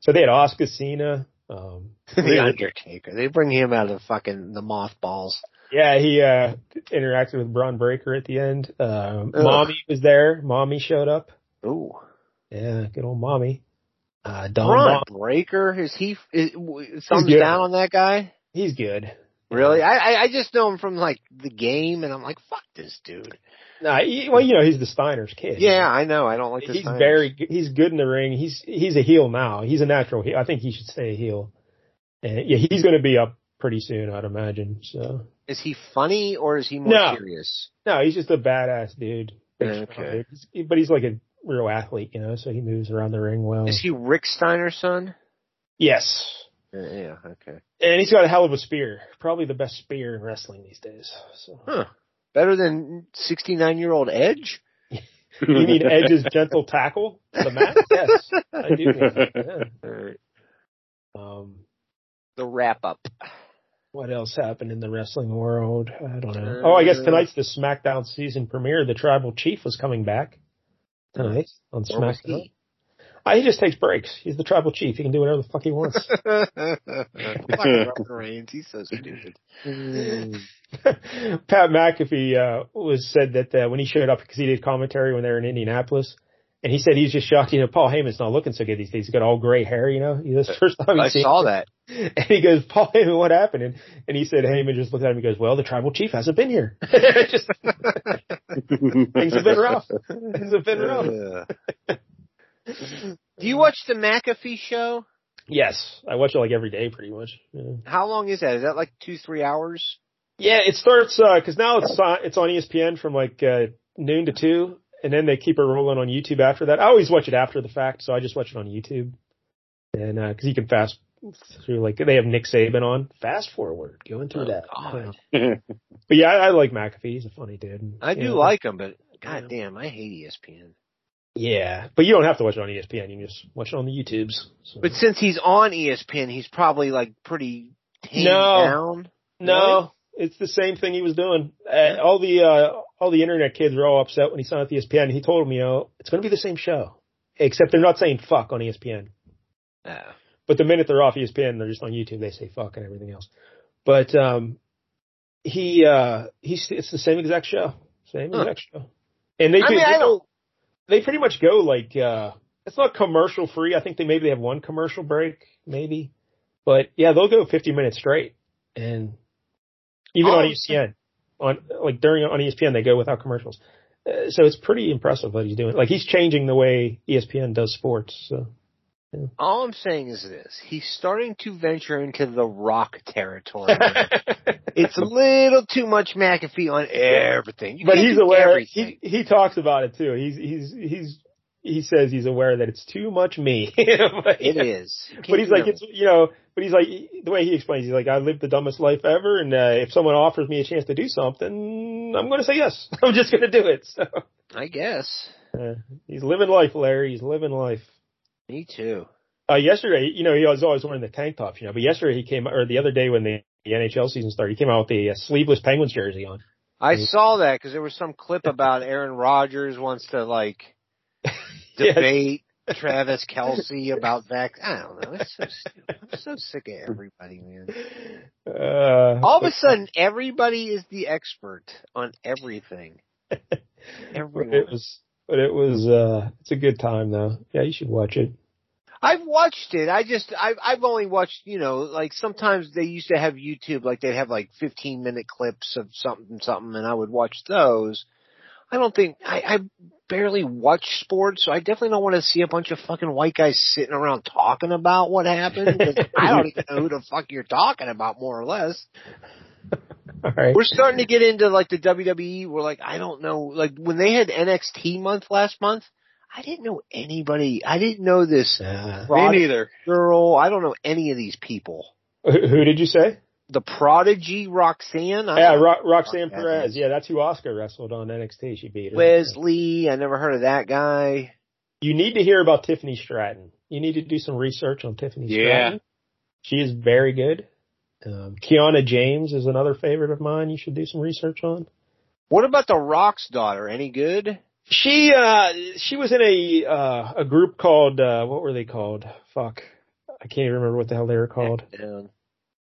Speaker 3: So they had Oscar Cena. Um,
Speaker 6: the Undertaker. They bring him out of the fucking the mothballs.
Speaker 3: Yeah, he uh interacted with Braun Breaker at the end. Um
Speaker 6: Ugh.
Speaker 3: Mommy was there. Mommy showed up.
Speaker 6: Ooh,
Speaker 3: Yeah, good old mommy. Uh Don
Speaker 6: Braun
Speaker 3: Mom-
Speaker 6: Breaker is he? Is, w- thumbs
Speaker 3: good.
Speaker 6: down on that guy.
Speaker 3: he's good.
Speaker 6: Really? I I- I just know him from like the game, and I'm like, fuck this dude.
Speaker 3: Nah, he, well, you know, he's the Steiner's kid.
Speaker 6: Yeah, I know. I don't like this.
Speaker 3: He's
Speaker 6: Steiners.
Speaker 3: very good. he's good in the ring. He's he's a heel now. He's a natural heel. I think he should stay a heel. And yeah, he's gonna be up pretty soon, I'd imagine. So
Speaker 6: Is he funny or is he more
Speaker 3: No.
Speaker 6: serious?
Speaker 3: no, he's just a badass dude. Big
Speaker 6: Okay.
Speaker 3: strong dude. He's- But he's like a real athlete, you know, so he moves around the ring well.
Speaker 6: Is he Rick Steiner's son?
Speaker 3: yes.
Speaker 6: Uh, yeah. Okay.
Speaker 3: And he's got a hell of a spear. Probably the best spear in wrestling these days. So.
Speaker 6: Huh. Better than 69 year old Edge?
Speaker 3: You mean Edge's gentle tackle? The mat? Yes. I do. mean that, yeah.
Speaker 6: Alright.
Speaker 3: Um,
Speaker 6: Uh, The wrap up.
Speaker 3: what else happened in the wrestling world? I don't know. Oh, I guess
Speaker 6: Uh,
Speaker 3: tonight's the SmackDown season premiere. The Tribal Chief was coming back tonight on
Speaker 6: Where was
Speaker 3: SmackDown.
Speaker 6: he?
Speaker 3: Ah, he just takes breaks. He's the Tribal Chief. He can do whatever the fuck he wants.
Speaker 6: Fucking Roman Reigns. He's so stupid.
Speaker 3: Pat McAfee uh, was said that uh, when he showed up because he did commentary when they were in Indianapolis, And he said he's just shocked. You know, Paul Heyman's not looking so good these days. He's got all gray hair. You know, this is the first time
Speaker 6: I
Speaker 3: he's seen
Speaker 6: saw that.
Speaker 3: and he goes, Paul Heyman, what happened? And, and he said, Heyman just looked at him and goes, well, the tribal chief hasn't been here. Just- things have been rough. Things have been rough.
Speaker 6: Ugh. Do you watch the McAfee show?
Speaker 3: Yes. I watch it like every day pretty much. Yeah.
Speaker 6: How long is that? Is that like two, three hours?
Speaker 3: Yeah, it starts uh 'cause now it's on, it's on E ESPN from like uh, noon to two, and then they keep it rolling on YouTube after that. I always watch it after the fact, so I just watch it on YouTube, and uh 'cause you can fast through like they have Nick Saban on, fast forward going through
Speaker 6: Oh,
Speaker 3: that. but yeah, I, I like McAfee. He's a funny dude.
Speaker 6: I do
Speaker 3: Yeah.
Speaker 6: like them, but goddamn, I hate E ESPN.
Speaker 3: Yeah, but you don't have to watch it on E ESPN. You can just watch it on the YouTubes. So.
Speaker 6: But since he's on E ESPN, he's probably like pretty tamed
Speaker 3: No.
Speaker 6: down.
Speaker 3: No, it's the same thing he was doing. Uh, all the uh, all the internet kids were all upset when he signed with ESPN. He told them, you know, it's going to be the same show, except they're not saying fuck on E ESPN.
Speaker 6: No.
Speaker 3: But the minute they're off E ESPN, they're just on YouTube. They say fuck and everything else. But um, he uh, he's it's the same exact show, same
Speaker 6: Huh.
Speaker 3: exact show. And they
Speaker 6: I
Speaker 3: do-
Speaker 6: mean, I don't.
Speaker 3: they pretty much go like uh it's not commercial free. I think they maybe they have one commercial break, maybe. But yeah, they'll go fifty minutes straight. And even
Speaker 6: Oh,
Speaker 3: on E ESPN. On like during on E ESPN they go without commercials. Uh, so it's pretty impressive what he's doing. Like he's changing the way E ESPN does sports. So
Speaker 6: All I'm saying is this: he's starting to venture into the rock territory. it's a little too much McAfee on everything. You
Speaker 3: but
Speaker 6: can't
Speaker 3: he's
Speaker 6: do
Speaker 3: aware
Speaker 6: Everything.
Speaker 3: he he talks about it too. He's he's he's he says he's aware that it's too much me. But-
Speaker 6: It is. You
Speaker 3: but
Speaker 6: can't
Speaker 3: he's
Speaker 6: do
Speaker 3: like, it's
Speaker 6: everything.
Speaker 3: you know, but he's like the way he explains, he's like, I lived the dumbest life ever, and uh, if someone offers me a chance to do something, I'm going to say yes. I'm just going to do it. So
Speaker 6: I guess.
Speaker 3: he's living life, Larry. He's living life.
Speaker 6: Me too.
Speaker 3: Uh, yesterday, you know, he was always wearing the tank tops, you know, but yesterday he came, or the other day when the, the NHL season started, he came out with the uh, sleeveless Penguins jersey on.
Speaker 6: I saw that because there was some clip about Aaron Rodgers wants to like
Speaker 3: Yes.
Speaker 6: debate Travis Kelsey about that. I don't know. It's so stupid. I'm so sick of everybody, man.
Speaker 3: Uh,
Speaker 6: All of a sudden, everybody is the expert on everything.
Speaker 3: but it
Speaker 6: Everyone.
Speaker 3: was, but it was, uh, it's a good time though. Yeah, you should watch it.
Speaker 6: I've watched it. I just, I've, I've only watched, you know, like sometimes they used to have YouTube, like they'd have like 15 minute clips of something, something, and I would watch those. I don't think, I, I barely watch sports, so I definitely don't want to see a bunch of fucking white guys sitting around talking about what happened. 'cause I don't even know who the fuck you're talking about, more or less.
Speaker 3: All right.
Speaker 6: We're starting to get into like the WWE. We're like, I don't know, like when they had NXT month last month, I didn't know anybody. I didn't know this
Speaker 3: Uh,
Speaker 5: Me
Speaker 6: prodigy
Speaker 5: neither.
Speaker 6: girl. I don't know any of these people.
Speaker 3: who, who did you say?
Speaker 6: The prodigy Roxanne. I
Speaker 3: Yeah,
Speaker 6: don't-
Speaker 3: Ro- Roxanne
Speaker 6: Fuck that,
Speaker 3: Perez. Yeah, that's who Oscar wrestled on NXT. She beat her.
Speaker 6: Wesley. I never heard of that guy.
Speaker 3: You need to hear about Tiffany Stratton. You need to do some research on Tiffany
Speaker 5: Yeah.
Speaker 3: Stratton. She is very good. Um, Kiana James is another favorite of mine you should do some research on.
Speaker 6: What about the Rock's daughter? Any good?
Speaker 3: She, uh, she was in a, uh, a group called, uh, what were they called? Fuck. I can't even remember what the hell they were called.
Speaker 6: Um,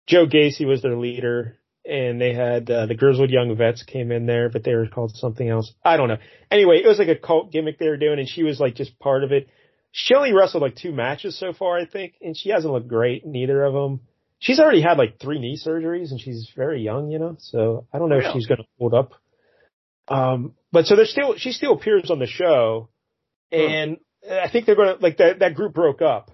Speaker 3: Joe Gacy was their leader, and they had uh, the Grizzled Young Vets came in there, but they were called something else. I don't know. Anyway, it was like a cult gimmick they were doing, and she was like just part of it. She only wrestled like two matches so far, I think, and she hasn't looked great in either of them. She's already had like three knee surgeries, and she's very young, you know. So I don't know if she's going to hold up. Um, but so there's still she still appears on the show, and I think they're going to like that that group broke up.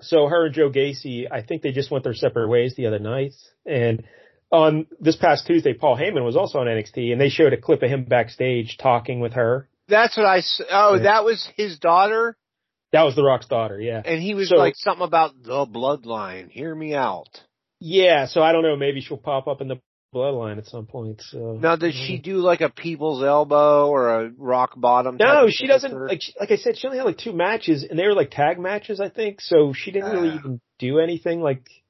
Speaker 3: So her and Joe Gacy, I think they just went their separate ways the other night. And on this past Tuesday, Paul Heyman was also on NXT, and they showed a clip of him backstage talking with her.
Speaker 6: That's what I. s- Oh,
Speaker 3: Yeah.
Speaker 6: that was his daughter,
Speaker 3: That was The Rock's daughter, yeah.
Speaker 6: and he was
Speaker 3: So-
Speaker 6: like something about the bloodline. Hear me out.
Speaker 3: Yeah, so I don't know, maybe she'll pop up in the bloodline at some point. So
Speaker 6: Now, does
Speaker 3: Mm-hmm.
Speaker 6: she do like a people's elbow or a rock bottom? type
Speaker 3: Mm-hmm. No,
Speaker 6: of
Speaker 3: she
Speaker 6: thing
Speaker 3: doesn't.
Speaker 6: with her?
Speaker 3: Like, she, like I said, she only had like two matches, and they were like tag matches, I think. So she didn't really
Speaker 6: Ah.
Speaker 3: even do anything like
Speaker 6: Just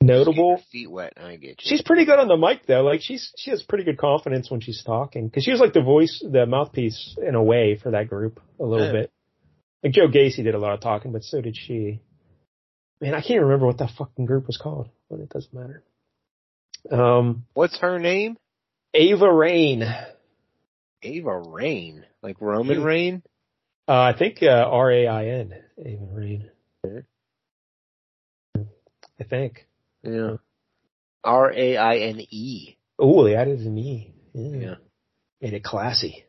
Speaker 6: get
Speaker 3: notable.
Speaker 6: Her feet wet. I get you.
Speaker 3: She's pretty good on the mic though. Like she's she has pretty good confidence when she's talking because she was like the voice, the mouthpiece in a way for that group a little
Speaker 6: Yeah.
Speaker 3: bit. Like Joe Gacy did a lot of talking, but so did she. Man, I can't remember what that fucking group was called, but it doesn't matter. Um,
Speaker 6: What's her name?
Speaker 3: Ava Rain. Uh,
Speaker 6: Ava Rain, like Roman
Speaker 3: Yeah.
Speaker 6: Rain.
Speaker 3: Uh, I think uh, R A I N. Even Reed. I think.
Speaker 6: Yeah. R A I N E.
Speaker 3: Oh, they added an E.
Speaker 6: Yeah.
Speaker 3: Made it classy.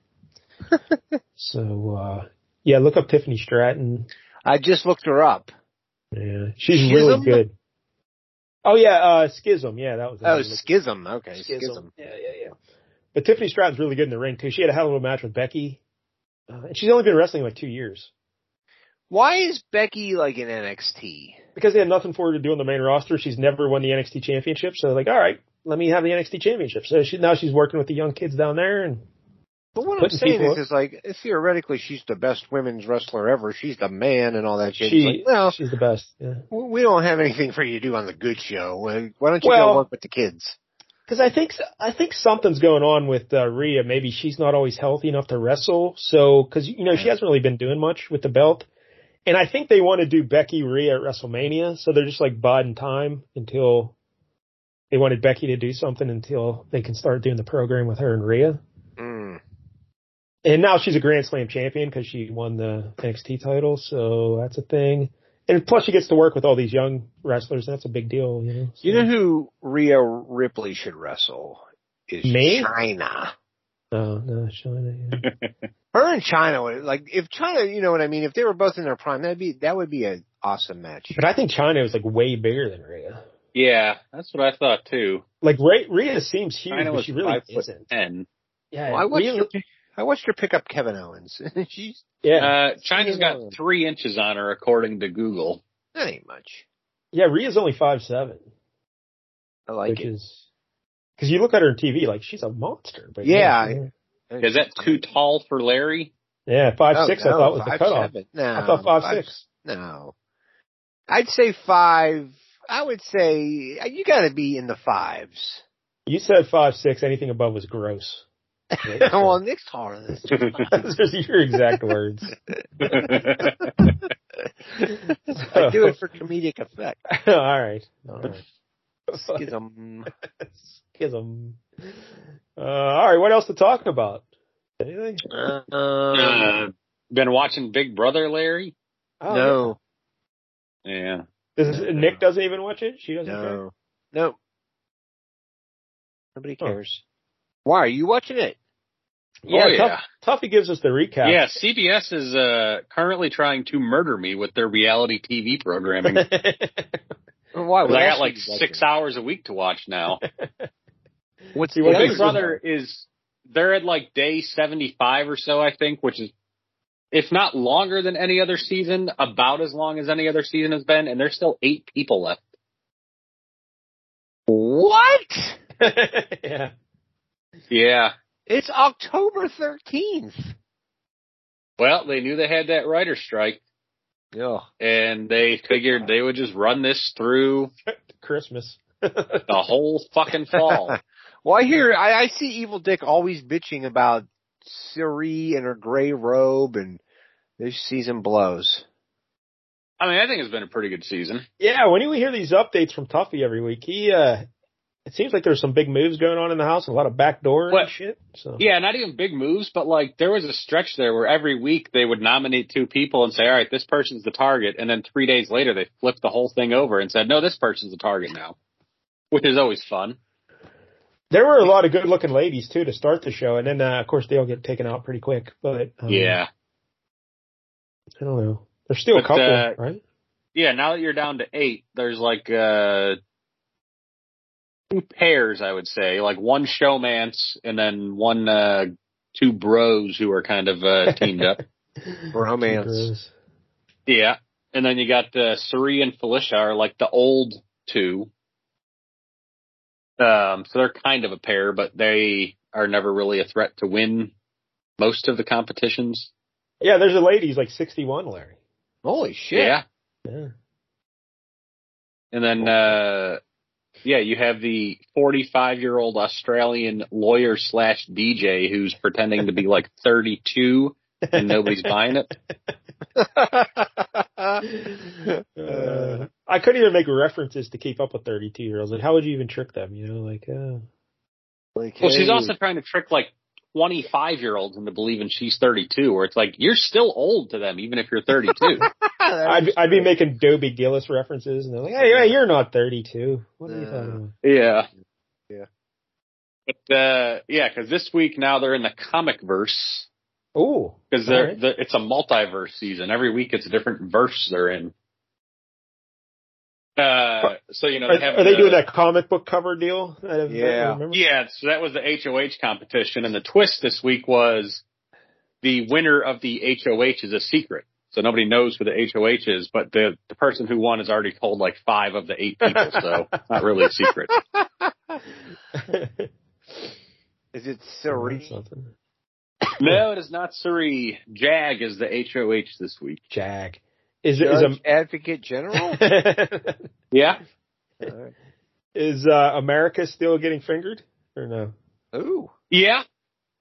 Speaker 3: so uh, yeah, look up Tiffany Stratton.
Speaker 6: I just looked her up.
Speaker 3: Yeah, she's
Speaker 6: Schism?
Speaker 3: really good. Oh yeah, uh, Schism. Yeah, that was. the
Speaker 6: Oh,
Speaker 3: name of it.
Speaker 6: Schism. Okay, Schism.
Speaker 3: Yeah, yeah, yeah. But Tiffany Stratton's really good in the ring too. She had a hell of a match with Becky, uh, and she's only been wrestling like two years
Speaker 6: Why is Becky like in NXT?
Speaker 3: because they had nothing for her to do on the main roster. She's never won the NXT championship, so they're like, all right, let me have the NXT championship. So she, now she's working with the young kids down there, and
Speaker 6: But what
Speaker 3: Putting
Speaker 6: I'm saying
Speaker 3: people
Speaker 6: is, is like theoretically she's the best women's wrestler ever. She's the man and all that shit. It's
Speaker 3: she
Speaker 6: like, well,
Speaker 3: she's the best. Yeah.
Speaker 6: w- we don't have anything for you to do on the good show. Why why don't you
Speaker 3: Well-
Speaker 6: go work with the kids?
Speaker 3: Because I think I think something's going on with uh, Rhea. Maybe she's not always healthy enough to wrestle. So because you know she hasn't really been doing much with the belt, and I think they want to do Becky Rhea at WrestleMania. So they're just like biding time until they wanted Becky to do something until they can start doing the program with her and Rhea.
Speaker 6: Mm.
Speaker 3: And now she's a Grand Slam champion because she won the NXT title, so that's a thing. And plus, she gets to work with all these young wrestlers. And that's a big deal, you know. So-
Speaker 6: You know who Rhea Ripley should wrestle is
Speaker 3: Me?
Speaker 6: China.
Speaker 3: Oh, no, China. Yeah.
Speaker 6: Her and China would like if China, you know what I mean. If they were both in their prime, that'd be that would be an awesome match.
Speaker 3: but I think China was like way bigger than Rhea.
Speaker 5: Yeah, that's what I thought too.
Speaker 3: Like Rhea, Rhea seems huge,
Speaker 5: China
Speaker 3: but
Speaker 5: was
Speaker 3: she really
Speaker 5: five foot
Speaker 3: isn't.
Speaker 5: ten.
Speaker 3: Yeah,
Speaker 6: Well, I watched
Speaker 3: Rhea-
Speaker 6: her, I watched her pick up Kevin Owens. She's
Speaker 3: yeah,
Speaker 5: Uh, China's got three inches on her according to Google.
Speaker 6: that ain't much.
Speaker 3: yeah. Rhea's only five seven,
Speaker 6: I like
Speaker 3: which
Speaker 6: it.
Speaker 3: is because you look at her on TV, like she's a monster. But
Speaker 6: Yeah,
Speaker 3: yeah,
Speaker 5: Is that too
Speaker 6: Oh,
Speaker 5: tall for Larry?
Speaker 3: yeah, five six. I thought was the cutoff.
Speaker 6: Seven. No,
Speaker 3: I thought five, six.
Speaker 6: No, I'd say five. I would say uh, you got to be in the fives.
Speaker 3: You said five six. Anything above was gross.
Speaker 6: well, Nick's taller than this.
Speaker 3: Those are your exact words.
Speaker 6: I do it for comedic effect.
Speaker 3: all right. All right.
Speaker 6: Schism.
Speaker 3: Schism. Uh, all right. What else to talk about? Anything?
Speaker 6: Uh,
Speaker 5: Uh, been watching Big Brother, Larry?
Speaker 3: Oh,
Speaker 6: no,
Speaker 5: Yeah.
Speaker 3: This is- Nick doesn't even watch it. She doesn't. care?
Speaker 6: no, no. Nobody
Speaker 3: Huh.
Speaker 6: cares. Why are you watching it?
Speaker 3: Yeah,
Speaker 5: Oh, yeah.
Speaker 3: Tough, Tuffy gives us the recap.
Speaker 5: Yeah, CBS is uh, currently trying to murder me with their reality TV programming. 'Cause
Speaker 6: Why?
Speaker 5: I got like six hours a week to watch now.
Speaker 6: What's
Speaker 3: See,
Speaker 6: the
Speaker 3: what
Speaker 6: other
Speaker 5: Big
Speaker 3: this
Speaker 6: one?
Speaker 5: Brother is they're at like day seventy five or so, I think, which is if not longer than any other season, about as long as any other season has been, and there's still eight people left.
Speaker 6: What?
Speaker 3: yeah.
Speaker 5: Yeah.
Speaker 6: It's October thirteenth.
Speaker 5: Well, they knew they had that writer strike
Speaker 6: Yeah.
Speaker 5: and they figured they would just run this through
Speaker 3: Christmas.
Speaker 5: the whole fucking fall.
Speaker 6: Well, I hear I, I see Evil Dick always bitching about Siri and her gray robe, and this season blows.
Speaker 5: I mean, I think it's been a pretty good season.
Speaker 3: yeah. When do we hear these updates from Tuffy every week? He, uh, it seems like there's some big moves going on in the house, a lot of back doors
Speaker 5: What?
Speaker 3: and shit. So
Speaker 5: Yeah, not even big moves, but like there was a stretch there where every week they would nominate two people and say, all right, this person's the target. And then three days later, they flipped the whole thing over and said, no, this person's the target now, which is always fun.
Speaker 3: there were a lot of good looking ladies too to start the show. And then, uh, of course they all get taken out pretty quick, but, um,
Speaker 5: Yeah.
Speaker 3: I don't know. There's still a
Speaker 5: But,
Speaker 3: couple,
Speaker 5: uh,
Speaker 3: right?
Speaker 5: Yeah. Now that you're down to eight, there's like, uh, two pairs, I would say, like one showmance and then one, uh, two bros who are kind of, uh, teamed up.
Speaker 6: Romance.
Speaker 3: Gross.
Speaker 5: Yeah. And then you got uh, Suri and Felicia are like the old two. Um, so they're kind of a pair, but they are never really a threat to win most of the competitions.
Speaker 3: Yeah. There's a lady. He's like 61, Larry.
Speaker 6: Holy shit!
Speaker 5: Yeah.
Speaker 3: Yeah.
Speaker 5: And then, uh, yeah, you have the 45 year old Australian lawyer slash DJ who's pretending to be like 32 and nobody's buying it.
Speaker 3: uh, I couldn't even make references to keep up with 32 year olds. Like, how would you even trick them? You know, like, uh,
Speaker 6: Like,
Speaker 5: Well, she's
Speaker 6: hey,
Speaker 5: also trying to trick like 25 year olds into believing she's 32, where it's like you're still old to them, even if you're 32.
Speaker 3: I'd, I'd be making Dobie Gillis references, and they're like, "Hey, hey you're not 32. What are you talking about?"
Speaker 5: yeah.
Speaker 6: Yeah.
Speaker 5: But, uh, yeah, because this week now they're in the comic verse
Speaker 3: Ooh,
Speaker 5: because they're,
Speaker 3: Alright.
Speaker 5: they're- it's a multiverse season. Every week it's a different verse they're in. Uh, so you know
Speaker 3: are,
Speaker 5: they have
Speaker 3: are they
Speaker 5: the-
Speaker 3: doing that comic book cover deal? I don't- I don't
Speaker 6: Yeah.
Speaker 3: remember.
Speaker 5: Yeah, so that was the HOH competition, and the twist this week was the winner of the HOH is a secret, so nobody knows who the HOH is. But the the person who won has already told like five of the eight people, so it's not really a secret.
Speaker 6: Is it Serene?
Speaker 3: Something.
Speaker 5: No, it is not Suri. Jag is the HOH this week.
Speaker 3: Jag is is
Speaker 6: Judge,
Speaker 3: a
Speaker 6: Advocate General?
Speaker 5: Yeah,
Speaker 6: Alright.
Speaker 3: is uh, America still getting fingered or no?
Speaker 6: Ooh.
Speaker 5: yeah,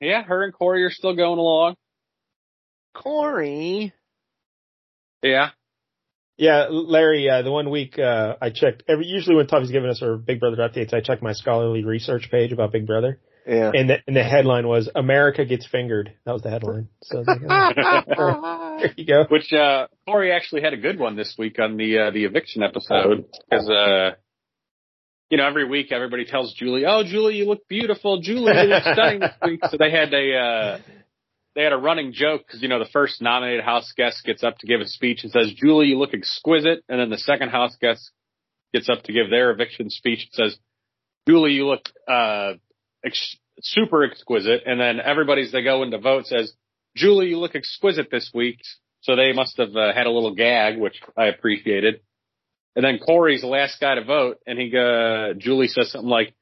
Speaker 5: yeah. Her and Corey are still going along.
Speaker 6: Corey.
Speaker 5: Yeah,
Speaker 3: Yeah, Larry. Uh, the one week uh, I checked every usually when Tommy's giving us our Big Brother updates, I check my scholarly research page about Big Brother,
Speaker 6: Yeah.
Speaker 3: and the and the headline was "America gets fingered." That was the headline. So I was like, oh, there you go.
Speaker 5: which uh Corey actually had a good one this week on the uh, the eviction episode because uh you know every week everybody tells Julie, "Oh, Julie, you look beautiful. Julie, you look stunning this week." So they had a uh they had a running joke because you know the first nominated house guest gets up to give a speech and says, "Julie, you look exquisite," and then the second house guest gets up to give their eviction speech and says, "Julie, you look uh ex- super exquisite," and then everybody's they go into vote says. Julie, you look exquisite this week. So they must have uh, had a little gag, which I appreciated. And then Corey's the last guy to vote, and he uh, Julie says something like,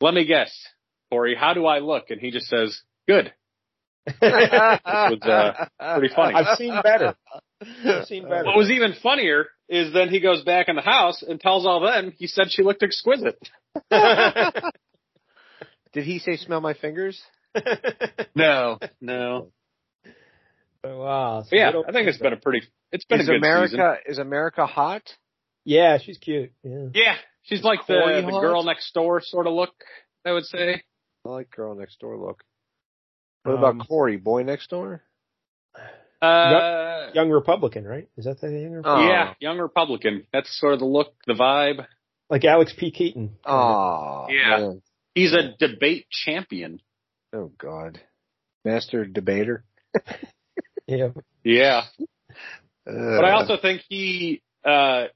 Speaker 5: "Let me guess, Corey, how do I look?" And he just says, "Good." was, uh, pretty funny.
Speaker 3: I've seen better. I've seen better.
Speaker 5: What was even funnier is then he goes back in the house and tells all them he said she looked exquisite.
Speaker 6: Did he say smell my fingers?
Speaker 5: No, no.
Speaker 3: Oh, wow. so
Speaker 5: But yeah,
Speaker 3: good old-
Speaker 5: I think it's been a pretty, it's been
Speaker 6: is
Speaker 5: a good
Speaker 6: America
Speaker 5: season.
Speaker 6: is America hot?
Speaker 3: Yeah, she's cute. Yeah.
Speaker 5: Yeah, she's like
Speaker 6: Corey
Speaker 5: the, the
Speaker 6: Hart?
Speaker 5: girl next door sort of look. I would say.
Speaker 6: I like girl next door look. What
Speaker 3: Um,
Speaker 6: about Corey, boy next door?
Speaker 5: Uh,
Speaker 3: Young Republican, right? Is that the young Republican?
Speaker 6: Oh.
Speaker 5: Yeah, young Republican. That's sort of the look, the vibe.
Speaker 3: Like Alex P. Keaton.
Speaker 6: Oh,
Speaker 5: Yeah.
Speaker 6: man.
Speaker 5: He's a debate champion.
Speaker 6: Oh God, master debater.
Speaker 3: Yeah.
Speaker 5: Yeah.
Speaker 6: Uh,
Speaker 5: But I also think he uh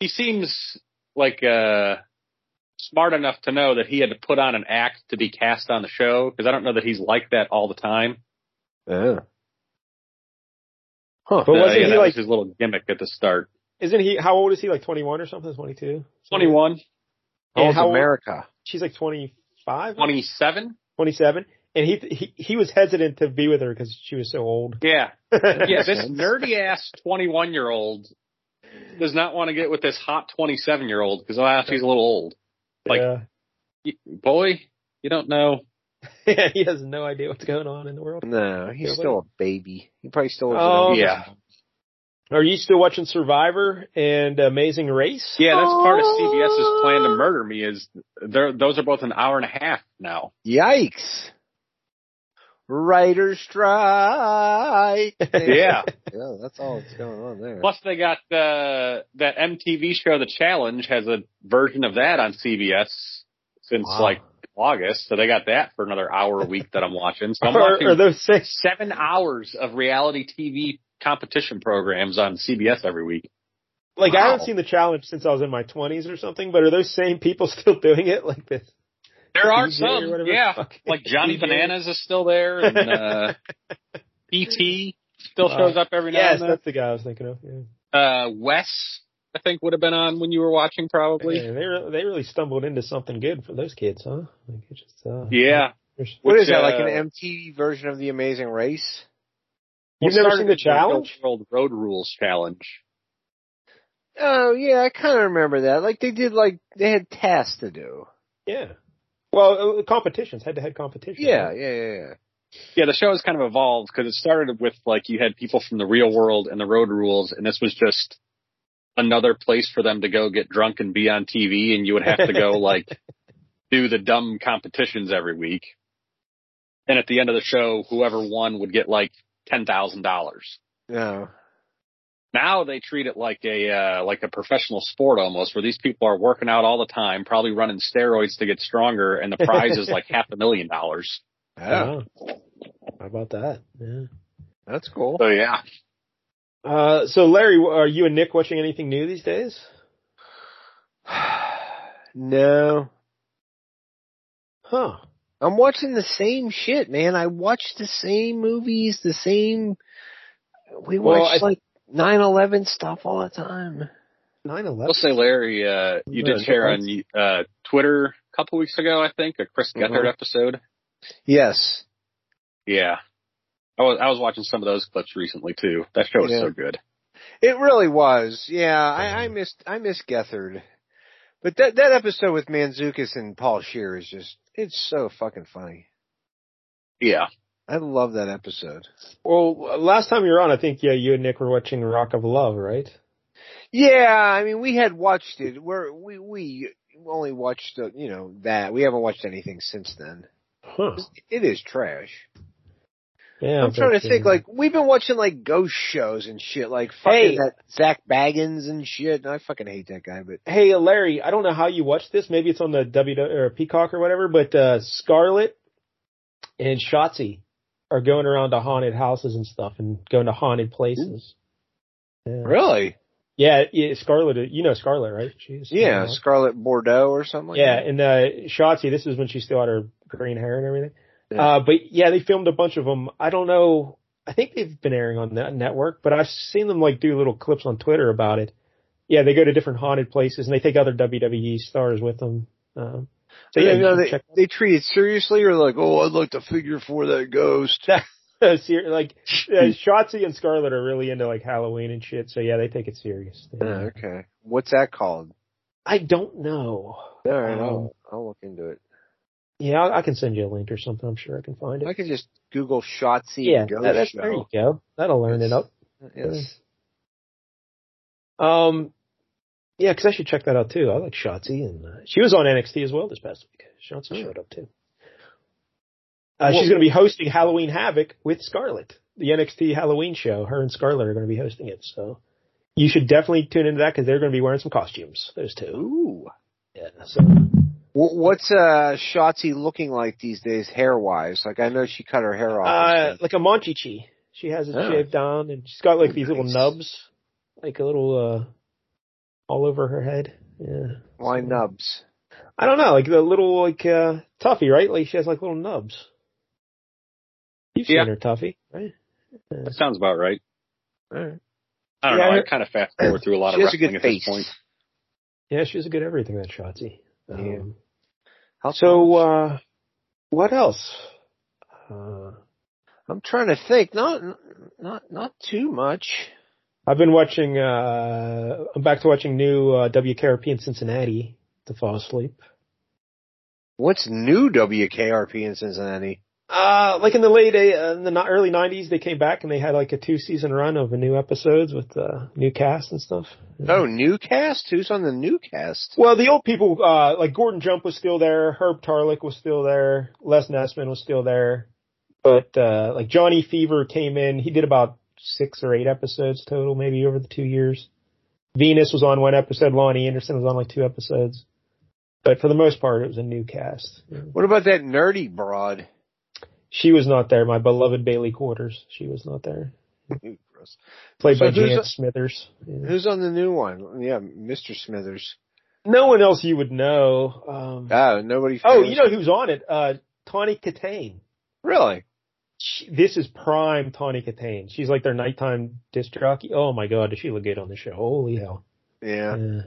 Speaker 5: he seems like uh smart enough to know that he had to put on an act to be cast on the show because I don't know that he's like that all the time.
Speaker 6: Yeah. Huh.
Speaker 3: But wasn't
Speaker 5: yeah,
Speaker 3: he
Speaker 5: Uh, that was
Speaker 3: like-
Speaker 5: his little gimmick at the start?
Speaker 3: Isn't he? How old is he? Like twenty one or something? Twenty two.
Speaker 5: Twenty one,
Speaker 6: How
Speaker 3: And
Speaker 6: old's
Speaker 3: how old-
Speaker 6: America?
Speaker 3: She's like twenty five.
Speaker 5: twenty seven.
Speaker 3: 27 and he he he was hesitant to be with her because she was so old
Speaker 5: Yeah, yeah. This nerdy ass twenty one year old does not want to get with this hot twenty seven year old because she's a little old. Like-
Speaker 3: yeah.
Speaker 5: Y- Boy, you don't know.
Speaker 3: yeah he has no idea what's going on in the world
Speaker 6: No, he's
Speaker 3: Yeah, what-
Speaker 6: still a baby. He probably still. is an
Speaker 3: Oh,
Speaker 6: old-
Speaker 5: Yeah.
Speaker 3: are you still watching survivor and amazing race
Speaker 5: Yeah, that's part of CBS's plan to murder me. Is they're those are both an hour and a half now.
Speaker 6: Yikes! Writer strike.
Speaker 5: Yeah.
Speaker 6: yeah, that's all that's going on there.
Speaker 5: Plus, they got uh, that MTV show, The Challenge, has a version of that on CBS since
Speaker 6: Wow.
Speaker 5: like August. So they got that for another hour a week that I'm watching. So I'm
Speaker 3: or,
Speaker 5: watching
Speaker 3: or those six
Speaker 5: seven hours of reality TV competition programs on CBS every week.
Speaker 3: like i haven't
Speaker 6: Wow.
Speaker 3: seen the challenge since i was in my 20s or something but are those same people still doing it like this
Speaker 5: There are
Speaker 3: DJ or
Speaker 5: some,
Speaker 3: whatever the
Speaker 5: yeah.
Speaker 3: fuck.
Speaker 5: Like Johnny
Speaker 3: DJ.
Speaker 5: Bananas is still there, and uh, PT still
Speaker 3: Wow.
Speaker 5: shows up every now
Speaker 3: yes
Speaker 5: and then.
Speaker 3: that's the guy i was thinking of yeah.
Speaker 5: uh, Wes, I think would have been on when you were watching probably.
Speaker 3: Man, they re- they really stumbled into something good for those kids huh like it just uh,
Speaker 5: Yeah.
Speaker 3: there's-
Speaker 6: what
Speaker 5: which,
Speaker 6: is that? Like
Speaker 5: uh,
Speaker 6: an MTV version of The Amazing Race?
Speaker 3: You've
Speaker 5: Well,
Speaker 3: never
Speaker 5: started
Speaker 3: seen the
Speaker 5: with Real
Speaker 3: challenge?
Speaker 5: World Road Rules Challenge.
Speaker 6: Oh yeah, I kind of remember that. Like they did, like they had tasks to do.
Speaker 3: yeah well uh, competitions head to head competitions
Speaker 6: Yeah, yeah, yeah. yeah.
Speaker 5: Yeah, the show has kind of evolved because it started with like you had people from the real world and the road rules, and this was just another place for them to go get drunk and be on TV, and you would have to go like do the dumb competitions every week. And at the end of the show, whoever won would get like ten thousand dollars.
Speaker 6: No.
Speaker 5: Now they treat it like a uh, like a professional sport almost, where these people are working out all the time, probably running steroids to get stronger, and the prize is like half a million dollars.
Speaker 6: Oh,
Speaker 3: Wow. Uh-huh. How about that? Yeah.
Speaker 6: that's cool.
Speaker 5: So yeah,
Speaker 3: Uh, so Larry, are you and Nick watching anything new these days?
Speaker 6: no.
Speaker 3: Huh.
Speaker 6: I'm watching the same shit, man. I watch the same movies, the same. We
Speaker 3: Well,
Speaker 6: watch
Speaker 3: I-
Speaker 6: like 9/11 stuff all the time.
Speaker 3: 9-11.
Speaker 5: I'll say Larry, uh, you did
Speaker 3: Yeah,
Speaker 5: share on
Speaker 3: that's-
Speaker 5: uh, Twitter a couple weeks ago, I think, a Chris Gethard
Speaker 6: Mhm.
Speaker 5: episode.
Speaker 6: Yes.
Speaker 5: Yeah, I was I was watching some of those clips recently too. That show was
Speaker 6: Yeah.
Speaker 5: so good.
Speaker 6: It really was. Yeah, I, I missed I missed Gethard. But that that episode with Manzukis and Paul Shear is just it's so fucking funny.
Speaker 5: Yeah,
Speaker 6: I love that episode.
Speaker 3: Well, last time you were on, I think yeah, you and Nick were watching Rock of Love, right?
Speaker 6: Yeah, I mean we had watched it. We're we we only watched uh, you know that. We haven't watched anything since then.
Speaker 3: Huh.
Speaker 6: It is trash.
Speaker 3: Yeah.
Speaker 6: I'm trying
Speaker 3: but,
Speaker 6: to think
Speaker 3: uh,
Speaker 6: like we've been watching like ghost shows and shit like fucking
Speaker 3: Hey.
Speaker 6: that Zach Baggins and shit. And I fucking hate that guy, but
Speaker 3: Hey uh, Larry, I don't know how you watch this. Maybe it's on the W or Peacock or whatever. But uh, Scarlet and Shotzi are going around to haunted houses and stuff, and going to haunted places. Yeah.
Speaker 6: really,
Speaker 3: Yeah, yeah, Scarlet. You know Scarlet, right? She's
Speaker 6: yeah, Scarlet Bordeaux or something. Like
Speaker 3: yeah,
Speaker 6: that.
Speaker 3: and uh, Shotzi. This is when she still had her green hair and everything.
Speaker 6: Yeah.
Speaker 3: Uh, but yeah, they filmed a bunch of them. I don't know. I think they've been airing on that network, but I've seen them like do little clips on Twitter about it. Yeah, they go to different haunted places and they take other WWE stars with them. Um, so yeah,
Speaker 6: you know,
Speaker 3: you
Speaker 6: they,
Speaker 3: should
Speaker 6: they treat it seriously or like, oh, I'd like to figure for that ghost.
Speaker 3: check- ser- like
Speaker 6: Hmm.
Speaker 3: uh, Shotzi and Scarlett are really into like Halloween and shit. So yeah, they take it serious.
Speaker 6: Yeah, okay. What's that called?
Speaker 3: I don't know.
Speaker 6: All right,
Speaker 3: Um,
Speaker 6: I'll, I'll look into it.
Speaker 3: Yeah, I, I can send you a link or something. I'm sure I can find it.
Speaker 6: I could just Google Shotzi
Speaker 3: yeah,
Speaker 6: Ghost
Speaker 3: that- that's-
Speaker 6: Show.
Speaker 3: there you go. That'll learn it up.
Speaker 6: Yes.
Speaker 3: Um, yeah, 'cause I should check that out too. I like Shotzi, and uh, she was on NXT as well this past week. Shotzi
Speaker 6: Hmm.
Speaker 3: showed up too. Uh, she's going to be hosting Halloween Havoc with Scarlett, the NXT Halloween show. Her and Scarlett are going to be hosting it, so you should definitely tune into that because they're going to be wearing some costumes. Those two.
Speaker 6: Ooh.
Speaker 3: Yeah. So
Speaker 6: Wh- What's uh Shotzi looking like these days, hair wise? Like I know she cut her hair off. and
Speaker 3: Uh,
Speaker 6: stuff.
Speaker 3: like a Monchichi. She has it
Speaker 6: Oh.
Speaker 3: shaved down, and she's got like these little
Speaker 6: Nice.
Speaker 3: nubs, like a little uh, all over her head. Yeah.
Speaker 6: Why nubs?
Speaker 3: I don't know, like the little like uh Tuffy, right? Like she has like little nubs. You've
Speaker 5: Yeah.
Speaker 3: seen her Tuffy, right?
Speaker 5: that sounds about right.
Speaker 6: Alright.
Speaker 5: I don't
Speaker 3: Yeah,
Speaker 5: know.
Speaker 3: I-
Speaker 5: I kind of fast forward through a lot
Speaker 6: She
Speaker 5: of
Speaker 6: has a
Speaker 5: wrestling
Speaker 6: good
Speaker 5: at this
Speaker 6: face.
Speaker 5: point.
Speaker 3: Yeah, she was a good everything that Shotzi. Um,
Speaker 6: Yeah. How
Speaker 3: So uh what else? Uh
Speaker 6: I'm trying to think. Not not not too much.
Speaker 3: I've been watching uh I'm back to watching new uh WKRP in Cincinnati to fall asleep.
Speaker 6: What's new WKRP in Cincinnati?
Speaker 3: Uh, like in the late, uh, in the ni- early '90s, they came back and they had like a two-season run of new episodes with uh, new cast and stuff.
Speaker 5: Hmm.
Speaker 6: Oh, new cast? Who's on the new cast?
Speaker 3: Well, the old people, uh, like Gordon Jump was still there, Herb Tarlick was still there, Les Nessman was still there, but, uh, like Johnny Fever came in, he did about six or eight episodes total, maybe over the two years. Venus was on one episode, Lonnie Anderson was on like two episodes. But for the most part, it was a new cast.
Speaker 6: What about that nerdy broad?
Speaker 3: She was not there, my beloved Bailey Quarters. She was not there.
Speaker 6: Ew, gross.
Speaker 3: Played
Speaker 6: So
Speaker 3: by
Speaker 6: who's
Speaker 3: Janet
Speaker 6: the-
Speaker 3: Smithers. Yeah.
Speaker 6: Who's on the new one? Yeah, Mr. Smithers.
Speaker 3: No one else you would know. Um,
Speaker 6: Oh, nobody.
Speaker 3: oh,
Speaker 6: famous-
Speaker 3: you know who's on it? Uh, Tawny Katane.
Speaker 6: really?
Speaker 3: she, this is prime Tawny Katane. She's like their nighttime disc jockey. Oh my god, does she look good on the show? Holy hell!
Speaker 5: Hmm.
Speaker 6: Yeah.
Speaker 3: Yeah.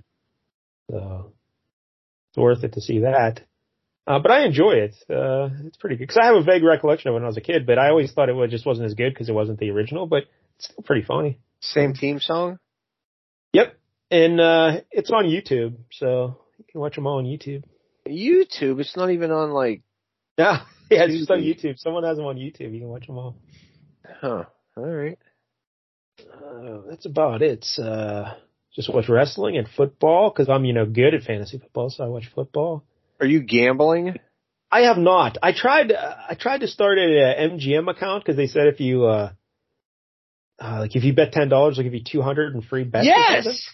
Speaker 3: So it's worth it to see that. Uh, but I enjoy it. Uh, it's pretty good because I have a vague recollection of when I was a kid, but I always thought it was, just wasn't as good because it wasn't the original. But it's still pretty funny.
Speaker 6: Same theme song.
Speaker 3: Yep, and uh, it's on YouTube, so you can watch them all on YouTube.
Speaker 6: YouTube. It's not even on like.
Speaker 3: Yeah, yeah, it's just on YouTube. Someone has them on YouTube. You can watch them all.
Speaker 6: Huh. All right.
Speaker 3: Uh, that's about it. Uh, just watch wrestling and football because I'm, you know, good at fantasy football, so I watch football.
Speaker 6: Are you gambling?
Speaker 3: I have not. I tried. uh, I tried to start uh, an MGM account because they said if you uh, uh, like if you bet ten dollars, they'll give you two hundred in free bets. or something.
Speaker 5: Yes.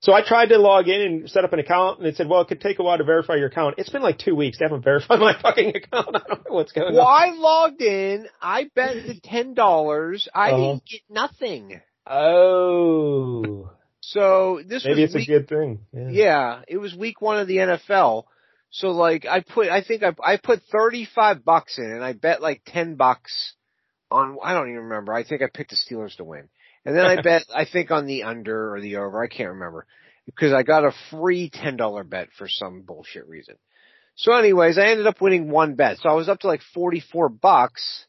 Speaker 3: So I tried to log in and set up an account, and it said, "Well, it could take a while to verify your account." It's been like two weeks. They haven't verified my fucking account. I don't know what's going
Speaker 6: Well,
Speaker 3: on.
Speaker 6: I logged in. I bet the ten dollars. I
Speaker 3: Uh-huh.
Speaker 6: didn't get nothing.
Speaker 3: Oh,
Speaker 6: So this
Speaker 3: maybe it's
Speaker 6: was
Speaker 3: a
Speaker 6: week-
Speaker 3: good thing. Yeah.
Speaker 6: yeah, it was week one of the NFL. So like I put, I think I I put thirty five bucks in, and I bet like ten bucks on. I don't even remember. I think I picked the Steelers to win, and then I bet I think on the under or the over. I can't remember because I got a free ten dollar bet for some bullshit reason. So anyways, I ended up winning one bet, so I was up to like forty four bucks,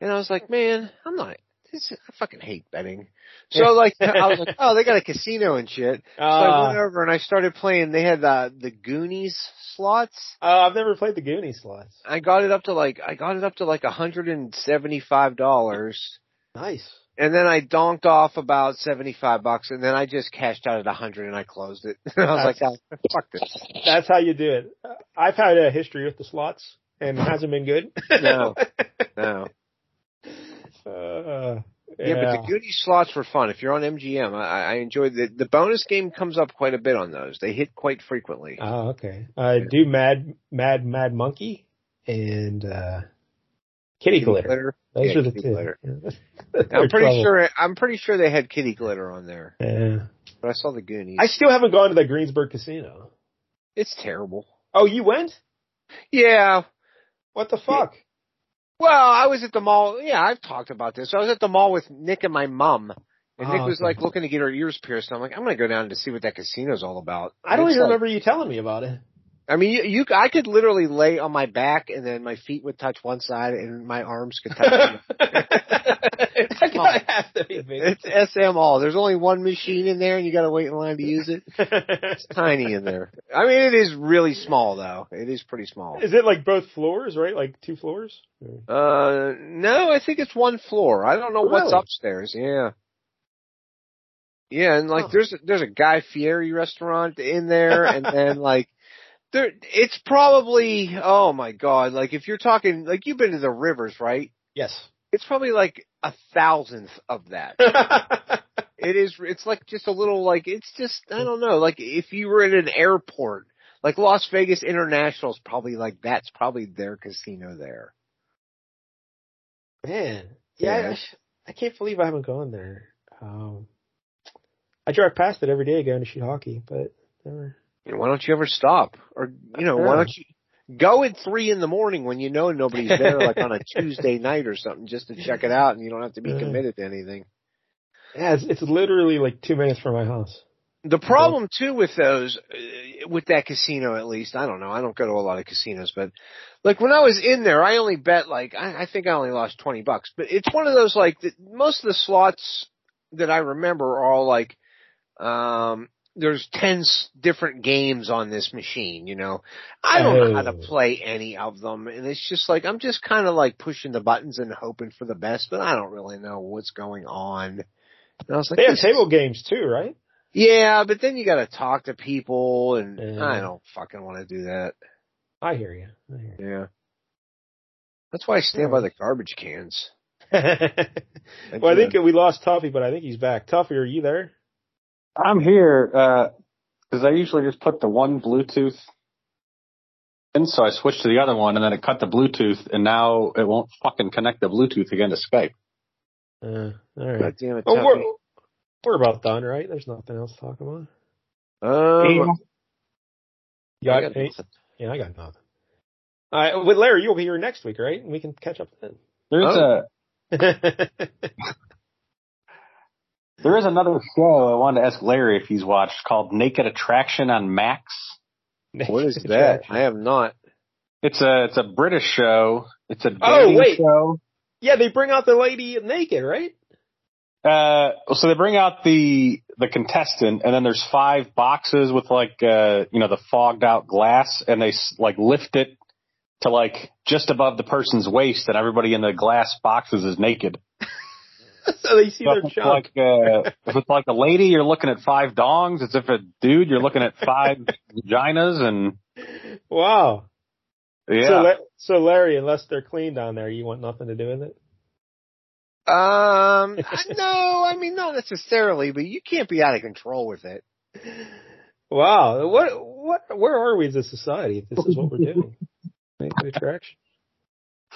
Speaker 6: and I was like, man, I'm not. This, I fucking hate betting. So like, I was like, oh, they got a casino and shit. So I went
Speaker 3: Uh,
Speaker 6: over and I started playing. They had uh, the Goonies slots.
Speaker 3: uh, I've never played the Goonies slots.
Speaker 6: I got it up to like I got it up to like hundred and seventy five dollars,
Speaker 3: Nice.
Speaker 6: and then I donked off about seventy five bucks, and then I just cashed out at a hundred and I closed it. I was like, "Ah, fuck this.
Speaker 3: That's how you do it. Uh, I've had a history with the slots, and it hasn't been good.
Speaker 6: No. No.
Speaker 3: Uh,
Speaker 6: Yeah. but the Goonies slots were fun. If you're on MGM, I, I enjoyed the the bonus game comes up quite a bit on those. They hit quite frequently.
Speaker 3: Oh, okay. I do Mad Mad Mad Monkey and uh Kitty, Glitter. Those
Speaker 6: Yeah,
Speaker 3: are the
Speaker 6: Kitty
Speaker 3: two.
Speaker 6: Glitter.
Speaker 3: They're
Speaker 6: I'm pretty
Speaker 3: trouble.
Speaker 6: sure I'm pretty sure they had kitty glitter on there,
Speaker 3: Yeah.
Speaker 6: but I saw the Goonies.
Speaker 3: I still haven't gone to the Greensburg Casino.
Speaker 6: it's terrible.
Speaker 3: Oh, you went?
Speaker 6: Yeah.
Speaker 3: What the fuck?
Speaker 6: Well, I was at the mall. Yeah, I've talked about this. I was at the mall with Nick and my mom. And
Speaker 3: Oh,
Speaker 6: Nick was
Speaker 3: okay.
Speaker 6: like looking to get her ears pierced. And I'm like, I'm going to go down to see what that casino's all about.
Speaker 3: I don't
Speaker 6: It's
Speaker 3: even
Speaker 6: like-
Speaker 3: remember you telling me about it.
Speaker 6: I mean, you, you, I could literally lay on my back and then my feet would touch one side and my arms could touch. the other.
Speaker 3: That guy has to be big.
Speaker 6: it's SM all. There's only one machine in there and you got to wait in line to use it. It's tiny in there. I mean, it is really small though. It is pretty small.
Speaker 3: Is it like both floors, right? Like two floors?
Speaker 6: Uh, no, I think it's one floor. I don't know what's
Speaker 3: Really?
Speaker 6: upstairs. Yeah. Yeah, and like
Speaker 3: Huh.
Speaker 6: there's a, there's a Guy Fieri restaurant in there, and then like there it's probably oh my god, like if you're talking like you've been to the rivers, right?
Speaker 3: Yes.
Speaker 6: It's probably like a thousandth of that. It is. It's like just a little like it's just I don't know. Like if you were at an airport, like Las Vegas International is probably like that's probably their casino there.
Speaker 3: Man, yeah, I-
Speaker 6: Yeah.
Speaker 3: I, can't believe I haven't gone there. Um, I drive past it every day going to shoot hockey, but never.
Speaker 6: You know, why don't you ever stop? Or you know, why
Speaker 3: Yeah.
Speaker 6: don't you go at three in the morning when you know nobody's there, like on a Tuesday night or something, just to check it out, and you don't have to be
Speaker 3: Yeah.
Speaker 6: committed to anything.
Speaker 3: Yeah, it's, it's literally like two minutes from my house.
Speaker 6: The problem too with those, uh, with that casino at least, I don't know, I don't go to a lot of casinos, but like when I was in there, I only bet like, I, I think I only lost 20 bucks, but it's one of those like, that most of the slots that I remember are all like, um, there's 10 s- different games on this machine, you know. I don't know how to
Speaker 3: Oh.
Speaker 6: play any of them, and it's just like, I'm just kind of like pushing the buttons and hoping for the best, but I don't really know what's going on. And I was like,
Speaker 3: They have
Speaker 6: "This
Speaker 3: table games too, right?
Speaker 6: yeah, but then you gotta talk to people and
Speaker 3: Yeah.
Speaker 6: I don't fucking wanna do that.
Speaker 3: I hear you. I hear
Speaker 6: Yeah. That's why I stand by the garbage cans.
Speaker 3: you. well, I think we lost Tuffy, but I think he's back. Tuffy, are you there?
Speaker 10: I'm here uh 'cause I usually just put the one Bluetooth in, so I switched to the other one, and then it cut the Bluetooth, and now it won't fucking connect the Bluetooth again to Skype.
Speaker 3: Uh, all right.
Speaker 6: God damn it.
Speaker 3: Oh, we're,
Speaker 6: Tuffy.
Speaker 3: we're about done, right? There's nothing else to talk about.
Speaker 6: Um,
Speaker 3: You got,
Speaker 6: I got
Speaker 3: any- yeah, I got nothing. All right, well, Larry, you'll be here next week, right? And we can catch up then.
Speaker 10: There's
Speaker 6: Oh.
Speaker 10: a there is another show I wanted to ask Larry if he's watched called Naked Attraction on Max.
Speaker 6: what is that? I have not.
Speaker 10: It's a it's a British show. It's a
Speaker 3: Oh,
Speaker 10: dating
Speaker 3: wait.
Speaker 10: show.
Speaker 3: Yeah, they bring out the lady naked, right?
Speaker 10: Uh, so they bring out the the contestant, and then there's five boxes with like uh, you know the fogged out glass, and they s like lift it to like just above the person's waist, and everybody in the glass boxes is naked.
Speaker 3: so they see
Speaker 10: So
Speaker 3: their
Speaker 10: if it's
Speaker 3: junk.
Speaker 10: like uh, if it's like a lady, you're looking at five dongs. It's if a dude, you're looking at five vaginas, and
Speaker 3: Wow.
Speaker 5: Yeah.
Speaker 3: So, La- so Larry, unless they're clean down there, you want nothing to do with it.
Speaker 6: Um, no, I mean not necessarily, but you can't be out of control with it.
Speaker 3: Wow, what, what, where are we as a society? If this is what we're doing, make the attraction.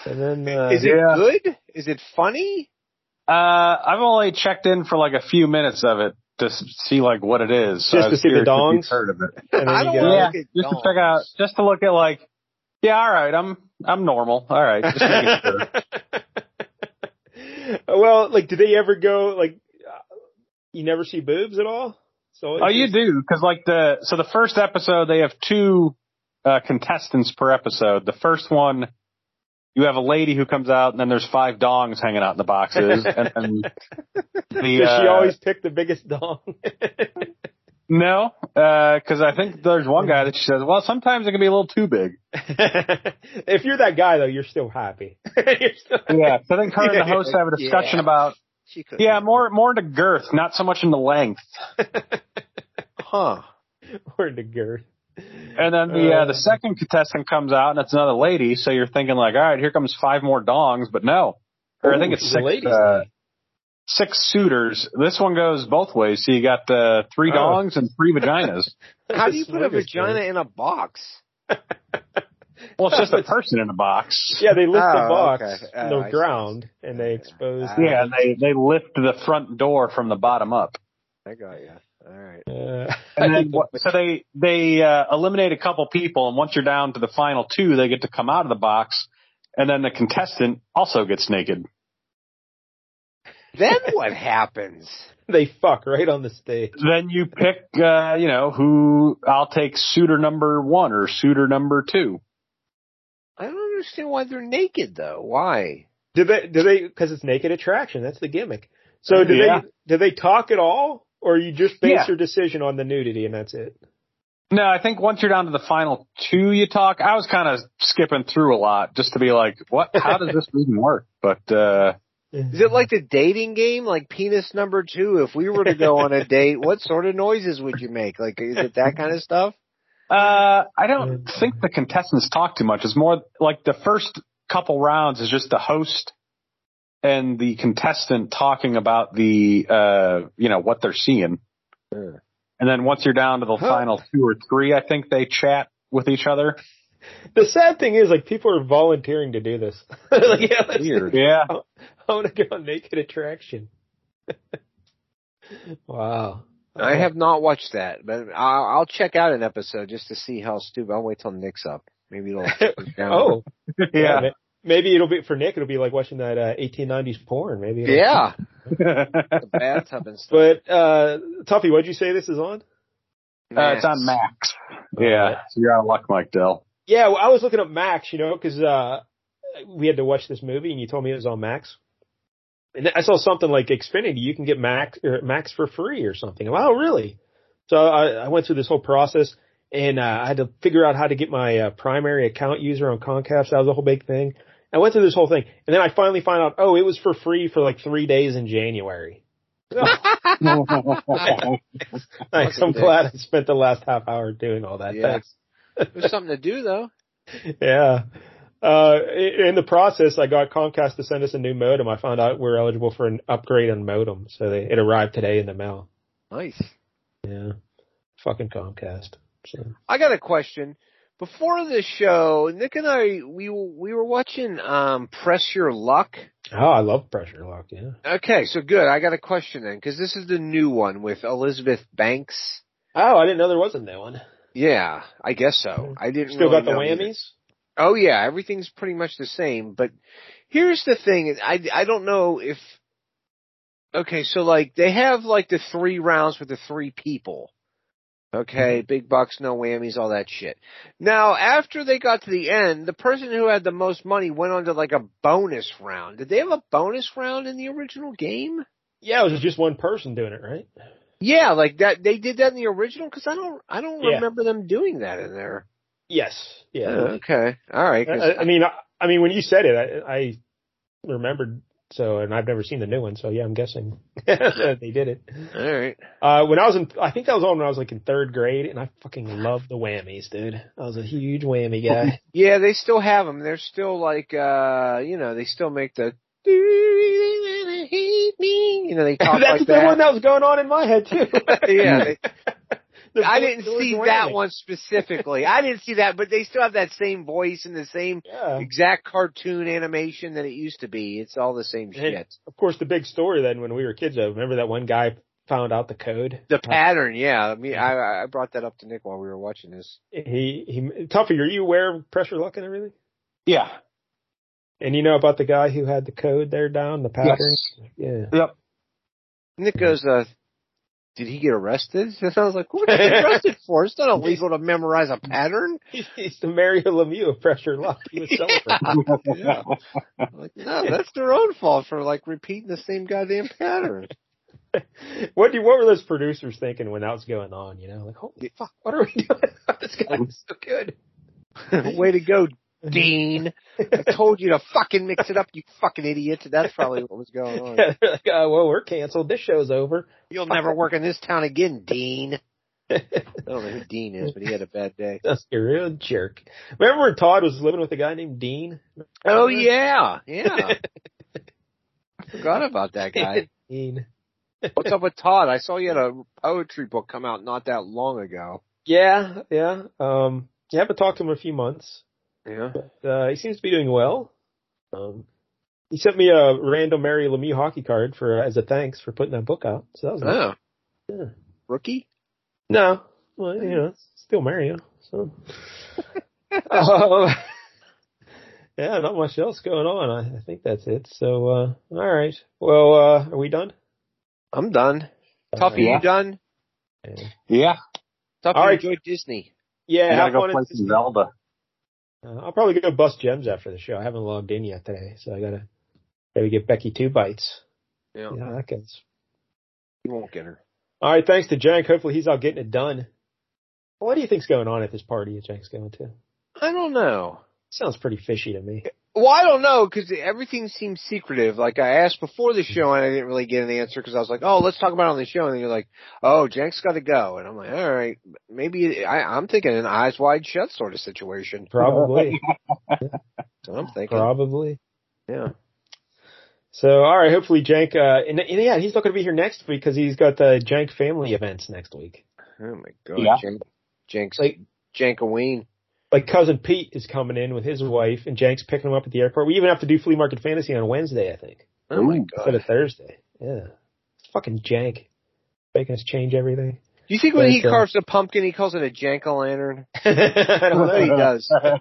Speaker 3: And then uh,
Speaker 6: Is it
Speaker 5: Yeah.
Speaker 6: good? Is it funny?
Speaker 5: uh, I've only checked in for like a few minutes of it to s- see like what it is. So
Speaker 3: Just
Speaker 5: I
Speaker 3: to
Speaker 5: was
Speaker 3: see the
Speaker 5: curious
Speaker 3: dongs?
Speaker 5: if you've Heard of it?
Speaker 3: and then
Speaker 6: I
Speaker 3: you
Speaker 6: don't
Speaker 3: go,
Speaker 6: wanna
Speaker 5: Yeah.
Speaker 6: look at
Speaker 5: Just to
Speaker 6: dongs.
Speaker 5: check out, just to look at like, yeah, all right, I'm I'm normal. All right, just making sure.
Speaker 3: well, like, do they ever go like? uh, You never see boobs at all. So
Speaker 5: Oh, you do because like the so the first episode they have two uh, contestants per episode. The first one you have a lady who comes out, and then there's five dongs hanging out in the boxes. And, then the,
Speaker 3: Does she
Speaker 5: uh,
Speaker 3: always pick the biggest dong?
Speaker 5: no? Because I think there's one guy that she says, well, sometimes it can be a little too big.
Speaker 3: if you're that guy though, you're still happy. you're still
Speaker 5: Yeah. So I think her and the host have a discussion
Speaker 6: Yeah.
Speaker 5: about
Speaker 6: She could.
Speaker 5: yeah, more more into girth, not so much into length.
Speaker 6: Huh.
Speaker 3: Or the girth.
Speaker 5: And then the uh,
Speaker 3: Uh.
Speaker 5: the second contestant comes out, and it's another lady. So you're thinking like, all right, here comes five more dongs, but no, or I think it's
Speaker 3: she's a
Speaker 5: six
Speaker 3: ladies'
Speaker 5: uh, six suitors. This one goes both ways. So you got uh, three
Speaker 3: Oh.
Speaker 5: dongs and three vaginas.
Speaker 6: How do you put a
Speaker 3: Swingers thing.
Speaker 6: vagina in a box?
Speaker 5: well, it's just a person in a box.
Speaker 3: Yeah, they lift the
Speaker 6: Oh,
Speaker 3: box
Speaker 6: okay.
Speaker 3: from
Speaker 6: Oh,
Speaker 3: the
Speaker 6: I see.
Speaker 3: ground and they expose.
Speaker 6: Ah.
Speaker 5: Yeah, and they they lift the front door from the bottom up.
Speaker 6: I got you. All right.
Speaker 3: Uh,
Speaker 5: And then what, so they they uh, eliminate a couple people, and once you're down to the final two, they get to come out of the box, and then the contestant also gets naked.
Speaker 6: Then what happens?
Speaker 3: they fuck right on the stage.
Speaker 5: Then you pick, uh, you know, who I'll take suitor number one or suitor number two.
Speaker 6: I don't understand why they're naked though. Why?
Speaker 3: Do they? Do they? Because it's naked attraction. That's the gimmick. So do
Speaker 5: Yeah.
Speaker 3: they? Do they talk at all, or you just base
Speaker 5: Yeah.
Speaker 3: your decision on the nudity and that's it?
Speaker 5: No, I think once you're down to the final two, you talk. I was kind of skipping through a lot just to be like, what? How does this even work? But uh
Speaker 6: Is it like the dating game, like penis number two? If we were to go on a date, what sort of noises would you make? Like, is it that kind of stuff?
Speaker 5: Uh, I
Speaker 10: Um,
Speaker 5: don't think the contestants talk too much. It's more like the first couple rounds is just the host and the contestant talking about the uh, you know, what they're seeing. And then once you're down to the
Speaker 3: Huh.
Speaker 5: final two or three, I think they chat with each other.
Speaker 3: The sad thing is, like, people are volunteering to do this. like, yeah, let's,
Speaker 5: Yeah.
Speaker 3: I want to go on naked attraction. wow.
Speaker 6: I have not watched that, but I'll, I'll check out an episode just to see how stupid. I'll wait till Nick's up. Maybe it'll.
Speaker 3: Oh,
Speaker 5: Yeah.
Speaker 3: ma- Maybe it'll be for Nick. It'll be like watching that uh, 1890s porn. Maybe. it'll-
Speaker 6: Yeah,
Speaker 5: uh,
Speaker 6: the bathtub and stuff.
Speaker 3: But uh Tuffy, what'd you say this is on?
Speaker 5: uh, it's on Max. Yeah. So you're out of luck, Mike Dell.
Speaker 3: Yeah, well, I was looking up Max, you know, because uh, we had to watch this movie, and you told me it was on Max. And I saw something like Xfinity, you can get Max or Max for free or something. I'm, Oh, really? So I, I went through this whole process, and uh, I had to figure out how to get my uh, primary account user on Comcast. That was a whole big thing. I went through this whole thing, and then I finally found out, oh, it was for free for like three days in January. Thanks. I'm
Speaker 6: Fucking
Speaker 3: glad I spent the last half hour doing all that.
Speaker 6: Yeah.
Speaker 3: Thanks.
Speaker 6: There's something to do though.
Speaker 3: Yeah. Uh, i- in the process, I got Comcast to send us a new modem. I found out we're eligible for an upgrade on modem, so they, it arrived today in the mail.
Speaker 6: Nice.
Speaker 3: Yeah. Fucking Comcast. So.
Speaker 6: I got a question. Before the show, Nick and I we we were watching um Press Your Luck.
Speaker 3: Oh, I love pressure lock. Yeah.
Speaker 6: Okay, so good. I got a question then because this is the new one with Elizabeth Banks.
Speaker 3: Oh, I didn't know there was a new one.
Speaker 6: Yeah, I guess so. I didn't
Speaker 3: Mm-hmm. Still
Speaker 6: really
Speaker 3: got the
Speaker 6: know either.
Speaker 3: whammies.
Speaker 6: Oh yeah, everything's pretty much the same. But here's the thing: I I don't know if okay, so like they have like the three rounds with the three people.
Speaker 3: Mm-hmm.
Speaker 6: Okay, big bucks, no whammies, all that shit. Now, after they got to the end, the person who had the most money went on to like a bonus round. Did they have a bonus round in the original game?
Speaker 3: Yeah, it was just one person doing it, right?
Speaker 6: Yeah, like that. They did that in the original because I don't, I don't
Speaker 3: Yeah.
Speaker 6: remember them doing that in there.
Speaker 3: Yes. Yeah.
Speaker 6: okay, all right. 'cause
Speaker 3: I, I mean, I, I mean, when you said it, I, I remembered So, and I've never seen the new one, so yeah, I'm guessing that they did it.
Speaker 6: All right.
Speaker 3: Uh, when I was in, I think that was on when I was like in third grade, and I fucking loved the whammies, dude. I was a huge whammy guy.
Speaker 6: Yeah, they still have them. They're still like, uh, you know, they still make the. You know, they talk
Speaker 3: That's
Speaker 6: like
Speaker 3: the
Speaker 6: that.
Speaker 3: one that was going on in my head too.
Speaker 6: yeah, they,
Speaker 3: The
Speaker 6: I
Speaker 3: George
Speaker 6: didn't see
Speaker 3: Whammy.
Speaker 6: that one specifically. I didn't see that, but they still have that same voice and the same
Speaker 3: Yeah.
Speaker 6: exact cartoon animation that it used to be. It's all the same shit.
Speaker 3: Of course, the big story then when we were kids, though, remember that one guy found out the code?
Speaker 6: The pattern, yeah. I mean, I, I brought that up to Nick while we were watching this.
Speaker 3: He, he, Tuffy, are you aware of pressure luck and everything?
Speaker 10: Yeah.
Speaker 3: And you know about the guy who had the code there down, the pattern? Yeah.
Speaker 10: Yep.
Speaker 6: Nick goes, uh, did he get arrested? And I was like, what was he arrested for? It's not illegal to memorize a pattern.
Speaker 3: He's the Mario Lemieux of pressure luck. He was celebrating.
Speaker 6: Yeah. I'm like, no, that's their own fault for like repeating the same goddamn pattern.
Speaker 3: What do you, what were those producers thinking when that was going on? You know, like holy fuck, what are we doing? this guy is so good.
Speaker 6: Way to go, Dean. I told you to fucking mix it up, you fucking idiot. That's probably what was going on.
Speaker 3: Yeah, they're like, oh, well, we're canceled. This show's over.
Speaker 6: You'll never work in this town again, Dean. I don't know who Dean is, but he had a bad day.
Speaker 3: That's a real jerk. Remember when Todd was living with a guy named Dean?
Speaker 6: Oh yeah, yeah. I forgot about that guy.
Speaker 3: Dean.
Speaker 6: What's up with Todd? I saw you had a poetry book come out not that long ago.
Speaker 3: Yeah, yeah. Um, you haven't talked to him in a few months.
Speaker 6: Yeah.
Speaker 3: Uh, he seems to be doing well. Um, he sent me a random Mary Lemieux hockey card for as a thanks for putting that book out. So that was nice.
Speaker 6: Oh.
Speaker 3: Yeah.
Speaker 6: Rookie?
Speaker 3: No, well, you know, it's still Mario. So, Um, yeah, not much else going on. I, I think that's it. So, uh, all right. Well, uh, are we done?
Speaker 6: I'm done. Tuffy,
Speaker 10: Yeah.
Speaker 6: you done?
Speaker 10: Yeah.
Speaker 6: Tuffy,
Speaker 3: All right.
Speaker 6: enjoy Disney.
Speaker 10: I
Speaker 3: Yeah,
Speaker 10: gotta
Speaker 3: have
Speaker 10: go
Speaker 3: fun.
Speaker 10: play
Speaker 3: at
Speaker 10: some
Speaker 3: Disney.
Speaker 10: Zelda.
Speaker 3: Uh, I'll probably go bust gems after the show. I haven't logged in yet today, so I gotta gotta get Becky two bites.
Speaker 10: Oh.
Speaker 6: Yeah.
Speaker 3: Yeah, that goes.
Speaker 6: You won't get her.
Speaker 3: All right, thanks to Jank. Hopefully he's out getting it done. What do you think's going on at this party that Jank's going to?
Speaker 6: I don't know.
Speaker 3: Sounds pretty fishy to me.
Speaker 6: Well, I don't know because everything seems secretive. Like I asked before the show and I didn't really get an answer because I was like, "Oh, let's talk about it on the show," and then you're like, "Oh, Jank's got to go," and I'm like, "All right, maybe I, I'm thinking an eyes wide shut sort of situation."
Speaker 3: Probably,
Speaker 6: So I'm thinking,
Speaker 3: probably.
Speaker 6: yeah,
Speaker 3: So, all right. Hopefully, Jank. Uh, and, and yeah, he's not going to be here next week because he's got the Jank family events next week.
Speaker 6: oh my god,
Speaker 10: Yeah.
Speaker 6: Jank, Jank's
Speaker 3: Like-
Speaker 6: Jankoween.
Speaker 3: Like cousin Pete is coming in with his wife, and Jank's picking him up at the airport. We even have to do flea market fantasy on Wednesday, I think,
Speaker 6: Oh my
Speaker 3: instead
Speaker 6: god,
Speaker 3: of Thursday. Yeah, it's fucking Jank, making us change everything.
Speaker 6: do you think when he
Speaker 3: Thank God.
Speaker 6: carves a pumpkin, he calls it a Jank o' lantern?
Speaker 3: I don't
Speaker 6: I bet
Speaker 3: know.
Speaker 6: he does.
Speaker 3: The,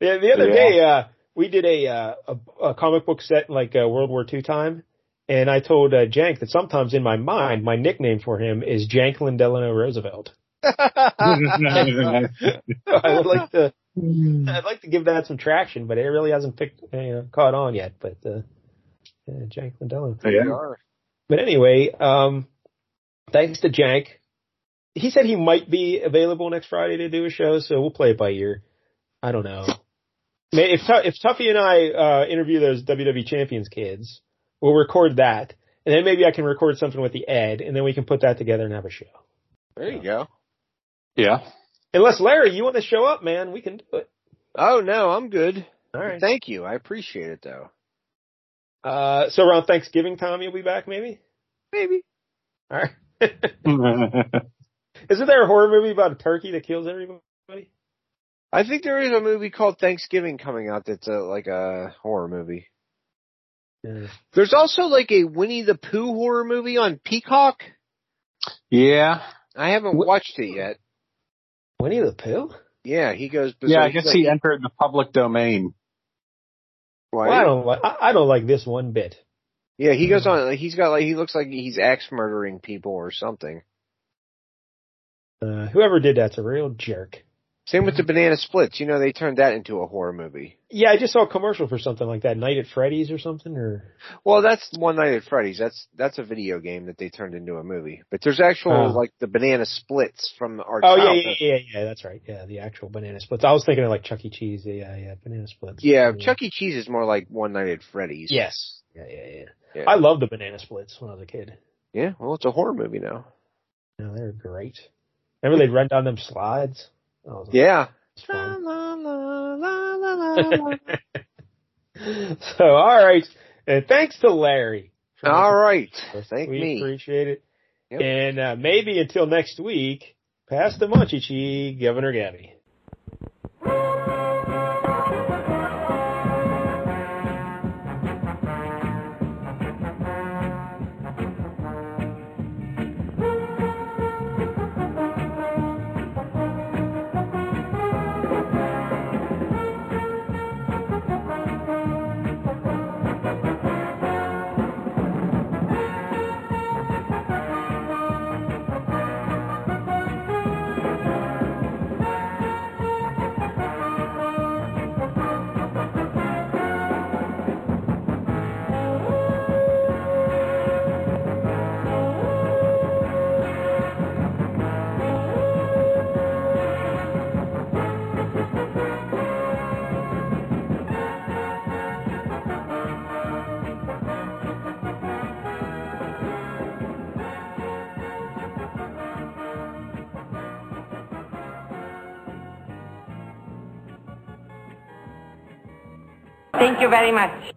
Speaker 3: the other
Speaker 10: Yeah.
Speaker 3: day, uh, we did a, uh, a a comic book set in like uh, World War II time, and I told uh, Jank that sometimes in my mind, my nickname for him is Janklin Delano Roosevelt. I would like to. I'd like to give that some traction, but it really hasn't picked, you know, caught on yet. But uh, yeah, Jank Lindell.
Speaker 10: yeah.
Speaker 3: But anyway, um, thanks to Jank. He said he might be available next Friday to do a show, so we'll play it by ear. I don't know. Man, if Tu- if Tuffy and I uh, interview those WWE champions kids, we'll record that, and then maybe I can record something with the Ed, and then we can put that together and have a show.
Speaker 6: There you go.
Speaker 10: Yeah.
Speaker 3: Unless Larry, you want to show up, man, we can do it.
Speaker 6: Oh no, I'm good.
Speaker 3: All right.
Speaker 6: Thank you, I appreciate it though.
Speaker 3: Uh, so around Thanksgiving time, you'll be back, maybe.
Speaker 6: Maybe.
Speaker 3: All right. Isn't there a horror movie about a turkey that kills everybody?
Speaker 6: I think there is a movie called Thanksgiving coming out that's a, like a horror movie.
Speaker 3: Yeah.
Speaker 6: There's also like a Winnie the Pooh horror movie on Peacock.
Speaker 10: yeah.
Speaker 6: I haven't
Speaker 10: Wh-
Speaker 6: watched it yet.
Speaker 3: Winnie the Pooh?
Speaker 6: Yeah, he goes.
Speaker 10: Yeah, I
Speaker 6: he's
Speaker 10: guess
Speaker 6: like-
Speaker 10: he entered the public domain.
Speaker 6: why-
Speaker 3: Well, I don't like. I, I don't like this one bit.
Speaker 6: yeah, he goes on. Like, he's got like he looks like he's axe murdering people or something.
Speaker 3: Uh, whoever did that's a real jerk.
Speaker 6: Same with the banana splits. You know, they turned that into a horror movie.
Speaker 3: Yeah, I just saw a commercial for something like that, Night at Freddy's or something, or
Speaker 6: Well, that's One Night at Freddy's. That's that's a video game that they turned into a movie. But there's actual
Speaker 3: Oh.
Speaker 6: like the banana splits from our
Speaker 3: oh yeah,
Speaker 6: childhood.
Speaker 3: yeah, yeah, yeah, that's right. Yeah, the actual banana splits. I was thinking of like Chuck E. Cheese. Yeah, yeah, yeah, banana splits.
Speaker 6: Yeah, Chuck E. Cheese is more like One Night at Freddy's.
Speaker 3: Yes. Yeah, yeah, yeah.
Speaker 6: Yeah.
Speaker 3: I loved the banana splits when I was a kid.
Speaker 6: Yeah, well, it's a horror movie now.
Speaker 3: No, they were great. Remember they'd run down them slides? That was
Speaker 6: Yeah.
Speaker 3: fun. so all right, and thanks to Larry. for
Speaker 6: All right.
Speaker 3: making-
Speaker 6: Thank
Speaker 3: we
Speaker 6: me.
Speaker 3: appreciate it.
Speaker 6: Yep.
Speaker 3: And uh, maybe until next week, pass the munchie cheese, Governor Gabby.
Speaker 11: Thank you very much.